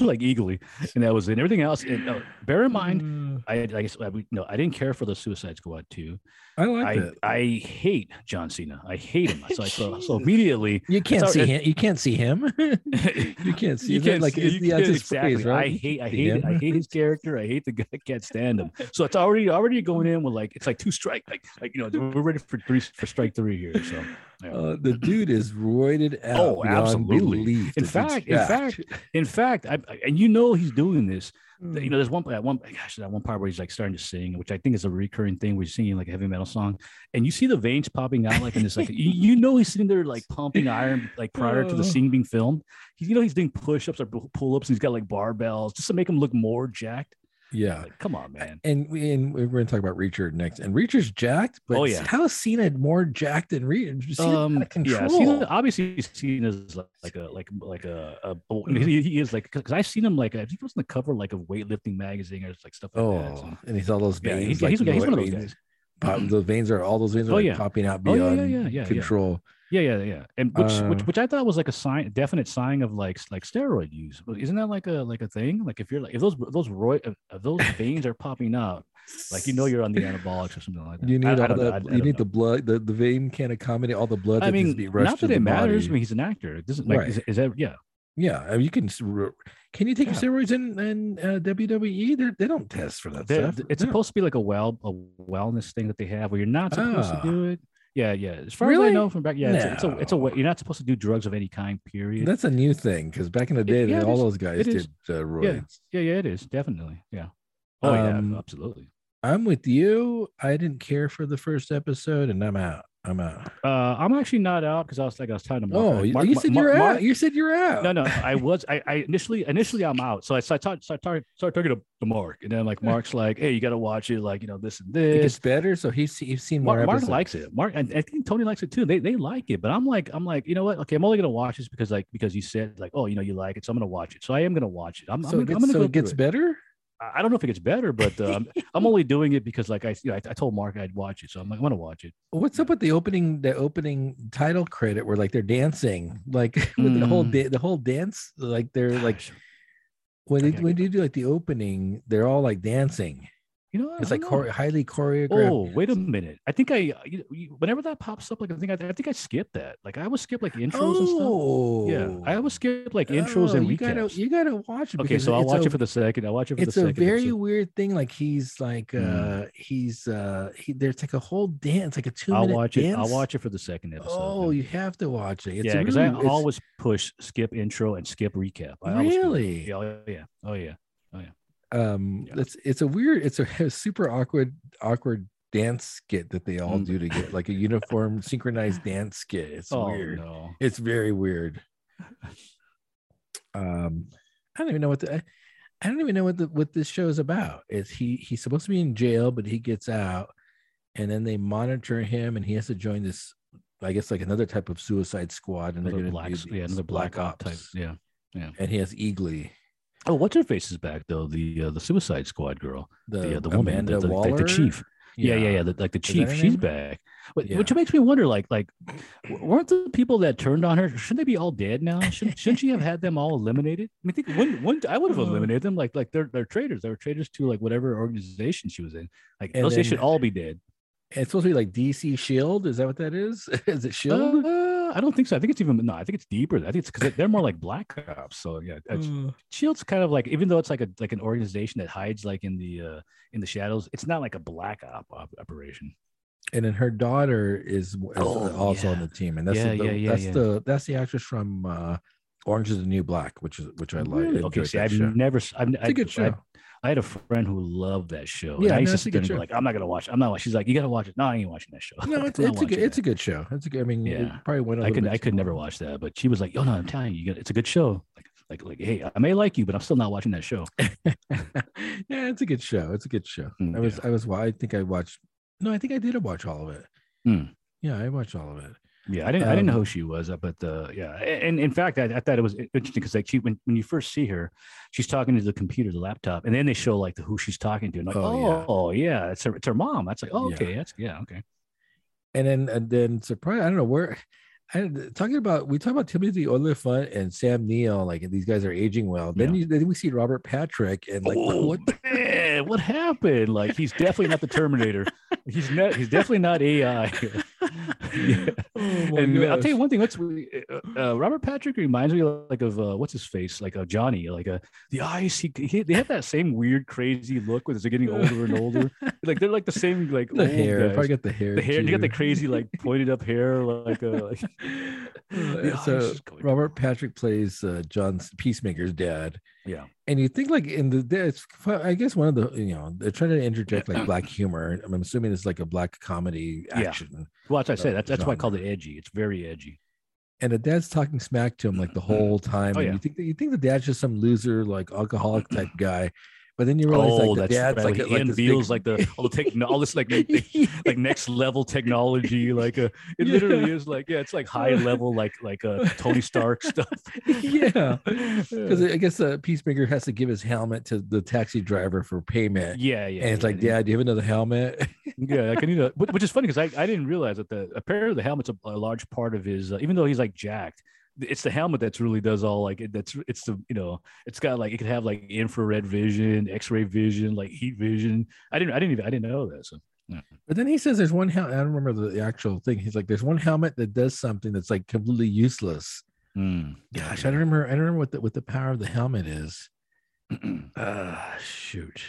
[SPEAKER 2] like eagerly, and that was it. And everything else. And, uh, bear in mind, I
[SPEAKER 1] Mm-hmm.
[SPEAKER 2] had- like I said, I- no, I didn't care for the Suicide Squad two.
[SPEAKER 1] I like
[SPEAKER 2] I
[SPEAKER 1] that.
[SPEAKER 2] I hate John Cena. I hate him. So I so, so
[SPEAKER 1] Jesus.
[SPEAKER 2] immediately
[SPEAKER 1] You can't
[SPEAKER 2] all-
[SPEAKER 1] see
[SPEAKER 2] it-
[SPEAKER 1] him. You can't see him. Uh, you can't see.
[SPEAKER 2] you
[SPEAKER 1] that,
[SPEAKER 2] can't
[SPEAKER 1] like
[SPEAKER 2] like
[SPEAKER 1] it's-
[SPEAKER 2] you
[SPEAKER 1] yeah,
[SPEAKER 2] can't,
[SPEAKER 1] it's his
[SPEAKER 2] exactly.
[SPEAKER 1] face, right?
[SPEAKER 2] I
[SPEAKER 1] You
[SPEAKER 2] hate I
[SPEAKER 1] can't see
[SPEAKER 2] hate it. I
[SPEAKER 1] him.
[SPEAKER 2] hate his character. I hate the guy. I can't stand him. So it's already already going in with like it's like two strike like like you know we're ready for three for strike three here. So yeah.
[SPEAKER 1] Uh, the dude is roided out.
[SPEAKER 2] Oh,
[SPEAKER 1] beyond
[SPEAKER 2] absolutely.
[SPEAKER 1] belief. The
[SPEAKER 2] In
[SPEAKER 1] dude's
[SPEAKER 2] fact- in
[SPEAKER 1] jacked.
[SPEAKER 2] in fact, I, I- and you know he's doing this
[SPEAKER 1] Hmm.
[SPEAKER 2] you know, there's one that one gosh, that one part where he's like starting to sing, which I think is a recurring thing where he's singing like a heavy metal song, and you see the veins popping out like in this like you, you know he's sitting there like pumping iron like prior to
[SPEAKER 1] Oh.
[SPEAKER 2] the scene being filmed. He's you know he's doing push-ups or pull-ups and he's got like barbells just to make him look more jacked.
[SPEAKER 1] yeah.
[SPEAKER 2] Like, come on, man.
[SPEAKER 1] And, we, and we're going to talk about Reacher next. And Reacher's jacked, but
[SPEAKER 2] Oh, yeah.
[SPEAKER 1] how is Cena more jacked than Reacher? Cena's out
[SPEAKER 2] Um,
[SPEAKER 1] of control.
[SPEAKER 2] yeah, Cena, obviously seen as like, like a like like a, a oh, he, he is like because I've seen him like I think he was on the cover like a weightlifting magazine or like stuff like that.
[SPEAKER 1] Oh,
[SPEAKER 2] so-
[SPEAKER 1] and he's all those
[SPEAKER 2] yeah,
[SPEAKER 1] veins.
[SPEAKER 2] he's,
[SPEAKER 1] like,
[SPEAKER 2] he's,
[SPEAKER 1] you know,
[SPEAKER 2] he's one of those
[SPEAKER 1] veins
[SPEAKER 2] guys.
[SPEAKER 1] pop- those veins are all those veins are
[SPEAKER 2] Oh,
[SPEAKER 1] like,
[SPEAKER 2] yeah.
[SPEAKER 1] popping out
[SPEAKER 2] Oh, yeah, yeah,
[SPEAKER 1] beyond
[SPEAKER 2] yeah, yeah, yeah.
[SPEAKER 1] control.
[SPEAKER 2] Yeah, yeah, yeah, and which, which
[SPEAKER 1] Uh,
[SPEAKER 2] which I thought was like a sign, definite sign of like s- like steroid use. But Isn't that like a like a thing? Like if you're like if those those roi- if if those veins are popping out, like you know you're on the anabolics or something like that.
[SPEAKER 1] You need
[SPEAKER 2] I- I
[SPEAKER 1] all
[SPEAKER 2] don't know.
[SPEAKER 1] the
[SPEAKER 2] I- I
[SPEAKER 1] you
[SPEAKER 2] don't
[SPEAKER 1] need
[SPEAKER 2] know.
[SPEAKER 1] the blood. The, the vein can't accommodate all the blood.
[SPEAKER 2] I
[SPEAKER 1] that needs to
[SPEAKER 2] mean,
[SPEAKER 1] be rushed
[SPEAKER 2] not that
[SPEAKER 1] through
[SPEAKER 2] it
[SPEAKER 1] the
[SPEAKER 2] matters.
[SPEAKER 1] body.
[SPEAKER 2] I mean, he's an actor. It doesn't like
[SPEAKER 1] Right.
[SPEAKER 2] is, is that yeah
[SPEAKER 1] Yeah, I mean, you can. s- r- Can you take your
[SPEAKER 2] Yeah.
[SPEAKER 1] steroids in in uh, WWE? They're, they don't test for that
[SPEAKER 2] They're-
[SPEAKER 1] stuff.
[SPEAKER 2] It's
[SPEAKER 1] No.
[SPEAKER 2] supposed to be like a well a wellness thing that they have where you're not supposed
[SPEAKER 1] Ah.
[SPEAKER 2] to do it. Yeah, yeah. As far as
[SPEAKER 1] Really?
[SPEAKER 2] I know from back, yeah, it's, a- it's a it's a
[SPEAKER 1] No.
[SPEAKER 2] wa- you're not supposed to do drugs of any kind. Period.
[SPEAKER 1] That's a new thing because back in the day,
[SPEAKER 2] yeah,
[SPEAKER 1] they-
[SPEAKER 2] it
[SPEAKER 1] all
[SPEAKER 2] is.
[SPEAKER 1] those guys
[SPEAKER 2] It is.
[SPEAKER 1] did uh, roids.
[SPEAKER 2] yeah, yeah. It is definitely yeah. Oh
[SPEAKER 1] Um,
[SPEAKER 2] yeah, absolutely.
[SPEAKER 1] I'm with you. I didn't care for the first episode, and I'm out. I'm out.
[SPEAKER 2] Uh, I'm actually not out because I was like I was tired of Mark.
[SPEAKER 1] Oh, you,
[SPEAKER 2] uh, Mark-
[SPEAKER 1] you said
[SPEAKER 2] Mark-
[SPEAKER 1] you're
[SPEAKER 2] Mark-
[SPEAKER 1] out. You said you're out.
[SPEAKER 2] No, no, I was. I, I initially, initially, I'm out. So I, so I, talk, so I talk, started talking to, to Mark, and then like Mark's like, "Hey, you got to watch it. Like, you know, this and
[SPEAKER 1] It gets
[SPEAKER 2] this."
[SPEAKER 1] better. So he's he's seen more
[SPEAKER 2] Mark, Mark
[SPEAKER 1] episodes.
[SPEAKER 2] likes it. Mark, and I think Tony likes it too. They, they like it, but I'm like, I'm like, you know what? Okay, I'm only gonna watch this because like because you said like, oh, you know, you like it, so I'm gonna watch it. So I am gonna watch it. I'm,
[SPEAKER 1] So
[SPEAKER 2] I'm,
[SPEAKER 1] it
[SPEAKER 2] gonna-
[SPEAKER 1] gets,
[SPEAKER 2] I'm gonna
[SPEAKER 1] so
[SPEAKER 2] go
[SPEAKER 1] it gets
[SPEAKER 2] through it.
[SPEAKER 1] better.
[SPEAKER 2] I I don't know if it gets better, but um, I'm only doing it because like I, you know, I, I told Mark I'd watch it, so I'm like, I'm gonna watch it.
[SPEAKER 1] What's up with the opening the opening title credit where like they're dancing like with the whole
[SPEAKER 2] Mm.
[SPEAKER 1] da- the whole dance like they're like when
[SPEAKER 2] I
[SPEAKER 1] they,
[SPEAKER 2] gotta
[SPEAKER 1] when you do like the opening they're all like dancing
[SPEAKER 2] you know, Oh, I
[SPEAKER 1] it's like
[SPEAKER 2] don't know.
[SPEAKER 1] chore- highly choreographed
[SPEAKER 2] Oh, wait a minute. I think I uh, you, you- whenever that pops up, like I think I, I think I skipped that. Like I always skip like Oh, intros and stuff. Yeah, I always skip like
[SPEAKER 1] Oh,
[SPEAKER 2] intros and
[SPEAKER 1] you
[SPEAKER 2] recaps.
[SPEAKER 1] gotta you gotta watch it
[SPEAKER 2] okay,
[SPEAKER 1] because
[SPEAKER 2] so I'll
[SPEAKER 1] it's
[SPEAKER 2] watch
[SPEAKER 1] a-
[SPEAKER 2] it for the second. I'll watch it for
[SPEAKER 1] it's
[SPEAKER 2] the
[SPEAKER 1] a
[SPEAKER 2] second.
[SPEAKER 1] very
[SPEAKER 2] episode.
[SPEAKER 1] weird thing like he's like
[SPEAKER 2] Mm.
[SPEAKER 1] uh he's uh he, there's like a whole dance like a two
[SPEAKER 2] I'll
[SPEAKER 1] minute
[SPEAKER 2] watch
[SPEAKER 1] dance
[SPEAKER 2] it. I'll watch it for the second episode.
[SPEAKER 1] oh
[SPEAKER 2] then.
[SPEAKER 1] you have to watch it it's
[SPEAKER 2] yeah, because
[SPEAKER 1] really,
[SPEAKER 2] I
[SPEAKER 1] it's-
[SPEAKER 2] always push skip intro and skip recap. I always do that.
[SPEAKER 1] really
[SPEAKER 2] Yeah, oh, yeah, oh yeah.
[SPEAKER 1] um
[SPEAKER 2] Yeah.
[SPEAKER 1] it's it's a weird it's a, super awkward awkward dance skit that they all
[SPEAKER 2] Mm.
[SPEAKER 1] do to get like a uniform synchronized dance skit it's
[SPEAKER 2] oh
[SPEAKER 1] weird
[SPEAKER 2] no.
[SPEAKER 1] it's very weird um i don't even know what the I, I don't even know what the what this show is about is he he's supposed to be in jail but he gets out and then they monitor him and he has to join this i guess like another type of suicide squad and
[SPEAKER 2] Another
[SPEAKER 1] they're
[SPEAKER 2] black,
[SPEAKER 1] going
[SPEAKER 2] s- yeah, another black, ops type. Yeah.
[SPEAKER 1] and he has eagly
[SPEAKER 2] Oh, what's her face is back though? The uh, the Suicide Squad girl,
[SPEAKER 1] the,
[SPEAKER 2] the uh, the woman, the,
[SPEAKER 1] Amanda
[SPEAKER 2] the, like,
[SPEAKER 1] Waller?
[SPEAKER 2] the chief. Yeah, yeah, yeah. The, like the
[SPEAKER 1] that
[SPEAKER 2] chief,
[SPEAKER 1] her
[SPEAKER 2] she's
[SPEAKER 1] name?
[SPEAKER 2] back. But,
[SPEAKER 1] Yeah.
[SPEAKER 2] Which makes me wonder, like, like w- weren't the people that turned on her? Shouldn't they be all dead now? Shouldn't, shouldn't she have had them all eliminated? I mean, think when, when I would have
[SPEAKER 1] Oh.
[SPEAKER 2] eliminated them. Like, like they're they're traitors. They were traitors to like whatever organization she was in. Like,
[SPEAKER 1] And
[SPEAKER 2] those they
[SPEAKER 1] then-
[SPEAKER 2] should all be dead.
[SPEAKER 1] It's supposed to be like DC Shield. Is that what that is? is it Shield?
[SPEAKER 2] Uh, I don't think so. I think it's even no. I think it's deeper. I think it's because they're more like black cops. So yeah, it's-
[SPEAKER 1] Mm.
[SPEAKER 2] Shield's kind of like even though it's like a like an organization that hides like in the uh in the shadows, it's not like a black op, op- operation.
[SPEAKER 1] and then her daughter is, is
[SPEAKER 2] Oh,
[SPEAKER 1] also on
[SPEAKER 2] yeah.
[SPEAKER 1] the team, and that's
[SPEAKER 2] Yeah,
[SPEAKER 1] the,
[SPEAKER 2] yeah, yeah,
[SPEAKER 1] that's
[SPEAKER 2] yeah.
[SPEAKER 1] the that's the actress from uh, Orange Is the New Black, which is which I like.
[SPEAKER 2] Really? Okay,
[SPEAKER 1] enjoyed
[SPEAKER 2] see,
[SPEAKER 1] that
[SPEAKER 2] I've
[SPEAKER 1] show.
[SPEAKER 2] never. s- I've,
[SPEAKER 1] it's a good show.
[SPEAKER 2] I had a friend who loved that show.
[SPEAKER 1] Yeah,
[SPEAKER 2] Yeah, I
[SPEAKER 1] no,
[SPEAKER 2] used to
[SPEAKER 1] it's a
[SPEAKER 2] sit
[SPEAKER 1] good
[SPEAKER 2] there and
[SPEAKER 1] show.
[SPEAKER 2] go like, I'm not gonna watch. It. I'm not. watch-" She's like, you gotta watch it. No, I ain't watching that show.
[SPEAKER 1] no, it's,
[SPEAKER 2] I'm not
[SPEAKER 1] it's a good
[SPEAKER 2] watching
[SPEAKER 1] it's a good show. It's a good. I mean, it
[SPEAKER 2] Yeah.
[SPEAKER 1] probably went. a
[SPEAKER 2] that. I
[SPEAKER 1] little
[SPEAKER 2] could.
[SPEAKER 1] bit
[SPEAKER 2] I could
[SPEAKER 1] too
[SPEAKER 2] never
[SPEAKER 1] long.
[SPEAKER 2] watch that. But she was like, Oh no, I'm telling you, you got it's a good show. Like, like, like, hey, I may like you, but I'm still not watching that show.
[SPEAKER 1] yeah, it's a good show. It's a good show.
[SPEAKER 2] Mm,
[SPEAKER 1] I was I was wa- I think I watched. No, I think I did watch all of it.
[SPEAKER 2] Mm.
[SPEAKER 1] Yeah, I watched all of it.
[SPEAKER 2] Yeah, I didn't. I didn't know
[SPEAKER 1] Um,
[SPEAKER 2] who she was, uh, but uh, yeah, A- and in fact, I, I thought it was i- interesting because like she, when, when you first see her, she's talking to the computer, the laptop, and then they show like the, who she's talking to, and like,
[SPEAKER 1] Oh, yeah.
[SPEAKER 2] oh, oh yeah, it's her, it's her mom. That's like, oh,
[SPEAKER 1] Yeah.
[SPEAKER 2] okay, that's yeah, okay.
[SPEAKER 1] and then and then surprise i don't know where I, talking about we talk about timothy olyphant and sam Neill, like these guys are aging well then,
[SPEAKER 2] Yeah.
[SPEAKER 1] you, then we see robert patrick and like
[SPEAKER 2] oh,
[SPEAKER 1] what the-
[SPEAKER 2] man, what happened? Like he's definitely not the Terminator. he's not. He's definitely not AI. Yeah.
[SPEAKER 1] Oh my
[SPEAKER 2] and I'll
[SPEAKER 1] gosh.
[SPEAKER 2] tell you one thing. What's uh, uh, Robert Patrick reminds me like of uh, what's his face, like uh, Johnny, like uh, the eyes. He, he they have that same weird, crazy look as they're getting older and older. Like they're like the same, like
[SPEAKER 1] the
[SPEAKER 2] old
[SPEAKER 1] hair
[SPEAKER 2] guys.
[SPEAKER 1] Oh, probably got the hair
[SPEAKER 2] the hair. You got the
[SPEAKER 1] too.
[SPEAKER 2] crazy, like pointed up hair, like uh, like,
[SPEAKER 1] Uh,
[SPEAKER 2] the eyes
[SPEAKER 1] so
[SPEAKER 2] is going-
[SPEAKER 1] robert patrick plays uh, john's peacemaker's dad
[SPEAKER 2] Yeah.
[SPEAKER 1] and you think like in the it's i guess one of the you know they're trying to interject like black humor i'm assuming it's like a black comedy
[SPEAKER 2] Yeah.
[SPEAKER 1] action
[SPEAKER 2] Well, that's what I say.
[SPEAKER 1] Uh,
[SPEAKER 2] That's that's why I call it edgy. It's very edgy.
[SPEAKER 1] and the dad's talking smack to him like the whole time.
[SPEAKER 2] Oh,
[SPEAKER 1] and
[SPEAKER 2] yeah.
[SPEAKER 1] you think that you think the dad's just some loser, like alcoholic type guy, but then you realize like the dad's
[SPEAKER 2] Oh,
[SPEAKER 1] like,
[SPEAKER 2] right.
[SPEAKER 1] a- like
[SPEAKER 2] Ian
[SPEAKER 1] this big-
[SPEAKER 2] Beale's like the all the techno- all this like ne- like next level technology. Like uh, it
[SPEAKER 1] Yeah.
[SPEAKER 2] literally is like yeah, it's like high level like like uh, Tony Stark stuff.
[SPEAKER 1] yeah, because I guess the peacemaker has to give his helmet to the taxi driver for payment.
[SPEAKER 2] Yeah, yeah.
[SPEAKER 1] and it's
[SPEAKER 2] yeah,
[SPEAKER 1] like,
[SPEAKER 2] they-
[SPEAKER 1] Dad, do you have another helmet?
[SPEAKER 2] yeah, like I need a, but- which is funny because I, I didn't realize that the apparently the helmet's a, a large part of his, uh, even though he's like jacked, it's the helmet that's really does all like it, that's it's the you know it's got like it could have like infrared vision, X ray vision, like heat vision. I didn't I didn't even I didn't know that. So
[SPEAKER 1] But then he says there's one helmet. I don't remember the, the actual thing. He's like, there's one helmet that does something that's like completely useless. Hmm. Gosh, I don't remember. I don't remember what the, what the power of the helmet is.
[SPEAKER 2] Hmm.
[SPEAKER 1] Uh, shoot.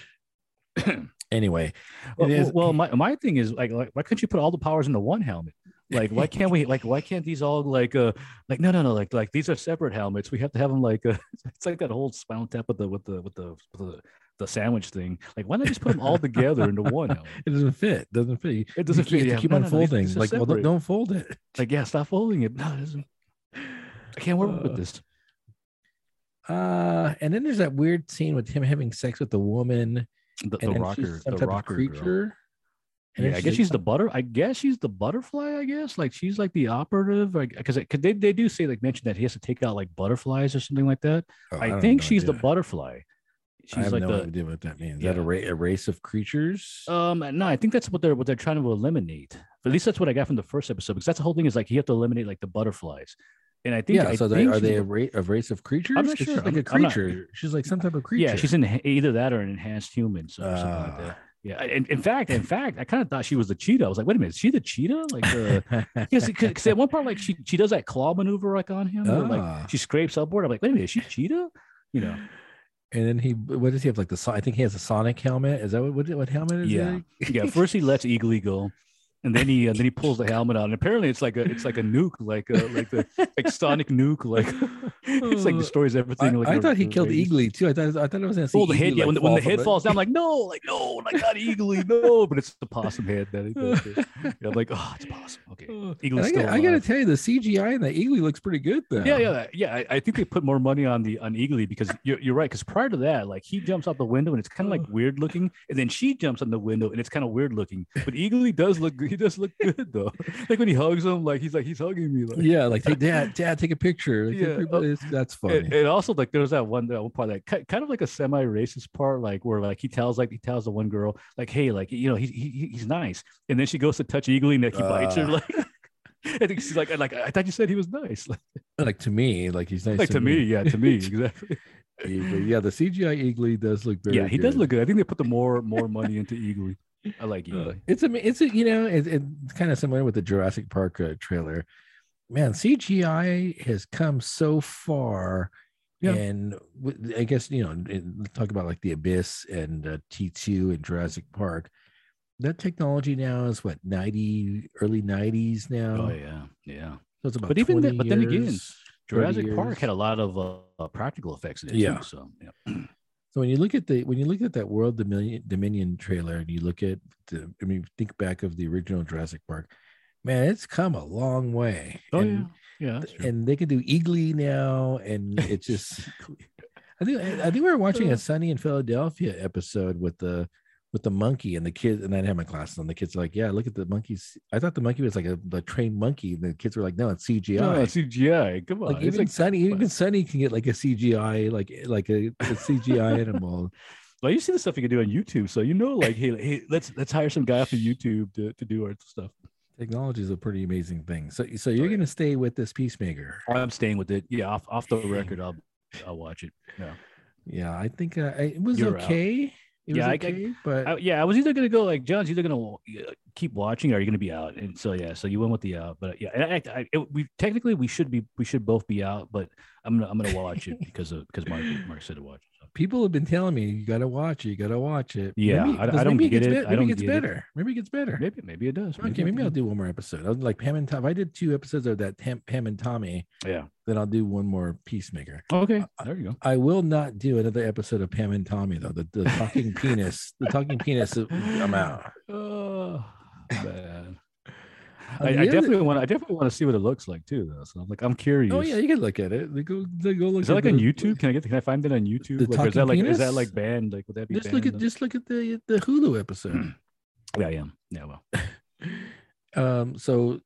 [SPEAKER 1] anyway,
[SPEAKER 2] well,
[SPEAKER 1] it is-
[SPEAKER 2] well, well, my my thing is like, like why couldn't you put all the powers into one helmet? Like, why can't we? Like, why can't these all like uh like no no no like like these are separate helmets. We have to have them like uh, it's like that whole spinal tap with the with the with the with the, the sandwich thing. Like, why not just put them all together into one? Helmet?
[SPEAKER 1] It doesn't fit. Doesn't fit. You-
[SPEAKER 2] It doesn't
[SPEAKER 1] you
[SPEAKER 2] fit.
[SPEAKER 1] have
[SPEAKER 2] Yeah,
[SPEAKER 1] to keep
[SPEAKER 2] no, no, no, these-
[SPEAKER 1] unfolding.
[SPEAKER 2] these are
[SPEAKER 1] like, well, don't,
[SPEAKER 2] separate.
[SPEAKER 1] don't fold it.
[SPEAKER 2] like yeah, stop folding it. No, it doesn't. I can't work
[SPEAKER 1] Uh,
[SPEAKER 2] with this.
[SPEAKER 1] Uh, and then there's that weird scene with him having sex with the woman
[SPEAKER 2] The, the
[SPEAKER 1] and then she's
[SPEAKER 2] rocker,
[SPEAKER 1] some
[SPEAKER 2] the
[SPEAKER 1] type of
[SPEAKER 2] rocker girl.
[SPEAKER 1] creature. And
[SPEAKER 2] Yeah,
[SPEAKER 1] then
[SPEAKER 2] I guess
[SPEAKER 1] like
[SPEAKER 2] she's
[SPEAKER 1] some-
[SPEAKER 2] the butter. I guess she's the butterfly. I guess like she's like the operative, because because they, they do say like mention that he has to take out like butterflies or something like that.
[SPEAKER 1] Oh,
[SPEAKER 2] I,
[SPEAKER 1] don't
[SPEAKER 2] think
[SPEAKER 1] know,
[SPEAKER 2] she's the
[SPEAKER 1] dude.
[SPEAKER 2] butterfly.
[SPEAKER 1] I
[SPEAKER 2] She's
[SPEAKER 1] have
[SPEAKER 2] like
[SPEAKER 1] no
[SPEAKER 2] the
[SPEAKER 1] idea what that means. Is that a,
[SPEAKER 2] Yeah.
[SPEAKER 1] ra- a race of creatures?
[SPEAKER 2] um. No, I think that's what they're what they're trying to eliminate. At least that's what I got from the first episode. Because that's the whole thing is like you have to eliminate like the butterflies, and I think
[SPEAKER 1] yeah.
[SPEAKER 2] I
[SPEAKER 1] so they,
[SPEAKER 2] think
[SPEAKER 1] are
[SPEAKER 2] she's
[SPEAKER 1] they
[SPEAKER 2] the-
[SPEAKER 1] a, ra- a race of creatures?
[SPEAKER 2] not
[SPEAKER 1] 'Cause
[SPEAKER 2] sure.
[SPEAKER 1] She's like
[SPEAKER 2] I'm-
[SPEAKER 1] a
[SPEAKER 2] I'm not-
[SPEAKER 1] creature. she's like some type of creature.
[SPEAKER 2] yeah, she's in either that or an enhanced human, so something
[SPEAKER 1] Ah.
[SPEAKER 2] like that. Yeah, in, in fact, in fact, I kind of thought she was the cheetah. I was like, wait a minute, is she the cheetah? Like the
[SPEAKER 1] Ah.
[SPEAKER 2] Because because at one part, like she she does that claw maneuver like on him, where,
[SPEAKER 1] Ah.
[SPEAKER 2] like she scrapes upward. I'm like, wait a minute, is she cheetah? You know,
[SPEAKER 1] And then he, what does he have? Like the, so- I think he has a Sonic helmet. Is that what what, what helmet is?
[SPEAKER 2] Yeah.
[SPEAKER 1] it?
[SPEAKER 2] yeah. First he lets Eagle go, and then he uh, then he pulls the helmet on. And apparently, it's like a it's like a nuke, like a, like the like sonic nuke, like it's like destroys
[SPEAKER 1] Oh. I,
[SPEAKER 2] everything. like
[SPEAKER 1] I
[SPEAKER 2] in a-
[SPEAKER 1] thought he
[SPEAKER 2] in a
[SPEAKER 1] killed
[SPEAKER 2] radius.
[SPEAKER 1] Eagly too. I thought I thought I was gonna see
[SPEAKER 2] Oh, the
[SPEAKER 1] Eagly,
[SPEAKER 2] head, yeah.
[SPEAKER 1] like,
[SPEAKER 2] when, the, when the
[SPEAKER 1] fall
[SPEAKER 2] head
[SPEAKER 1] from
[SPEAKER 2] falls down, I'm like, no, like no, like not Eagly, no. But it's the possum head that. He does there. Yeah, I'm like, oh, it's possum. Okay,
[SPEAKER 1] Oh. And
[SPEAKER 2] Eagle's
[SPEAKER 1] I,
[SPEAKER 2] still
[SPEAKER 1] gotta, I gotta
[SPEAKER 2] alive.
[SPEAKER 1] tell you, the CGI in the Eagly looks pretty good though.
[SPEAKER 2] Yeah, yeah, yeah. I, I think they put more money on the on Eagly because you're, you're right. Because prior to that, like he jumps out the window and it's kind of like weird looking, and then she jumps on the window and it's kind of weird looking. But Eagly does look good. He does look good though. Like when he hugs him, like he's like he's hugging me. Like.
[SPEAKER 1] Yeah, like hey, dad, dad, take a picture. Like,
[SPEAKER 2] Yeah,
[SPEAKER 1] everybody- it's- that's funny.
[SPEAKER 2] And, and also like there's that one that one part that ki- kind of like a semi racist part like where like he tells like he tells the one girl like hey like you know he, he he- he's nice and then she goes to touch Eagly and like, he bites her
[SPEAKER 1] Ah.
[SPEAKER 2] like I think she's like like I thought you said he was nice like,
[SPEAKER 1] like to me, like he's nice
[SPEAKER 2] like to me yeah to me exactly
[SPEAKER 1] Yeah, but yeah, the CGI Eagly does look very.
[SPEAKER 2] yeah, he does
[SPEAKER 1] good.
[SPEAKER 2] look good. I think they put the more more money into Eagly. I like
[SPEAKER 1] Uh,
[SPEAKER 2] Eagly.
[SPEAKER 1] it's a, it's a, you know, it, it's kind of similar with the Jurassic Park uh, trailer. Man, CGI has come so far,
[SPEAKER 2] Yeah.
[SPEAKER 1] and w- I guess you know, in- talk about like the Abyss and uh, T two and Jurassic Park. That technology now is what ninety, early nineties now.
[SPEAKER 2] oh yeah, yeah.
[SPEAKER 1] So it's about
[SPEAKER 2] But even
[SPEAKER 1] 20
[SPEAKER 2] then- but then again,
[SPEAKER 1] years, 30
[SPEAKER 2] Jurassic Park
[SPEAKER 1] years.
[SPEAKER 2] had a lot of uh, uh, practical effects in it
[SPEAKER 1] Yeah.
[SPEAKER 2] too. So yeah.
[SPEAKER 1] So when you look at the when you look at that World Dominion, Dominion trailer and you look at the I mean think back of the original Jurassic Park, man, it's come a long way.
[SPEAKER 2] Oh
[SPEAKER 1] and,
[SPEAKER 2] yeah, yeah.
[SPEAKER 1] th- and they can do Eagly now, and it's just I think I think we were watching
[SPEAKER 2] Uh.
[SPEAKER 1] a Sunny in Philadelphia episode with the with the monkey and the kids, and I didn't have my glasses on. The kids are like, "Yeah, look at the monkeys." I thought the monkey was like a, a trained monkey, and the kids were like, "No, it's CGI."
[SPEAKER 2] No, CGI. Come on.
[SPEAKER 1] like
[SPEAKER 2] it's
[SPEAKER 1] even
[SPEAKER 2] like,
[SPEAKER 1] Sunny, even Sunny can get like a CGI, like like a, a CGI animal.
[SPEAKER 2] well, you see the stuff you can do on YouTube, so you know, like, hey, like, hey, let's let's hire some guy off of YouTube to, to do our stuff.
[SPEAKER 1] Technology is a pretty amazing thing. So, so you're
[SPEAKER 2] Oh, yeah.
[SPEAKER 1] going to stay with this peacemaker.
[SPEAKER 2] I'm staying with it. Yeah, off off the record, I'll I'll watch it. Yeah.
[SPEAKER 1] Yeah, I think uh, I- it was
[SPEAKER 2] You're out.
[SPEAKER 1] okay. It
[SPEAKER 2] Yeah, I- I-
[SPEAKER 1] was okay, but
[SPEAKER 2] I, yeah, I was either gonna go like John's either gonna uh, keep watching or you're gonna be out, and so yeah, so you went with the out, but uh, yeah, and I, I, it, we technically we should be we should both be out, but I'm gonna I'm gonna watch it because of because Mark Mark said to watch. It, so.
[SPEAKER 1] people have been telling me you got to watch it. You got to watch it.
[SPEAKER 2] Yeah, I-
[SPEAKER 1] does-
[SPEAKER 2] I don't get
[SPEAKER 1] gets
[SPEAKER 2] it.
[SPEAKER 1] bet-
[SPEAKER 2] I
[SPEAKER 1] maybe
[SPEAKER 2] don't
[SPEAKER 1] it gets
[SPEAKER 2] get it.
[SPEAKER 1] better. Maybe it gets better.
[SPEAKER 2] Maybe maybe it does.
[SPEAKER 1] okay,
[SPEAKER 2] it
[SPEAKER 1] maybe I'll
[SPEAKER 2] does.
[SPEAKER 1] do one more episode. I was like Pam and Tom. If I did two episodes of that Tam, Pam and Tommy,
[SPEAKER 2] Yeah.
[SPEAKER 1] then I'll do one more Peacemaker.
[SPEAKER 2] Okay.
[SPEAKER 1] I-
[SPEAKER 2] There you go.
[SPEAKER 1] I will not do another episode of Pam and Tommy though. The, the talking penis, the talking penis. I'm out.
[SPEAKER 2] Oh
[SPEAKER 1] Uh,
[SPEAKER 2] man.
[SPEAKER 1] On
[SPEAKER 2] I,
[SPEAKER 1] the
[SPEAKER 2] I
[SPEAKER 1] other-
[SPEAKER 2] definitely want. I definitely want to see what it looks like too, though. So I'm like, I'm curious.
[SPEAKER 1] Oh yeah, you can look at it. They Go, they go look.
[SPEAKER 2] Is that
[SPEAKER 1] at
[SPEAKER 2] like on
[SPEAKER 1] the-
[SPEAKER 2] YouTube? Can I get? Can I find it on YouTube?
[SPEAKER 1] The
[SPEAKER 2] Like, or
[SPEAKER 1] talking
[SPEAKER 2] is that like? Is
[SPEAKER 1] penis?
[SPEAKER 2] that like banned? Like, would that be?
[SPEAKER 1] just look at
[SPEAKER 2] banned? Oh,
[SPEAKER 1] just look at the the Hulu episode.
[SPEAKER 2] Yeah, yeah, yeah. Well, Hmm.
[SPEAKER 1] um, so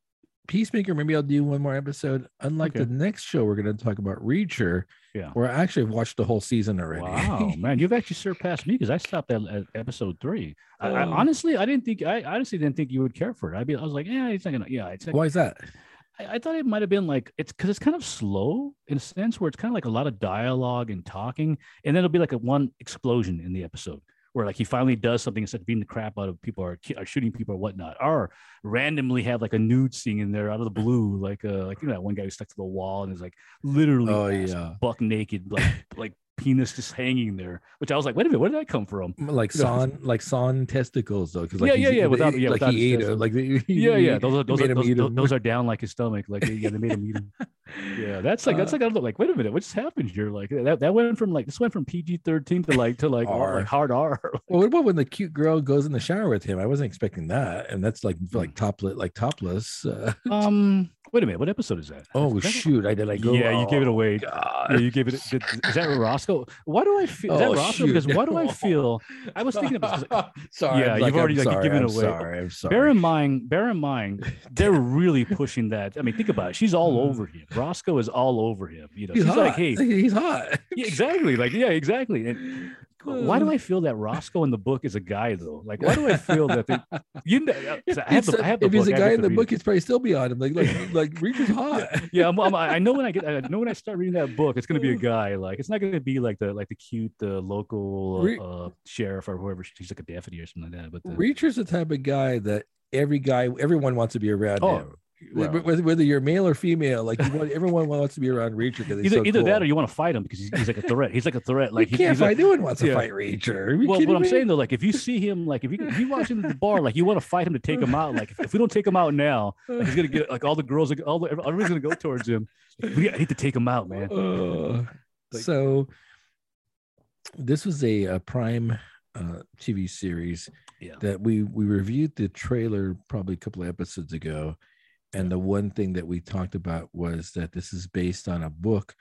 [SPEAKER 1] Peacemaker, maybe I'll do one more episode. Unlike
[SPEAKER 2] Okay.
[SPEAKER 1] the next show, we're going to talk about Reacher.
[SPEAKER 2] Yeah.
[SPEAKER 1] where I actually have watched the whole season already.
[SPEAKER 2] Wow, man, you've actually surpassed me because I stopped at, at episode three. I, I
[SPEAKER 1] Oh.
[SPEAKER 2] honestly, I didn't think, I honestly didn't think you would care for it. I'd be, I was like, yeah, it's not gonna, yeah, it's. Not,
[SPEAKER 1] Why is that?
[SPEAKER 2] I, I thought it might have been like it's because it's kind of slow in a sense where it's kind of like a lot of dialogue and talking, and then it'll be like a one explosion in the episode where like he finally does something instead of beating the crap out of people or, ki- or shooting people or whatnot, or randomly have like a nude scene in there out of the blue, like uh, like you know that one guy who's stuck to the wall and is like literally
[SPEAKER 1] Oh
[SPEAKER 2] ass
[SPEAKER 1] yeah,
[SPEAKER 2] buck naked, like like penis just hanging there, which I was like, wait a minute, where did that come from?
[SPEAKER 1] like
[SPEAKER 2] You know,
[SPEAKER 1] sawn like sawn testicles though because like
[SPEAKER 2] Yeah,
[SPEAKER 1] he's
[SPEAKER 2] yeah, yeah,
[SPEAKER 1] eating-
[SPEAKER 2] without- yeah,
[SPEAKER 1] like
[SPEAKER 2] without
[SPEAKER 1] he
[SPEAKER 2] his
[SPEAKER 1] ate it like
[SPEAKER 2] Yeah, yeah. Those are those
[SPEAKER 1] made
[SPEAKER 2] are,
[SPEAKER 1] him
[SPEAKER 2] those,
[SPEAKER 1] eat
[SPEAKER 2] tho-
[SPEAKER 1] him.
[SPEAKER 2] those are down like his stomach. Like they- yeah, they made him eat him. Yeah, that's like that's
[SPEAKER 1] Uh,
[SPEAKER 2] like I don't know, like wait a minute, what just happened here? Like that that went from like this went from PG thirteen to like to like,
[SPEAKER 1] R.
[SPEAKER 2] like hard R.
[SPEAKER 1] well what about when the cute girl goes in the shower with him i wasn't expecting that and that's like
[SPEAKER 2] Hmm.
[SPEAKER 1] like toplet like topless uh,
[SPEAKER 2] um, wait a minute, what episode is that? I
[SPEAKER 1] oh
[SPEAKER 2] forgot.
[SPEAKER 1] shoot i did i go
[SPEAKER 2] yeah, you gave it
[SPEAKER 1] oh,
[SPEAKER 2] away.
[SPEAKER 1] God.
[SPEAKER 2] Yeah, you gave it. Did, is that Roscoe? Why do I feel? Is
[SPEAKER 1] Oh,
[SPEAKER 2] that Roscoe?
[SPEAKER 1] shoot.
[SPEAKER 2] Because why do I
[SPEAKER 1] No.
[SPEAKER 2] feel? I was thinking about. this, 'cause
[SPEAKER 1] sorry
[SPEAKER 2] Yeah,
[SPEAKER 1] I'm like,
[SPEAKER 2] you've already,
[SPEAKER 1] I'm
[SPEAKER 2] like,
[SPEAKER 1] sorry,
[SPEAKER 2] given
[SPEAKER 1] I'm
[SPEAKER 2] away.
[SPEAKER 1] sorry i'm sorry
[SPEAKER 2] Bear in mind, bear in mind, they're really pushing that. I mean, think about it. She's all
[SPEAKER 1] Mm.
[SPEAKER 2] over him. Roscoe is all over him. You know,
[SPEAKER 1] he's
[SPEAKER 2] she's
[SPEAKER 1] hot
[SPEAKER 2] like, hey,
[SPEAKER 1] he's hot
[SPEAKER 2] yeah, exactly. Like, yeah, exactly. And why do I feel that Roscoe in the book is a guy though? Like, why do I feel that? They, you know, I have
[SPEAKER 1] It's
[SPEAKER 2] the, I
[SPEAKER 1] a-
[SPEAKER 2] have the
[SPEAKER 1] if he's a
[SPEAKER 2] book, I
[SPEAKER 1] guy
[SPEAKER 2] get
[SPEAKER 1] in
[SPEAKER 2] to
[SPEAKER 1] the
[SPEAKER 2] read it.
[SPEAKER 1] book, he's probably still beyond him. Like, like, like, Reed is hot.
[SPEAKER 2] yeah, I'm, I'm, I know when I get, I know when I start reading that book, it's gonna be a guy. Like, it's not gonna be like the like the cute, the local
[SPEAKER 1] Re-
[SPEAKER 2] uh, sheriff or whoever. She's like a daffodil or something like that. But the,
[SPEAKER 1] Reacher's the type of guy that every guy, everyone wants to be around
[SPEAKER 2] Oh,
[SPEAKER 1] him.
[SPEAKER 2] well,
[SPEAKER 1] whether, whether you're male or female, like you want, everyone wants to be around Reacher because he's
[SPEAKER 2] either
[SPEAKER 1] so
[SPEAKER 2] either
[SPEAKER 1] cool.
[SPEAKER 2] that or you want to fight him because he's, he's like a threat. He's like a threat.
[SPEAKER 1] like
[SPEAKER 2] Like
[SPEAKER 1] you
[SPEAKER 2] he-
[SPEAKER 1] can't
[SPEAKER 2] he's a-
[SPEAKER 1] fight. no one wants
[SPEAKER 2] yeah.
[SPEAKER 1] to fight Reacher. Are you
[SPEAKER 2] well,
[SPEAKER 1] kidding
[SPEAKER 2] what I'm
[SPEAKER 1] me?
[SPEAKER 2] saying though, like if you see him, like if you if you watch him at the bar, like you want to fight him to take him out. Like if, if we don't take him out now, like, he's gonna get like all the girls, like, all the everybody's gonna go towards him. Like, we I need to take him out, man.
[SPEAKER 1] Uh,
[SPEAKER 2] Like-
[SPEAKER 1] so this was a, uh prime uh, TV series
[SPEAKER 2] Yeah.
[SPEAKER 1] that we we reviewed the trailer probably a couple of episodes ago, and the one thing that we talked about was that this is based on a book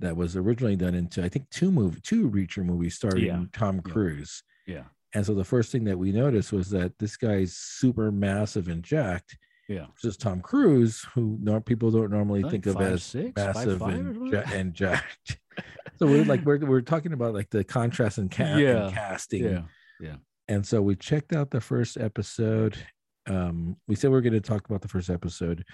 [SPEAKER 1] that was originally done into I think two movie two Reacher movies starring
[SPEAKER 2] Yeah.
[SPEAKER 1] Tom
[SPEAKER 2] Yeah.
[SPEAKER 1] Cruise.
[SPEAKER 2] Yeah.
[SPEAKER 1] And so the first thing that we noticed was that this guy's super massive and jacked.
[SPEAKER 2] Yeah.
[SPEAKER 1] Just Tom Cruise, who nor- people don't normally
[SPEAKER 2] Like
[SPEAKER 1] think of
[SPEAKER 2] five,
[SPEAKER 1] as
[SPEAKER 2] six, five,
[SPEAKER 1] massive
[SPEAKER 2] five or
[SPEAKER 1] and,
[SPEAKER 2] something?
[SPEAKER 1] ja- and jacked. so we're like we're, we're talking about like the contrast and, ca- and
[SPEAKER 2] Yeah.
[SPEAKER 1] casting.
[SPEAKER 2] yeah.
[SPEAKER 1] And so we checked out the first episode. Um, we said we are going to talk about the first episode.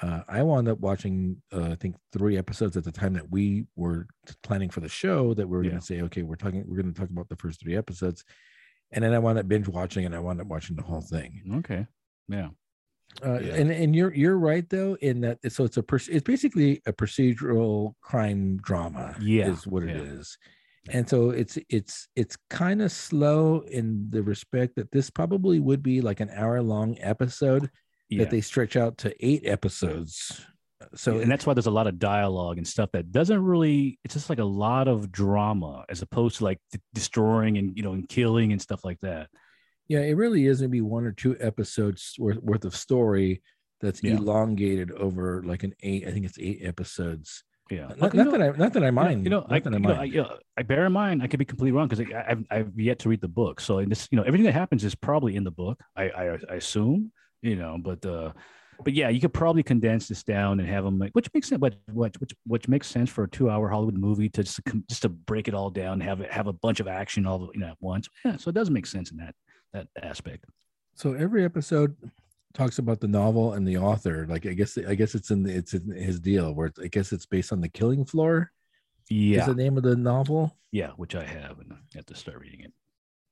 [SPEAKER 1] Uh, I wound up watching, uh, I think, three episodes at the time that we were t- planning for the show. That we were
[SPEAKER 2] Yeah.
[SPEAKER 1] going to say, okay, we're talking, we're going to talk about the first three episodes, and then I wound up binge watching, and I wound up watching the whole thing.
[SPEAKER 2] Okay. Yeah.
[SPEAKER 1] Uh,
[SPEAKER 2] Yeah.
[SPEAKER 1] And and you're you're right though in that so it's a proc- it's basically a procedural crime drama
[SPEAKER 2] Yeah,
[SPEAKER 1] is what it
[SPEAKER 2] yeah.
[SPEAKER 1] is, and so it's it's it's kind of slow in the respect that this probably would be like an hour long episode
[SPEAKER 2] Yeah.
[SPEAKER 1] that they stretch out to eight episodes. So
[SPEAKER 2] So, and that's why there's a lot of dialogue and stuff that doesn't really. It's just like a lot of drama as opposed to like d- destroying and you know and killing and stuff like that.
[SPEAKER 1] yeah, it really is maybe one or two episodes worth worth of story that's
[SPEAKER 2] Yeah.
[SPEAKER 1] elongated over like an eight. I think it's eight episodes.
[SPEAKER 2] Yeah.
[SPEAKER 1] Not,
[SPEAKER 2] Okay, you
[SPEAKER 1] not
[SPEAKER 2] know-
[SPEAKER 1] that I not that I mind.
[SPEAKER 2] You know,
[SPEAKER 1] not
[SPEAKER 2] I,
[SPEAKER 1] that
[SPEAKER 2] you know,
[SPEAKER 1] mind.
[SPEAKER 2] I, you know, I bear in mind I could be completely wrong because I've, I've yet to read the book. So in this, you know, everything that happens is probably in the book. I, I, I assume, you know, but uh, but yeah, you could probably condense this down and have them, like, which makes sense. But what which which makes sense for a two-hour Hollywood movie to just, com- just to break it all down, have it have a bunch of action all you know at once. Yeah, so it does make sense in that that aspect.
[SPEAKER 1] so every episode talks about the novel and the author like i guess i guess it's in the, it's in his deal where it's, i guess it's based on the killing floor is
[SPEAKER 2] Yeah,
[SPEAKER 1] the name of the novel
[SPEAKER 2] yeah, which I have, and I have to start reading it.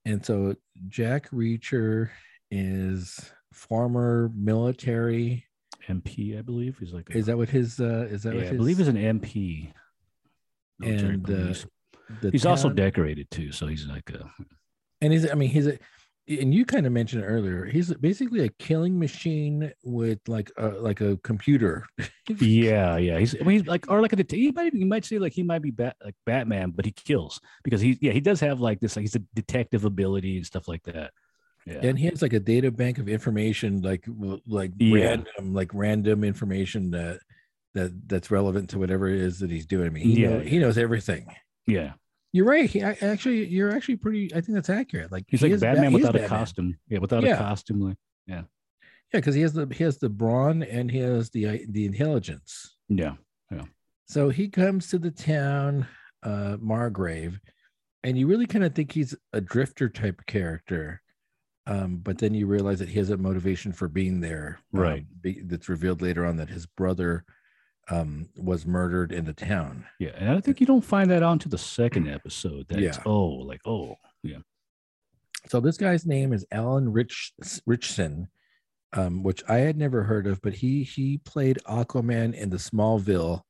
[SPEAKER 1] and so jack reacher is former military
[SPEAKER 2] MP, I believe, is like a-
[SPEAKER 1] is that what his uh is that
[SPEAKER 2] yeah,
[SPEAKER 1] what his,
[SPEAKER 2] I believe he's an MP. Military
[SPEAKER 1] And, uh,
[SPEAKER 2] police.
[SPEAKER 1] the
[SPEAKER 2] he's also
[SPEAKER 1] town-
[SPEAKER 2] decorated too so he's like a
[SPEAKER 1] and he's i mean he's a and you kind of mentioned it earlier he's basically a killing machine with like a like a computer
[SPEAKER 2] yeah yeah he's, I mean, he's like or like a det- he might you might say like he might be bat, like batman but he kills because he yeah he does have like this like he's a detective ability and stuff like that yeah
[SPEAKER 1] and he has like a data bank of information like w- like
[SPEAKER 2] Yeah.
[SPEAKER 1] random like random information that that that's relevant to whatever it is that he's doing i mean he,
[SPEAKER 2] Yeah,
[SPEAKER 1] know- he knows everything
[SPEAKER 2] yeah
[SPEAKER 1] you're right he I, actually you're actually pretty i think that's accurate like
[SPEAKER 2] he's
[SPEAKER 1] he
[SPEAKER 2] like
[SPEAKER 1] is Ba-
[SPEAKER 2] batman
[SPEAKER 1] he is
[SPEAKER 2] without a
[SPEAKER 1] Batman.
[SPEAKER 2] costume yeah without
[SPEAKER 1] Yeah.
[SPEAKER 2] a costume like
[SPEAKER 1] yeah because he has the he has the brawn and he has the uh, the intelligence
[SPEAKER 2] yeah
[SPEAKER 1] so he comes to the town uh margrave and you really kind of think he's a drifter type character um, but then you realize that he has a motivation for being there um,
[SPEAKER 2] Right.
[SPEAKER 1] be- that's revealed later on that his brother um, was murdered in the town
[SPEAKER 2] yeah and i think you don't find that on to the second episode that it's
[SPEAKER 1] Yeah.
[SPEAKER 2] oh like oh yeah
[SPEAKER 1] so this guy's name is alan rich richson um, which i had never heard of but he he played aquaman in the smallville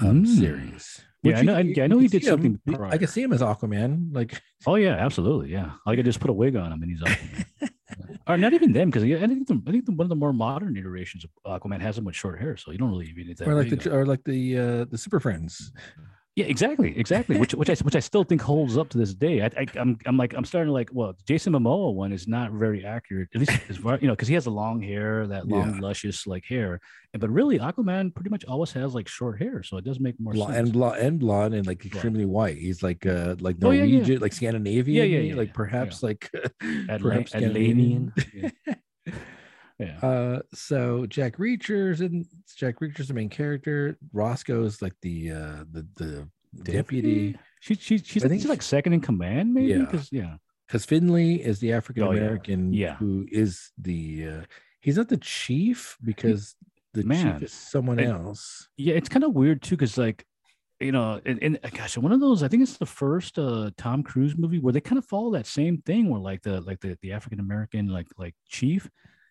[SPEAKER 1] um,
[SPEAKER 2] Mm.
[SPEAKER 1] series
[SPEAKER 2] Yeah,
[SPEAKER 1] Which
[SPEAKER 2] I
[SPEAKER 1] you
[SPEAKER 2] know. I,
[SPEAKER 1] can-
[SPEAKER 2] yeah, I
[SPEAKER 1] you
[SPEAKER 2] know
[SPEAKER 1] can
[SPEAKER 2] he did
[SPEAKER 1] see him.
[SPEAKER 2] something.
[SPEAKER 1] I
[SPEAKER 2] prior.
[SPEAKER 1] can see him as Aquaman. Like
[SPEAKER 2] Oh yeah, absolutely. Yeah, like I just put a wig on him and he's Aquaman. or not even them, because I think the, I think the, one of the more modern iterations of Aquaman has him with short hair, so you don't really even need that.
[SPEAKER 1] or like
[SPEAKER 2] wig
[SPEAKER 1] the
[SPEAKER 2] on.
[SPEAKER 1] or like the uh the Super Friends.
[SPEAKER 2] yeah, exactly, exactly. Which which I which I still think holds up to this day. I, I I'm I'm like I'm starting to like well, Jason Momoa one is not very accurate, at least as far you know, because he has the long hair, that long luscious like hair, and but really Aquaman pretty much always has like short hair, so it does make more
[SPEAKER 1] Blo-
[SPEAKER 2] sense.
[SPEAKER 1] and blonde and blonde and like extremely white. He's like uh like
[SPEAKER 2] Oh, yeah, yeah.
[SPEAKER 1] Norwegian, like Scandinavian,
[SPEAKER 2] Yeah, yeah, yeah,
[SPEAKER 1] like
[SPEAKER 2] yeah,
[SPEAKER 1] perhaps like
[SPEAKER 2] Atla-
[SPEAKER 1] perhaps Scandinavian.
[SPEAKER 2] Atlantean. Yeah. yeah.
[SPEAKER 1] Uh, so Jack Reacher's and Jack Reacher's the main character. Roscoe's like the uh the the deputy
[SPEAKER 2] She, she, she's,
[SPEAKER 1] I
[SPEAKER 2] like,
[SPEAKER 1] think
[SPEAKER 2] she's like second in command, maybe.
[SPEAKER 1] Yeah.
[SPEAKER 2] 'Cause- yeah.
[SPEAKER 1] because Finley is the African American
[SPEAKER 2] Oh, Yeah.
[SPEAKER 1] who is the uh he's not the chief because the
[SPEAKER 2] Man.
[SPEAKER 1] chief is someone
[SPEAKER 2] And-
[SPEAKER 1] else.
[SPEAKER 2] Yeah, it's kind of weird too, because like, you know, and, and uh, gosh, one of those. I think it's the first uh, Tom Cruise movie where they kind of follow that same thing, where like the like the, the African American like like chief,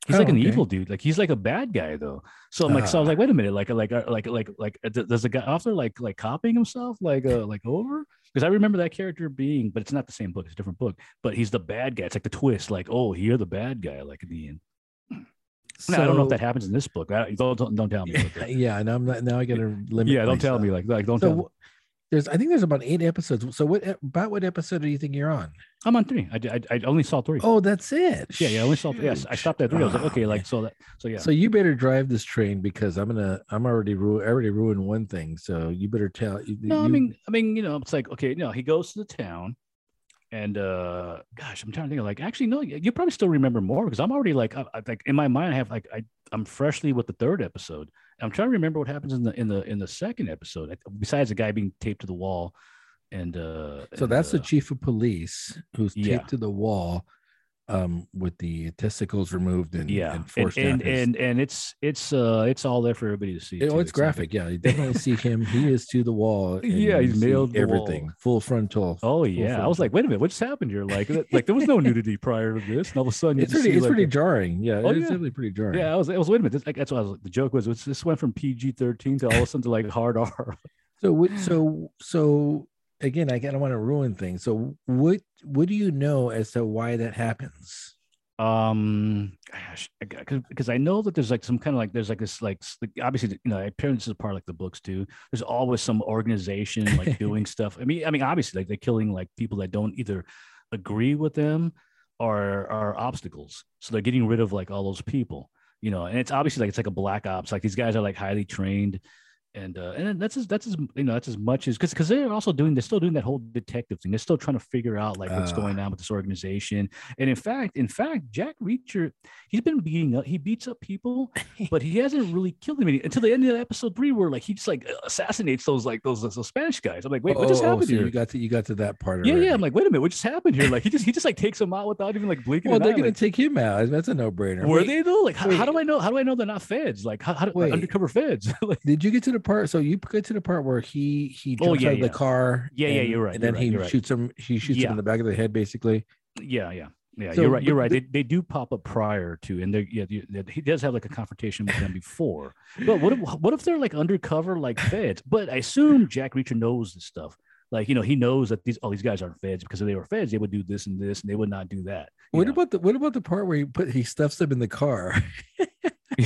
[SPEAKER 2] he's
[SPEAKER 1] Oh,
[SPEAKER 2] like an
[SPEAKER 1] okay. Uh-huh.
[SPEAKER 2] evil dude, like he's like a bad guy though. So I'm like, so I was like, wait a minute, like like uh, like like like uh, d- does the guy author like like copying himself like uh, like over? Because I remember that character being, but it's not the same book; it's a different book. But he's the bad guy. It's like the twist, like oh, you're the bad guy, like at the end. No, I don't know if
[SPEAKER 1] So-
[SPEAKER 2] that happens in this book. I, don't, don't don't tell me. about that.
[SPEAKER 1] yeah, and I'm not now I gotta limit.
[SPEAKER 2] yeah, don't tell
[SPEAKER 1] myself.
[SPEAKER 2] me like like don't
[SPEAKER 1] so
[SPEAKER 2] tell. Me.
[SPEAKER 1] wh- there's I think there's about eight episodes. So what eh, about what episode do you think you're on?
[SPEAKER 2] I'm on three. I, d- I, I only saw three.
[SPEAKER 1] Oh, that's it.
[SPEAKER 2] yeah, yeah, I only saw yes. I
[SPEAKER 1] Shoot.
[SPEAKER 2] stopped at three. I was like,
[SPEAKER 1] Ah,
[SPEAKER 2] okay,
[SPEAKER 1] man.
[SPEAKER 2] like so that so yeah.
[SPEAKER 1] So you better drive this train because I'm gonna I'm already ru- I already ruined one thing. So you better tell. You,
[SPEAKER 2] no, I
[SPEAKER 1] you-
[SPEAKER 2] mean I mean you know it's like okay no he goes to the town, and uh gosh I'm trying to think of like actually no you you probably still remember more because I'm already like I, I, like in my mind I have like I I'm freshly with the third episode. I'm trying to remember what happens in the in the in the second episode like, besides the guy being taped to the wall, and uh
[SPEAKER 1] so
[SPEAKER 2] and,
[SPEAKER 1] that's the
[SPEAKER 2] uh,
[SPEAKER 1] chief of police who's taped
[SPEAKER 2] yeah.
[SPEAKER 1] to the wall, um, with the testicles removed and
[SPEAKER 2] yeah
[SPEAKER 1] and
[SPEAKER 2] and
[SPEAKER 1] forced down
[SPEAKER 2] and,
[SPEAKER 1] his-
[SPEAKER 2] and and it's it's uh it's all there for everybody to see
[SPEAKER 1] Oh,
[SPEAKER 2] too.
[SPEAKER 1] it's
[SPEAKER 2] like-
[SPEAKER 1] graphic. yeah, you definitely see him. He is to the wall. and
[SPEAKER 2] Yeah,
[SPEAKER 1] you
[SPEAKER 2] he's
[SPEAKER 1] see
[SPEAKER 2] nailed the
[SPEAKER 1] everything
[SPEAKER 2] wall.
[SPEAKER 1] full frontal.
[SPEAKER 2] Oh yeah, I was like, wait a minute, what just happened here? Like, that- like there was no nudity prior to this, and all of a sudden, you
[SPEAKER 1] it's
[SPEAKER 2] just
[SPEAKER 1] pretty,
[SPEAKER 2] see,
[SPEAKER 1] it's
[SPEAKER 2] like,
[SPEAKER 1] pretty
[SPEAKER 2] a-
[SPEAKER 1] jarring. Yeah,
[SPEAKER 2] Oh,
[SPEAKER 1] it's
[SPEAKER 2] yeah.
[SPEAKER 1] definitely pretty jarring.
[SPEAKER 2] yeah, I was, I was, wait a minute, this, like, that's what I was. The joke was, it's, this went from PG thirteen to all of a sudden to like hard R.
[SPEAKER 1] So what? So so again, I kind of want to ruin things. So what? What do you know as to why that happens?
[SPEAKER 2] Um, gosh, because I know that there's like some kind of like there's like this like s- like, obviously you know apparently this is part of, like the books too. There's always some organization like doing stuff. I mean, I mean obviously like they're killing like people that don't either agree with them or are obstacles. So they're getting rid of like all those people, you know. And it's obviously like it's like a black ops. Like these guys are like highly trained. And uh, and then that's as that's as you know that's as much as because because they're also doing they're still doing that whole detective thing they're still trying to figure out like what's
[SPEAKER 1] Ah.
[SPEAKER 2] going on with this organization and in fact, in fact, Jack Reacher, he's been beating up, he beats up people, but he hasn't really killed anybody until the end of episode three, where like he just like assassinates those like those, those Spanish guys. I'm like, wait, what just
[SPEAKER 1] Oh, oh,
[SPEAKER 2] happened
[SPEAKER 1] so
[SPEAKER 2] here?
[SPEAKER 1] You got to you got to that part.
[SPEAKER 2] yeah,
[SPEAKER 1] already.
[SPEAKER 2] yeah. I'm like, wait a minute, what just happened here? Like he just he just like takes them out without even like blinking.
[SPEAKER 1] well,
[SPEAKER 2] an
[SPEAKER 1] they're
[SPEAKER 2] eye,
[SPEAKER 1] gonna
[SPEAKER 2] like,
[SPEAKER 1] take him out. That's a no brainer.
[SPEAKER 2] were they though? Like, how, how
[SPEAKER 1] wait.
[SPEAKER 2] do I know? How do I know they're not feds? Like, how, how do like,
[SPEAKER 1] Wait.
[SPEAKER 2] undercover feds? like,
[SPEAKER 1] Did you get to the part? So you get to the part where he he
[SPEAKER 2] Oh,
[SPEAKER 1] jumps
[SPEAKER 2] yeah,
[SPEAKER 1] out of
[SPEAKER 2] yeah.
[SPEAKER 1] the car.
[SPEAKER 2] Yeah, yeah,
[SPEAKER 1] and-
[SPEAKER 2] you're right,
[SPEAKER 1] And then
[SPEAKER 2] you're right,
[SPEAKER 1] he
[SPEAKER 2] you're right.
[SPEAKER 1] shoots him. He shoots him
[SPEAKER 2] Yeah.
[SPEAKER 1] in the back of the head, basically.
[SPEAKER 2] yeah, yeah. Yeah,
[SPEAKER 1] So,
[SPEAKER 2] you're right.
[SPEAKER 1] but
[SPEAKER 2] You're right.
[SPEAKER 1] the-
[SPEAKER 2] They, they do pop up prior to, and they yeah, you- that- he does have like a confrontation with them before. But what if what if they're like undercover like feds? But I assume Jack Reacher knows this stuff. Like you know, he knows that these all these guys aren't feds because if they were feds, they would do this and this, and they would not do that. you
[SPEAKER 1] What
[SPEAKER 2] know?
[SPEAKER 1] about the what about the part where he put he stuffs him in the car,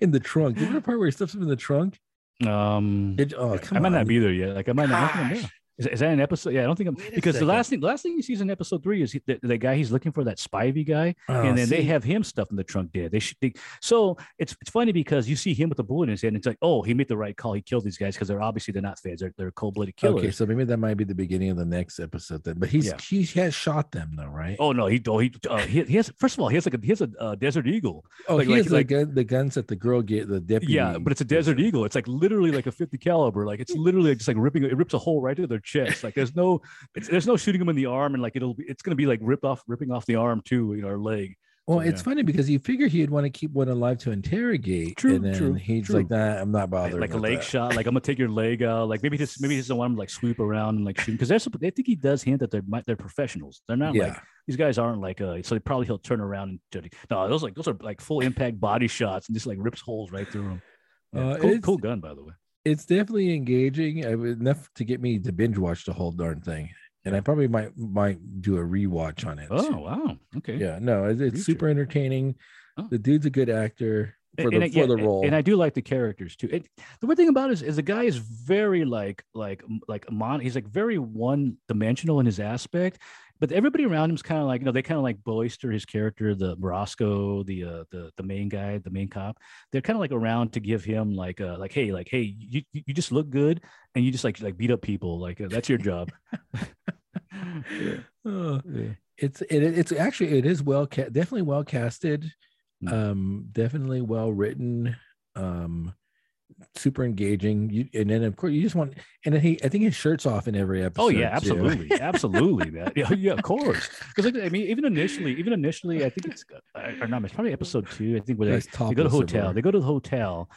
[SPEAKER 1] in the trunk? Is there a part where he stuffs him in the trunk?
[SPEAKER 2] um,
[SPEAKER 1] Did, oh, come
[SPEAKER 2] I might
[SPEAKER 1] on.
[SPEAKER 2] not be there yet. Like I might not. I don't think I'm there.
[SPEAKER 1] Gosh.
[SPEAKER 2] Is, is that an episode? Yeah, I don't think I'm
[SPEAKER 1] Wait a
[SPEAKER 2] because the
[SPEAKER 1] second.
[SPEAKER 2] last thing the last thing he sees in episode three is he, the, the guy he's looking for that Spivey guy.
[SPEAKER 1] Oh,
[SPEAKER 2] and then they
[SPEAKER 1] see?
[SPEAKER 2] have him stuffed in the trunk dead. They should. They, so it's it's funny because you see him with a bullet in his head, and it's like, oh, he made the right call. He killed these guys because they're obviously they're not feds. They're, they're cold blooded killers.
[SPEAKER 1] Okay, so maybe that might be the beginning of the next episode then. But he's
[SPEAKER 2] Yeah.
[SPEAKER 1] he has shot them though, right?
[SPEAKER 2] Oh no, he oh, he, uh, he he has first of all he has like a he has a uh, desert eagle.
[SPEAKER 1] Oh,
[SPEAKER 2] like-
[SPEAKER 1] he
[SPEAKER 2] like-
[SPEAKER 1] has the
[SPEAKER 2] like-
[SPEAKER 1] gun, the guns that the girl gave the deputy.
[SPEAKER 2] Yeah, but it's a desert eagle. It's like literally like a fifty caliber. Like it's literally just like ripping it rips a hole right through their chest. Like there's no it's, there's no shooting him in the arm, and like it'll be it's gonna be like rip off ripping off the arm too, you know, or leg.
[SPEAKER 1] Well,
[SPEAKER 2] so,
[SPEAKER 1] it's
[SPEAKER 2] yeah.
[SPEAKER 1] funny because you figure he'd want to keep one alive to interrogate.
[SPEAKER 2] True,
[SPEAKER 1] and then
[SPEAKER 2] true,
[SPEAKER 1] he's like, nah, I'm not bothered.
[SPEAKER 2] like a
[SPEAKER 1] with
[SPEAKER 2] leg
[SPEAKER 1] that."
[SPEAKER 2] shot. Like I'm gonna take your leg out. Like maybe just maybe he doesn't want him to, like sweep around and like shoot because there's I think he does hint that they're might- they're professionals. They're not
[SPEAKER 1] yeah.
[SPEAKER 2] like these guys aren't like uh so they probably he'll turn around and dirty. No, those like those are like full impact body shots and just like rips holes right through him.
[SPEAKER 1] Uh,
[SPEAKER 2] cool,
[SPEAKER 1] it's-
[SPEAKER 2] cool gun by the way.
[SPEAKER 1] it's definitely engaging I would- enough to get me to binge watch the whole darn thing, and I probably might might do a rewatch on it. too.
[SPEAKER 2] Oh wow. Okay.
[SPEAKER 1] yeah, no, it's, it's
[SPEAKER 2] Future.
[SPEAKER 1] super entertaining.
[SPEAKER 2] Oh.
[SPEAKER 1] The dude's a good actor for the
[SPEAKER 2] I-
[SPEAKER 1] for the
[SPEAKER 2] yeah,
[SPEAKER 1] role.
[SPEAKER 2] And I do like the characters too. It, the weird thing about it is, is the guy is very like like like mon. He's like very one dimensional in his aspect, but everybody around him is kind of like you know they kind of like bolster his character, the Roscoe, the uh, the the main guy, the main cop. They're kind of like around to give him like uh like hey like hey you you you just look good and you just like like beat up people like uh, that's your job. yeah.
[SPEAKER 1] Oh,
[SPEAKER 2] yeah.
[SPEAKER 1] it's it, it's actually it is well ca- definitely well casted,
[SPEAKER 2] Mm.
[SPEAKER 1] um, definitely well written, um, super engaging. You, and then of course you just want and then he I think his shirt's off in every episode.
[SPEAKER 2] Oh yeah,
[SPEAKER 1] too.
[SPEAKER 2] absolutely, absolutely, man. Yeah, yeah, of course. Because like I mean, even initially, even initially, I think it's uh, or not, it's probably episode two. I think where
[SPEAKER 1] Yeah,
[SPEAKER 2] they,
[SPEAKER 1] he's
[SPEAKER 2] they go to
[SPEAKER 1] topless
[SPEAKER 2] the hotel,
[SPEAKER 1] everywhere.
[SPEAKER 2] they go to the hotel,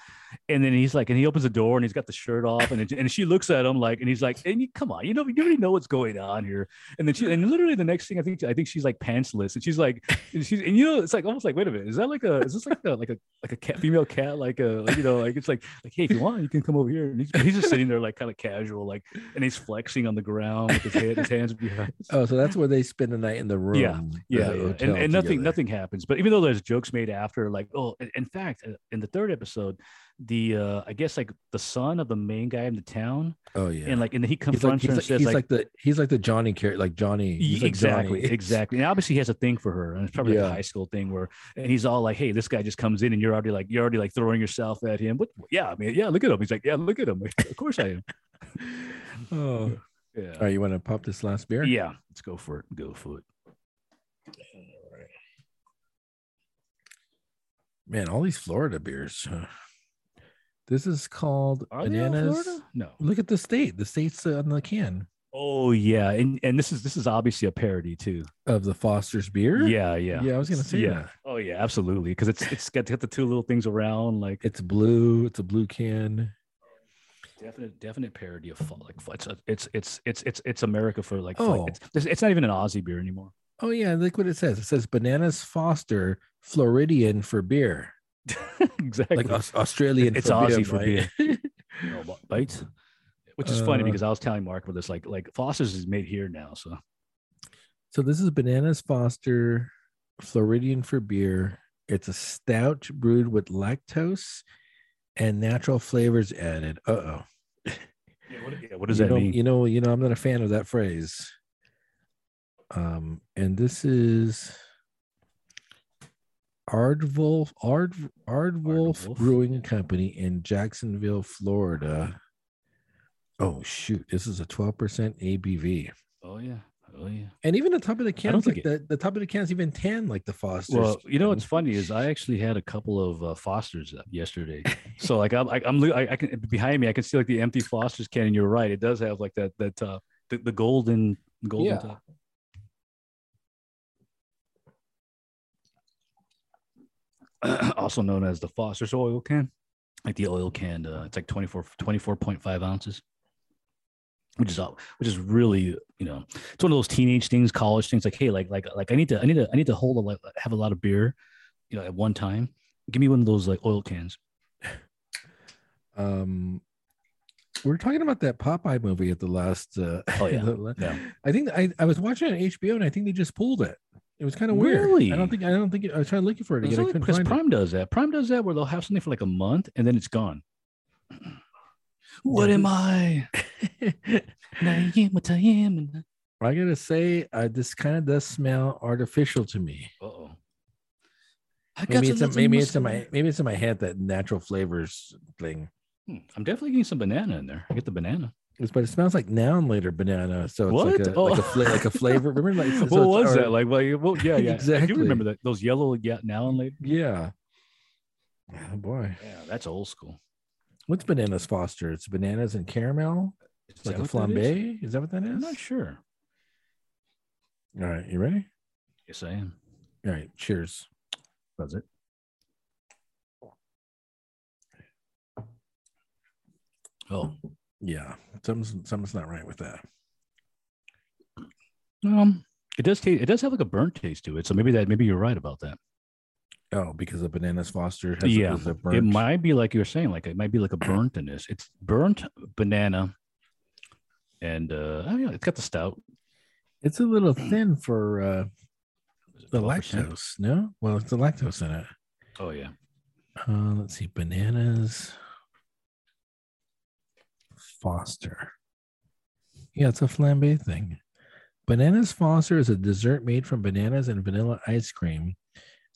[SPEAKER 2] and then he's like, and he opens the door and he's got the shirt off, and it, and she looks at him like, and he's like, and you come on, you know, you already know what's going on here. And then she, and literally the next thing I think, I think she's like pantsless, and she's like, and she's, and you know, it's like almost like, wait a minute, is that like a, is this like a, like a, like a cat, female cat, like a, like, you know, like it's like, like hey, if you want, you can come over here. And he's, he's just sitting there like kind of casual, like and he's flexing on the ground with his, head, his hands behind. his-
[SPEAKER 1] Oh, so that's where they spend the night in the room. the
[SPEAKER 2] yeah, yeah.
[SPEAKER 1] hotel
[SPEAKER 2] and, and nothing
[SPEAKER 1] together.
[SPEAKER 2] nothing happens. But even though there's jokes made after, like oh, in, in fact, uh, in the third episode, the uh I guess like the son of the main guy in the town,
[SPEAKER 1] Oh yeah.
[SPEAKER 2] and like and then he
[SPEAKER 1] he's like,
[SPEAKER 2] confronts
[SPEAKER 1] he's,
[SPEAKER 2] her
[SPEAKER 1] like,
[SPEAKER 2] and says
[SPEAKER 1] he's
[SPEAKER 2] like.
[SPEAKER 1] like the he's like the Johnny character, like Johnny.
[SPEAKER 2] "Y-
[SPEAKER 1] he's like
[SPEAKER 2] exactly,
[SPEAKER 1] Johnny.
[SPEAKER 2] exactly. And obviously, he has a thing for her, and it's probably like
[SPEAKER 1] Yeah.
[SPEAKER 2] a high school thing where, and he's all like, "Hey, this guy just comes in, and you're already like, you're already like throwing yourself at him." But yeah, I mean, yeah, look at him. He's like, "Yeah, look at him. of course I am."
[SPEAKER 1] Oh.
[SPEAKER 2] Yeah,
[SPEAKER 1] All right, you want to pop this last beer?
[SPEAKER 2] yeah. Let's go for it. Go for it.
[SPEAKER 1] Man, all these Florida beers. huh. This is called
[SPEAKER 2] Are they all
[SPEAKER 1] bananas.
[SPEAKER 2] Florida? No.
[SPEAKER 1] Look at the state. The state's on the can
[SPEAKER 2] Oh yeah, and and this is this is obviously a parody too.
[SPEAKER 1] of the Foster's beer.
[SPEAKER 2] Yeah, yeah.
[SPEAKER 1] yeah. I was gonna say
[SPEAKER 2] Yeah.
[SPEAKER 1] that.
[SPEAKER 2] Oh yeah, absolutely. Because it's it's got, got the two little things around, like
[SPEAKER 1] It's blue. It's a blue can.
[SPEAKER 2] definite definite parody of fall. Like it's a, it's it's it's it's it's America for like.
[SPEAKER 1] Oh.
[SPEAKER 2] like, it's, it's not even an Aussie beer anymore.
[SPEAKER 1] Oh yeah, look what it says. It says bananas Foster Floridian for beer,
[SPEAKER 2] exactly.
[SPEAKER 1] like Aus- Australian.
[SPEAKER 2] It's
[SPEAKER 1] for
[SPEAKER 2] Aussie
[SPEAKER 1] beer,
[SPEAKER 2] for
[SPEAKER 1] right?
[SPEAKER 2] beer. No, but- right? Which is funny
[SPEAKER 1] Uh,
[SPEAKER 2] because I was telling Mark with this, like like Foster's is made here now, so
[SPEAKER 1] So this is Bananas Foster Floridian for beer. It's a stout brewed with lactose and natural flavors added. Uh oh.
[SPEAKER 2] yeah, what, yeah, what does
[SPEAKER 1] you
[SPEAKER 2] that
[SPEAKER 1] know,
[SPEAKER 2] mean?
[SPEAKER 1] You know, you know, I'm not a fan of that phrase. Um, and this is Ardwolf Ard Ardwolf,
[SPEAKER 2] Ardwolf?
[SPEAKER 1] Brewing Company in Jacksonville, Florida. Oh shoot, this is a 12% ABV.
[SPEAKER 2] Oh yeah, oh yeah.
[SPEAKER 1] And even the top of the can's
[SPEAKER 2] think
[SPEAKER 1] like the, the top of the can's even tan like the Foster's.
[SPEAKER 2] Well, you know what's
[SPEAKER 1] can.
[SPEAKER 2] funny is I actually had a couple of uh, Fosters up yesterday. so like I'm I, I'm loo- I, I can behind me I can see like the empty Fosters can, and you're right, it does have like that that uh, top the, the golden golden
[SPEAKER 1] Yeah.
[SPEAKER 2] top. also known as the Foster's oil can, like the oil can, uh, it's like 24 24.5 ounces, which is all, which is really you know it's one of those teenage things, college things. Like, hey, like, like, like, I need to, I need to, I need to hold a lot, have a lot of beer, you know, at one time. Give me one of those like oil cans.
[SPEAKER 1] um we were talking about that Popeye movie at the last uh
[SPEAKER 2] Oh, yeah.
[SPEAKER 1] the la-
[SPEAKER 2] Yeah.
[SPEAKER 1] I think I, I was watching it on HBO and I think they just pulled it. It was kind of weird. I
[SPEAKER 2] Really?
[SPEAKER 1] don't think I don't think it, I was trying looking for it again. I couldn't
[SPEAKER 2] Because
[SPEAKER 1] find
[SPEAKER 2] Prime does that. Prime does that where they'll have something for like a month and then it's gone. What
[SPEAKER 1] Yeah.
[SPEAKER 2] am I?
[SPEAKER 1] it.
[SPEAKER 2] And I am what I am. and I-
[SPEAKER 1] I gotta say, uh, this kind of does smell artificial to me.
[SPEAKER 2] Uh-oh. I got
[SPEAKER 1] Maybe
[SPEAKER 2] to
[SPEAKER 1] it's in,
[SPEAKER 2] let the
[SPEAKER 1] maybe it's in
[SPEAKER 2] mustard-
[SPEAKER 1] my maybe it's in my head that natural flavors thing.
[SPEAKER 2] Hmm, I'm definitely getting some banana in there. I get the banana.
[SPEAKER 1] It's- but it smells like now and later banana. So it's like
[SPEAKER 2] What?
[SPEAKER 1] a
[SPEAKER 2] Oh.
[SPEAKER 1] like a, fla- like a flavor. Remember, like so
[SPEAKER 2] what
[SPEAKER 1] it's-
[SPEAKER 2] was
[SPEAKER 1] or-
[SPEAKER 2] that? Like, well, you- well, yeah, yeah. I do
[SPEAKER 1] Exactly.
[SPEAKER 2] remember that. Those yellow, yeah, now and later.
[SPEAKER 1] Yeah. Oh boy,
[SPEAKER 2] Yeah, that's old school.
[SPEAKER 1] what's bananas Foster? It's bananas and caramel.
[SPEAKER 2] Is
[SPEAKER 1] like
[SPEAKER 2] that
[SPEAKER 1] a
[SPEAKER 2] what that is?
[SPEAKER 1] flambe? Is? that what that
[SPEAKER 2] I'm
[SPEAKER 1] is?
[SPEAKER 2] not sure.
[SPEAKER 1] All right, you ready?
[SPEAKER 2] Yes, I am.
[SPEAKER 1] All right, cheers.
[SPEAKER 2] Does it? Oh,
[SPEAKER 1] Yeah, something's something's not right with that.
[SPEAKER 2] um, it does taste. It does have like a burnt taste to it. So maybe that. Maybe you're right about that.
[SPEAKER 1] Oh, because the bananas foster has
[SPEAKER 2] Yeah.
[SPEAKER 1] is a
[SPEAKER 2] It
[SPEAKER 1] burnt.
[SPEAKER 2] might be like you were saying, like it might be like a burnt in this. It's burnt banana, and uh, oh yeah, it's got the stout.
[SPEAKER 1] it's a little thin for uh, the
[SPEAKER 2] 12%.
[SPEAKER 1] lactose. No, well, it's the lactose in it.
[SPEAKER 2] Oh yeah,
[SPEAKER 1] Uh, let's see, bananas. Foster. Yeah, it's a flambe thing. Bananas Foster is a dessert made from bananas and vanilla ice cream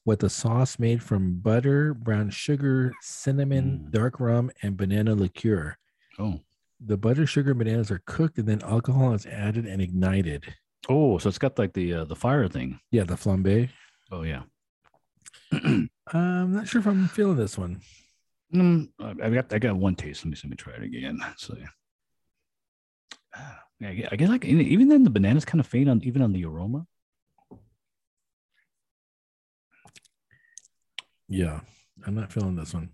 [SPEAKER 1] with a sauce made from butter, brown sugar, cinnamon,
[SPEAKER 2] Mm.
[SPEAKER 1] dark rum, and banana liqueur.
[SPEAKER 2] oh
[SPEAKER 1] The butter, sugar, and bananas are cooked and then alcohol is added and ignited.
[SPEAKER 2] oh, so it's got like the uh, the fire thing.
[SPEAKER 1] Yeah, the flambe. Uh,
[SPEAKER 2] Oh yeah,
[SPEAKER 1] I'm not sure if I'm feeling this one.
[SPEAKER 2] mm, I I got I got one taste. Let me see, let me try it again. So Ah, yeah, I gue- I guess like even- even then the banana's kind of faint on even on the aroma.
[SPEAKER 1] Yeah, I'm not feeling this one.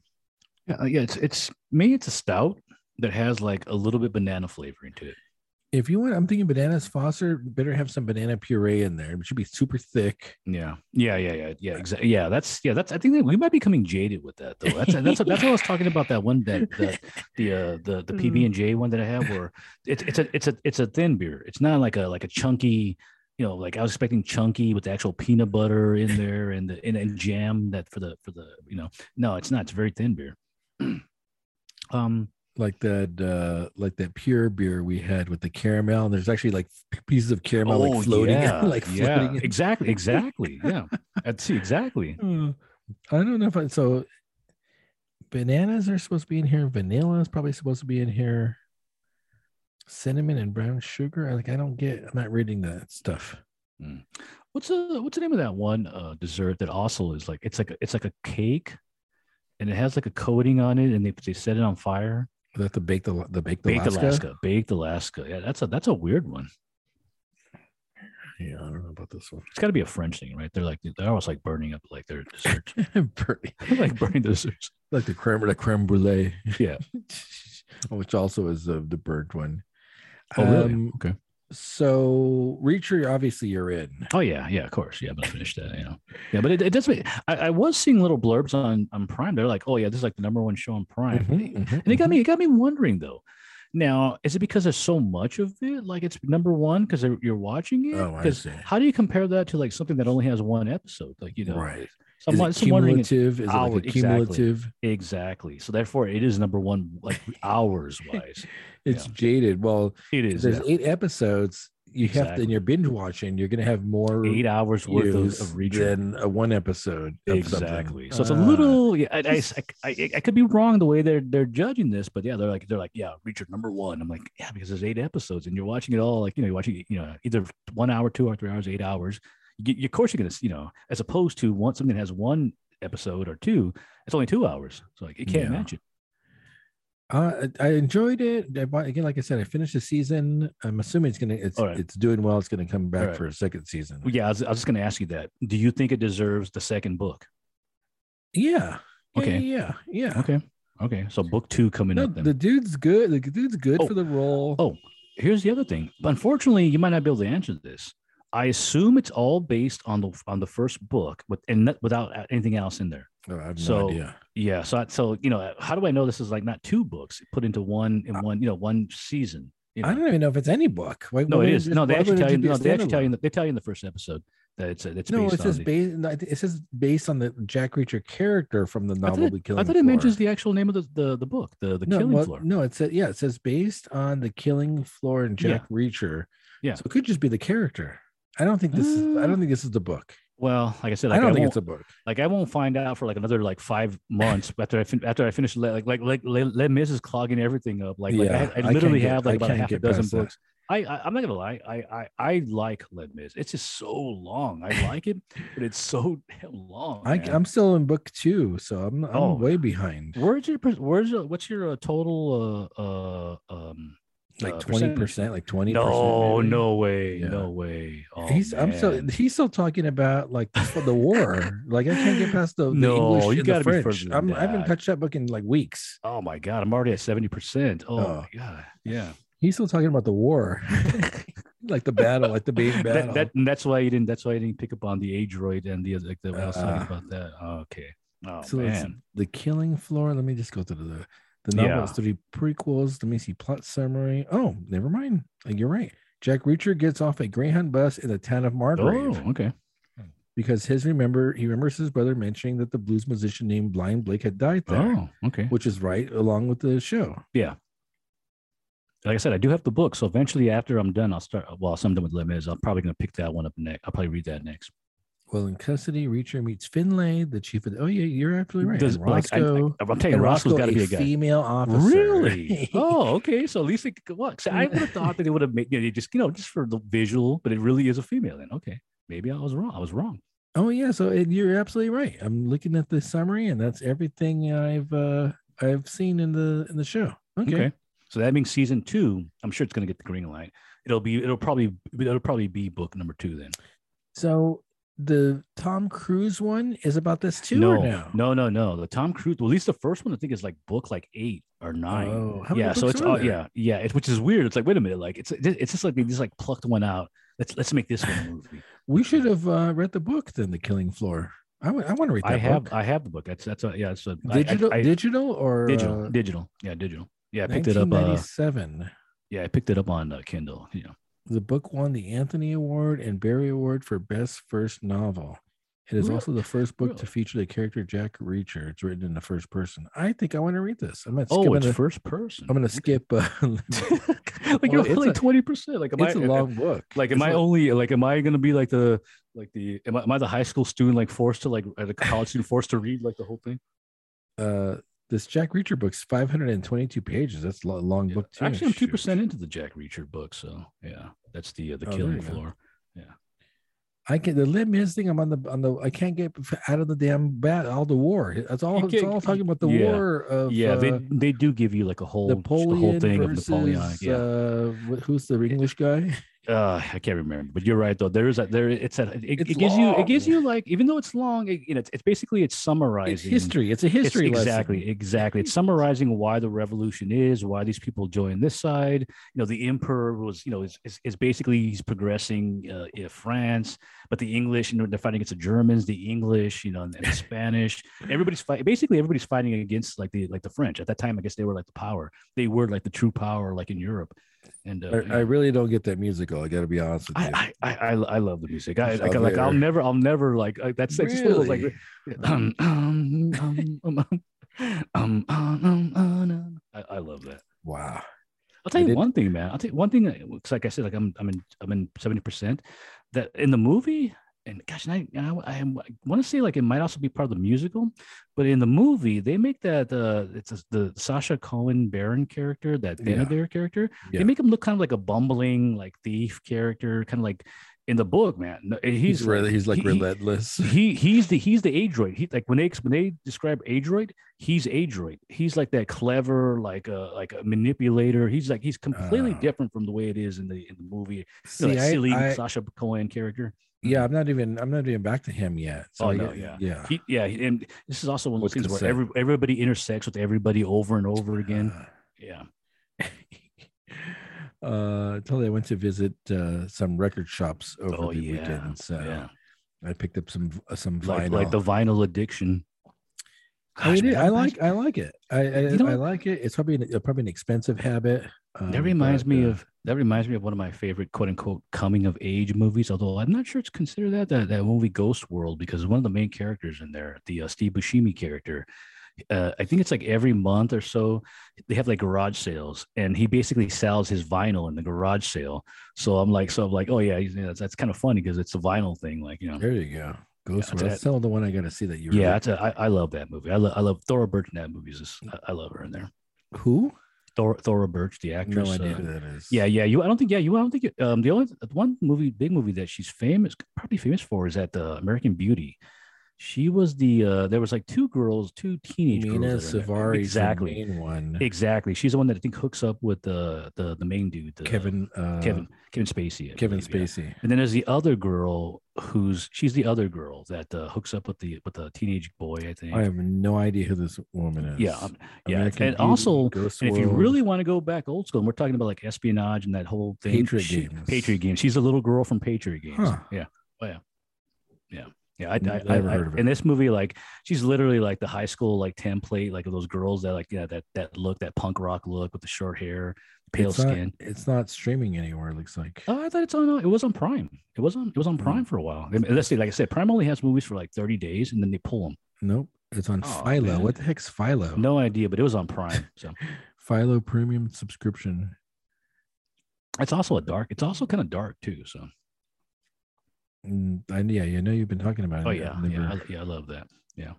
[SPEAKER 2] Yeah, uh, yeah, it's it's maybe it's a stout that has like a little bit banana flavoring to it.
[SPEAKER 1] if you want, I'm thinking bananas Foster better have some banana puree in there. It should be super thick.
[SPEAKER 2] Yeah, yeah, yeah, yeah, yeah. Exactly. Yeah, that's yeah, that's. I think that we might be becoming jaded with that though. That's that's that's what I was talking about. That one that the the uh, the the PB and J one that I have, where it's it's a it's a it's a thin beer. It's not like a like a chunky. You know, like I was expecting chunky with the actual peanut butter in there and the and, and jam that for the for the you know no, it's not. It's a very thin beer. um.
[SPEAKER 1] Like that, uh, like that pure beer we had with the caramel. And there's actually like p- pieces of caramel like floating,
[SPEAKER 2] Oh, yeah,
[SPEAKER 1] like
[SPEAKER 2] yeah,
[SPEAKER 1] floating. in-
[SPEAKER 2] exactly, exactly. Yeah, that's see, exactly.
[SPEAKER 1] Uh, I don't know if I, so. Bananas are supposed to be in here. Vanilla is probably supposed to be in here. Cinnamon and brown sugar. I- Like I don't get. I'm not reading that stuff.
[SPEAKER 2] What's the what's the name of that one uh, dessert that also is like it's like a, it's like a cake, and it has like a coating on it, and they they set it on fire.
[SPEAKER 1] Is that the baked the, the baked
[SPEAKER 2] Baked
[SPEAKER 1] Alaska?
[SPEAKER 2] Alaska? baked Alaska. Yeah, that's a that's a weird one.
[SPEAKER 1] Yeah, I don't know about this one.
[SPEAKER 2] It's got to be a French thing, right? They're like they're always like burning up like their desserts,
[SPEAKER 1] Pretty-
[SPEAKER 2] like burning desserts.
[SPEAKER 1] like the creme the creme brulee.
[SPEAKER 2] Yeah.
[SPEAKER 1] which also is uh, the bird one.
[SPEAKER 2] Oh, really?
[SPEAKER 1] Um,
[SPEAKER 2] okay.
[SPEAKER 1] So Reacher, obviously you're in.
[SPEAKER 2] Oh yeah, yeah, of course. Yeah, I'm gonna finish that. You know, yeah, but it, it does. Make, I, I was seeing little blurbs on on Prime. They're like, oh yeah, this is like the number one show on Prime.
[SPEAKER 1] Mm-hmm,
[SPEAKER 2] And it got me, it got me wondering though. Now, is it because there's so much of it? Like it's number one because you're watching it.
[SPEAKER 1] Oh, I
[SPEAKER 2] 'Cause
[SPEAKER 1] see.
[SPEAKER 2] How do you compare that to like something that only has one episode? Like you know,
[SPEAKER 1] right.
[SPEAKER 2] so
[SPEAKER 1] is
[SPEAKER 2] I'm,
[SPEAKER 1] it
[SPEAKER 2] so I'm wondering if-
[SPEAKER 1] cumulative? Is it
[SPEAKER 2] hour-
[SPEAKER 1] like a
[SPEAKER 2] exactly.
[SPEAKER 1] cumulative?
[SPEAKER 2] exactly. So therefore, it is number one like hours wise.
[SPEAKER 1] It's jaded. Well,
[SPEAKER 2] It
[SPEAKER 1] if
[SPEAKER 2] is
[SPEAKER 1] there's
[SPEAKER 2] yeah.
[SPEAKER 1] eight episodes. You have to,
[SPEAKER 2] Exactly.
[SPEAKER 1] and you're binge watching. You're going to have more
[SPEAKER 2] eight hours worth of,
[SPEAKER 1] views
[SPEAKER 2] of reach.
[SPEAKER 1] than a one episode. of something.
[SPEAKER 2] Exactly. Uh, So it's a
[SPEAKER 1] Ah,
[SPEAKER 2] little. Yeah, I, I, I, I- I could be wrong the way they're they're judging this, but yeah, they're like they're like yeah, Richard number one. I'm like yeah, because there's eight episodes and you're watching it all like you know you're watching it, you know either one hour, two or three hours, eight hours. You, get- of course you're gonna s- you know as opposed to once something that has one episode or two, it's only two hours. So like it can't
[SPEAKER 1] Yeah.
[SPEAKER 2] match it.
[SPEAKER 1] Uh, I I enjoyed it. I bought, again, like I said, I finished the season. I'm assuming it's gonna it's
[SPEAKER 2] All right.
[SPEAKER 1] it's doing well. It's gonna come back
[SPEAKER 2] right.
[SPEAKER 1] for a second season.
[SPEAKER 2] Well, yeah, I was, I was just gonna ask you that. Do you think it deserves the second book?
[SPEAKER 1] Yeah. Yeah,
[SPEAKER 2] Okay.
[SPEAKER 1] Yeah. Yeah. yeah.
[SPEAKER 2] Okay, okay. So book two coming
[SPEAKER 1] No,
[SPEAKER 2] up then.
[SPEAKER 1] the dude's good. The dude's good
[SPEAKER 2] Oh.
[SPEAKER 1] for the role.
[SPEAKER 2] Oh, here's the other thing. Unfortunately, you might not be able to answer this. I assume it's all based on the on the first book, with and not, without a- anything else in there.
[SPEAKER 1] No, Oh, I have no
[SPEAKER 2] so-
[SPEAKER 1] idea.
[SPEAKER 2] Yeah. So I, so you know, how do I know this is like not two books put into one in one you know one season? You know?
[SPEAKER 1] I don't even know if it's any book. Why,
[SPEAKER 2] no,
[SPEAKER 1] why
[SPEAKER 2] it
[SPEAKER 1] would
[SPEAKER 2] is.
[SPEAKER 1] just-
[SPEAKER 2] No, they
[SPEAKER 1] why
[SPEAKER 2] actually
[SPEAKER 1] would it
[SPEAKER 2] tell you.
[SPEAKER 1] be a
[SPEAKER 2] No, they actually tell you.
[SPEAKER 1] standalone?
[SPEAKER 2] In the, they tell you in the first episode that it's it's
[SPEAKER 1] No,
[SPEAKER 2] based
[SPEAKER 1] it
[SPEAKER 2] on.
[SPEAKER 1] says
[SPEAKER 2] the-
[SPEAKER 1] based. no, it it says based on the Jack Reacher character from the
[SPEAKER 2] I
[SPEAKER 1] novel.
[SPEAKER 2] thought,
[SPEAKER 1] the
[SPEAKER 2] it,
[SPEAKER 1] Killing
[SPEAKER 2] I thought
[SPEAKER 1] Floor.
[SPEAKER 2] it mentions the actual name of the the, the book, the the
[SPEAKER 1] no,
[SPEAKER 2] Killing
[SPEAKER 1] well,
[SPEAKER 2] Floor.
[SPEAKER 1] no, it said yeah, it says based on the Killing Floor and
[SPEAKER 2] Yeah.
[SPEAKER 1] Jack Reacher.
[SPEAKER 2] Yeah.
[SPEAKER 1] so it could just be the character. I don't think this is. I
[SPEAKER 2] Uh,
[SPEAKER 1] don't think this is the book.
[SPEAKER 2] Well, like I said, like,
[SPEAKER 1] I don't think
[SPEAKER 2] won't-
[SPEAKER 1] it's a book.
[SPEAKER 2] like I won't find out for like another like five months after I fin- after I finish le- like like like let Le Mis is clogging everything up. Like, like I
[SPEAKER 1] Yeah,
[SPEAKER 2] ha-
[SPEAKER 1] I
[SPEAKER 2] I,
[SPEAKER 1] can't
[SPEAKER 2] literally
[SPEAKER 1] get-
[SPEAKER 2] have like
[SPEAKER 1] I
[SPEAKER 2] about a
[SPEAKER 1] can't
[SPEAKER 2] half a
[SPEAKER 1] get
[SPEAKER 2] dozen
[SPEAKER 1] past that.
[SPEAKER 2] books. I, I I'm not gonna lie, I I I like Les Mis. It's just so long. I like it, but it's so damn long.
[SPEAKER 1] I,
[SPEAKER 2] man.
[SPEAKER 1] I'm still in book two, so I'm I'm
[SPEAKER 2] Oh.
[SPEAKER 1] way behind,
[SPEAKER 2] where's your pers- where's your, what's your uh, total uh uh um uh,
[SPEAKER 1] like twenty
[SPEAKER 2] percentage?
[SPEAKER 1] percent, like twenty.
[SPEAKER 2] No,
[SPEAKER 1] maybe.
[SPEAKER 2] no way,
[SPEAKER 1] Yeah.
[SPEAKER 2] no way. Oh,
[SPEAKER 1] he's I'm still
[SPEAKER 2] man.
[SPEAKER 1] he's still talking about like the, the war. Like I can't get past the, the
[SPEAKER 2] No, you
[SPEAKER 1] English and the
[SPEAKER 2] gotta be
[SPEAKER 1] French.
[SPEAKER 2] further than
[SPEAKER 1] I'm, I haven't
[SPEAKER 2] that.
[SPEAKER 1] touched that book in like weeks.
[SPEAKER 2] Oh my god, I'm already at seventy percent. Oh,
[SPEAKER 1] Oh.
[SPEAKER 2] my god, yeah.
[SPEAKER 1] He's still talking about the war. like the battle, like the big battle.
[SPEAKER 2] That, that, and that's why you didn't. That's why you didn't pick up on the Adroid and the other- like the. what I was
[SPEAKER 1] Uh,
[SPEAKER 2] talking about that. Oh, okay. Oh
[SPEAKER 1] so it's
[SPEAKER 2] man.
[SPEAKER 1] the killing floor. Let me just go through the the novel has
[SPEAKER 2] Yeah.
[SPEAKER 1] three prequels. Let me see plot summary. Oh, never mind. Like, You're right. Jack Reacher gets off a Greyhound bus in the town of Margrave
[SPEAKER 2] Oh, okay.
[SPEAKER 1] because his remember he remembers his brother mentioning that the blues musician named Blind Blake had died there,
[SPEAKER 2] Oh, okay.
[SPEAKER 1] which is right along with the show.
[SPEAKER 2] Like I said, I do have the book, so eventually after I'm done, I'll start. Well, I'm done with Les Mis. I'm probably gonna pick that one up next. I'll probably read that next.
[SPEAKER 1] Well, in custody, Reacher meets Finlay, the chief of. Oh yeah, you're absolutely right.
[SPEAKER 2] Does-
[SPEAKER 1] and
[SPEAKER 2] like, I-
[SPEAKER 1] Roscoe,
[SPEAKER 2] I, am telling
[SPEAKER 1] and
[SPEAKER 2] you, Roscoe's
[SPEAKER 1] Roscoe,
[SPEAKER 2] got to be a guy.
[SPEAKER 1] female officer.
[SPEAKER 2] Really? oh, okay. So at least it could work. So I would have thought that they would have made you know, you just you know just for the visual, but it really is a female. Then okay, maybe I was wrong. I was wrong.
[SPEAKER 1] Oh yeah, so it, you're absolutely right. I'm looking at the summary, and that's everything I've uh, I've seen in the in the show. Okay,
[SPEAKER 2] Okay. So that means season two. I'm sure it's going to get the green light. It'll be. It'll probably. It'll probably be book number two then.
[SPEAKER 1] so the Tom Cruise one is about this too,
[SPEAKER 2] no,
[SPEAKER 1] or no?
[SPEAKER 2] no, no, no. The Tom Cruise. Well, at least the first one I think is like book like eight or nine.
[SPEAKER 1] Oh, how many
[SPEAKER 2] yeah. So
[SPEAKER 1] books
[SPEAKER 2] it's
[SPEAKER 1] are
[SPEAKER 2] all,
[SPEAKER 1] there?
[SPEAKER 2] yeah, yeah. It's which is weird. It's like wait a minute. Like it's it's just like they just like plucked one out. Let's let's make this one a movie.
[SPEAKER 1] We should have uh, read the book then, The Killing Floor. I want to read that
[SPEAKER 2] I have
[SPEAKER 1] book.
[SPEAKER 2] I have the book. That's that's a, yeah. It's a, I- I-
[SPEAKER 1] digital,
[SPEAKER 2] I-
[SPEAKER 1] digital, or
[SPEAKER 2] digital,
[SPEAKER 1] uh,
[SPEAKER 2] digital. Yeah, digital. Yeah, I picked it up. Uh,
[SPEAKER 1] 1997.
[SPEAKER 2] yeah, I picked it up on uh, Kindle. You know.
[SPEAKER 1] the book won the Anthony Award and Barry Award for Best First Novel. It is
[SPEAKER 2] Really?
[SPEAKER 1] also the first book to
[SPEAKER 2] Really?
[SPEAKER 1] feature the character Jack Reacher. It's written in the first person. I think I want to read this. I'm not
[SPEAKER 2] Oh,
[SPEAKER 1] skipping.
[SPEAKER 2] it's
[SPEAKER 1] the-
[SPEAKER 2] first person.
[SPEAKER 1] I'm going to skip. Uh, it's
[SPEAKER 2] like
[SPEAKER 1] Well,
[SPEAKER 2] you're
[SPEAKER 1] it's
[SPEAKER 2] only
[SPEAKER 1] a-
[SPEAKER 2] twenty percent. Like am I,
[SPEAKER 1] a long book.
[SPEAKER 2] Like am
[SPEAKER 1] It's
[SPEAKER 2] I
[SPEAKER 1] like-
[SPEAKER 2] only like am I gonna be like the like the am I, am I the high school student like forced to like or the college student forced to read like the whole thing?
[SPEAKER 1] uh, this Jack Reacher book's 522 pages. That's a lo- long book too.
[SPEAKER 2] Actually, I'm two
[SPEAKER 1] Shoot.
[SPEAKER 2] percent into the Jack Reacher book, so yeah, that's the uh, the
[SPEAKER 1] Oh, there
[SPEAKER 2] Killing
[SPEAKER 1] you go.
[SPEAKER 2] Floor.
[SPEAKER 1] I can the Lim is thing. I'm on the on the. I can't get out of the damn bat. All the war. That's all. It's
[SPEAKER 2] can't-
[SPEAKER 1] all talking about the
[SPEAKER 2] yeah.
[SPEAKER 1] war of
[SPEAKER 2] yeah, they
[SPEAKER 1] uh,
[SPEAKER 2] they do give you like a whole the
[SPEAKER 1] Napoleon
[SPEAKER 2] whole thing of
[SPEAKER 1] versus
[SPEAKER 2] Napoleonic. Yeah,
[SPEAKER 1] uh, wh- who's the English guy?
[SPEAKER 2] uh, I can't remember, but you're right though. There is a there it's a it, it
[SPEAKER 1] It's
[SPEAKER 2] gives you it gives
[SPEAKER 1] long.
[SPEAKER 2] you like even though it's long, it, you know, it's, it's basically it's summarizing
[SPEAKER 1] It's history. It's a
[SPEAKER 2] It's
[SPEAKER 1] history lesson.
[SPEAKER 2] exactly exactly it's summarizing why the revolution is why these people joined this side you know the emperor was you know is, is, is basically he's progressing uh, in france but the english you know they're fighting against the germans the english you know and, and the spanish everybody's fighting basically everybody's fighting against like the like the french at that time i guess they were like the power they were like the true power like in europe and uh,
[SPEAKER 1] I,
[SPEAKER 2] you
[SPEAKER 1] I
[SPEAKER 2] know,
[SPEAKER 1] really don't get that musical. I got to be honest with you.
[SPEAKER 2] I, I, I, I I love the music. I,
[SPEAKER 1] It's
[SPEAKER 2] like,
[SPEAKER 1] out
[SPEAKER 2] like I'll
[SPEAKER 1] there.
[SPEAKER 2] never I'll never like I, that's that's just one of those,
[SPEAKER 1] Really?
[SPEAKER 2] like um um um um um um, um, um, um, um. I, I love that.
[SPEAKER 1] wow.
[SPEAKER 2] I'll tell
[SPEAKER 1] I
[SPEAKER 2] you
[SPEAKER 1] did-
[SPEAKER 2] one thing, man. I'll tell you one thing. It's like I said, like I'm I'm in I'm in seventy percent that in the movie. And gosh, and I and I, I want to say like it might also be part of the musical, but in the movie they make that uh it's a, the Sasha Cohen Baron character that
[SPEAKER 1] Yeah.
[SPEAKER 2] Benadryl character
[SPEAKER 1] Yeah.
[SPEAKER 2] they make him look kind of like a bumbling like thief character kind of like in the book man no, eh, he's,
[SPEAKER 1] He's really he's like
[SPEAKER 2] he- he-
[SPEAKER 1] relentless.
[SPEAKER 2] he he's the he's the adroid he like when they ex- when they describe adroid he's adroid he's like that clever like a like a manipulator he's like he's completely
[SPEAKER 1] Ah.
[SPEAKER 2] different from the way it is in the in the movie you know,
[SPEAKER 1] See,
[SPEAKER 2] that
[SPEAKER 1] I-
[SPEAKER 2] silly
[SPEAKER 1] I-
[SPEAKER 2] sasha cohen character
[SPEAKER 1] yeah, I'm not even I'm not even back to him yet.
[SPEAKER 2] Oh,
[SPEAKER 1] I
[SPEAKER 2] no,
[SPEAKER 1] get-
[SPEAKER 2] yeah.
[SPEAKER 1] yeah.
[SPEAKER 2] he, yeah he- and this is also one of
[SPEAKER 1] What's
[SPEAKER 2] those things
[SPEAKER 1] the
[SPEAKER 2] where
[SPEAKER 1] set?
[SPEAKER 2] every, everybody intersects with everybody over and over again yeah
[SPEAKER 1] Uh, until I went to visit uh, some record shops over
[SPEAKER 2] Oh,
[SPEAKER 1] the
[SPEAKER 2] yeah.
[SPEAKER 1] weekend, so
[SPEAKER 2] yeah
[SPEAKER 1] I picked up some uh, some uh,
[SPEAKER 2] like,
[SPEAKER 1] vinyl.
[SPEAKER 2] like the vinyl addiction
[SPEAKER 1] I, mean,
[SPEAKER 2] Gosh,
[SPEAKER 1] it-
[SPEAKER 2] man,
[SPEAKER 1] I
[SPEAKER 2] that reminds-
[SPEAKER 1] like I like it. I I,
[SPEAKER 2] You know
[SPEAKER 1] I
[SPEAKER 2] what?
[SPEAKER 1] like it. It's probably an, uh, probably an expensive habit. Um,
[SPEAKER 2] That reminds
[SPEAKER 1] but,
[SPEAKER 2] me
[SPEAKER 1] uh,
[SPEAKER 2] of that reminds me of one of my favorite quote unquote coming of age movies. Although I'm not sure it's considered that that, that movie Ghost World because one of the main characters in there, the uh, Steve Buscemi character, uh, I think it's like every month or so they have like garage sales, and he basically sells his vinyl in the garage sale. So I'm like, so I'm like, oh yeah, he's- yeah, that's, that's kind of funny because it's a vinyl thing, like you know.
[SPEAKER 1] There you go. Ghost
[SPEAKER 2] that's
[SPEAKER 1] World. That's
[SPEAKER 2] it.
[SPEAKER 1] still the one I got to see that you.
[SPEAKER 2] Yeah,
[SPEAKER 1] really-
[SPEAKER 2] that's a, I, I love that movie. I love I love Thora Birch in that movie. Is just, I, I love her in there.
[SPEAKER 1] Who?
[SPEAKER 2] Thora, Thora Birch, the actress.
[SPEAKER 1] no idea
[SPEAKER 2] uh,
[SPEAKER 1] who that is.
[SPEAKER 2] Yeah, yeah. You, I don't think. Yeah, you. I don't think. You, um, the only the one movie, big movie that she's famous, probably famous for, is that the American Beauty. She was the. uh There was like two girls, two teenage
[SPEAKER 1] Mina
[SPEAKER 2] girls. that are in
[SPEAKER 1] Savari's
[SPEAKER 2] there.
[SPEAKER 1] exactly.
[SPEAKER 2] Exactly.
[SPEAKER 1] the main one.
[SPEAKER 2] Exactly. She's the one that I think hooks up with the the the main dude, the,
[SPEAKER 1] Kevin. Uh,
[SPEAKER 2] Kevin, Kevin Spacey. I
[SPEAKER 1] Kevin
[SPEAKER 2] believe, yeah.
[SPEAKER 1] Spacey.
[SPEAKER 2] And then there's the other girl who's she's the other girl that uh, hooks up with the with the teenage boy. I think.
[SPEAKER 1] I have no idea who this woman is.
[SPEAKER 2] yeah, I'm- yeah,
[SPEAKER 1] American
[SPEAKER 2] and
[SPEAKER 1] Beauty,
[SPEAKER 2] also,
[SPEAKER 1] Ghost
[SPEAKER 2] and if you
[SPEAKER 1] World.
[SPEAKER 2] really want to go back old school, and we're talking about like espionage and that whole thing.
[SPEAKER 1] Patriot
[SPEAKER 2] she-
[SPEAKER 1] Games.
[SPEAKER 2] Patriot Games. She's a little girl from Patriot Games.
[SPEAKER 1] Huh.
[SPEAKER 2] Yeah. Oh yeah. Yeah. Yeah. I, I,
[SPEAKER 1] Never
[SPEAKER 2] I-
[SPEAKER 1] heard of
[SPEAKER 2] I-
[SPEAKER 1] it.
[SPEAKER 2] in this movie, like she's literally like the high school like template, like of those girls that like yeah that that look that punk rock look with the short hair, pale
[SPEAKER 1] it's
[SPEAKER 2] skin.
[SPEAKER 1] Not, it's not streaming anywhere. It looks like.
[SPEAKER 2] Oh, I thought it's on. uh, It was on Prime. It was on. It was on
[SPEAKER 1] Hmm.
[SPEAKER 2] Prime for a while. And Let's see. Like I said, Prime only has movies for like thirty days, and then they pull them.
[SPEAKER 1] Nope. It's on
[SPEAKER 2] Oh,
[SPEAKER 1] Philo.
[SPEAKER 2] man.
[SPEAKER 1] What the heck's Philo?
[SPEAKER 2] No idea, but it was on Prime. So
[SPEAKER 1] Philo premium subscription.
[SPEAKER 2] it's also a dark. It's also kind of dark too. So
[SPEAKER 1] Mm, I, yeah, you know you've been talking about it.
[SPEAKER 2] oh
[SPEAKER 1] I've
[SPEAKER 2] yeah,
[SPEAKER 1] never-
[SPEAKER 2] yeah, I, yeah. I love that. Yeah.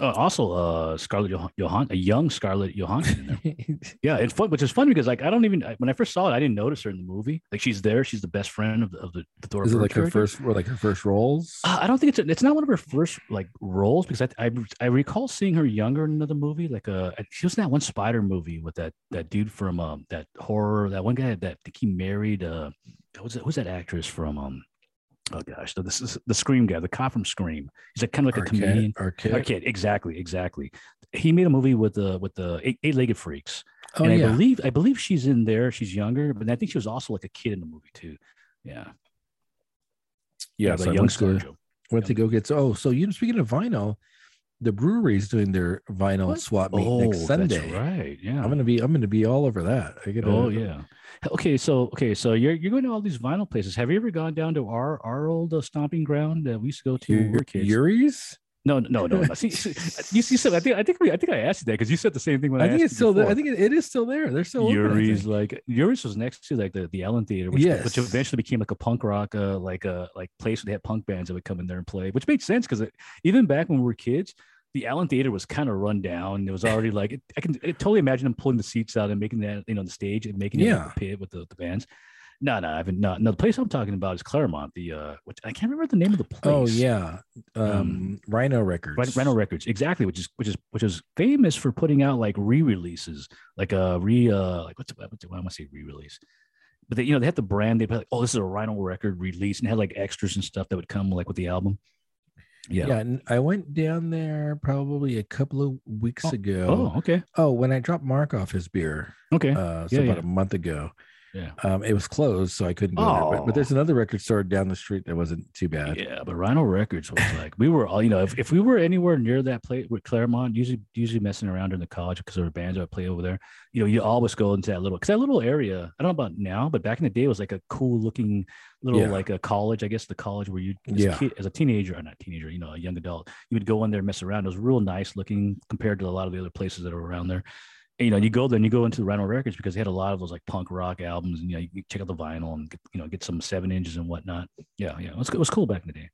[SPEAKER 2] Uh, also, uh, Scarlett Joh- Johan, a young Scarlett Johansson. in there. yeah, it's fun, which is funny because like I don't even I- when I first saw it, I didn't notice her in the movie. Like she's there. She's the best friend of the of the, the Thor.
[SPEAKER 1] Is it
[SPEAKER 2] Bird
[SPEAKER 1] like her
[SPEAKER 2] character.
[SPEAKER 1] first, or like her first roles?
[SPEAKER 2] Uh, I don't think it's a, it's not one of her first like roles because I, I I recall seeing her younger in another movie like uh she was in that one spider movie with that that dude from um that horror that one guy that I think he married uh who's that who's that actress from um oh gosh the, this is the Scream guy the cop from Scream he's like kind of like a
[SPEAKER 1] Arquette-
[SPEAKER 2] comedian
[SPEAKER 1] Arquette?
[SPEAKER 2] Arquette, exactly exactly he made a movie with the with the eight, eight legged freaks
[SPEAKER 1] Oh
[SPEAKER 2] and I
[SPEAKER 1] yeah.
[SPEAKER 2] believe I believe she's in there she's younger but I think she was also like a kid in the movie too yeah
[SPEAKER 1] Yeah.
[SPEAKER 2] the
[SPEAKER 1] So I
[SPEAKER 2] young
[SPEAKER 1] went to,
[SPEAKER 2] Scarjo.
[SPEAKER 1] went to go get. So, oh, so you know, speaking of vinyl, the brewery's doing their vinyl
[SPEAKER 2] What? Oh,
[SPEAKER 1] swap meet next Sunday.
[SPEAKER 2] That's right. Yeah.
[SPEAKER 1] I'm gonna be. I'm gonna be all over that. I get.
[SPEAKER 2] oh yeah. Okay. So okay. So you're you're going to all these vinyl places. Have you ever gone down to our our old uh, stomping ground that we used to go to? when we were kids?
[SPEAKER 1] Yuri's.
[SPEAKER 2] no, no, no. no. See, see, you see something. I think I think we, I think I asked you that because you said the same thing when I,
[SPEAKER 1] I think
[SPEAKER 2] asked
[SPEAKER 1] it's
[SPEAKER 2] you
[SPEAKER 1] still there. I
[SPEAKER 2] before.
[SPEAKER 1] think it, it is still there. They're still open, I
[SPEAKER 2] Yuri's
[SPEAKER 1] think.
[SPEAKER 2] like Yuri's was next to like the the Allen Theater, which, which
[SPEAKER 1] Yes.
[SPEAKER 2] eventually became like a punk rock uh, like uh, like place where they had punk bands that would come in there and play, which made sense because even back when we were kids, the Allen Theater was kind of run down. It was already like I can I totally imagine them pulling the seats out and making that you know the stage and making it like
[SPEAKER 1] Yeah.
[SPEAKER 2] the pit with the, the bands. No, no, I haven't. No, no, the place I'm talking about is Claremont. The uh, which I can't remember the name of the place.
[SPEAKER 1] Oh yeah. Um, Rhino Records.
[SPEAKER 2] Ren- Rental Records, exactly, which is which is which is famous for putting out like re-releases, like a re uh like what's what's why am I say re-release? But they you know they had the brand they put like oh this is a Rhino record release and it had like extras and stuff that would come like with the album. Yeah.
[SPEAKER 1] Yeah. and I went down there probably a couple of weeks ago.
[SPEAKER 2] Oh okay
[SPEAKER 1] Oh. when I dropped Mark off his beer,
[SPEAKER 2] okay.
[SPEAKER 1] uh, so
[SPEAKER 2] Yeah,
[SPEAKER 1] about
[SPEAKER 2] yeah.
[SPEAKER 1] a month ago.
[SPEAKER 2] Yeah.
[SPEAKER 1] Um, it was closed, so I couldn't go there. But,
[SPEAKER 2] Oh.
[SPEAKER 1] but there's another record store down the street that wasn't too bad.
[SPEAKER 2] yeah, but Rhino Records was like we were all you know if, if we were anywhere near that place with Claremont, usually usually messing around during the college because there were bands that would play over there. You know, you always go into that little because that little area. I don't know about now, but back in the day, it was like a cool looking little
[SPEAKER 1] Yeah.
[SPEAKER 2] like a college. I guess the college where you as,
[SPEAKER 1] Yeah.
[SPEAKER 2] a kid, as a teenager or not teenager, you know, a young adult, you would go in there and mess around. It was real nice looking compared to a lot of the other places that are around there. And, you know, you go there and you go into the Rhino Records because they had a lot of those like punk rock albums, and you know, you check out the vinyl and get, you know get some seven inches and whatnot. Yeah, yeah, it was, it was cool back in the day.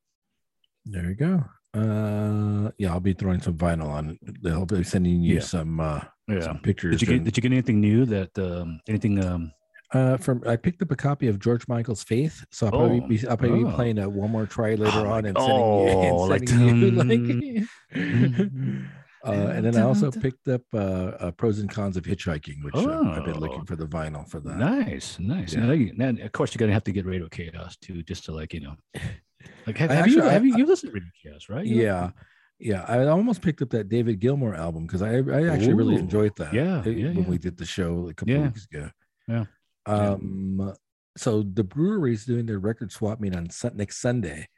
[SPEAKER 1] There you go. Uh, yeah, I'll be throwing some vinyl on. I'll be sending you
[SPEAKER 2] Yeah.
[SPEAKER 1] some uh
[SPEAKER 2] Yeah.
[SPEAKER 1] some pictures.
[SPEAKER 2] Did you get
[SPEAKER 1] and-
[SPEAKER 2] Did you get anything new? That um, anything? Um,
[SPEAKER 1] uh, from I picked up a copy of George Michael's Faith, so I'll probably
[SPEAKER 2] Oh.
[SPEAKER 1] be I'll probably
[SPEAKER 2] Oh.
[SPEAKER 1] be playing a one more try
[SPEAKER 2] Oh
[SPEAKER 1] later
[SPEAKER 2] my
[SPEAKER 1] on and
[SPEAKER 2] g-
[SPEAKER 1] sending
[SPEAKER 2] oh,
[SPEAKER 1] you,
[SPEAKER 2] like, um,
[SPEAKER 1] and sending you,
[SPEAKER 2] dun,
[SPEAKER 1] uh, and then I also picked up uh, uh, pros and cons of hitchhiking, which uh, I've been
[SPEAKER 2] Oh.
[SPEAKER 1] looking for the vinyl for that.
[SPEAKER 2] nice, nice.
[SPEAKER 1] Yeah.
[SPEAKER 2] Now you- now, of course, you're gonna have to get Radio Chaos too, just to like you know, like have,
[SPEAKER 1] I
[SPEAKER 2] have you
[SPEAKER 1] actually- I-
[SPEAKER 2] have you, you listened to Radio Chaos, right? You-
[SPEAKER 1] yeah yeah i almost picked up that david gilmour album because i i actually really
[SPEAKER 2] Ooh,
[SPEAKER 1] enjoyed that
[SPEAKER 2] yeah,
[SPEAKER 1] uh,
[SPEAKER 2] yeah,
[SPEAKER 1] when
[SPEAKER 2] yeah.
[SPEAKER 1] we did the show a couple
[SPEAKER 2] Yeah,
[SPEAKER 1] weeks ago
[SPEAKER 2] yeah, yeah.
[SPEAKER 1] um so the brewery's doing their record swap meet on Sun- next sunday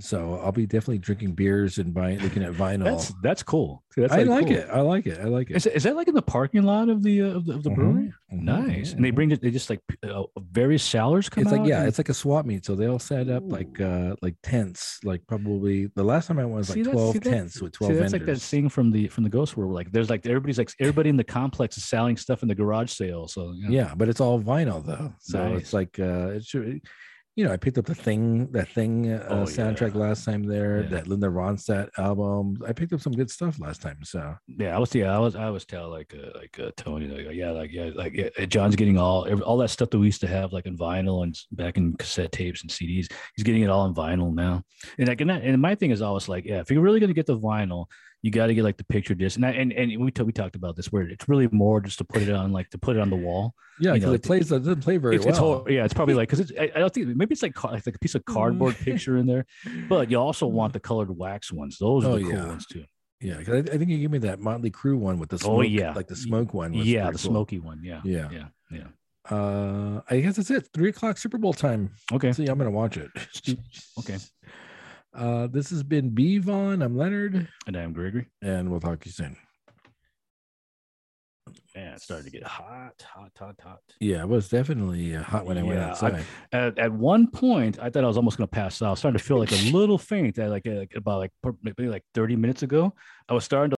[SPEAKER 1] so i'll be definitely drinking beers and buying looking at vinyl
[SPEAKER 2] that's that's cool. That's
[SPEAKER 1] i like
[SPEAKER 2] cool.
[SPEAKER 1] it i like it i like it
[SPEAKER 2] Is, is that like in the parking lot of the uh, of the, of the
[SPEAKER 1] Mhm,
[SPEAKER 2] brewery?
[SPEAKER 1] mhm,
[SPEAKER 2] Nice.
[SPEAKER 1] mhm,
[SPEAKER 2] And they
[SPEAKER 1] mhm.
[SPEAKER 2] bring it. They just like p- uh, various sellers come
[SPEAKER 1] it's like
[SPEAKER 2] out
[SPEAKER 1] yeah
[SPEAKER 2] and-
[SPEAKER 1] it's like a swap meet so they'll set up like uh like tents like probably the last time i went was
[SPEAKER 2] See,
[SPEAKER 1] like
[SPEAKER 2] that's-
[SPEAKER 1] 12
[SPEAKER 2] see, that's-
[SPEAKER 1] tents with 12
[SPEAKER 2] See, that's
[SPEAKER 1] vendors
[SPEAKER 2] like that thing from the from the Ghost World. Like there's like everybody's like everybody in the complex is selling stuff in the garage sale. So you know.
[SPEAKER 1] yeah but it's all vinyl though so
[SPEAKER 2] Nice.
[SPEAKER 1] it's like uh it should you know i picked up the thing that thing uh,
[SPEAKER 2] Oh,
[SPEAKER 1] soundtrack
[SPEAKER 2] yeah.
[SPEAKER 1] last time there
[SPEAKER 2] Yeah.
[SPEAKER 1] that linda ronstadt album i picked up some good stuff last time so
[SPEAKER 2] Yeah, I was yeah, I was I was tell like uh, like uh, Tony like uh, yeah like yeah like yeah, uh, John's getting all every- all that stuff that we used to have like in vinyl and s- back in cassette tapes and CDs. He's getting it all in vinyl now. And like and, that, and my thing is always like yeah, if you're really gonna get the vinyl, you got to get like the picture disc, and I, and and we t- we talked about this where it's really more just to put it on like to put it on the wall.
[SPEAKER 1] Yeah,
[SPEAKER 2] You
[SPEAKER 1] because
[SPEAKER 2] know,
[SPEAKER 1] it
[SPEAKER 2] it's-
[SPEAKER 1] plays it doesn't play very
[SPEAKER 2] It's,
[SPEAKER 1] well. Mm-hmm.
[SPEAKER 2] it's whole, yeah, it's probably like because I, I don't think maybe it's like ca- like a piece of cardboard picture in there, but you also want the colored wax ones. Those are
[SPEAKER 1] Oh,
[SPEAKER 2] the cool
[SPEAKER 1] yeah.
[SPEAKER 2] ones too.
[SPEAKER 1] yeah, 'cause I, I think you gave me that Motley Crue one with the smoke.
[SPEAKER 2] Oh, yeah.
[SPEAKER 1] like the smoke one. was
[SPEAKER 2] Yeah, the
[SPEAKER 1] pretty cool.
[SPEAKER 2] smoky one. Yeah,
[SPEAKER 1] Yeah.
[SPEAKER 2] yeah, yeah.
[SPEAKER 1] Uh, I guess that's it. Three o'clock Super Bowl time.
[SPEAKER 2] Okay,
[SPEAKER 1] See, I'm gonna watch it.
[SPEAKER 2] Okay.
[SPEAKER 1] Uh, this has been B Vaughn. I'm Leonard,
[SPEAKER 2] and I'm Gregory.
[SPEAKER 1] and we'll talk to you soon.
[SPEAKER 2] Man, it's starting to get hot, hot, hot, hot.
[SPEAKER 1] Yeah, it was definitely uh, hot when I went
[SPEAKER 2] Yeah, I-
[SPEAKER 1] outside.
[SPEAKER 2] At, at one point, I thought I was almost going to pass out. I was starting to feel like a little faint. At like, uh, like about like per- maybe like 30 minutes ago, I was starting to.